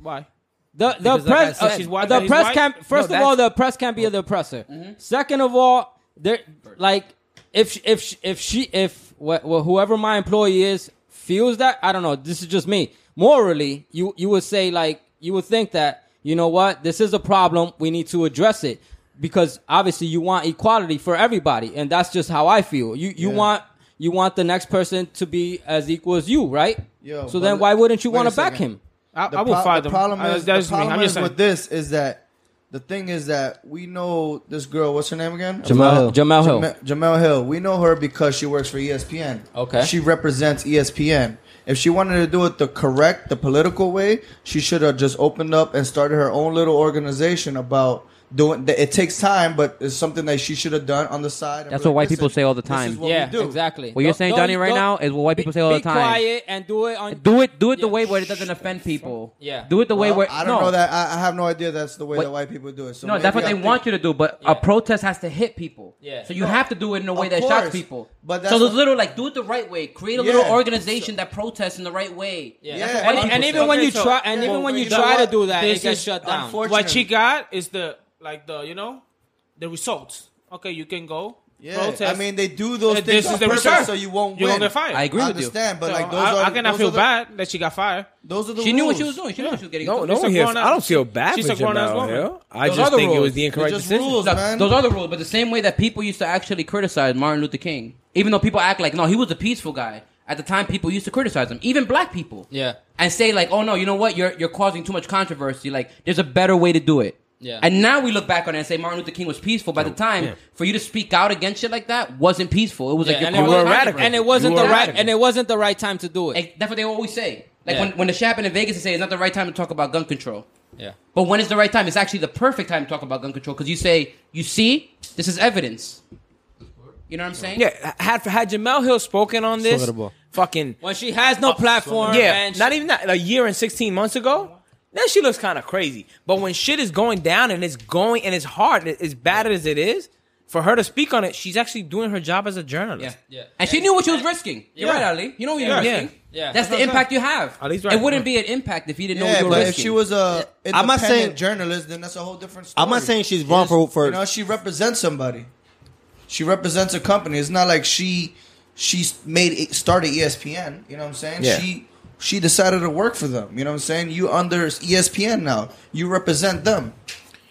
S2: Why? Oh,
S6: The the
S3: Because like I
S6: press
S3: said-
S6: uh,
S2: She's white,
S6: the
S2: he's
S6: press
S2: white?
S6: can first
S3: No,
S6: of all
S3: that's-
S6: the press can't be the oppressor. Second of all, there like if she- if she- if she if wh- wh- whoever my employee is feels that I don't know. This is just me. Morally, you you would say like you would think that you know what this is a problem. We need to address it because obviously you want equality for everybody, and that's just how I feel. You you want you want the next person to be as equal as you, right?
S4: Yo,
S6: so
S4: but
S6: then
S4: look-
S6: why wouldn't you
S4: wait a
S6: want to back
S4: second.
S6: him?
S2: I,
S4: The
S2: I will
S4: pro-
S2: fire
S4: the
S2: them.
S4: problem
S2: I-
S4: is,
S2: that's
S4: the
S2: me.
S4: problem
S2: I'm just
S4: is
S2: saying.
S4: with this is that the thing is that we know this girl. What's her name again?
S7: Jamel Hill.
S6: Jamel Hill.
S4: Jame- Jamel Hill. We know her because she works for E ESPN.
S6: Okay.
S4: She represents E ESPN. If she wanted to do it the correct, the political way, she should have just opened up and started her own little organization about doing. That. It takes time, but it's something that she should have done on the side. and
S5: That's
S4: be
S5: what white
S4: "Listen,
S5: people say all the
S4: this is
S5: time."
S4: what we
S6: yeah,
S4: do."
S6: exactly.
S5: What you're
S6: Don't-
S5: saying,
S6: don't-
S5: Johnny, right
S6: don't-
S5: now is what white
S6: be-
S5: people say all the
S6: be
S5: time.
S6: quiet and do it on.
S5: Do it. Do it the
S6: Yeah.
S5: way where it doesn't offend people.
S6: Yeah.
S5: Do it the way
S4: Well,
S5: where.
S4: I don't
S5: no.
S4: know that. I, I have no idea. That's the way
S5: What-
S4: that white people do it. So
S5: No, that's what they want you to do, but
S6: Yeah.
S5: a protest has to hit people.
S6: Yeah.
S5: So you have to do it in a way
S4: Of
S5: that
S4: course,
S5: shocks people.
S4: but
S5: so
S4: that's
S5: those
S4: what-
S5: little like do it the right way. Create a little
S4: Yeah.
S5: organization that protests in the right way.
S6: Yeah.
S4: Yeah.
S5: That's what
S6: And,
S5: white
S6: and
S5: people
S6: even
S5: say.
S6: when you
S2: Okay, so-
S6: try, and
S4: yeah,
S6: even
S4: well,
S6: when you
S4: you know
S6: try to
S4: what?
S6: do that,
S2: This
S6: it gets
S2: is
S6: shut down.
S4: unfortunate.
S2: What she got is the like the you know the results. Okay, you can go.
S4: Yeah,
S2: protest.
S4: I mean they do those
S2: This
S4: things
S2: is
S4: on
S2: the
S4: purpose
S2: result.
S4: so you won't
S2: You're
S4: win.
S2: gonna get fired.
S5: I agree
S4: I
S5: with you.
S4: understand, but
S2: So
S4: like those
S2: I,
S4: are
S2: I cannot
S4: those
S2: feel
S4: are the,
S2: bad that she got fired.
S4: Those are the
S5: She knew what
S4: rules.
S5: she was doing. She knew what she was getting.
S3: No,
S5: into.
S3: no
S2: It's a
S3: one here. I
S2: grown-up-
S3: don't feel bad
S2: she's
S3: for
S2: a grown-ass
S3: Jamel
S2: woman.
S3: Hill. I
S5: Those
S3: just
S5: other
S3: think it was
S5: rules.
S3: the
S4: They're
S3: incorrect
S4: just
S3: decision.
S4: rules,
S5: Look,
S4: man.
S5: those are the rules, but the same way that people used to actually criticize Martin Luther King, even though people act like, no, he was a peaceful guy. At the time, people used to criticize him, even black people.
S6: Yeah.
S5: And say, like, oh no, you know what? You're, you're causing too much controversy. Like, there's a better way to do it.
S6: Yeah.
S5: And now we look back on it and say Martin Luther King was peaceful. By the time, for you to speak out against shit like that wasn't peaceful. It was
S6: Yeah,
S5: like you're
S6: and, it
S5: causing
S6: was-
S5: controversy.
S6: and it wasn't
S5: You
S6: the
S5: were
S6: right,
S5: radical.
S6: and it wasn't the right time to do it.
S5: Like, that's what they always say. Like
S6: Yeah.
S5: when, when the shit happened in Vegas, they say it's not the right time to talk about gun control.
S6: yeah,
S5: But when is the right time? It's actually the perfect time to talk about gun control because you say, you see, this is evidence. You know what I'm saying?
S3: Yeah, had had Jamel Hill spoken on this,
S7: Swear to God.
S3: fucking Uh,
S6: when she has no platform,
S3: yeah,
S6: and she-
S3: not even that, a year and sixteen months ago. Now she looks kind of crazy. But when shit is going down and it's going and it's hard, and as bad as it is, for her to speak on it, she's actually doing her job as a
S5: Yeah.
S3: journalist.
S6: Yeah.
S5: And she knew what she was risking. You're
S3: Yeah.
S5: right, Ali. You know what you're
S3: Yeah.
S5: risking.
S6: Yeah. Yeah.
S5: That's the impact you have.
S3: Ali's right.
S5: It wouldn't be an impact if you didn't know
S4: Yeah,
S5: what you were
S4: but if
S5: risking.
S4: she was
S6: uh,
S4: a independent
S7: I'm not saying-
S4: journalist, then that's a whole different story.
S7: I'm not saying she's wrong for for.
S4: you know she represents somebody. She represents a company. It's not like she she made it, started E ESPN. You know what I'm saying?
S3: Yeah.
S4: She she decided to work for them. You know what I'm saying? You under E ESPN now. You represent them.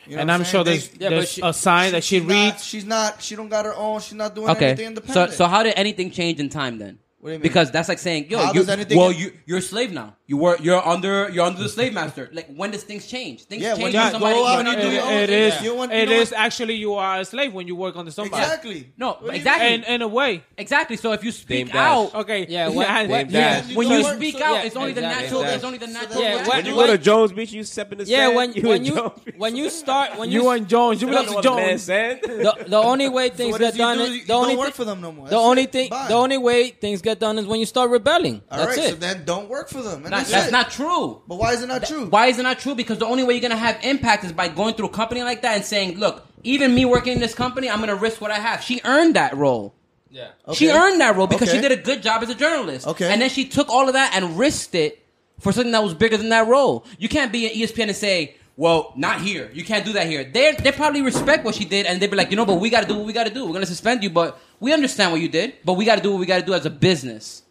S4: You know
S2: and
S4: what
S2: I'm
S4: saying?
S2: sure
S4: They-
S2: there's,
S6: Yeah, but
S2: there's
S6: she-
S2: a sign that she
S4: she's not-
S2: reads.
S4: she's not. She don't got her own. She's not doing anything
S5: okay. So,
S4: independent.
S5: so how did anything change in time then?
S4: What do you mean?
S5: Because that's like saying, yo,
S4: How
S5: you,
S4: does anything-
S5: well, you, you're a slave now. You were, you're under, you're under the slave master. Like when does things change? Things
S4: Yeah, when
S5: change
S4: you
S5: when,
S4: go
S5: somebody.
S4: out and
S5: when you
S4: do
S5: do
S4: your own
S2: it
S4: thing.
S2: is.
S4: Yeah. You want- you
S2: it
S4: know
S2: is
S4: what-
S2: actually you are a slave when you work under somebody.
S4: exactly.
S5: No,
S4: What do you
S5: exactly.
S2: In, in a way.
S5: Exactly. So if you
S1: Dame
S5: speak
S1: Dash.
S5: out,
S2: Okay.
S6: Yeah, when- when-
S2: you-
S1: Dash.
S5: when
S4: So
S5: you
S4: what-
S5: speak
S4: so-
S5: out,
S6: yeah,
S5: it's only
S6: exactly.
S5: the natural.
S6: Exactly.
S5: It's only the natural.
S4: then
S6: Yeah,
S5: reaction.
S6: what-
S1: When you go to Jones Beach, you step in the
S6: yeah.
S1: sand,
S6: When
S1: you
S6: when
S1: in
S6: you
S1: Jones Beach.
S6: when you start when
S2: You
S6: you
S2: and Jones. You
S1: I
S2: belong
S1: don't
S2: to
S1: know what a man
S2: Jones.
S1: said.
S6: the, the only way things
S4: what
S6: get
S4: does you
S6: done,
S4: do?
S6: is-
S4: You
S6: the only
S4: don't work
S6: thi-
S4: for them no more.
S6: The
S4: That's
S6: only
S4: it.
S6: thing,
S4: Bye.
S6: the only way things get done is when you start rebelling.
S4: All
S6: That's
S4: right, so
S6: it.
S4: then don't work for them. And
S5: Not-
S4: that's,
S5: that's
S4: it.
S5: not true.
S4: But why is it not true?
S5: Why is it not true? Because the only way you're gonna have impact is by going through a company like that and saying, "Look, even me working in this company, I'm gonna risk what I have." She earned that role.
S6: yeah.
S5: She
S4: Okay.
S5: earned that role because she
S4: Okay.
S5: did a good job as a journalist.
S4: Okay.
S5: and then she took all of that and risked it for something that was bigger than that role. You can't be E at ESPN and say. Well, not here. You can't do that here. They they probably respect what she did, and they'd be like, you know, but we got to do what we got to do. We're gonna suspend you, but we understand what you did, but we got to do what we got to do as a business.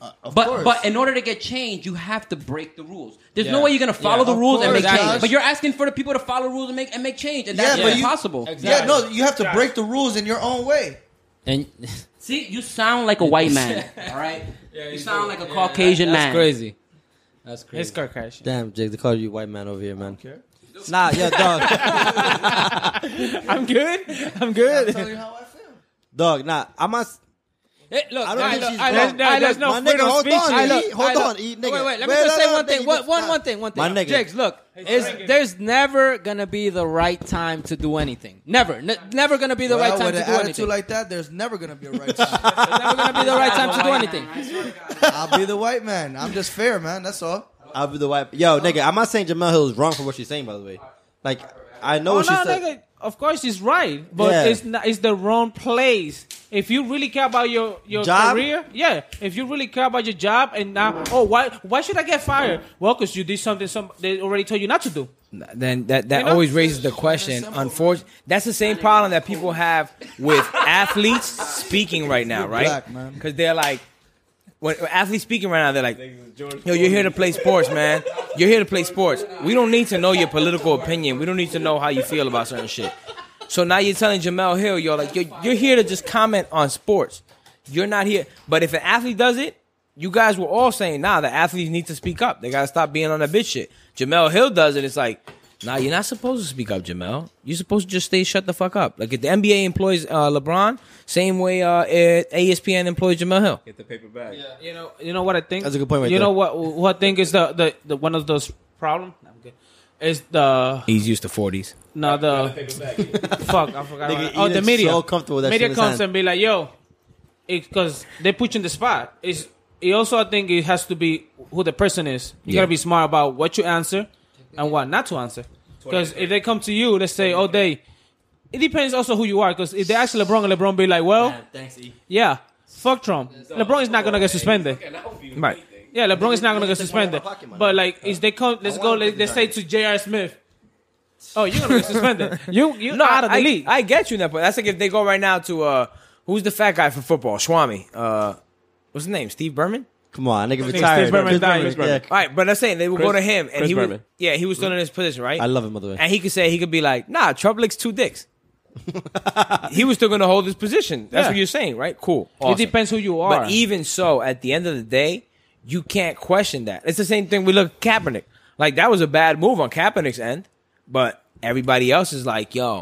S4: Uh, Of
S5: But
S4: course.
S5: but in order to get change, you have to break the rules. There's no
S6: Yeah.
S5: way you're gonna follow the
S4: Of
S5: rules and
S4: course,
S5: make
S4: Josh.
S5: change. But you're asking for the people to follow rules and make and make change, and
S4: Yeah,
S5: that's
S4: but you-
S5: impossible.
S4: yeah, no, you have to break the rules in your own way.
S6: And
S5: See, you sound like a white man. all right, you sound like a Caucasian
S6: that's
S5: man.
S6: crazy. That's
S2: It's
S6: crazy.
S2: Kardashian.
S7: Damn, Jake, they call you white man over here, man. Nah, yo, dog,
S2: I'm good. I'm
S4: I'll
S2: good.
S4: tell you how I feel.
S7: dog, nah. I must.
S9: Eh,
S6: Hey, look,
S7: I
S6: I
S7: don't
S6: don't
S7: think
S6: look,
S7: she's
S6: I
S7: wrong.
S6: look, I look,
S2: no
S7: my nigga,
S2: freedom of
S7: hold
S2: speech.
S7: on,
S6: I
S7: E,
S6: look,
S7: hold
S6: I look.
S7: on, E, nigga.
S6: Wait, wait, let me
S7: Wait,
S6: just
S7: no,
S6: say
S7: no,
S6: one
S7: nigga,
S6: thing.
S7: you
S6: One,
S7: just-
S6: one,
S7: nah.
S6: one thing, one thing.
S7: My nigga.
S6: Jakes, look,
S2: drinking.
S6: is, there's never gonna be the right time to do anything. Never, N- never gonna be the
S4: Well,
S6: right time
S4: with
S6: to
S4: an
S6: do
S4: attitude
S6: anything.
S4: like that, there's never gonna be a right time.
S6: never gonna be the right time to do anything.
S4: I'll be the white man. I'm just fair, man. That's all.
S7: I'll be the white. Yo, nigga, I'm not saying Jamel Hill is wrong for what she's saying, by the way. Like, I know
S2: Oh,
S7: what she
S2: no,
S7: said.
S2: nigga. Of course, she's right, but
S7: Yeah.
S2: it's not, it's the wrong place. If you really care about your your
S7: Job?
S2: career, yeah. If you really care about your job, and now, oh, why why should I get fired? Well, because you did something some they already told you not to do.
S3: then that that
S2: You know?
S3: always raises the question. Unfortunately, that's the same problem that people have with athletes speaking right now, right?
S4: black, man.
S3: Because they're like, when when athletes speaking right now, they're like, "Yo, you're here to play sports, man. You're here to play sports. We don't need to know your political opinion. We don't need to know how you feel about certain shit." So now you're telling Jamel Hill, you're like, you're, you're here to just comment on sports. You're not here. But if an athlete does it, you guys were all saying, nah, the athletes need to speak up. They gotta stop being on that bitch shit. Jamel Hill does it, it's like, nah, you're not supposed to speak up, Jamel. You're supposed to just stay shut the fuck up. Like if the NBA employs uh, LeBron, same way uh, eh, ASPN employs Jamel Hill.
S1: Get the paper bag.
S2: You know, you know what I think.
S7: That's a good point right
S2: you know
S7: there.
S2: what what I think is the, the, the one of those problem. I'm good. Is the
S3: He's used to 40s.
S2: no the fuck I forgot.
S7: Nigga,
S2: what- oh,
S7: he
S2: the
S7: is
S2: media.
S7: so comfortable with that shit
S2: media
S7: in his
S2: comes
S7: hand.
S2: and be like, yo, because they put you in the spot. It's it also I think it has to be who the person is. You
S3: Yeah.
S2: gotta be smart about what you answer and what not to answer. Because if they come to you, let's say, oh, they. It depends also who you are. Because if they ask LeBron, and LeBron be like, well,
S5: Thanks, E.
S2: yeah, fuck Trump. LeBron is not gonna get suspended.
S3: Right.
S2: Yeah, LeBron is not gonna get
S7: Take money out of my
S2: suspended.
S7: pocket, man.
S2: But like, if they come, let's go. Let, they say to J.R. Smith, "Oh, you're gonna get suspended. you you
S3: No,
S2: out of the
S3: I,
S2: league."
S3: I get you in that point. That's like if they go right now to uh, who's the fat guy for football? Schwami. Uh, what's his name? Steve Berman?
S7: Come on, nigga,
S2: Steve
S7: retired.
S2: Berman
S7: Chris
S2: died.
S7: Berman,
S2: Chris Berman.
S7: yeah.
S3: All right, but I'm saying they would go to him, and
S1: Chris
S3: he was,
S1: Berman.
S3: yeah, he was still in his position, right?
S7: I love him, by the way.
S3: and he could say he could be like, "Nah, Trump licks two dicks." he was still going to hold his position. That's
S2: Yeah.
S3: what you're saying, right? Cool.
S2: It
S3: Awesome.
S2: depends who you are.
S3: But even so, at the end of the day, you can't question that. It's the same thing we look at Kaepernick. Like that was a bad move on Kaepernick's end, but everybody else is like, "Yo,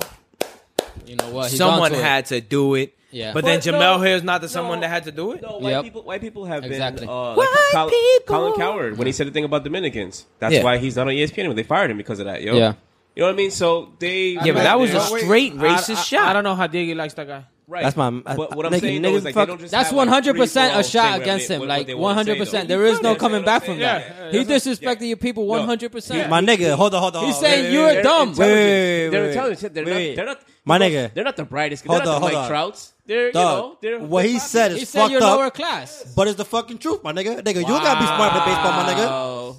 S6: You know what? He's
S3: someone
S6: onto it.
S3: had to do it."
S6: Yeah.
S3: But, then
S1: But no,
S3: Jamel Hill's not the
S1: no,
S3: someone that had to do it.
S1: No, white
S6: Yep.
S1: people. White people have
S6: Exactly.
S1: been. Uh, like
S3: White
S1: Col-
S3: people.
S1: Colin Coward when he said the thing about Dominicans. That's
S3: Yeah.
S1: why he's not on E ESPN anymore. They fired him because of that. Yo.
S6: Yeah.
S1: You know what I mean? So they.
S3: Yeah, but that was a
S4: But wait,
S3: straight
S2: I-
S3: racist
S2: I-
S3: shot.
S2: I don't know how Diego likes that guy.
S1: Right.
S7: That's my-
S1: But what I'm
S7: nigga,
S1: saying though
S7: niggas
S1: is like they
S7: fuck-
S1: don't just.
S6: That's
S1: have, like,
S6: one hundred percent
S1: free-for-all
S6: a
S1: saying
S6: shot
S1: what
S6: against
S1: they-
S6: him.
S1: what-
S6: Like
S1: what they
S6: one
S1: wanna say,
S6: hundred percent,
S1: though.
S6: there is no
S1: Yeah,
S6: coming
S1: yeah,
S6: back
S1: yeah,
S6: from
S1: yeah,
S2: yeah,
S6: that. He
S1: that's what-
S6: disrespected
S1: yeah.
S6: your people one hundred percent.
S7: My nigga, hold on, hold on.
S6: He's
S7: hold on.
S6: saying you're
S1: They're
S6: dumb.
S1: intelligent.
S7: Wait, wait,
S1: They're
S7: wait,
S1: intelligent. They're not.
S7: wait.
S1: They're not.
S7: My
S1: they're
S7: nigga.
S1: not- They're not the brightest. They're
S7: Hold on,
S1: not the
S7: hold
S1: Mike
S7: on.
S1: Trouts. They're you know.
S7: Dog,
S1: They're
S7: what he
S1: they're
S7: said
S6: He
S7: is
S6: said
S7: fucked
S6: you're
S7: up,
S6: lower class.
S7: but it's the fucking truth, my nigga. Nigga, you gotta be smart with baseball, my nigga.
S6: Oh,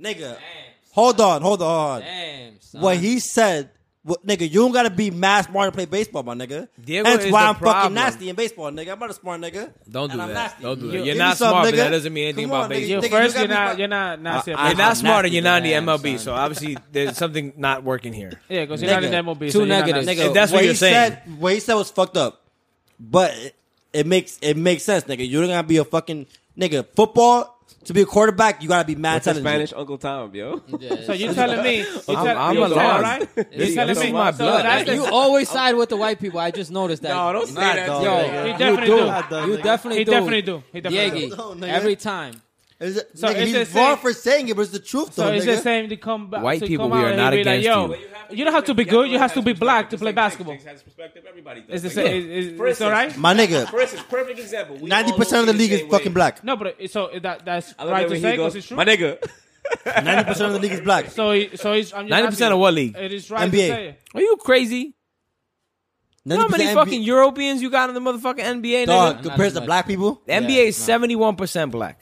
S7: Nigga, hold on, hold on.
S6: damn. son.
S7: What he said, what, nigga, you don't gotta be mad smart to play baseball, my nigga.
S3: Diego
S7: That's
S3: is
S7: why
S3: the
S7: I'm fucking
S3: problem.
S7: nasty in baseball, nigga. I'm not a smart nigga.
S3: Don't do
S7: and I'm
S3: that.
S7: nasty.
S3: Don't do that.
S7: You-
S3: You're
S7: give me
S3: not
S7: some,
S3: smart, but
S7: nigga.
S3: that doesn't mean anything
S7: Come
S3: about
S7: on,
S3: baseball.
S7: Nigga,
S2: You
S7: nigga,
S2: first,
S7: you gotta
S2: you're
S7: be
S2: not,
S7: smart-
S2: you're not nasty.
S7: I-
S2: about
S7: I-
S3: You're
S2: it.
S3: not
S7: I'm
S3: smart and you're not
S7: nasty,
S3: in the
S7: man,
S3: MLB, so obviously there's something not working here.
S2: yeah, because you're not in
S7: Nigga,
S2: that movie.
S6: two
S2: so you're not
S6: negatives.
S2: nasty.
S7: nigga,
S3: If that's what
S7: he
S3: you're saying.
S7: said, what he said was fucked up, but it, it makes it makes sense, nigga. You're gonna be a fucking nigga. Football to be a quarterback, you gotta be mad
S1: That's a
S7: talented.
S1: Spanish Uncle Tom, yo.
S2: So you telling me? You
S3: I'm-
S2: tell-
S3: I'm
S2: you
S3: alarmed.
S2: telling- right?
S3: This-
S2: You telling
S3: this
S2: me?
S3: is my
S2: So
S3: blood.
S2: that's the-
S6: You always side with the white people. I just noticed that.
S1: No, don't say
S7: Nah,
S1: that.
S7: dog.
S1: yo.
S7: Yo.
S2: He
S6: You
S2: definitely
S6: do.
S2: do.
S6: You definitely
S2: He
S6: do.
S2: definitely do. He definitely
S6: Yegi,
S2: do.
S7: No, nigga.
S6: every time.
S7: Is it,
S2: So
S7: nigga,
S2: it's the
S7: he's wrong
S2: same-
S7: for saying it, but it's the truth,
S2: So
S7: though,
S2: it's
S7: nigga.
S2: the same to come back.
S3: White
S2: to
S3: people,
S2: come
S3: we
S2: out
S3: are
S2: and
S3: not
S2: be like,
S3: against
S2: yo,
S3: you.
S2: You don't have to be good. You have to be black to play basketball.
S1: Has perspective. Everybody does.
S2: It's the
S1: Like,
S2: same.
S1: look,
S2: It's,
S1: for
S2: it's all
S1: instance,
S2: right.
S7: My nigga,
S1: For instance, perfect example. We all
S7: ninety percent of the
S1: don't see
S7: league is
S1: same
S7: fucking
S1: way.
S7: black.
S2: No, but it- so that that's
S1: I love
S2: right
S1: that
S2: to
S1: when
S2: say
S1: he
S2: because
S1: goes,
S2: it's true.
S1: my nigga.
S7: Ninety percent of the league is black.
S2: So he- so it's I'm just
S3: 90% of
S2: asking.
S3: what league?
S2: It is right
S7: NBA.
S2: to say.
S3: Are you crazy? You know how
S7: 90%
S3: many
S7: NBA
S3: fucking Europeans you got in the motherfucking NBA?
S7: dog
S3: nigga?
S7: compared to
S6: much.
S7: black people?
S3: The NBA is seventy-one percent black.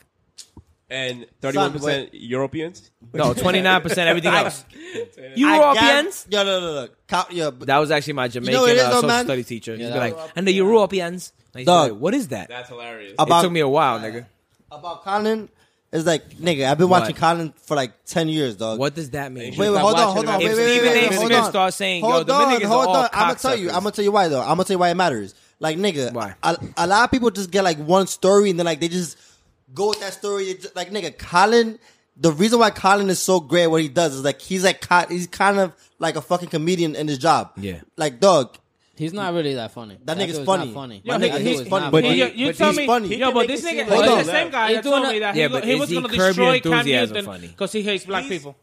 S1: and 31% Europeans.
S2: No, twenty nine percent everything else. You
S7: I
S2: Europeans.
S7: guess- Yo, look, look, look. Count, yo, but
S2: That was actually my Jamaican
S7: know what it is,
S2: uh,
S7: though,
S2: social
S7: man?
S2: study teacher. He'd be
S7: that
S2: like, and the Europeans. I used to be
S7: Dog.
S2: like, what is that?
S1: That's hilarious.
S7: about
S2: it took me a while, nigga.
S7: about Colin, it's like nigga. I've been watching
S2: What?
S7: Colin for like ten years, dog.
S2: What does that mean?
S7: Wait, wait,
S1: Stop
S7: hold on,
S1: watching
S7: hold
S1: it,
S7: on.
S1: man.
S7: Wait,
S1: If
S7: wait,
S2: Stephen
S7: wait, wait,
S2: A.
S7: hold
S2: Smith
S7: on.
S2: starts saying, yo,
S7: hold
S2: the
S7: on,
S2: Dominicans are
S7: hold
S2: all
S7: on. I'm gonna tell you.
S2: cocksuckers.
S7: I'm gonna tell you why though. I'm gonna tell you why it matters. Like nigga,
S2: Why?
S7: A, a lot of people just get like one story and then like they just go with that story. They just- like nigga, Colin. The reason why Colin is so great at what he does is like he's like co- he's kind of like a fucking comedian in his job.
S2: Yeah.
S7: Like dog,
S5: He's not really that funny.
S7: That nigga's
S5: dude's
S7: funny.
S5: Not funny.
S7: Yo,
S5: That
S7: nigga,
S5: dude
S7: he's
S5: is
S7: funny.
S5: not
S7: But
S2: he-
S5: funny.
S2: you
S7: but
S2: tell
S7: he's
S2: me,
S7: funny.
S2: yo,
S5: He
S2: but
S5: can
S2: this
S5: make it seem
S2: nigga,
S5: like
S2: it's
S7: that.
S2: the same guy
S6: He's
S2: that
S6: doing
S2: told me
S6: it-
S2: that
S6: Yeah,
S2: he,
S6: but
S2: he
S6: is
S2: was
S6: he
S2: going to
S6: Curb Your
S2: destroy Cam
S6: Enthusiasm
S2: Newton
S6: funny?
S2: because he hates black people.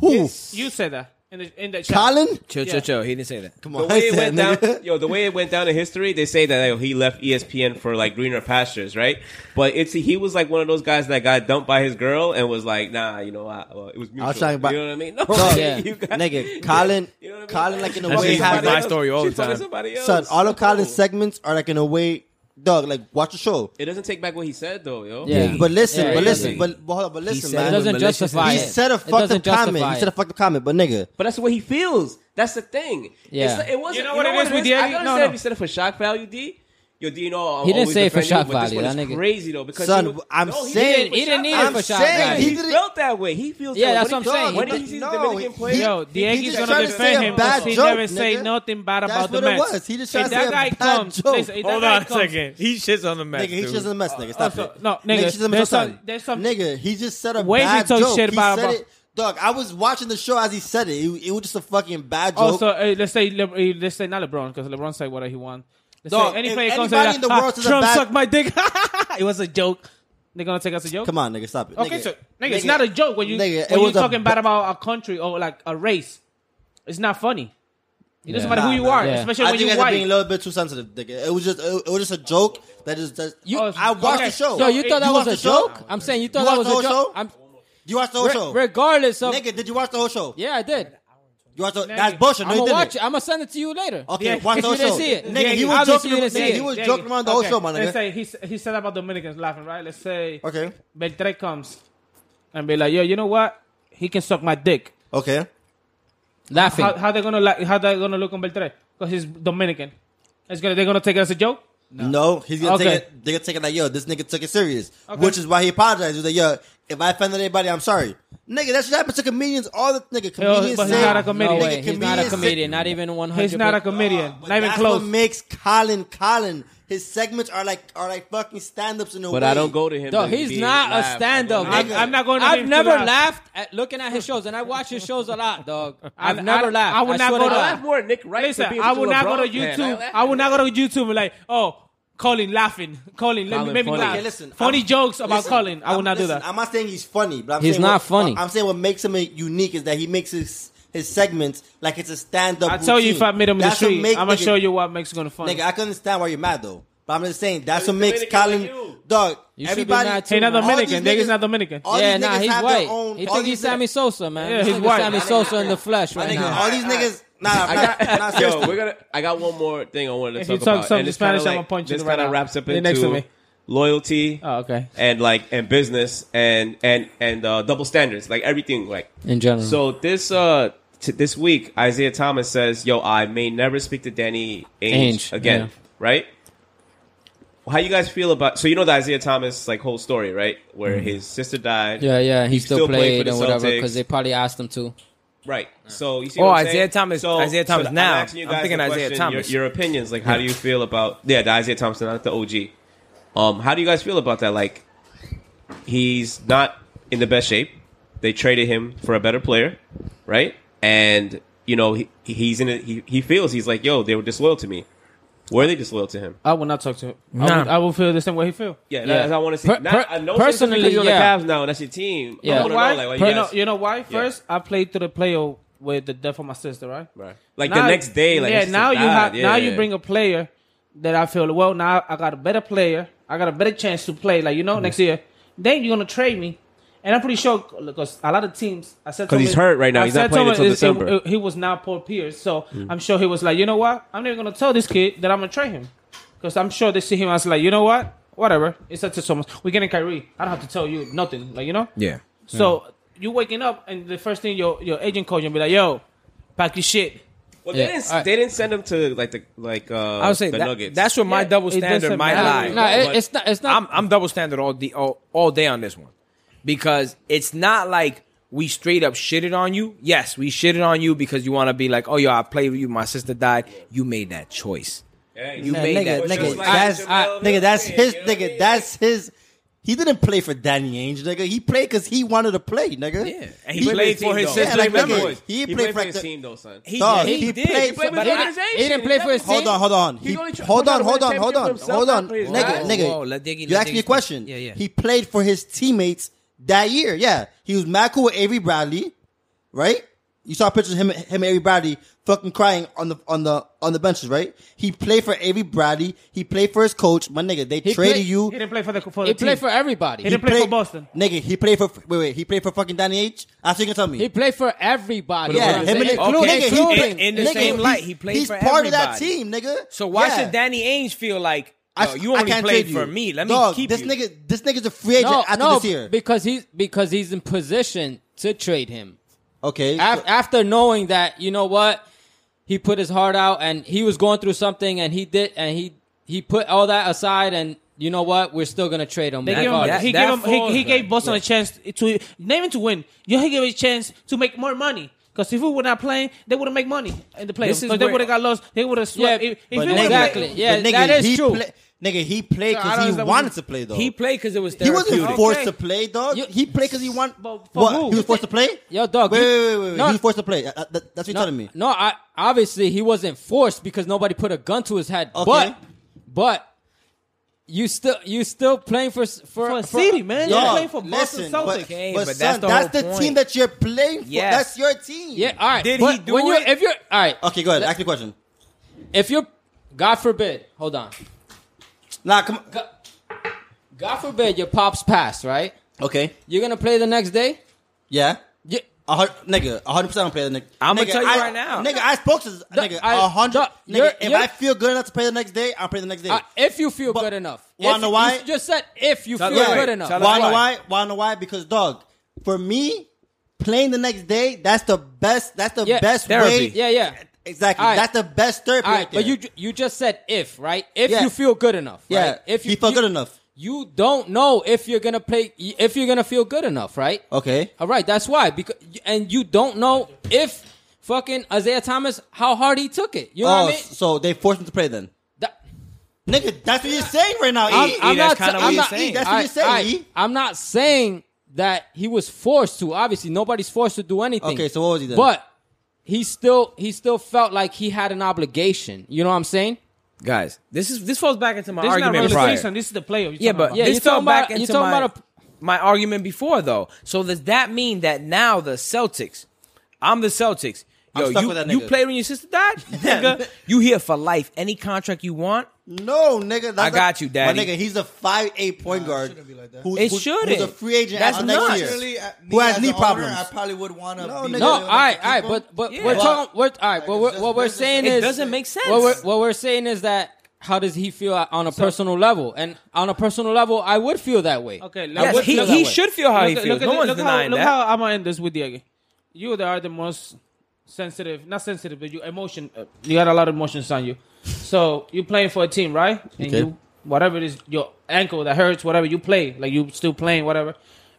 S7: who?
S2: You said that in the in that chat.
S7: Colin?
S3: Chill,
S2: Yeah.
S3: chill, chill. He didn't say that.
S7: Come
S1: The
S7: on,
S1: way
S7: I
S1: it
S7: said,
S1: went down,
S7: nigga.
S1: yo, the way it went down in history, they say that yo, he left E ESPN for like greener pastures, right? But it's he was like one of those guys that got dumped by his girl and was like, nah, you know, I, well, it was mutual.
S7: was talking about-
S1: you know what I mean? No,
S7: Dog,
S5: Yeah.
S1: you got-
S7: nigga, Colin,
S1: You know what I mean?
S7: Colin, like in a
S3: That's
S7: way,
S3: just my
S7: has,
S1: Somebody else-
S3: story all
S1: she
S3: the
S1: fucking
S3: time.
S1: Somebody else.
S7: son, all of Colin's
S1: No.
S7: segments are like in a way, dog, like watch the show.
S1: It doesn't take back what he said though, yo.
S5: Yeah.
S7: But listen,
S5: Yeah,
S7: but
S5: yeah,
S7: listen,
S5: yeah.
S7: but but hold on, but listen,
S3: said
S5: It
S7: man.
S3: was
S5: doesn't
S3: malicious
S5: justify
S7: he
S5: it.
S7: said a
S5: It doesn't
S7: fucked up
S5: justify
S7: comment. He
S5: it.
S7: said a fucked up comment, but nigga,
S1: But that's the way he feels. That's the thing.
S5: Yeah.
S1: It's not- it wasn't.
S2: You know what it is with
S1: I
S2: Diego?
S1: can
S2: No,
S1: understand
S2: no.
S1: if he said it for shock value, D. Yo, D, you know, I'm
S5: He didn't
S1: always
S5: say it for
S1: defending you,
S5: shock
S1: but this
S5: value,
S1: one
S5: that
S1: is
S5: nigga-
S1: crazy though because
S7: Son,
S1: he was-
S7: I'm
S1: no,
S7: saying-
S1: didn't-
S5: He didn't need
S1: value.
S5: it for
S7: I'm
S5: shot.
S7: saying
S5: value.
S1: he,
S7: He didn't-
S1: felt that way. He feels.
S5: Yeah,
S1: that
S5: that's
S1: way.
S5: what I'm saying.
S1: When
S5: He
S1: did he
S5: did-
S1: see the
S7: no,
S1: Dominican
S7: he-
S1: play?
S2: Yo,
S7: He- he
S2: Diego's
S7: just
S2: going
S7: tried
S2: to
S7: to say a
S2: defend him
S7: bad
S2: because he
S7: joke,
S2: never say
S7: nigga.
S2: nothing bad
S7: That's
S2: about the
S7: what it
S2: Mets.
S7: was. He just
S2: If
S7: tried to
S2: that
S7: say a
S2: guy
S7: bad
S2: comes,
S7: joke.
S2: listen, if that
S3: Hold
S2: guy
S3: on a
S2: comes- Oh,
S3: second. He shits on the Mets,
S7: nigga, he's
S3: dude.
S7: just a mess, nigga. Stop
S2: so-
S7: it.
S2: no, nigga,
S7: he's just a mess
S2: there's
S7: outside.
S2: some- there's some-
S7: nigga. He just said a
S2: Wait till he
S7: bad
S2: talk
S7: joke.
S2: shit
S7: he
S2: about-
S7: said
S2: about-
S7: it, dog. I was watching the show as he said it. It, it was just a fucking bad joke.
S2: Also, uh, let's say Le- uh, let's say not LeBron because LeBron said what he won. Let's
S7: Dog,
S2: say any
S7: if
S2: player comes
S7: anybody
S2: and
S7: in
S2: say,
S7: the
S2: "Ah,
S7: world is a
S2: Trump
S7: bad-
S2: sucked my dick. it was a joke. They're gonna take us a joke.
S7: Come on, nigga, stop it.
S2: Okay,
S7: nigga.
S2: so nigga, it's not a joke when you
S7: nigga, it
S2: when you're
S7: was a
S2: talking
S7: ba-
S2: bad about a country or like a race. It's not funny. It doesn't matter
S7: Nah,
S2: who you
S7: nah,
S2: are,
S5: nah.
S2: especially
S7: I
S2: when
S7: think
S2: you're
S7: you guys are being a
S2: white.
S7: little bit too sensitive, nigga. It was just it, it was just a joke that is just
S5: You-
S2: Oh,
S7: I watched
S2: okay.
S7: the show.
S5: So you thought that
S7: You
S5: was
S7: watched
S5: a
S7: the joke?
S5: joke? I'm saying you
S7: You
S5: thought that
S7: watched
S5: was a
S7: the whole
S5: joke.
S7: show?
S5: I'm-
S7: you watched the whole show,
S5: re- Regardless of
S7: nigga. Did you watch the whole show?
S5: yeah, I did.
S7: You watched the,
S2: Nigga.
S7: that's bullshit. No,
S5: I'm
S7: you
S5: gonna
S7: didn't.
S5: watch it. I'm gonna send it to you later.
S7: Okay,
S2: Yeah,
S7: watch
S5: if
S7: the whole
S5: you didn't
S7: show.
S5: see it.
S7: Nigga, he
S5: Yeah,
S7: was
S5: obviously
S7: joking.
S5: you
S7: Nigga,
S5: didn't see
S7: he
S5: it.
S7: was
S2: Yeah,
S7: joking
S2: yeah.
S7: around the whole
S2: Okay.
S7: show, my nigga.
S2: Let's say he s- he said about Dominicans laughing, right? Let's say
S7: okay,
S2: Beltre comes and be like, "Yo, you know what? He can suck my dick."
S7: okay.
S5: Laughing.
S2: How, how they gonna like? How they gonna look on Beltre? Because he's Dominican. It's gonna they're gonna take it as a joke.
S7: No, he's gonna
S2: Okay.
S7: take it. They're gonna take it like, yo, this nigga took it serious, which is why he apologized. He's like, yo, if I offended anybody, I'm sorry, nigga. That shit happens to comedians all the nigga. Comedians
S2: but he's
S7: say,
S2: not a comedian.
S5: No
S2: Nigga,
S5: way. He's not
S7: comedians
S5: a
S7: sit-
S5: comedian. Not even 100.
S2: He's not a comedian.
S7: But
S2: not even
S7: that's
S2: close.
S7: What makes Colin Colin? His segments are like are like fucking stand ups in a way.
S1: But I don't go to him.
S5: No,
S1: to
S5: he's
S1: be
S5: not a
S1: laughed.
S5: stand-up.
S2: I'm,
S7: Nigga.
S2: I'm not going. To
S5: I've
S2: him to
S5: never
S2: laugh.
S5: laughed at looking at his shows, and I watch his shows a lot, dog. I've
S2: I-
S5: never
S2: I-
S5: laughed.
S2: I would not
S5: swear
S2: go
S5: to
S1: I
S2: to
S5: God.
S1: laugh more at Nick Wright.
S2: Listen,
S1: than
S2: I will not go to
S1: LeBron, man.
S2: YouTube.
S1: laugh.
S2: I will not go to YouTube and be like, oh, Colin laughing. Colin, let me
S1: Colin
S2: make me
S1: funny.
S2: laugh.
S7: Okay, listen,
S2: funny
S7: I'm-
S2: jokes about
S7: Listen,
S2: Colin. I will
S7: I'm-
S2: not do
S7: listen,
S2: that.
S7: I'm not saying he's funny, but I'm
S5: He's
S7: saying
S5: not
S7: what-
S5: funny.
S7: I'm saying what makes him uh, unique is that he makes his his segments like it's a stand up.
S2: i tell you if I meet him in the
S7: that's what
S2: street,
S7: make-
S2: I'm gonna
S7: nigga,
S2: show you what makes going funny.
S7: Nigga, I can understand why you're mad though, but I'm just saying that's
S1: He's
S7: what makes
S1: Dominican
S7: Colin
S1: like you.
S7: dog.
S5: You should be
S7: everybody,
S5: mad too,
S2: He's not
S5: man.
S7: all these
S2: Dominican. Nigga's
S7: niggas-
S2: not Dominican.
S7: all
S5: yeah,
S7: these
S5: nah,
S7: niggas
S5: he's
S7: have
S5: white.
S7: Their own,
S5: he
S7: all
S5: thinks
S7: these
S5: he's Sammy Sosa, man.
S2: Yeah,
S5: This
S2: he's
S5: nigga's
S2: white.
S5: Sammy
S2: My nigga,
S5: Sosa in the flesh
S7: My
S5: right
S7: nigga,
S5: now.
S7: all these niggas. Nah, I'm not, I'm not serious.
S1: Yo, we're gonna. I got one more thing I wanted to
S2: If
S1: talk
S2: you talk
S1: about.
S2: something
S1: and it's
S2: Spanish,
S1: kinda
S2: I'm
S1: like-
S2: gonna punch you
S1: This
S2: right
S1: kinda
S2: now.
S1: wraps up
S2: You're next to
S1: into
S2: me.
S1: loyalty.
S2: Oh, okay.
S1: And like and business and and and uh, double standards, like everything, like
S5: In general.
S1: So this uh t- this week, Isaiah Thomas says, "Yo, I may never speak to Danny Ainge,
S5: Ainge,
S1: again."
S5: yeah.
S1: Right? How you guys feel about? So you know the Isaiah Thomas like whole story, right? Where his sister died.
S5: yeah, yeah, he still,
S1: still played
S5: played
S1: for the
S5: and whatever
S1: Celtics.
S5: because they probably asked him to.
S1: Right. So you see.
S3: Oh,
S1: what I'm
S3: Isaiah
S1: saying?
S3: Thomas-
S1: So,
S3: Isaiah Thomas
S1: So
S3: now.
S1: I'm, asking you
S3: I'm
S1: guys
S3: thinking
S1: the
S3: Isaiah
S1: question,
S3: Thomas.
S1: Your, your opinions, like, how do you feel about? Yeah, the Isaiah Thomas, not the OG. Um, how do you guys feel about that? Like, he's not in the best shape. They traded him for a better player, right? And you know he, he's in. A, he he feels he's like, yo, they were disloyal to me. Were they disloyal to him?
S2: I will not talk to him. I,
S3: Nah.
S2: will, I will feel the same way he feel.
S1: Yeah,
S5: Yeah.
S1: That's, I want to see.
S5: Per-
S1: not,
S5: per-
S1: I know it's just because
S5: personally,
S1: you're on
S5: yeah.
S1: the Cavs now, and that's your team.
S5: Yeah.
S1: I
S2: You
S1: wanna
S2: know
S1: know,
S2: why?
S1: like, why
S2: you,
S1: you
S2: know,
S1: guys-
S2: you know why?
S1: Yeah.
S2: First, I played through the playoff with the death of my sister, right?
S1: Right. Like
S2: Now-
S1: the next day, like
S2: yeah.
S1: it's just
S2: Now
S1: so
S2: you
S1: bad.
S2: have
S1: Yeah,
S2: now
S1: yeah,
S2: you bring a player that I feel well. Now I got a better player. I got a better chance to play. Like you
S1: Mm-hmm.
S2: know, next year. Then you're gonna trade me, and I'm pretty sure because a lot of teams. I said
S1: 'Cause he's hurt right now.
S2: I
S1: He's not
S2: said to
S1: playing
S2: him,
S1: until
S2: it- it-
S1: December. Mm.
S2: it- he was not Paul Pierce, so I'm sure he was like, you know what? I'm never gonna tell this kid that I'm gonna trade him because I'm sure they see him as like, you know what? whatever. It's up to someone. We're getting Kyrie. I don't have to tell you nothing. Like you know.
S3: Yeah.
S2: So you waking up and the first thing your your agent calls you and be like, "Yo, pack your shit."
S1: Well,
S6: Yeah,
S1: they didn't.
S6: all right.
S1: They didn't send him to like the like. Uh,
S3: I would say
S1: the
S3: that-
S1: Nuggets.
S3: that's where my
S2: Yeah,
S3: double
S2: it doesn't
S3: standard might
S2: matter.
S3: lie.
S6: No,
S3: But
S6: it, it's not. It's not.
S3: I'm I'm double standard all the all, all day on this one because it's not like we straight up shitted on you. Yes, we shitted on you because you want to be like, oh yo, I played with you. My sister died. You made that choice.
S1: Hey,
S3: You
S7: Nah,
S3: made
S7: nigga,
S3: that
S1: choice.
S7: nigga,
S1: Just like
S7: that's
S1: Jamel Hill
S7: nigga, that's
S1: said,
S7: his
S1: you know what I
S7: nigga,
S1: mean?
S7: that's his. He didn't play for Danny Ainge, nigga. He played because he wanted to play, nigga.
S3: Yeah. And he played for his
S1: though.
S7: sister,
S1: Yeah, like,
S7: remember?
S1: nigga,
S7: He
S1: He
S7: played
S1: played
S7: for
S1: for his
S7: the-
S1: team though, son.
S3: He,
S7: Dog,
S3: he,
S7: he played
S3: did. He played
S7: for-
S3: for
S7: But
S3: the
S7: I-
S3: organization.
S6: he didn't play for his team.
S7: Hold on, hold on. He,
S1: only tr-
S7: hold
S1: tried
S7: on,
S1: to win
S7: hold
S1: a
S7: on, hold
S1: championship
S7: on,
S1: himself
S7: hold on,
S1: after his
S7: nigga,
S1: dad.
S7: nigga.
S3: Whoa, let Diggy-
S7: you
S3: let
S7: asked me a
S3: Diggy
S7: question.
S3: speak. Yeah, yeah.
S7: He played for his teammates that year. Yeah, he was mad cool with Avery Bradley, right? You saw pictures of him, him, and Avery Bradley, fucking crying on the on the on the benches, right? He played for Avery Bradley. He played for his coach, my nigga. They
S6: He
S7: traded
S6: played-
S7: you.
S2: He didn't play for the for the
S6: he
S2: team.
S6: played for everybody.
S2: He didn't play for Boston.
S7: nigga. He played for wait, wait. He played for fucking Danny H. That's what you can tell me.
S6: He played for everybody.
S7: yeah,
S6: you
S7: him
S6: know what I'm
S7: and
S6: saying?
S3: Okay.
S6: Including-
S7: nigga, he
S6: including-
S7: played-
S3: In the
S7: nigga,
S3: same light, he
S7: he's-
S3: played
S7: He's
S3: for
S7: part of that
S3: everybody.
S7: team, nigga.
S3: So why
S7: Yeah.
S3: should Danny Ainge feel like
S7: I-
S3: yo, you
S7: I
S3: only
S7: can't
S3: played
S7: trade you.
S3: for me? Let
S7: Dog,
S3: me keep
S7: this
S3: you.
S7: nigga. This nigga's a free agent after
S6: no,
S7: this year.
S6: because he's because he's in position to trade him.
S7: Okay,
S6: Af- after knowing that, you know what, he put his heart out and he was going through something, and he did, and he he put all that aside, and you know what, we're still gonna trade him.
S2: They gave him,
S6: regardless.
S2: he
S3: that
S2: gave him, he,
S3: falls
S2: he
S3: back.
S2: gave Boston a chance to not even to win. You he gave a chance to make more money. Because if we were not playing, they would have made money in the playoffs.
S3: This is
S2: Because they
S3: where-
S2: would have got lost. They would have swept.
S6: Yeah,
S2: if, if
S6: but
S2: we would've
S6: exactly.
S2: played-
S6: Yeah,
S7: But nigga,
S6: that is
S7: he
S6: true.
S7: play- nigga, he played
S2: So I don't
S7: because he
S2: understand what
S7: wanted
S2: you-
S7: to play though.
S3: He played because it was
S7: He wasn't
S3: therapeutic.
S7: forced
S2: Okay.
S7: to play, dog.
S6: You-
S7: he played because he wanted.
S2: But for
S7: What?
S2: who?
S7: He was forced to play.
S6: Yo, dog,
S7: Wait,
S6: you-
S7: wait, wait, wait. wait.
S6: No.
S7: he was forced to play. Uh, that- that's what you're telling me.
S6: No, I obviously he wasn't forced because nobody put a gun to his head.
S7: Okay.
S6: But but you still you still playing for s- for,
S2: For City, man.
S7: Dog,
S2: You're playing for Boston
S7: listen, but,
S2: Celtics.
S3: Okay,
S7: but
S3: but
S7: son,
S3: that's the
S7: that's the,
S3: whole
S7: team
S3: point.
S7: that you're playing for.
S3: Yes.
S7: That's your team.
S6: Yeah, all right.
S3: Did
S6: but
S3: he do
S6: when
S3: it?
S6: You're, if you're all right,
S7: Okay, go ahead. Ask the question.
S6: if you're, God forbid, hold on.
S7: Nah, come. on.
S6: God, God forbid your pops pass, right?
S7: Okay.
S6: You're gonna play the next day.
S7: Yeah.
S6: You,
S7: A hundred, nigga, a hundred percent, I'm playing the nigga.
S3: I'ma
S7: Nigga,
S3: tell you
S7: I-
S3: right now.
S7: nigga. I spoke to this,
S6: Dog,
S7: nigga.
S6: I-
S7: A hundred,
S6: dog, you're-
S7: nigga. If
S6: you're-
S7: I feel good enough to play the next day, I'll play the next day.
S6: uh, if you feel
S7: But-
S6: good enough.
S7: Wanna
S6: If-
S7: know why?
S6: You just said if you
S3: Tell
S6: feel
S3: us why.
S6: good enough.
S3: Tell us
S7: Why know
S3: why.
S7: why? Why know why? Because dog, for me, playing the next day, that's the best. That's the
S6: Yeah,
S7: best
S3: therapy.
S7: way.
S6: Yeah, yeah.
S7: Exactly.
S6: All right.
S7: That's the best therapy.
S6: All
S7: right
S6: right,
S7: there.
S6: but you ju- you just said if right if
S7: Yeah.
S6: you feel good enough.
S7: Yeah,
S6: right? if
S7: he felt
S6: you-
S7: good enough.
S6: You don't know if you're gonna play if you're gonna feel good enough, right?
S7: okay?
S6: All right, that's why because and you don't know if fucking Isaiah Thomas how hard he took it. You know
S7: oh,
S6: what I mean?
S7: so they forced him to play then,
S6: That-
S7: nigga. That's what you're saying right now.
S6: I'm,
S7: E.
S6: I'm
S3: that's
S6: not. sa-
S3: kinda what
S6: I'm
S3: you're
S6: not.
S3: saying.
S7: That's what you're saying, E.
S6: I'm not saying that he was forced to. Obviously, nobody's forced to do anything.
S7: Okay, so what was he then?
S6: But he still he still felt like he had an obligation. You know what I'm saying?
S3: Guys, this is this falls back into my
S2: This is not
S3: argument
S2: regular
S3: prior.
S2: season. This is the playoffs.
S3: Yeah, but
S6: Yeah,
S3: this
S6: you're talking
S3: fell
S6: about-
S3: back
S6: you're
S3: into
S6: talking
S3: my,
S6: about
S3: my argument before though. So does that mean that now the Celtics, I'm the Celtics. Yo,
S7: stuck
S3: you,
S7: with that
S3: you
S7: nigga.
S3: played when your sister died, nigga. You here for life. Any contract you want,
S7: no, nigga. That's
S3: I
S7: a-
S3: got you, daddy.
S7: My nigga, he's a five eight point guard.
S4: shouldn't be like that.
S7: Who's,
S3: It
S7: who's-
S3: shouldn't.
S7: Who's a free agent
S3: That's
S7: after next
S3: nuts.
S7: year?
S4: Literally, uh, me
S7: Who has
S4: as
S7: knee
S4: an owner,
S7: problems?
S4: I probably would want to.
S7: No,
S4: be
S7: nigga.
S6: No,
S4: with
S6: all
S4: him to
S6: right,
S4: keep
S6: all right,
S4: him.
S6: but but
S3: Yeah.
S6: we're
S3: But-
S6: talking. We're, all right,
S4: Like,
S6: what
S4: it's
S6: we're,
S4: just
S6: what we're
S4: business.
S6: saying
S4: It
S6: is
S3: doesn't make sense.
S6: What we're, what we're saying is that how does he feel on a personal level? And on a personal level, I would feel that way.
S2: Okay,
S6: I
S2: let's-
S3: yes,
S6: would
S3: he,
S6: feel
S2: look
S6: that
S3: he
S6: way.
S3: should feel how he
S2: look,
S3: feels.
S2: look at
S3: No
S2: the-
S3: one's
S2: look
S3: denying
S2: how,
S3: that.
S2: Look how I'm gonna end this with Diego. You are the most sensitive, not sensitive, but you emotion. uh, You got a lot of emotions on you. So you playing for a team, right? And
S7: Okay.
S2: you whatever it is, your ankle that hurts, whatever you play, like you still playing, whatever.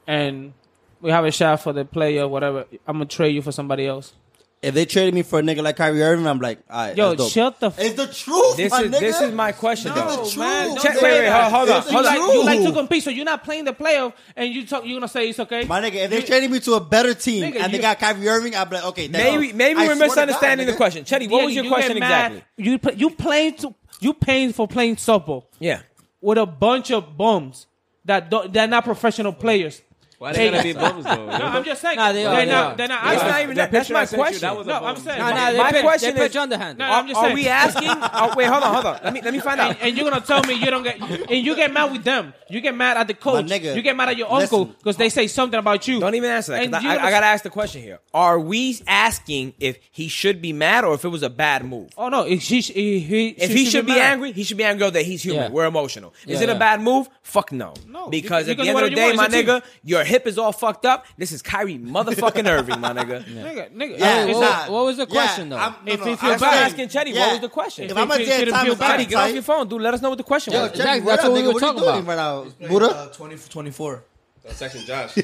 S2: And we have a shot for the player, whatever. I'm gonna trade you for somebody else.
S7: If they traded me for a nigga like Kyrie Irving, I'm like, all right,
S2: Yo,
S7: that's dope.
S2: shut the. F-
S7: It's the truth,
S3: this
S7: my
S3: is
S7: nigga.
S3: this is my question
S2: No,
S3: though.
S2: man, don't
S3: Check-
S2: say
S3: wait, wait,
S2: that.
S3: hold- hold on,
S2: You
S3: hold
S2: like,
S3: on.
S2: You like to compete, so you're not playing the playoff, and you talk. You're gonna say it's okay.
S7: My nigga, if they
S2: You-
S7: traded me to a better team
S2: Nigga,
S7: and
S2: you-
S7: they got Kyrie Irving, I'd be like, okay, thank
S3: Maybe
S7: you.
S3: maybe
S7: Um, I
S3: we're
S7: swear to God,
S3: misunderstanding
S7: nigga.
S3: the question. Chetty, what
S2: Yeah,
S3: was your
S2: you
S3: question
S2: get mad.
S3: exactly?
S2: You play, you playing to you paying for playing softball
S3: Yeah.
S2: with a bunch of bums that don't, they're not professional players.
S1: Why they gotta be bums though?
S2: No, I'm just saying.
S6: Nah, they
S2: they
S6: are,
S2: are
S6: they
S2: not.
S6: are.
S2: They're not.
S3: That's
S2: I-
S3: not even
S1: that
S3: that. That's
S1: picture
S3: my
S1: I sent you,
S3: question.
S1: that was a
S2: No, I'm
S1: bum.
S2: saying.
S6: Nah, nah, they
S3: My
S6: pitch,
S3: question
S6: they pitch
S3: is-
S6: underhand.
S2: No,
S3: Are,
S2: I'm just saying.
S3: are we asking? oh, wait, hold on, hold on. Let me let me find out.
S2: and, and you're gonna tell me you don't get, and you get mad with them. You get mad at the coach.
S7: nigga,
S2: you get mad at your
S7: listen.
S2: uncle because they say something about you.
S3: Don't even answer that. 'cause
S2: And
S3: I,
S2: you
S3: I- I gotta ask the question here. Are we asking if he should be mad or if it was a bad move?
S2: Oh no, if she, he, he,
S3: If
S2: she
S3: he should be,
S2: mad.
S3: angry, he should be angry that he's human.
S6: Yeah.
S3: We're emotional. Is
S6: Yeah,
S3: it a
S6: yeah.
S3: bad move? Fuck no.
S2: No,
S3: Because
S2: you- you can
S3: at the
S2: do
S3: end of the
S2: whatever
S3: day,
S2: you
S3: my
S2: want. It's your
S3: nigga, your hip is all fucked up. This is Kyrie motherfucking Irving, my nigga.
S2: nigga, nigga.
S7: Yeah,
S2: it's
S6: what-
S2: not-
S7: nah.
S6: what was the
S7: Yeah,
S6: question, though?
S7: I'm- no,
S2: If
S7: no,
S2: he feel
S7: I'm
S3: Stop
S2: bad-
S7: saying-
S3: asking Chetty,
S7: Yeah.
S3: what was the question?
S7: If
S2: he
S7: I'm a
S2: feel-
S7: dead
S2: shouldn't
S7: time,
S2: feel
S7: it's
S2: bad.
S7: not
S3: Chetty, get off
S7: tight.
S3: your phone, dude. Let us know what the question
S7: Yo,
S3: was.
S7: Chetty,
S6: Exactly,
S7: what
S6: that's
S7: up,
S6: what we
S7: nigga?
S6: were
S7: you
S6: talking
S7: doing right now, Buddha?
S4: Uh, 20 24.
S1: Section Josh.
S4: Uh,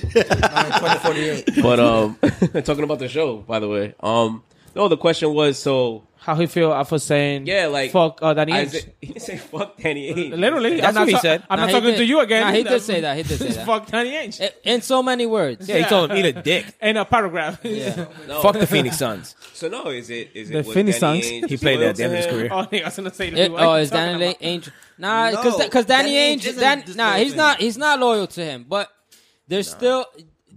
S4: 2048.
S1: But um, talking about the show, by the way. Um, no, the question was so
S2: How he feel after saying
S1: yeah, like
S2: fuck uh, Danny Ainge. Uh,
S1: Isaiah- he didn't say fuck Danny Ainge.
S2: Literally,
S3: That's
S2: I'm not
S3: what he
S2: ta-
S3: said.
S2: I'm
S6: Nah,
S2: not
S6: he
S2: talking
S6: did-
S2: to you again.
S6: nah, he did say that. He did say that.
S2: fuck Danny Ainge.
S6: I- In so many words.
S3: Yeah, he told him, eat a dick.
S2: In a paragraph. Yeah.
S1: No.
S3: Fuck the Phoenix Suns.
S1: So no, is it is it
S2: The
S1: was
S2: Phoenix
S1: Danny
S2: Suns.
S1: Ainge
S3: He played
S1: loyal
S3: that the end
S1: to
S3: of his
S1: him?
S3: career.
S2: oh, nigga, I was gonna say.
S6: It-
S2: what
S6: oh,
S2: you
S6: is
S2: talking
S6: Danny
S2: about?
S6: Ainge? Nah,
S7: No,
S6: because because Danny
S7: Danny Ainge
S6: Ainge,
S7: isn't
S6: Dan,
S7: this
S6: nah,
S7: loyal
S6: he's
S7: to
S6: not he's not loyal to him. But there's still,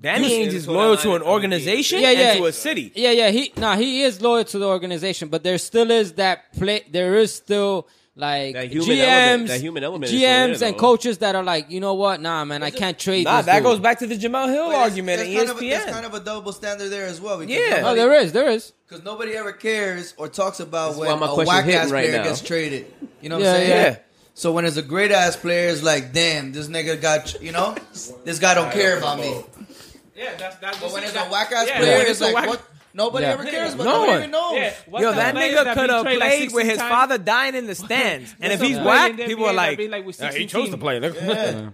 S3: Danny
S1: You-
S3: Ainge is
S1: Yeah,
S3: loyal
S1: that's
S3: to
S1: what
S3: an
S1: I-
S3: organization
S6: Yeah, yeah.
S3: and to a city.
S6: yeah, yeah, he nah, he is loyal to the organization, but there still is that play. There is still like
S1: That human
S6: GMs,
S1: element- that human element is still there,
S6: GMs and
S1: though.
S6: coaches that are like, you know what? Nah, man, I can't trade.
S3: Nah,
S6: this
S3: that
S6: dude."
S3: goes back to the Jamal Hill argument
S4: That's
S3: in
S4: kind, of
S6: E
S4: a, that's
S3: ESPN.
S4: kind of a double standard there as well. Because
S3: Yeah.
S6: Oh, there is, there is.
S4: Because nobody ever cares or talks about
S1: That's why
S4: when
S1: my
S4: a
S1: question's
S4: whack ass
S1: hitting right
S4: player
S1: now.
S4: gets traded. You know what
S6: Yeah,
S4: I'm saying?
S3: yeah.
S4: So when it's a great ass player, it's like, damn, this nigga got, you know, this guy don't care about me.
S2: Yeah, that's that's.
S4: But when
S2: that's-
S4: it's a whack ass
S2: yeah,
S4: player,
S2: when
S4: it's
S2: a
S4: like,
S2: whack-
S4: what? Nobody
S6: Yeah.
S4: ever cares about.
S3: No
S4: Nobody
S3: one.
S4: even knows.
S2: Yeah, what
S3: Yo,
S2: the
S3: that
S2: players
S3: nigga
S2: that
S3: could
S2: be
S3: have
S2: traded, like,
S3: played
S2: 16
S3: with his
S2: times?
S3: father dying in the stands. and if
S2: Some players
S3: he's
S2: in
S3: whack,
S2: the
S3: people
S2: NBA
S3: are
S2: that
S3: like,
S2: be, like, with
S3: "Yeah,
S2: 16 teams."
S3: Look.
S2: Damn,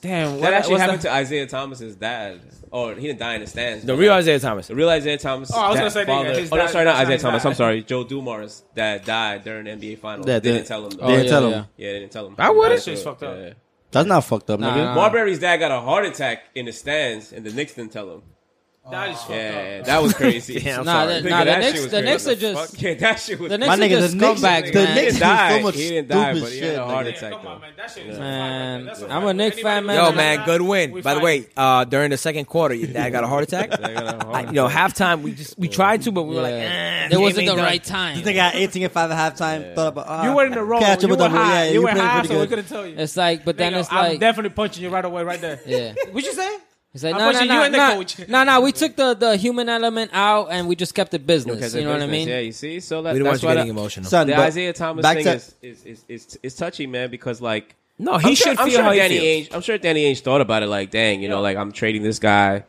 S1: That
S2: what
S1: actually
S2: what's
S1: happened
S2: that?
S1: to Isaiah Thomas's dad, or he didn't die in the stands.
S3: The
S1: but,
S3: real
S1: like,
S3: Isaiah Thomas.
S1: the real Isaiah Thomas.
S2: Oh, I was gonna say that
S1: father.
S2: his
S1: Oh, no,
S2: dad-
S1: sorry, not
S2: his
S1: Isaiah
S2: dad
S1: Thomas. I'm
S2: died.
S1: sorry, Joe Dumars that died during the NBA Finals.
S7: Yeah,
S1: they
S7: they-
S1: didn't tell him. Though.
S7: Oh, yeah, tell him.
S1: Yeah, they didn't tell him.
S3: I would've.
S2: That shit's fucked up.
S1: Yeah.
S7: That's not fucked up, nigga.
S6: Nah.
S1: Marbury's dad got a heart attack in the stands, and the Knicks didn't tell him.
S2: That is fucked up.
S1: Yeah, that was crazy.
S3: Yeah, I'm
S6: Nah,
S3: sorry.
S6: the-
S1: Nigga,
S6: nah, the
S1: that shit
S6: Knicks-
S1: was
S6: the
S1: crazy.
S6: Knicks are just-
S1: Fuck, yeah, that shit was.
S6: The
S7: My
S6: Knicks are
S7: nigga, the
S6: just
S7: Knicks,
S6: scumbags,
S7: the
S6: man.
S1: he
S7: Knicks
S1: didn't
S7: do
S1: die.
S7: so much
S1: he didn't
S7: stupid
S1: die, but he
S7: shit.
S1: had a heart
S7: nigga.
S1: attack
S2: Come on,
S1: though.
S2: man. That shit is
S6: Man,
S2: a fact right there. That's
S6: I'm a
S2: fact.
S6: Knicks fan,
S2: Anybody
S6: man.
S2: who's
S3: Yo,
S2: a
S3: man,
S2: Knicks
S3: good
S2: fan,
S3: win.
S2: we
S3: By the
S2: fight.
S3: way, uh, during the second quarter, your dad got a heart attack.
S1: They got a heart
S3: I, you know, halftime, we just we tried to, but we were like,
S6: Yeah.
S3: eh,
S6: There
S3: he
S6: wasn't
S3: ain't
S6: the
S3: done.
S6: right time.
S7: This nigga got 18 and 5 at halftime. Thought about, ah,
S2: you were in the role.
S7: catch him
S2: you
S7: with
S2: were
S7: the ball.
S2: high.
S7: Yeah,
S2: you were
S7: playing
S2: high,
S7: pretty
S2: so we
S7: good.
S2: couldn't tell you.
S6: It's like, but then
S2: Nigga,
S6: it's
S2: I'm
S6: like,
S2: definitely punching you right away, right there.
S6: yeah.
S2: What you say?
S6: It's like,
S2: I'm
S6: no, no,
S2: pushing
S6: no,
S2: you and the
S6: no,
S2: coach.
S6: no, no. We took the, the human element out and we just kept it business.
S1: Because
S6: You
S1: of
S6: know what I
S1: business.
S6: mean?
S1: Yeah, you see, so that,
S3: We don't want
S1: that's
S3: you
S1: why
S3: getting
S1: the,
S3: emotional.
S7: Son,
S1: the
S7: but
S1: Isaiah Thomas
S7: back
S1: thing
S7: to-
S1: is, is, is, is, is touchy, man, because like
S3: No, he
S1: I'm
S3: should
S1: sure, I'm
S3: feel
S1: sure
S3: how he
S1: Danny
S3: feels.
S1: Ainge. I'm sure Danny Ainge thought about it. Like, dang, you know, like I'm trading this guy.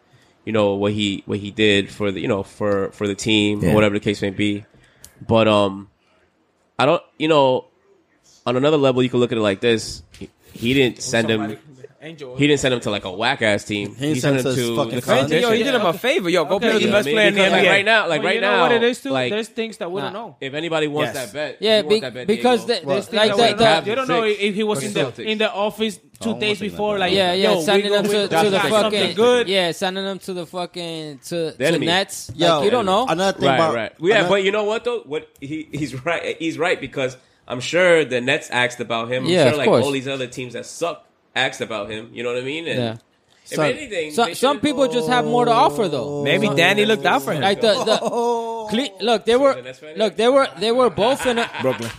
S1: You know what he what he did for the you know for for the team
S3: Yeah.
S1: or whatever the case may be. But um, I don't. You know, on another level, you could look at it like this. He, he didn't send him.
S2: Angel.
S1: He didn't send him to like a whack ass team. He,
S7: sent
S1: sent him
S7: him to his
S1: to
S7: fucking
S1: the
S7: college.
S1: competition.
S3: Yo, he did him a favor. Yo, go
S2: Okay.
S3: play with
S2: You
S3: the
S2: know
S3: best
S1: what I
S3: player
S1: mean?
S3: in the
S1: Because, like
S3: NBA.
S1: right now, like
S2: Well,
S1: right
S2: you know
S1: now,
S2: what it is too.
S1: like
S2: There's things that we don't know.
S1: if anybody wants
S3: Yes.
S1: that bet,
S6: Yeah,
S1: if you want
S6: be-
S1: that bet,
S6: because the,
S1: Diego.
S6: there's
S2: Like
S6: like
S2: that,
S1: Well,
S6: the,
S2: that,
S1: that-
S2: you don't know
S1: six.
S2: if he was in the
S1: Celtics.
S2: in the office two days before. Like
S6: Yeah, yeah,
S2: yo,
S6: sending
S2: we
S6: them
S2: go-
S6: to,
S2: we
S6: to the
S2: got something
S6: fucking
S2: good.
S6: Yeah, sending them to the fucking to,
S1: The
S6: to
S1: enemy.
S6: Nets. Like,
S7: Yo,
S6: you don't know.
S7: Another thing
S1: right,
S7: about.
S1: right. Yeah,
S7: another-
S1: but you know what though? What he he's right. He's right because I'm sure the Nets asked about him. I'm
S6: Yeah,
S1: sure
S6: of
S1: like
S6: course.
S1: all these other teams that suck asked about him. You know what I mean? And
S6: Yeah.
S1: if
S7: Some-
S1: anything,
S6: So,
S1: they
S6: some
S1: should've-
S6: people just have more to offer though.
S3: Maybe Danny looked out for him.
S6: Like the, the Cle- look, they were
S1: the Nets fan here?
S6: look, they were they were both in a
S3: Brooklyn.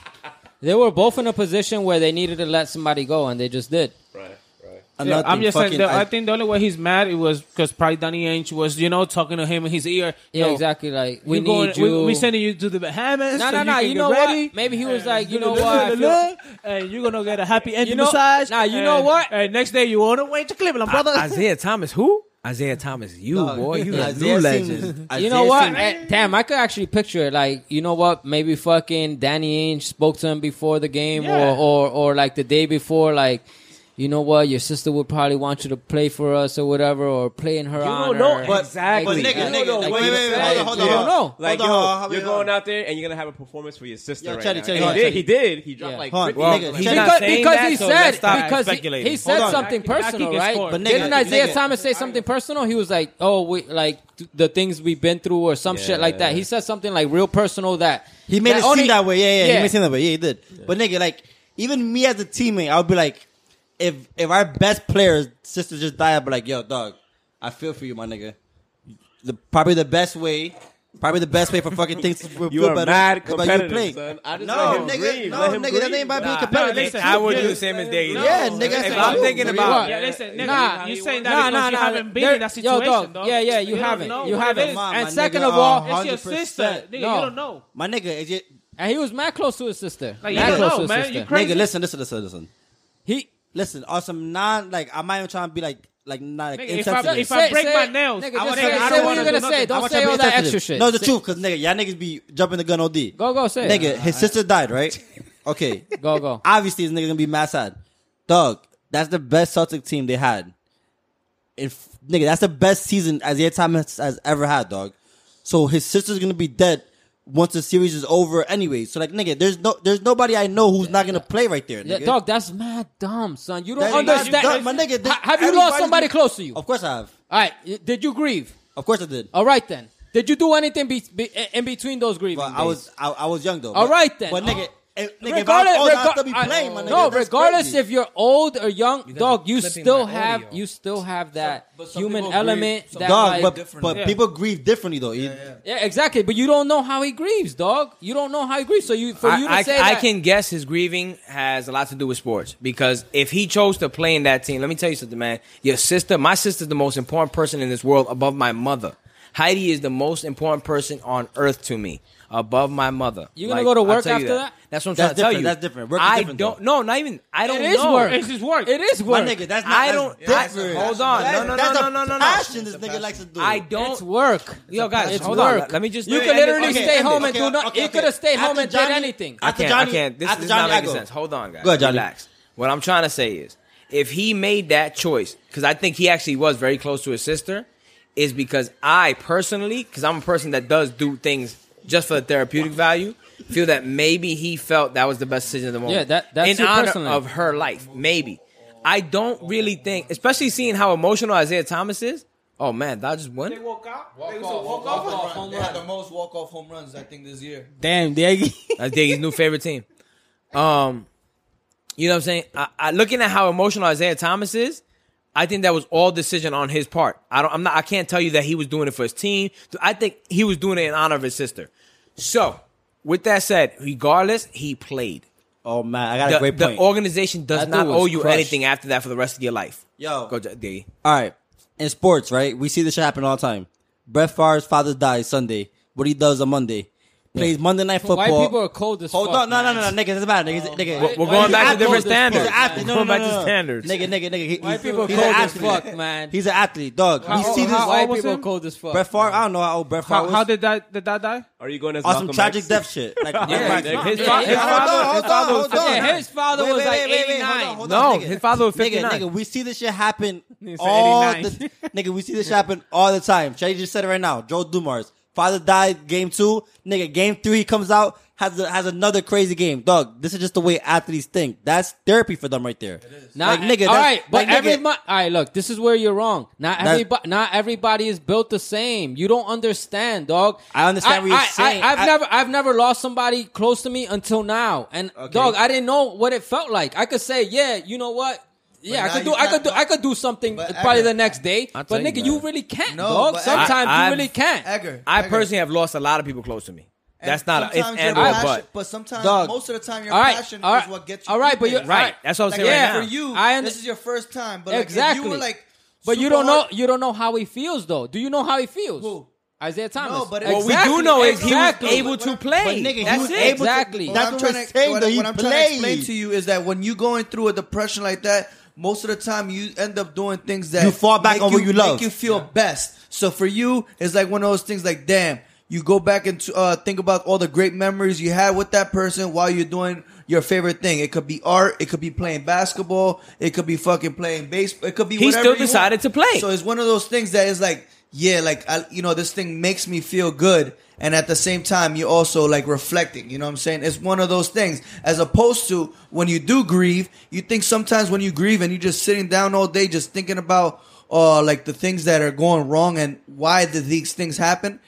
S6: they were both in a position where they needed to let somebody go and they just did.
S1: Right, right.
S7: another
S2: I'm
S7: thing,
S2: just saying.
S7: fucking
S2: The, I,
S7: I-
S2: think the only way he's mad it was because probably Danny Ainge was you know talking to him in his ear.
S6: Yeah,
S2: Yo,
S6: exactly. Like we
S2: you
S6: need
S2: going-
S6: you.
S2: We, we sending you to the Bahamas.
S6: no,
S2: so
S6: no, no.
S2: can
S6: You
S2: get
S6: know
S2: ready.
S6: what? Maybe he was like, you know what? I feel-
S2: and you're gonna get a happy ending
S6: know-
S2: massage.
S6: nah, you
S2: and-
S6: know what?
S2: And next day you on the way to Cleveland, brother.
S3: Isaiah Thomas, who? Isaiah Thomas, you boy, you a
S7: Isaiah
S3: new legend.
S7: Simmons-
S6: You
S7: Isaiah
S6: know what?
S7: Simmons-
S6: Eh, Damn, I could actually picture it. Like, you know what? Maybe fucking Danny Ainge spoke to him before the game,
S2: Yeah.
S6: or, or or like the day before. Like, you know what? Your sister would probably want you to play for us, or whatever, or play in her honor.
S7: but-
S6: exactly.
S7: but nigga, nigga,
S6: Like,
S7: wait, wait,
S6: you
S7: wait,
S6: said,
S7: hold on, hold
S6: you
S7: on.
S6: don't know.
S1: Like
S7: Hold
S1: yo,
S7: on, hold on,
S1: you're
S7: hold on.
S1: going out there and you're gonna have a performance for your sister.
S7: Yo,
S1: right
S7: Chetty,
S1: now.
S7: Chetty,
S1: And
S7: hold on,
S1: he did. He
S7: Chetty.
S1: did. He dropped
S6: Yeah.
S1: like.
S7: Hold on,
S1: 50
S7: nigga,
S1: like-
S7: Chetty,
S3: He's not
S6: because,
S3: saying
S6: because
S3: that,
S6: he
S3: so
S6: said
S3: let's stop
S6: because he,
S3: speculating.
S6: he said
S7: on.
S6: something
S2: I- I keep
S6: personal,
S2: it
S6: right?
S2: scored. But
S7: nigga,
S6: Didn't Isaiah
S7: nigga.
S6: Thomas say something personal? He was like, "Oh, we like th- the things we've been through, or some shit like that."
S1: Yeah.
S6: He said something like real personal that
S7: He made it
S6: only-
S7: seem that way. Yeah, yeah,
S6: Yeah.
S7: He made it seem that way. Yeah, he did. But nigga, like even me as a teammate, I would be like, if if our best player's sister just died, I'd be like, yo, dog, I feel for you, my nigga. The probably the best way, probably the best way for fucking things to feel
S1: You are
S7: better
S1: mad
S7: is by you
S1: competitive,
S7: playing.
S1: son. I just let
S7: No,
S1: him
S7: nigga,
S1: breathe.
S7: no,
S1: Let
S7: nigga,
S1: him
S7: that
S1: breathe.
S7: ain't about being
S1: Nah.
S7: competitive.
S2: listen,
S3: I would do the same as Dave.
S7: Yeah, nigga, that's
S3: If
S7: how
S3: I'm
S7: you-
S3: thinking
S7: nigga,
S3: about,
S7: you
S2: Yeah, listen, nigga,
S6: Nah.
S2: you saying that
S6: Nah,
S2: because
S6: nah,
S2: you
S6: nah.
S2: haven't been
S6: There-
S2: in that
S6: yo,
S2: situation,
S6: dog.
S2: dog.
S6: Yeah, yeah, you
S2: don't
S6: haven't.
S2: know
S6: You
S2: what it
S6: haven't.
S2: is.
S7: Come on,
S6: And
S7: my
S6: second
S7: nigga, Oh,
S6: of
S7: a
S6: all-
S2: It's your
S7: 100%.
S2: sister, nigga.
S6: No.
S2: You don't know.
S7: My nigga, is it,
S6: And he was mad close to his sister.
S2: Like, you
S6: mad
S2: don't
S6: close
S2: know,
S6: to his
S2: man.
S6: sister.
S2: You cra- Crazy.
S7: nigga, listen, listen, listen, listen,
S6: he
S7: listen. On some non, like I'm not even trying to be like, like not like
S2: Nigga, if I-
S7: insensitive.
S2: if I- break my nails,
S6: nigga,
S2: I
S6: just
S2: wanna-
S6: say,
S2: I don't
S6: say what
S2: wanna
S6: you're gonna
S2: do
S6: say.
S2: nothing.
S7: I want
S6: Don't
S7: y'all
S6: say
S7: to be
S6: all that
S7: insensitive.
S6: extra shit.
S7: No, it's the
S6: Say-
S7: truth, cause nigga, y'all niggas be jumping the gun od.
S6: Go, go, say. it.
S7: Nigga, his sister died, right? Okay.
S6: Go, go.
S7: Obviously, this nigga gonna be mad sad. Dog, that's the best Celtic team they had. If nigga, that's the best season as their time has, has ever had, dog. So his sister's gonna be dead once the series is over, anyway. So like, nigga, there's no, there's nobody I know who's not gonna play right there,
S6: Yeah,
S7: nigga.
S6: dog, that's mad dumb, son. You don't
S7: That's-
S6: understand.
S7: dog, my nigga,
S6: Ha- have you lost
S7: everybody's
S6: somebody
S7: gonna-
S6: close to you? All
S7: Of course I have.
S6: right. y- Did you grieve?
S7: Of course I did.
S6: All right then. Did you do anything be- be- in between those grieving?
S7: But I
S6: days?
S7: was, I, I was young though.
S6: All
S7: But-
S6: right then.
S7: But nigga,
S6: Oh.
S7: if, nigga, if I was old, I'd
S6: rega-
S7: still be
S6: I-
S7: playing, my nigga.
S6: No,
S7: That's
S6: regardless
S7: crazy.
S6: if you're old or young, dog,
S3: are
S6: you
S3: clipping
S6: still
S3: my
S6: have
S3: audio.
S6: you still have that
S8: But some
S6: human
S8: people grieve.
S6: element.
S8: Some
S6: That
S7: dog,
S6: like-
S7: but
S8: different.
S7: but
S2: Yeah.
S7: people grieve differently though. You-
S6: yeah, exactly. But you don't know how he grieves, dog. You don't know how he grieves. So you for you to
S3: I, I,
S6: say
S3: I
S6: that,
S3: can guess his grieving has a lot to do with sports because if he chose to play in that team, let me tell you something, man. Your sister, my sister's the most important person in this world above my mother. Heidi is the most important person on earth to me. Above my mother,
S6: You gonna go to
S3: I'll
S6: work
S3: tell you
S6: after that?
S3: That's what I'm
S7: That's
S3: trying
S7: different,
S3: to tell you.
S7: that's different. Work is
S3: I
S7: different,
S3: don't. No, not even. I don't
S6: it is
S3: know.
S6: work.
S2: It's his work.
S6: It is
S7: My
S6: work.
S7: nigga, that's not.
S3: I
S7: that's
S3: don't-
S7: different.
S3: that's a- hold on.
S7: That's-
S3: No, no,
S7: that's
S3: no,
S7: a
S3: no, no, no, no.
S7: Passion this nigga likes to do.
S3: I don't.
S6: It's work.
S3: Yo, guys,
S6: it's
S3: hold on.
S6: work.
S3: Let- Let me just.
S6: You
S3: let me
S6: could
S3: end it.
S6: literally
S3: Okay,
S6: stay
S3: end it.
S6: home and do nothing. You could have stayed home
S7: After
S6: and
S7: Johnny-
S6: did anything.
S3: I
S7: after
S3: can't.
S7: Johnny-
S3: I can't. This
S7: after
S3: is not
S7: Johnny, I
S3: making
S7: go.
S3: sense. Hold on, guys.
S7: Go ahead, Johnny.
S3: Relax. What I'm trying to say is, if he made that choice, because I think he actually was very close to his sister, is because I personally, because I'm a person that does do things just for the therapeutic value, feel that maybe he felt that was the best decision at the moment.
S6: Yeah, that- that's
S3: in
S6: you
S3: honor
S6: personally.
S3: of her life. Maybe I don't really think, especially seeing how emotional Isaiah Thomas is. Oh man, that just won.
S8: They had the most walk off home runs I think this year.
S3: Damn, Diggy. That's Diggy's new favorite team. Um, you know what I'm saying? I, I looking at how emotional Isaiah Thomas is, I think that was all decision on his part. I don't I'm not I can't tell you that he was doing it for his team. I think he was doing it in honor of his sister. So, with that said, regardless, he played.
S7: Oh man, I got
S3: The,
S7: a great
S3: the
S7: point.
S3: organization does
S6: That dude
S3: not
S6: was
S3: owe you
S6: crushed.
S3: anything after that for the rest of your life.
S7: Yo.
S3: Go, Diggy.
S7: all right, in sports, right? We see this shit happen all the time. Brett Favre's father dies Sunday. What he does on Monday, plays Monday night football.
S6: White people are cold as
S7: Hold
S6: fuck.
S7: on, no, no,
S6: man.
S7: no, no, nigga, it doesn't matter, nigga. nigga.
S6: We're-
S3: We're
S6: Oh, Why
S3: going
S6: is
S3: back to
S6: it
S3: different
S6: cold as
S7: He's
S6: fuck?
S3: standards.
S7: an athlete. No, no,
S3: We're going back
S7: no,
S3: to
S7: no.
S3: standards.
S7: Nigga, nigga, nigga. He,
S6: White
S7: he's,
S6: people
S7: he's
S6: cold
S7: an
S6: as
S7: athlete.
S6: fuck, man.
S7: He's an athlete, dog.
S6: How,
S7: we see this.
S6: how
S2: how old
S6: white
S2: was
S6: people
S2: him?
S6: cold as fuck.
S7: Brett Favre, I don't know how old Brett Favre
S2: How,
S7: was.
S2: how did that did that die?
S1: Are you going as
S7: on Oh, some
S1: Malcolm
S7: tragic
S1: X?
S7: death shit? Like,
S3: Yeah,
S7: like,
S3: his,
S7: like-
S3: his,
S6: Yeah,
S3: his
S6: yeah,
S3: father
S7: hold on, hold on, hold
S6: Yeah,
S7: on.
S6: his father
S7: Wait,
S6: was
S7: wait,
S6: like
S7: wait, wait, wait, hold on,
S6: 89.
S7: hold
S3: No,
S7: on,
S3: his father was
S7: Nigga,
S3: 59.
S7: nigga, we see this shit happen
S2: said
S7: all
S2: 89.
S7: the nigga. We see this shit happen all the time. Shay just said it right now. Joe Dumars, father died game two. Nigga, game three he comes out has a, has another crazy game. Dog, this is just the way athletes think. That's therapy for them right there.
S6: Nah,
S7: Like, nigga,
S6: all
S7: that's-
S6: right, but
S7: like, nigga-
S6: every mo- all right, look, this is where you're wrong. Not
S7: That's-
S6: everybody, not everybody is built the same. You don't understand, dog.
S7: I understand what you're
S6: I,
S7: saying.
S6: I, have
S7: I-
S6: never, I've never lost somebody close to me until now, and dog, I didn't know what it felt like. I could say, yeah, you know what. Yeah, I
S4: now
S6: could do.
S4: you
S6: I could
S4: can't-
S6: do. I could do something
S4: but
S6: probably
S4: Edgar,
S6: the next day. But
S3: tell you,
S6: nigga, you,
S3: man.
S6: really can't,
S4: No,
S6: dog.
S4: but
S6: Sometimes
S3: I-
S6: you
S3: I've-
S6: really can't.
S4: Edgar,
S3: I
S4: Edgar.
S3: personally have lost a lot of people close to me. That's not a, it's
S4: Sometimes your
S3: and or
S4: passion-
S3: but.
S4: But sometimes,
S7: Dog.
S4: most of the time, your
S6: All right,
S4: passion
S6: all right,
S4: is what gets you.
S6: all right,
S4: through
S6: but you're
S4: things.
S3: Right. That's what I'm
S4: Like,
S3: saying
S6: yeah,
S3: right
S4: for
S3: now.
S4: you,
S6: I under-
S4: this is your first time. But like, if
S6: Exactly.
S4: you were like,
S6: But you
S4: super
S6: don't know.
S4: hard-
S6: You don't know how he feels, though. Do you know how he feels?
S4: Who?
S6: Isaiah Thomas.
S4: No, but it-
S3: What we
S6: Exactly,
S3: do know is
S6: exactly.
S3: he was able to play.
S7: But nigga,
S3: That's
S7: he was
S3: it.
S7: able
S6: Exactly.
S7: to.
S4: What
S7: That's
S4: I'm
S7: what,
S4: trying
S7: I'm
S4: to-
S7: saying.
S4: what-
S7: though, he
S4: what I'm trying to
S7: played.
S4: explain to you is that when you going through a depression like that, most of the time you end up doing things that
S7: You fall back
S4: make
S7: on what you love.
S4: make you feel best. So for you, it's like one of those things like, damn, you go back and uh, think about all the great memories you had with that person while you're doing your favorite thing. It could be art, it could be playing basketball, it could be fucking playing baseball, it could be.
S3: He
S4: whatever
S3: still
S4: you want.
S3: decided to play.
S4: So it's one of those things that is like, yeah, like I, you know, this thing makes me feel good, and at the same time, you also like reflecting. You know what I'm saying? It's one of those things. As opposed to when you do grieve, you think sometimes when you grieve and you're just sitting down all day, just thinking about uh like the things that are going wrong and why did these things happen.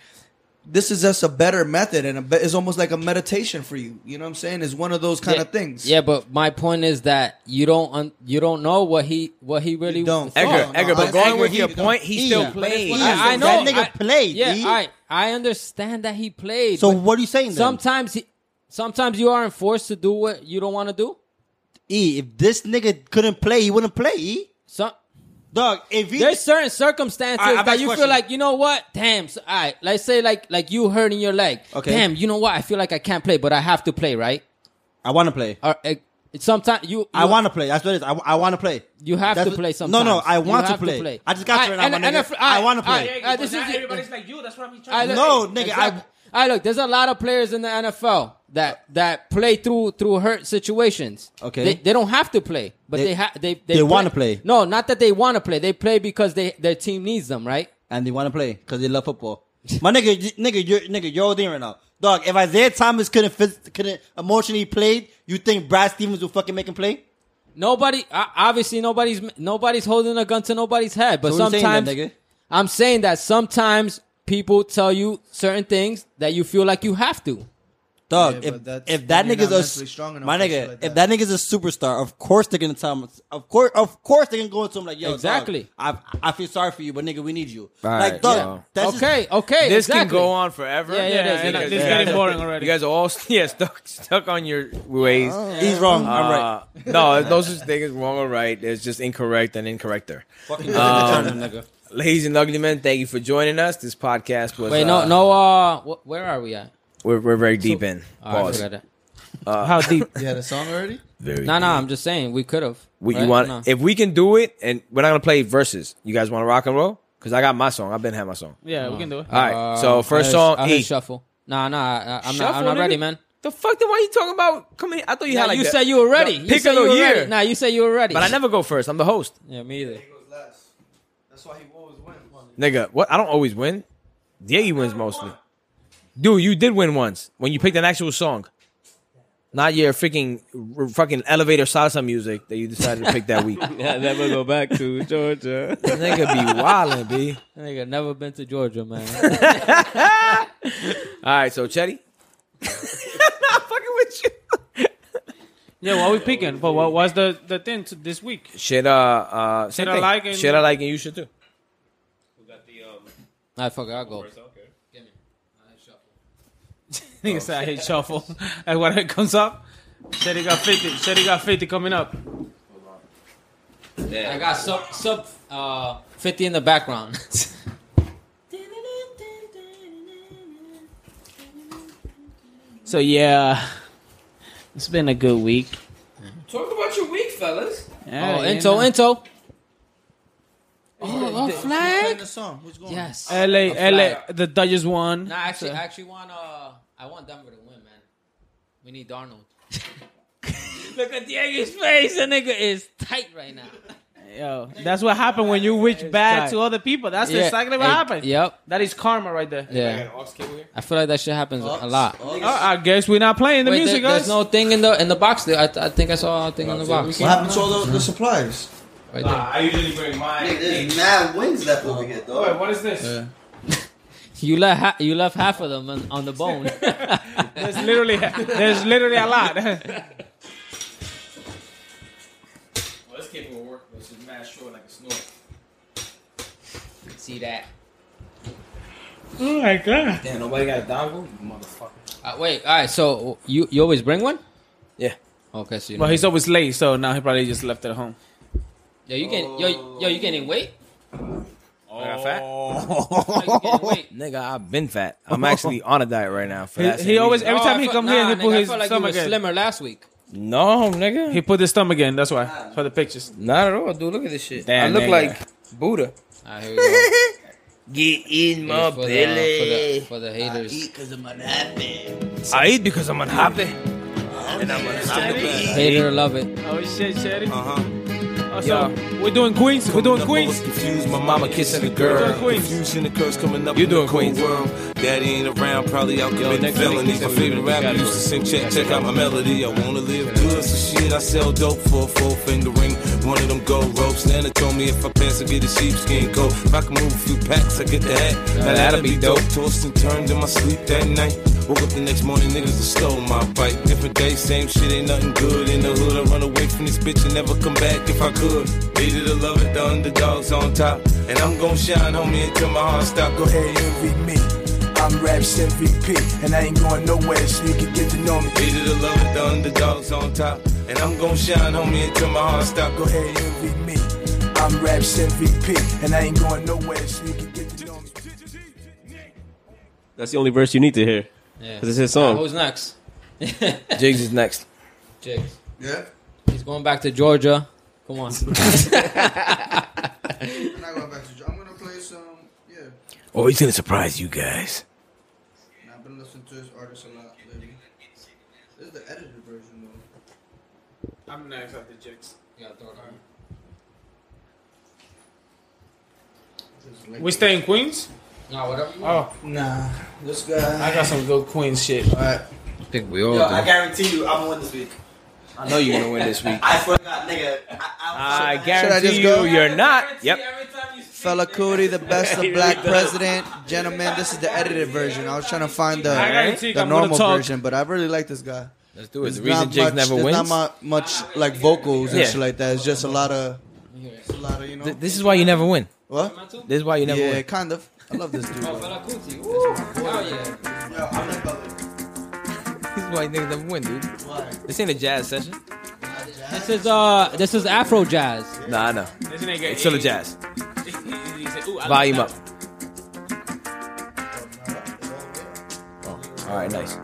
S4: this is just a better method, and a be- it's almost like a meditation for you. You know what I'm saying? It's one of those kind of
S6: Yeah.
S4: things.
S6: Yeah, but my point is that you don't un- you don't know what he what he really
S4: don't.
S6: thought.
S4: Edgar,
S3: Edgar, but
S4: I-
S3: going
S4: Edgar,
S3: with
S4: he-
S3: your point, he still
S7: Yeah.
S3: played.
S6: I- I know.
S7: That nigga
S6: I-
S7: played.
S6: Yeah,
S7: D.
S6: I I understand that he played.
S7: so
S6: but
S7: what are you saying? Then?
S6: sometimes he, sometimes you aren't forced to do what you don't want to do.
S7: E, if this nigga couldn't play, he wouldn't play. E,
S6: Some
S7: dog, if he
S6: there's certain circumstances
S7: All right, I'm
S6: that
S7: ask
S6: you
S7: question.
S6: feel like you know what damn so, all right let's say like like you hurting your leg
S7: Okay.
S6: damn you know what i feel like i can't play but i have to play right
S7: I want to play.
S6: or uh, sometimes you,
S7: I
S6: you-
S7: want to play. That's what it is. I, I want to play.
S6: you have
S7: That's
S6: to
S7: what-
S6: play sometimes.
S7: No, no, I
S6: You
S7: want to
S6: have
S7: play. I just got to right now, my nigga.
S6: if-
S7: I wanna play.
S6: alright,
S2: Yeah,
S6: alright,
S2: this
S6: this is
S2: not
S6: the-
S2: everybody's like you. That's what I'm
S6: I
S2: trying to
S6: look-
S7: No,
S2: say.
S7: nigga, I-
S6: exact- I look. There's a lot of players in the NFL that that play through through hurt situations.
S7: Okay.
S6: they, they don't have to play, but
S7: They-
S6: they ha- they they,
S7: they wanna play.
S6: No, not that they want to play. They play because they their team needs them, right?
S7: and they want to play because they love football. My nigga, y- nigga, you're nigga, you're old in right now, dog. If Isaiah Thomas couldn't phys- couldn't emotionally played, you think Brad Stevens will fucking make him play?
S6: Nobody, uh, obviously, nobody's nobody's holding a gun to nobody's head. But
S7: So what are you saying
S6: sometimes,
S7: then, nigga?
S6: I'm saying that sometimes people tell you certain things that you feel like you have to.
S7: Dog,
S4: Yeah, but
S7: if,
S4: that's
S7: if that
S4: when you're
S7: nigga's
S4: not
S7: a
S4: mentally strong enough
S7: my
S4: for shit
S7: nigga,
S4: like
S7: if
S4: that.
S7: that nigga's a superstar, of course they're gonna tell him. Of course, of course they're gonna go into him like, yo, dog,
S6: Exactly.
S7: I I feel sorry for you, but nigga, we need you.
S5: Right,
S7: like, dog,
S5: yeah.
S7: that's just-
S6: okay, okay,
S3: This can
S6: exactly.
S3: go on forever.
S6: Yeah, yeah, it is, it
S3: You
S6: is.
S3: guys-
S2: It's getting boring already.
S3: You guys are all yeah stuck stuck on your ways.
S6: Oh.
S7: he's wrong. I'm right.
S3: Uh, no, those are things wrong or right. It's just incorrect and incorrecter. Um,
S7: Fucking nigga.
S3: Ladies and ugly men, thank you for joining us. This podcast was
S6: Wait,
S3: uh,
S6: no, no. Uh, wh- where are we at?
S3: We're, we're very deep in.
S6: Oh, I
S3: Pause.
S6: forgot that. Uh,
S3: Uh,
S2: How deep?
S4: You had a song already?
S3: Very
S6: No,
S3: deep.
S6: no, I'm just saying we could have.
S3: We, you want
S6: No.
S3: if we can do it, and we're not gonna play verses. You guys want to rock and roll? Because I got my song. I've been had my song.
S2: Yeah, we can do it.
S3: All right. so
S6: Um,
S3: first
S6: I heard-
S3: song,
S6: I heard
S3: E.
S6: shuffle. Nah, nah, I, I'm not.
S3: Shuffle,
S6: I'm not
S3: nigga?
S6: ready, man.
S3: The fuck? Then why you talking about? Come here. I thought you
S6: Yeah,
S3: had like
S6: you
S3: the-
S6: said you were ready.
S3: the
S6: You
S3: pick
S6: said
S3: of the
S6: you were
S3: year.
S6: ready. Nah, you said you were ready.
S3: But I never go first. I'm the host,
S6: Yeah, me either.
S4: That's why he always wins.
S3: nigga. What? I don't always win. Diego wins mostly. Dude, you did win once when you picked an actual song, not your freaking r- fucking elevator salsa music that you decided to pick that week.
S1: Yeah, never go back to Georgia.
S3: nigga be wildin', b.
S6: That Nigga, never been to Georgia, man.
S3: All right, so Chetty. not fucking with you.
S2: Yeah, why we picking? But what was the the thing to this week?
S3: Should uh, uh same
S2: Should I
S3: thing.
S2: like and-
S3: should I like and you should too.
S6: I fuck. it, I'll go.
S2: Nigga said I hate shuffle. and when it comes up, said he got fifty. Said he got fifty coming up.
S6: I got sub sub uh, fifty in the background.
S2: So yeah, it's been a good week.
S6: Talk about your week, fellas.
S2: Yeah,
S6: Oh,
S2: you
S6: into
S2: know.
S6: into. Oh, a flag.
S4: the song. What's going on?
S6: Yes.
S2: LA,
S6: A
S2: LA,
S6: flag.
S2: the Dodgers won.
S6: Nah, actually, I actually want uh, I want Denver to win, man. We need Darnold. Look at Diego's face. That nigga is tight right now.
S2: Yo, that's what happened when you wish bad
S6: tight.
S2: to other people. That's
S6: Yeah,
S2: exactly what
S6: eh,
S2: happened.
S6: Yep.
S2: That is karma right there.
S6: Yeah. I feel like that shit happens a lot.
S2: Oh, I guess we're not playing the
S6: Wait,
S2: music,
S6: there-
S2: guys.
S6: there's no thing in the in the box. There, I, th- I think I saw a thing in the box.
S4: What happened to all the, the supplies?
S6: Right there.
S3: I usually bring mine.
S8: There's mad wings left over here, dog.
S2: what is this?
S6: You left ha- you left half of them on, on the bone.
S2: There's literally, there's literally a lot.
S3: Well, this capable work, but it's mad short like a snort.
S6: See that?
S2: oh my god.
S3: Damn, nobody got a dongle, you motherfucker.
S6: Uh, wait. All right. So you you always bring one?
S3: Yeah.
S6: Okay. So you
S2: Well,
S6: know.
S2: he's always late, so now he probably just left at home.
S6: Yo, you can yo yo you gaining weight?
S3: Oh. I got fat.
S6: No, you gaining weight.
S3: Nigga, I've been fat. I'm actually on a diet right now. For
S2: He,
S3: that same
S2: he always
S3: reason.
S2: every
S6: Oh,
S2: time
S6: I
S2: he
S6: fe-
S2: come
S6: nah,
S2: here, he
S6: nigga,
S2: put
S6: I
S2: his
S6: felt like you
S2: stomach
S6: was
S2: in.
S6: slimmer last week.
S3: no, nigga,
S2: He put his stomach in. That's why for the pictures.
S3: not at all, dude. Look at this shit.
S2: Damn,
S3: I look
S2: nigga.
S3: like Buddha.
S6: All right, Ah, here we go.
S3: Get
S6: Here's
S3: in
S6: for, the, for, the, for the haters,
S3: I eat because I'm unhappy, and I'm unhappy.
S6: hater love it.
S10: Uh-huh.
S2: Oh shit, Sherry. Uh huh. What's up? We're doing Queens. We're doing Queens.
S10: Confused, my mama kissing a
S2: We're
S10: girl.
S2: doing Queens.
S10: Confusion and curse coming up.
S3: You
S10: in the
S3: doing
S10: cold
S3: Queens.
S10: World. Daddy ain't around, probably out committing
S1: next week,
S10: felonies. My
S1: next week,
S10: favorite
S1: we
S10: rapper
S1: gotta
S10: used to
S1: do it.
S10: sing check, check out my melody. I wanna live good, so shit, I sell dope for a four finger ring. One of them gold ropes. Nana told me if I pass, I get a sheepskin coat. If I can move a few packs, I get the hat. Now that'll be dope. Tossed and turned in my sleep that night. Woke up the next morning, niggas done stole my bike. Different day, same shit, ain't nothing good in the hood. I run away from this bitch and never come back if I could. Hated to love it, the underdogs on top. And I'm gon' shine, homie, until my heart stop. Go ahead, envy me. I'm Raps MVP, and I ain't going nowhere, so you can get to know me. Hated to love it, the underdogs on top. And I'm gon' shine, homie, until my heart stop. Go ahead, envy me. I'm Raps MVP, and I ain't going nowhere, so you can get to know me.
S1: That's the only verse you need to hear.
S6: Yeah.
S1: 'Cause it's his song.
S6: Uh, who's next?
S3: Jigs is next.
S6: Jigs.
S4: Yeah.
S6: He's going back to Georgia. Come on.
S4: I'm not going back to. I'm gonna play some. Yeah.
S3: Oh, he's gonna surprise you guys.
S4: I've been listening to this artist a lot lately. This is the edited version though.
S2: I'm next after Jigs. We stay in Queens.
S6: no, whatever. You
S2: Oh,
S8: Nah, this guy.
S2: I got some good Queens shit.
S8: Alright.
S3: I think we all
S8: Yo, I guarantee you, I'm gonna win this week.
S3: I know you're gonna win this week.
S8: I forgot, nigga. I, I,
S3: I
S8: Should I
S3: guarantee
S8: just
S3: you,
S8: go?
S3: you're not. Yep.
S4: Fella Cootie, the best of black president. Gentlemen, this is the edited version. I was trying to find the,
S2: I guarantee
S4: the
S2: I'm gonna
S4: normal
S2: talk.
S4: version, but I really like this guy.
S3: Let's do it.
S4: There's
S3: The reason
S4: not
S3: Jigs
S4: much-
S3: never
S4: there's
S3: wins.
S4: not mu- much like vocals and
S3: Yeah.
S4: shit like that. It's just a lot of, it's a lot of you know.
S3: Th- This is why you never win.
S4: what?
S3: This is why you never
S4: Yeah,
S3: win.
S4: kind of. I love this dude. though.
S6: Fela Kuti. Woo. Hell yeah.
S3: This is why you niggas never win, dude. This ain't a jazz session.
S6: This is uh, this is Afro jazz.
S3: Nah, I know.
S2: This nigga
S3: It's still a
S2: is-
S3: jazz.
S2: he- he- he said, "Ooh, I like
S3: Volume
S2: that."
S3: up. Oh, all right, nice.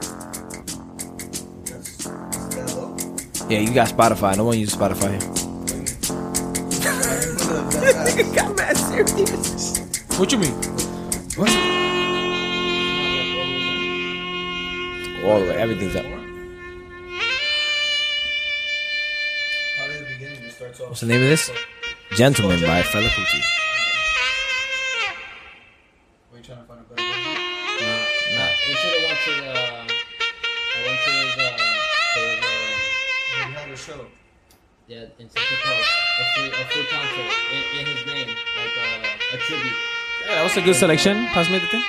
S3: Yeah, you got Spotify. No one uses Spotify. got mad serious.
S2: What you mean?
S3: All the way, everything's up. What's the name of this? Gentleman by Fela Kuti.
S6: Nah, we should have went to the. uh, I went to his. Uh, to his uh,
S4: had a show.
S6: yeah, in Central Park, a free, a free concert in, in his name, like uh, a tribute.
S2: Yeah, that was a good selection. Pass me the thing.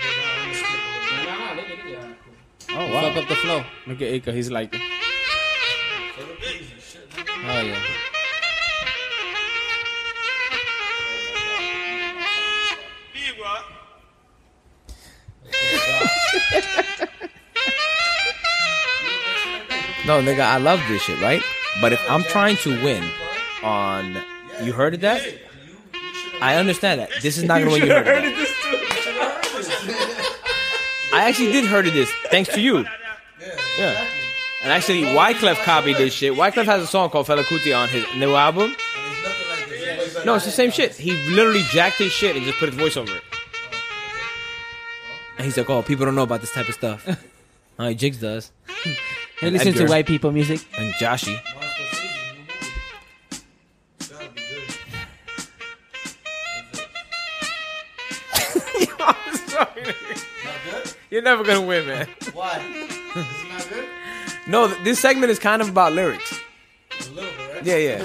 S6: Nah, nah, nah, nigga, nigga. Oh wow! Fuck up the flow.
S2: Look at Ika. He's like,
S6: Oh yeah.
S3: No, nigga, I love this shit, right? But if I'm trying to win on, you heard of that? I understand that. This is not gonna win. You heard, of this too. I actually did heard of this, thanks to you. Yeah. And actually, Wyclef copied this shit. Wyclef has a song called Fela Kuti on his new album. No, it's the same shit. He literally jacked his shit and just put his voice over it. And he's like, "Oh, people don't know about this type of stuff." All right, Jigs does.
S6: He
S3: listens to Edgar. white
S6: people music.
S3: And Joshy. I'm sorry. You're never gonna win, man.
S4: Why? Is it not good?
S3: No, th- this segment is kind of about lyrics.
S4: A little bit, right?
S3: Yeah, yeah.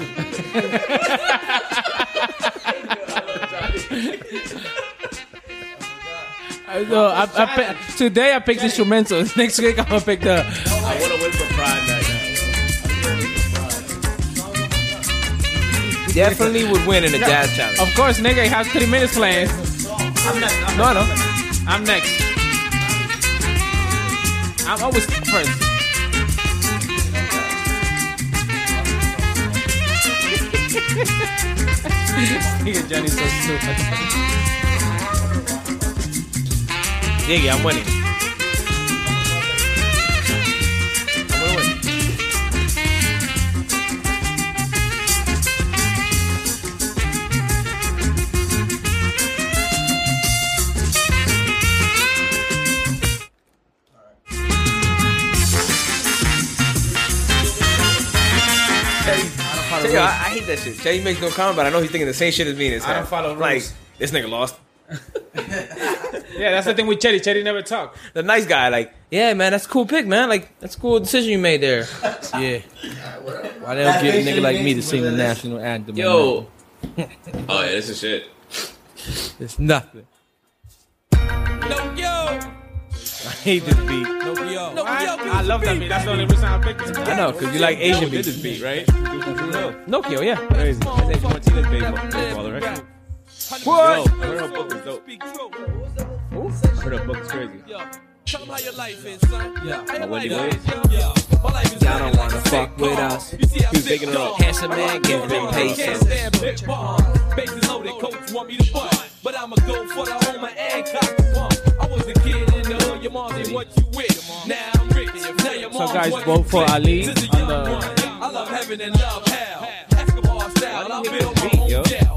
S2: I, no, I, I pick, today I picked instrumentals. Next week I'm gonna pick the.
S1: I want to win for Pride Night.
S3: Definitely would win in a jazz challenge.
S2: Of course, nigga he has three minutes playing. No, no, I'm next. I'm always first. Nigga, Johnny's so stupid.
S3: Diggy, I'm winning. I'm gonna win. Tell you, I, I hate that shit. Chetty makes no comment, but I know he's thinking the same shit as me. in his
S2: I don't
S3: head.
S2: follow
S3: Like
S2: rules.
S3: this nigga lost.
S2: Yeah, that's the thing with Chetty. Chetty never talk.
S3: The nice guy, like, yeah, man, that's a cool pick, man. Like, that's a cool decision you made there.
S11: Yeah. Why they don't get a nigga like me to sing the national anthem?
S1: Yo. oh yeah, this is shit.
S11: It's nothing. I hate this beat.
S2: I love that beat. That's the only reason I picked it.
S11: I know, because you like Asian beats.
S1: This beat, right?
S11: Nokia, yeah.
S1: Crazy. That's Ed Martinez' baby father, right? Yo, I heard her book is dope. I heard her book is crazy.
S11: Yeah.
S1: Wendy Williams.
S11: Y'all don't wanna fuck with us.
S1: He's making it up.
S11: Handsome man, give them patience.
S9: Bases loaded, coach want me to butt, but I'ma go for the homer and cock the bump. I was a kid in the hood, your mom ain't what you with. Now I'm rich, now your
S2: So
S9: mom's
S2: guys,
S9: what
S2: vote
S9: you
S2: for
S9: with.
S2: Ali on
S9: Since a young
S2: the.
S9: one, I love heaven and love hell. Escobar style, I build my own jail.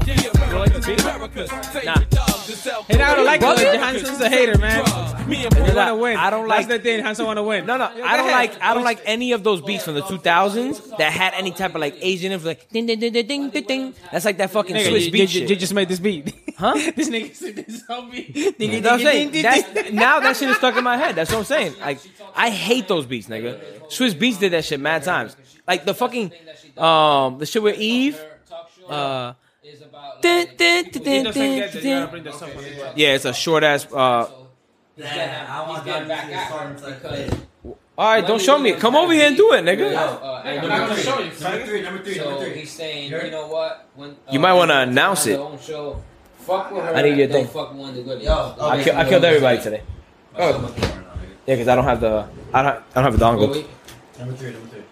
S9: Be America's, America's favorite dogs to sell
S2: And I don't like
S9: drugs.
S2: it. Hansen's a hater, man.
S9: Me and
S2: He
S9: Bruno
S2: wanna win.
S3: I don't like-
S2: That's the thing. Hansen wanna win.
S3: No, no, I don't like. I don't like any of those beats from the 2000s that had any type of like Asian influence. Like, ding, ding, ding, ding, ding, ding, ding. That's like that fucking
S2: Nigga,
S3: Swiss
S2: you,
S3: beat
S2: you-
S3: shit.
S2: you just made this beat,
S3: Huh?
S2: this nigga said this on me.
S3: You know what I'm saying? That's, now that shit is stuck in my head. That's what I'm saying. Like, I hate those beats, nigga. Swiss Beats did that shit mad times. Like the fucking, um, the shit with Eve. Uh, dun, dun, dun,
S2: He
S3: dun,
S2: doesn't
S3: dun,
S2: get it. You gotta
S3: dun.
S2: bring this up for me.
S3: Yeah, it's a short ass. Uh,
S5: I want to back out because
S3: all right, don't show me. it. Come over here and do it, nigga.
S6: uh,
S2: I'm not gonna show you. son.
S5: So he's saying, you know what? When,
S3: You might wanna announce it.
S5: Show, fuck with her.
S3: I need your
S5: don't
S3: thing.
S5: Fuck one of the good
S3: I, kill, I killed everybody today. Oh. Yeah, because I don't have the. I don't. I don't have a dongle.
S12: Number three, number three.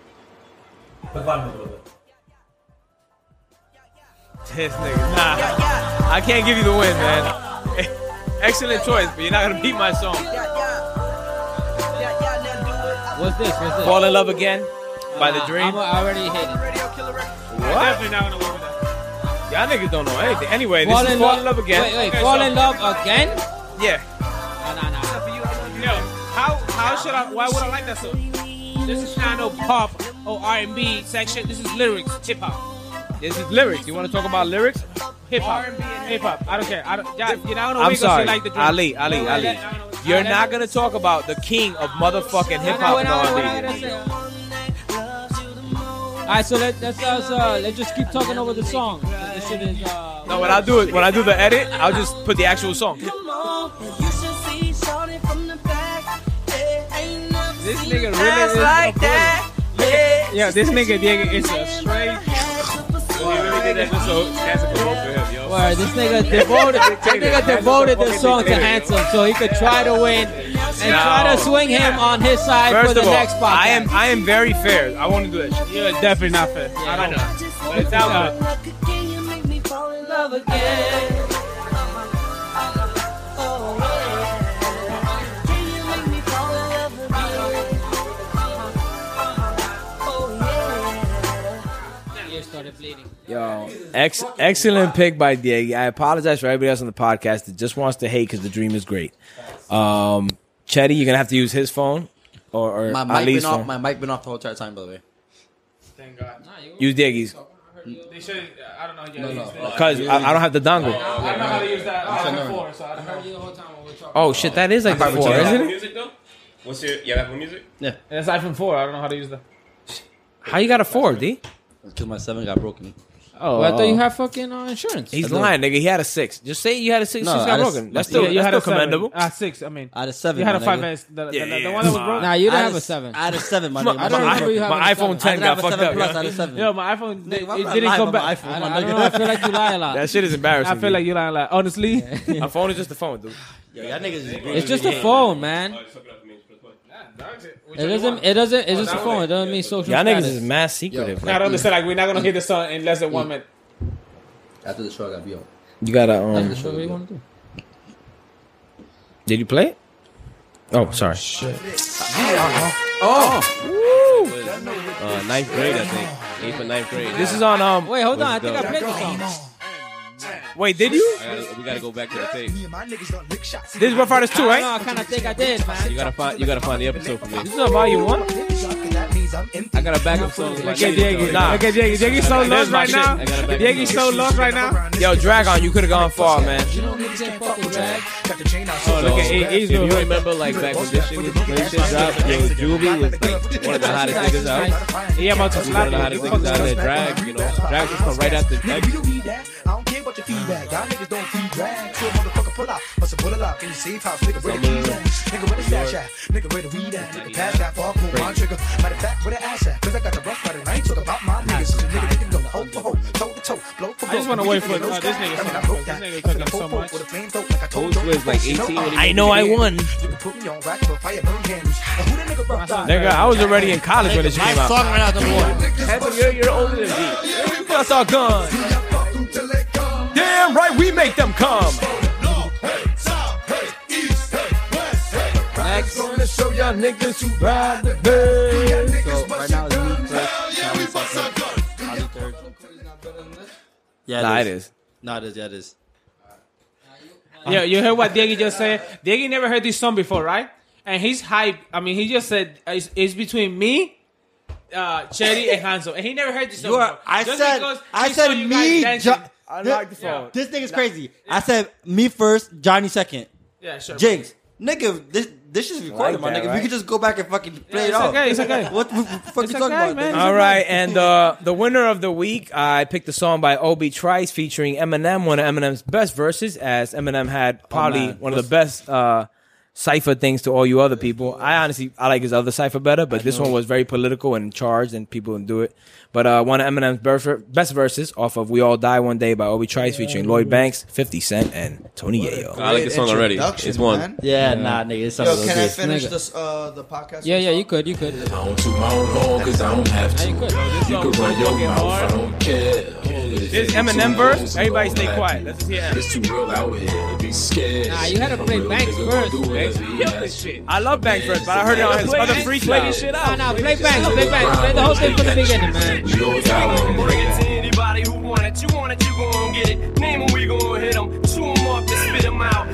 S12: The bottom a little bit.
S3: This nigga. Nah, I can't give you the win, man. Excellent choice, but you're not gonna beat my song.
S6: What's this? What's this?
S3: Fall in love again by the
S6: Nah, I'm
S3: dream.
S6: already hit
S3: What?
S2: Definitely not gonna work with that.
S3: Y'all niggas don't know anything. Anyway,
S6: it.
S3: this is Fall in Love Again.
S6: Wait, wait.
S2: Okay,
S6: fall
S2: so-
S6: in love again?
S3: Yeah.
S6: Nah, nah, nah.
S2: Yo, how how should I? Why would I like that song? This is not no pop or R and B section. This is lyrics, hip hop,
S3: This is lyrics. You want to talk about lyrics?
S2: hip hop, hip hop. I don't care. I don't. Yeah, you're not gonna
S3: I'm
S2: wake up
S3: sorry.
S2: shit like the
S3: Ali, Ali,
S2: No,
S3: Ali.
S2: I don't-
S3: You're
S2: I don't-
S3: not going to talk about the king of motherfucking hip hop and R&B.
S6: Alright, so let, let's us, uh, let's just keep talking over the song. This shit is. Uh,
S3: No, what I'll do is when I do the edit, I'll just put the actual song.
S2: This nigga really is like that. Yeah, this nigga Diego is a straight.
S6: Word, this nigga devoted, this nigga devoted this song to Handsome so he could try to win and try to
S3: No.
S6: swing him on his side for
S3: First
S6: the
S3: of all,
S6: next podcast.
S3: I am I am very fair. I want to do that shit.
S2: You're definitely not fair. I don't know. But it's out there.
S3: Yo, ex- excellent pick by Diego. I apologize for everybody else on the podcast that just wants to hate because the dream is great. Um, Chetty, you're gonna have to use his phone or, or
S7: My mic
S3: Ali's
S7: been
S3: phone.
S7: off. My mic been off the whole entire time, by the way.
S2: Thank God.
S3: use Diego's
S2: They should. I don't know. How no, no.
S7: uh,
S3: because I, I don't have the dongle.
S2: I don't know how to use that. I don't before, so I don't know.
S3: Oh shit, that is like the four, isn't it?
S1: Music though? What's your yeah? Apple Music?
S2: That's iPhone 4. I don't know how to use that.
S3: How you got a four, D?
S7: Because my seven got broken.
S6: Oh, I thought you had fucking uh, insurance.
S3: He's lying, nigga. He had a six. Just say you had a six.
S7: No,
S3: six
S7: I
S3: got
S7: just-
S3: broken. That's
S7: Yeah,
S3: still,
S2: you
S3: that's
S2: had a
S3: still
S2: seven.
S3: commendable.
S2: Ah, six. I mean,
S7: Out of seven.
S2: you had a
S7: my
S2: five
S7: nigga.
S2: S. The, the,
S3: Yeah,
S2: the,
S3: yeah,
S2: one that was
S3: nah.
S2: broke.
S6: Nah, you
S7: I
S6: didn't
S7: had
S6: have a seven.
S7: I had a seven. My
S3: My,
S7: nigga.
S3: my,
S6: I don't remember you
S3: my
S6: having a
S3: iPhone
S7: I
S3: 10
S7: didn't have
S3: got
S7: a
S3: fucked
S7: seven plus. I
S3: up.
S7: had
S3: yo.
S7: a seven.
S2: Yo, my iPhone it,
S7: Why
S2: it
S7: would I
S2: didn't
S7: lie
S2: come
S7: about
S2: back.
S7: my iPhone,
S6: I,
S7: my
S6: I don't
S7: nigga?
S6: know. I feel like you lie a lot.
S3: That shit is embarrassing.
S2: I feel like you lying. Like honestly,
S3: my phone is just a phone, dude.
S7: Yo, y'all niggas is green.
S6: it's just a phone, man.
S1: Oh, it's fucking up for me. It's plus one.
S6: It doesn't. It doesn't. It's just a phone. It doesn't mean social.
S3: Y'all niggas
S6: status.
S3: is mad secretive.
S2: I Oh, don't understand. Like we're not gonna hear the song in
S3: Mm.
S2: less than one minute.
S7: After the show, I got beat up.
S3: you gotta. Um,
S6: What do you want to do?
S3: did you play it? Oh, sorry. Oh.
S1: Uh, ninth grade, I think. Eighth or ninth grade.
S3: This is on. Um,
S6: Wait, hold on. I
S1: Let's
S6: think I
S1: go.
S6: played the song.
S3: wait, did you?
S1: I gotta- we gotta go back to the tape.
S3: This is Rough Riders 2,
S6: I don't know.
S3: right?
S6: I kind of think I did, man.
S1: You gotta find you gotta find the episode for me.
S3: This is on volume 1?
S13: days I'm in.
S3: I got a backup song. Look at Diego. Look at Diego. Diego's so lost right now. Diego's so lost right now. Yo, Dragon, you could have gone far, man.
S9: Oh,
S3: look at
S9: E-
S3: If
S9: E's new
S3: you
S9: hook.
S3: remember, like back when this shit was when this shit dropped, yo, Juvie was like one of the hottest niggas out.
S2: Yeah, I'm about to
S3: He was one
S2: slap
S3: of the
S2: you.
S3: hottest niggas out there. Drag, you know, drag just come right after.
S13: Nigga, you don't need that. I don't care about your feedback. Y'all niggas don't feed drag. So a motherfucker pull out. Bust a bullet lock in your safe house. Nigga, where the keys at? Nigga, where the stash at? Nigga, where the weed at? Nigga, pass that far, pull my trigger. Matter of fact, where the ass at? Cause I got the rough rider. and I ain't talking about my niggas. So the nigga, they can go hoe for hoe, toe to toe, blow for blow.
S2: I just wanna
S13: We
S2: wait
S13: can
S2: for,
S13: get
S2: uh,
S13: those
S2: this
S13: guys.
S2: nigga
S13: I mean, I
S2: come back,
S13: broke
S2: 'cause this
S13: that.
S2: nigga cooking so
S13: With a
S2: much.
S13: flamethrower, like I told
S3: Coach
S13: you.
S3: was like
S13: You
S3: 18 when he
S13: I
S3: was in the game.
S13: You can put me on rack, but fire burn candles. Now, who that nigga rough rider?
S3: Nigga, I was already in college when this shit came out.
S13: right out the
S9: You're, you're older than me.
S3: Bust our guns. Damn right, we make them come. Next. Gonna show y'all niggas who ride the best.
S7: So right now it's me first. Tommy second, Tommy third. Yeah,
S3: Nah, it is.
S7: Nah, it is. Yeah, it is.
S2: Yeah, you heard what Diego just said. Diego never heard this song before, right? And he's hype. I mean, he just said it's, it's between me, uh, Chetty, and Hanzo, and he never heard this song.
S7: You are.
S2: before.
S7: I
S2: Just
S7: said.
S2: because
S7: I
S2: he saw
S7: said
S2: you guys
S7: me.
S2: dancing.
S7: Jo- this,
S2: phone.
S7: this nigga's crazy. I said me first, Johnny second.
S2: Yeah, sure.
S7: Jinx, nigga, this this is recorded, my
S3: that,
S7: nigga.
S3: right?
S7: We could just go back and fucking play it
S2: it's
S7: off.
S2: okay, it's okay.
S7: What the fuck you talking
S2: okay,
S7: about?
S2: man.
S7: nigga?
S3: All right, and uh, the winner of the week, I picked a song by Obi Trice featuring Eminem, one of Eminem's best verses, as Eminem had probably
S6: man.
S3: one of the best uh, cipher things to all you other people. I honestly, I like his other cipher better, but this one was very political and charged, and people didn't do it. But uh, one of Eminem's best- best verses off of "We All Die One Day" by Obi Trice featuring Lloyd Banks, Fifty Cent, and Tony Yayo.
S14: I like the song already.
S4: Introduction,
S14: It's one.
S4: man.
S7: Yeah, nah, nigga. It's
S4: Yo, can I
S7: okay.
S4: finish
S6: Nigga.
S4: this uh the podcast?
S6: Yeah, yeah, you could, you could. Yeah,
S13: I don't toot my own horn cause I don't have to.
S6: you could.
S13: You can run your mouth, I don't care.
S3: This Eminem verse, everybody stay quiet. Let's just hear Eminem.
S13: It's too real out here to be scared.
S6: Nah, you had to play Banks first.
S3: I love Banks verse, but I heard it on his other
S9: Play
S3: freestyle.
S9: this shit
S6: Nah,
S9: out.
S6: nah, play bangs, play bangs, play the whole thing from the beginning, man.
S13: We all die one
S9: Bring it
S13: day.
S9: to anybody who want it. You want it, you gon' get it. Name 'em, we gon' hit 'em. Chew 'em up and spit 'em out.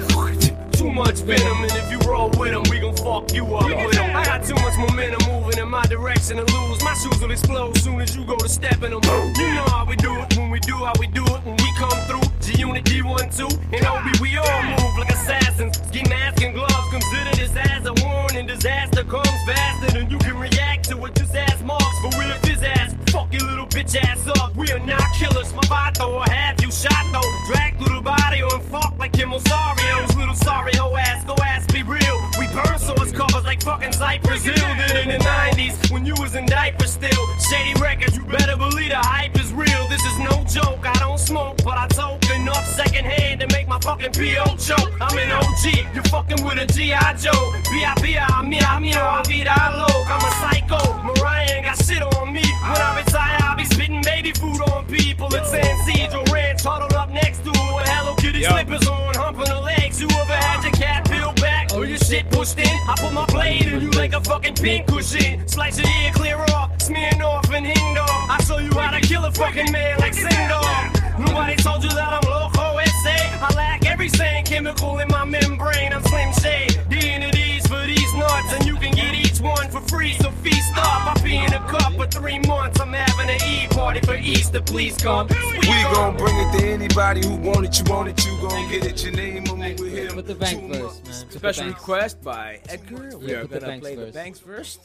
S9: Too much venom, and if you roll with 'em, we gon' fuck you up with 'em. I got too much momentum moving in my direction to lose. My shoes will explode soon as you go to step in 'em.
S3: Oh.
S9: You know how we do it when we do how we do it when we come through. G-Unit, D12, and OB, we all move like assassins. Ski mask and gloves, consider this as a warning. Disaster comes faster than you can react to it. Just ask marks for real his ass. Fuck your little bitch ass up. We are not killers. My vato or have you shot though. Drag through the body or fuck like Kim Osario's little sorry ho ass. Go ass be real. We burn source covers like fucking Cypress Hill did in the 90s when you was in diapers still. Shady records, you better believe the hype is real. This is no joke. I don't smoke, but I toke enough secondhand to make my fucking PO choke. I'm an OG. You fucking with a G.I. Joe. B.I.B.I. Mia, mia, I be the low. I'm a psycho. Mariah ain't got shit on me. When I retire, I'll be spitting baby food on people. It's San Cedro Ranch huddled up next to her with Hello Kitty slippers on, humping her legs. You ever had your cat peeled back or your shit pushed in? I put my blade in you like a fucking pincushion. Slice your ear clear off, smearing off and hinged off. I show you how to kill a fucking man like Sindor. Nobody told you that I'm loco, SA. I lack every same chemical in my membrane. I'm slim shade. DNA these for these nuts, and you can get each one for free. So feast up. I'll be in a cup for three months. I'm having an E party for Easter. Please come.
S13: We gon' bring it to anybody who want it, you want it, you gon' get it, your name on me, we hit 'em.
S6: Put the bank first, man. Put the
S3: Special
S6: bangs.
S3: request by Edgar. We
S6: Yeah,
S3: are
S6: put the
S3: gonna
S6: Banks
S3: play the
S6: first.
S3: Banks first.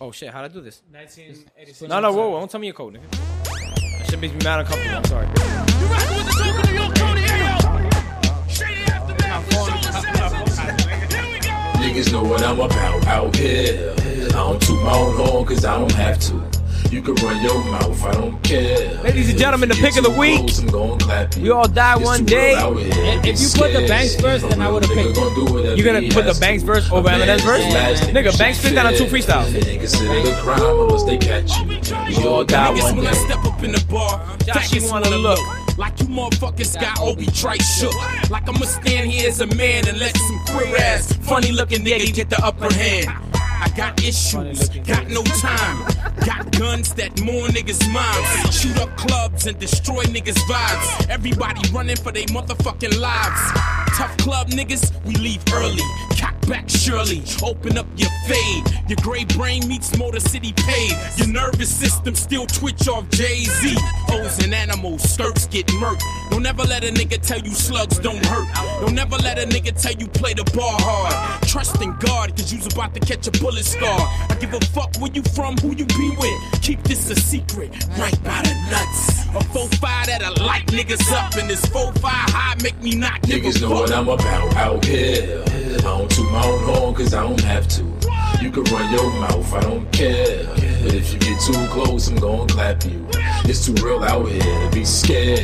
S3: Oh shit! How'd I do this?
S2: 1986.
S3: No, no, whoa, whoa! Don't tell me your code, nigga. That shit makes me mad uncomfortable. I'm sorry.
S13: Niggas know what I'm about out here. I don't toot my own horn cause I don't have to. You can run your mouth, I don't care.
S3: Ladies and gentlemen, the
S13: If you
S3: pick of the
S13: too
S3: week.
S13: close, I'm gonna clap you.
S3: We all die
S13: It's
S3: one
S13: too real
S3: day.
S13: out here to
S6: If-
S13: be
S6: if you put the
S13: scared.
S6: Banks first, then I
S13: A real
S6: would've
S13: nigga
S6: picked
S13: gonna do whatever
S3: You gonna
S13: he
S3: put the
S13: has
S3: Banks
S13: to.
S3: verse
S13: A
S3: over
S13: man
S3: Eminem's
S13: is
S3: verse?
S13: the last thing
S3: Nigga,
S13: you
S3: Banks
S13: should
S3: spit that on two
S13: fear.
S3: freestyles.
S13: It ain't considered a crime unless they catch you. You all die
S15: Niggas
S13: one
S15: when I
S13: day.
S15: step up in the bar,
S3: Josh, you
S15: faggots
S3: wanna
S15: wanna
S3: look.
S15: look. Like you motherfuckers got Obi Trice shook. Like I'ma stand here as a man and let some queer ass, funny looking nigga get the upper hand. I got issues, got no time. Got guns that more niggas' minds. Shoot up clubs and destroy niggas' vibes. Everybody running for their motherfucking lives. Tough club niggas, we leave early. Cock back surely, open up your fade. Your gray brain meets Motor City paid. Your nervous system still twitch off Jay Z. O's and animals, skirts get murked. Don't ever let a nigga tell you slugs don't hurt. Don't ever let a nigga tell you play the ball hard. Trust in God, cause you's about to catch a bullet scar. I give a fuck where you from, who you be with. Keep this a secret, right by the nuts. A 4-5 that'll light niggas up, and this 4-5 high make me not give a
S13: Niggas know what
S15: fuck.
S13: I'm about out here. I don't toot my own horn cause I don't have to. You can run your mouth, I don't care. But if you get too close, I'm gonna clap you. It's too real out here to be scared.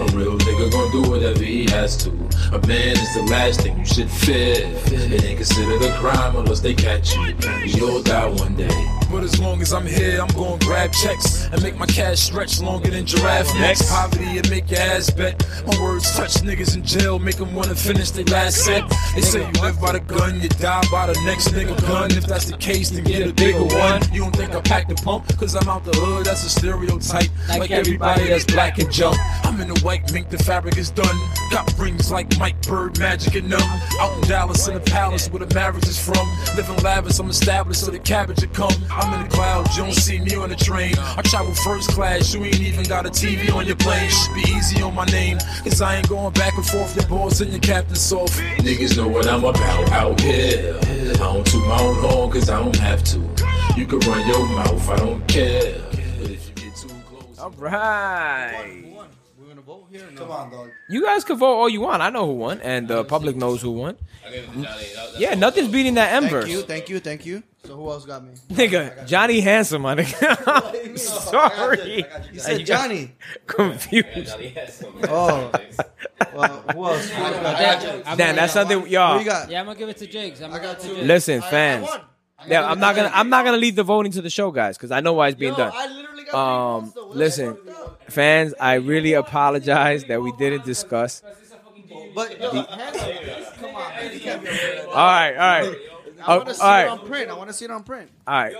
S13: A real nigga gonna do whatever he has to. A man is the last thing you should fear. It ain't considered a crime unless they catch you. You'll die one day.
S15: But as long as I'm here, I'm gonna grab checks and make my cash stretch longer than
S13: giraffe necks.
S15: Poverty and make your ass bet. My words touch niggas in jail, make them wanna finish their last set. They say you live by the gun, you die by the next nigga gun. If that's the case, then get a bigger one. You don't think I pack the pump, cause I'm out the hood, that's a stereotype. Like everybody that's black and jump. I'm in the white mink, the fabric is done. Got rings like Mike Bird, magic and numb. Out in Dallas in the palace where the marriage is from. Living lavish, I'm established, so the cabbage will come. I'm in the clouds, you don't see me on the train. I travel first class, you ain't even got a TV on your plane. Should be easy on my name, cause I ain't going back and forth. Your boss and your captain soft.
S13: Niggas know what I'm about out here. I don't toot my own horn cause I don't have to. You can run your mouth, I don't care. But if you get too
S3: All right.
S4: Come on, dog.
S3: You guys can vote all you want. I know who won, and the public knows who won. Yeah, nothing's beating that Ember.
S4: Thank you, thank you, thank you. So who else got me?
S3: Nigga, Johnny Handsome, my nigga. I'm
S4: I
S3: sorry.
S4: got you, I got you. You
S3: I
S4: said
S3: got
S4: Johnny.
S3: Confused.
S4: Oh. Well, who else? Who else got
S3: Damn,
S4: you?
S3: that's something, y'all.
S6: Yeah, I'm gonna give it to Jake's. I'm gonna give it to Jake's.
S3: Listen, fans. Yeah, I'm not gonna. I'm not gonna leave the voting to the show, guys, because I know why it's being done. um, listen, fans. I really apologize that we didn't discuss.
S4: But yo, hands up. come on, man. You can't be
S3: All right, all right,
S4: I
S3: all
S4: want to see it
S3: right,
S4: on print. I want to see it on print.
S3: all right.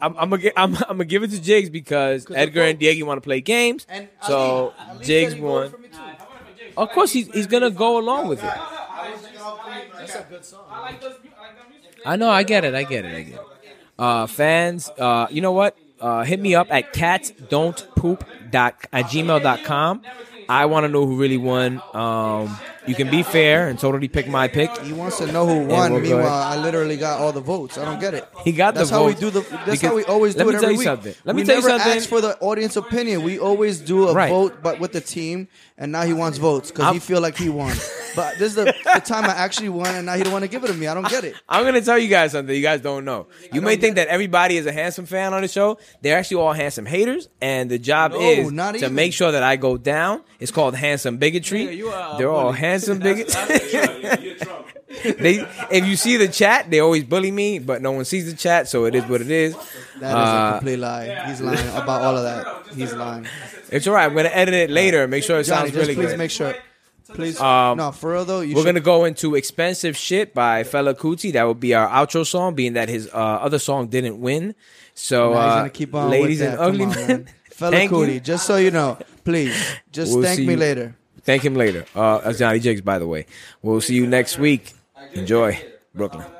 S3: I'm, I'm gonna gi- I'm, I'm gonna give it to Jigs because Edgar and Diego want to play games.
S4: And
S3: So Jigs won. Of course, he's he's gonna go along with it.
S4: That's a good song. I like those.
S3: I know, I get it, I get it, I get it. Uh, fans, uh, you know what? Uh, hit me up at catsdon'tpoop dot at gmail.com. I want to know who really won. Um, you can be fair and totally pick my pick.
S4: He wants to know who won. Meanwhile, I literally got all the votes. I don't get it.
S3: He got the
S4: that's how we
S3: votes
S4: do the. That's
S3: because-
S4: how we always do
S3: Let
S4: it
S3: me tell
S4: every
S3: you
S4: week.
S3: something. Let
S4: we
S3: me tell you
S4: never
S3: something.
S4: ask for the audience opinion. We always do a
S3: Right.
S4: vote, but with the team, and now he wants votes because he feel like he won. but this is the, the time I actually won, and now he don't want to give it to me. I don't get it.
S3: I'm gonna tell you guys something you guys don't know. You may think that everybody is a handsome fan on the show. They're actually all handsome haters, and the job
S4: No,
S3: is
S4: not
S3: to
S4: even.
S3: make sure that I go down. It's called handsome bigotry. They're all handsome bigots. they, if you see the chat, they always bully me, but no one sees the chat, so it is what it is.
S4: That is a
S3: Uh,
S4: complete lie. He's lying about all of that. He's lying.
S3: it's all right. I'm gonna edit it later and make sure it
S4: Johnny,
S3: sounds
S4: just
S3: really
S4: please
S3: good.
S4: make sure. Please,
S3: Um,
S4: no, for real though, Oh, you
S3: We're
S4: should
S3: gonna go into expensive shit by Fella Kuti. That would be our outro song, being that his uh, other song didn't win.
S4: Nah,
S3: So,
S4: he's
S3: uh,
S4: gonna keep on with
S3: ladies
S4: that.
S3: and
S4: Come
S3: ugly
S4: on,
S3: men,
S4: Fella
S3: thank you.
S4: Cootie, just so you know, please, just
S3: We'll
S4: thank
S3: see
S4: me
S3: you-
S4: later.
S3: Thank him later. Uh, that's Johnny Jakes, by the way. We'll see you next week. Enjoy Brooklyn.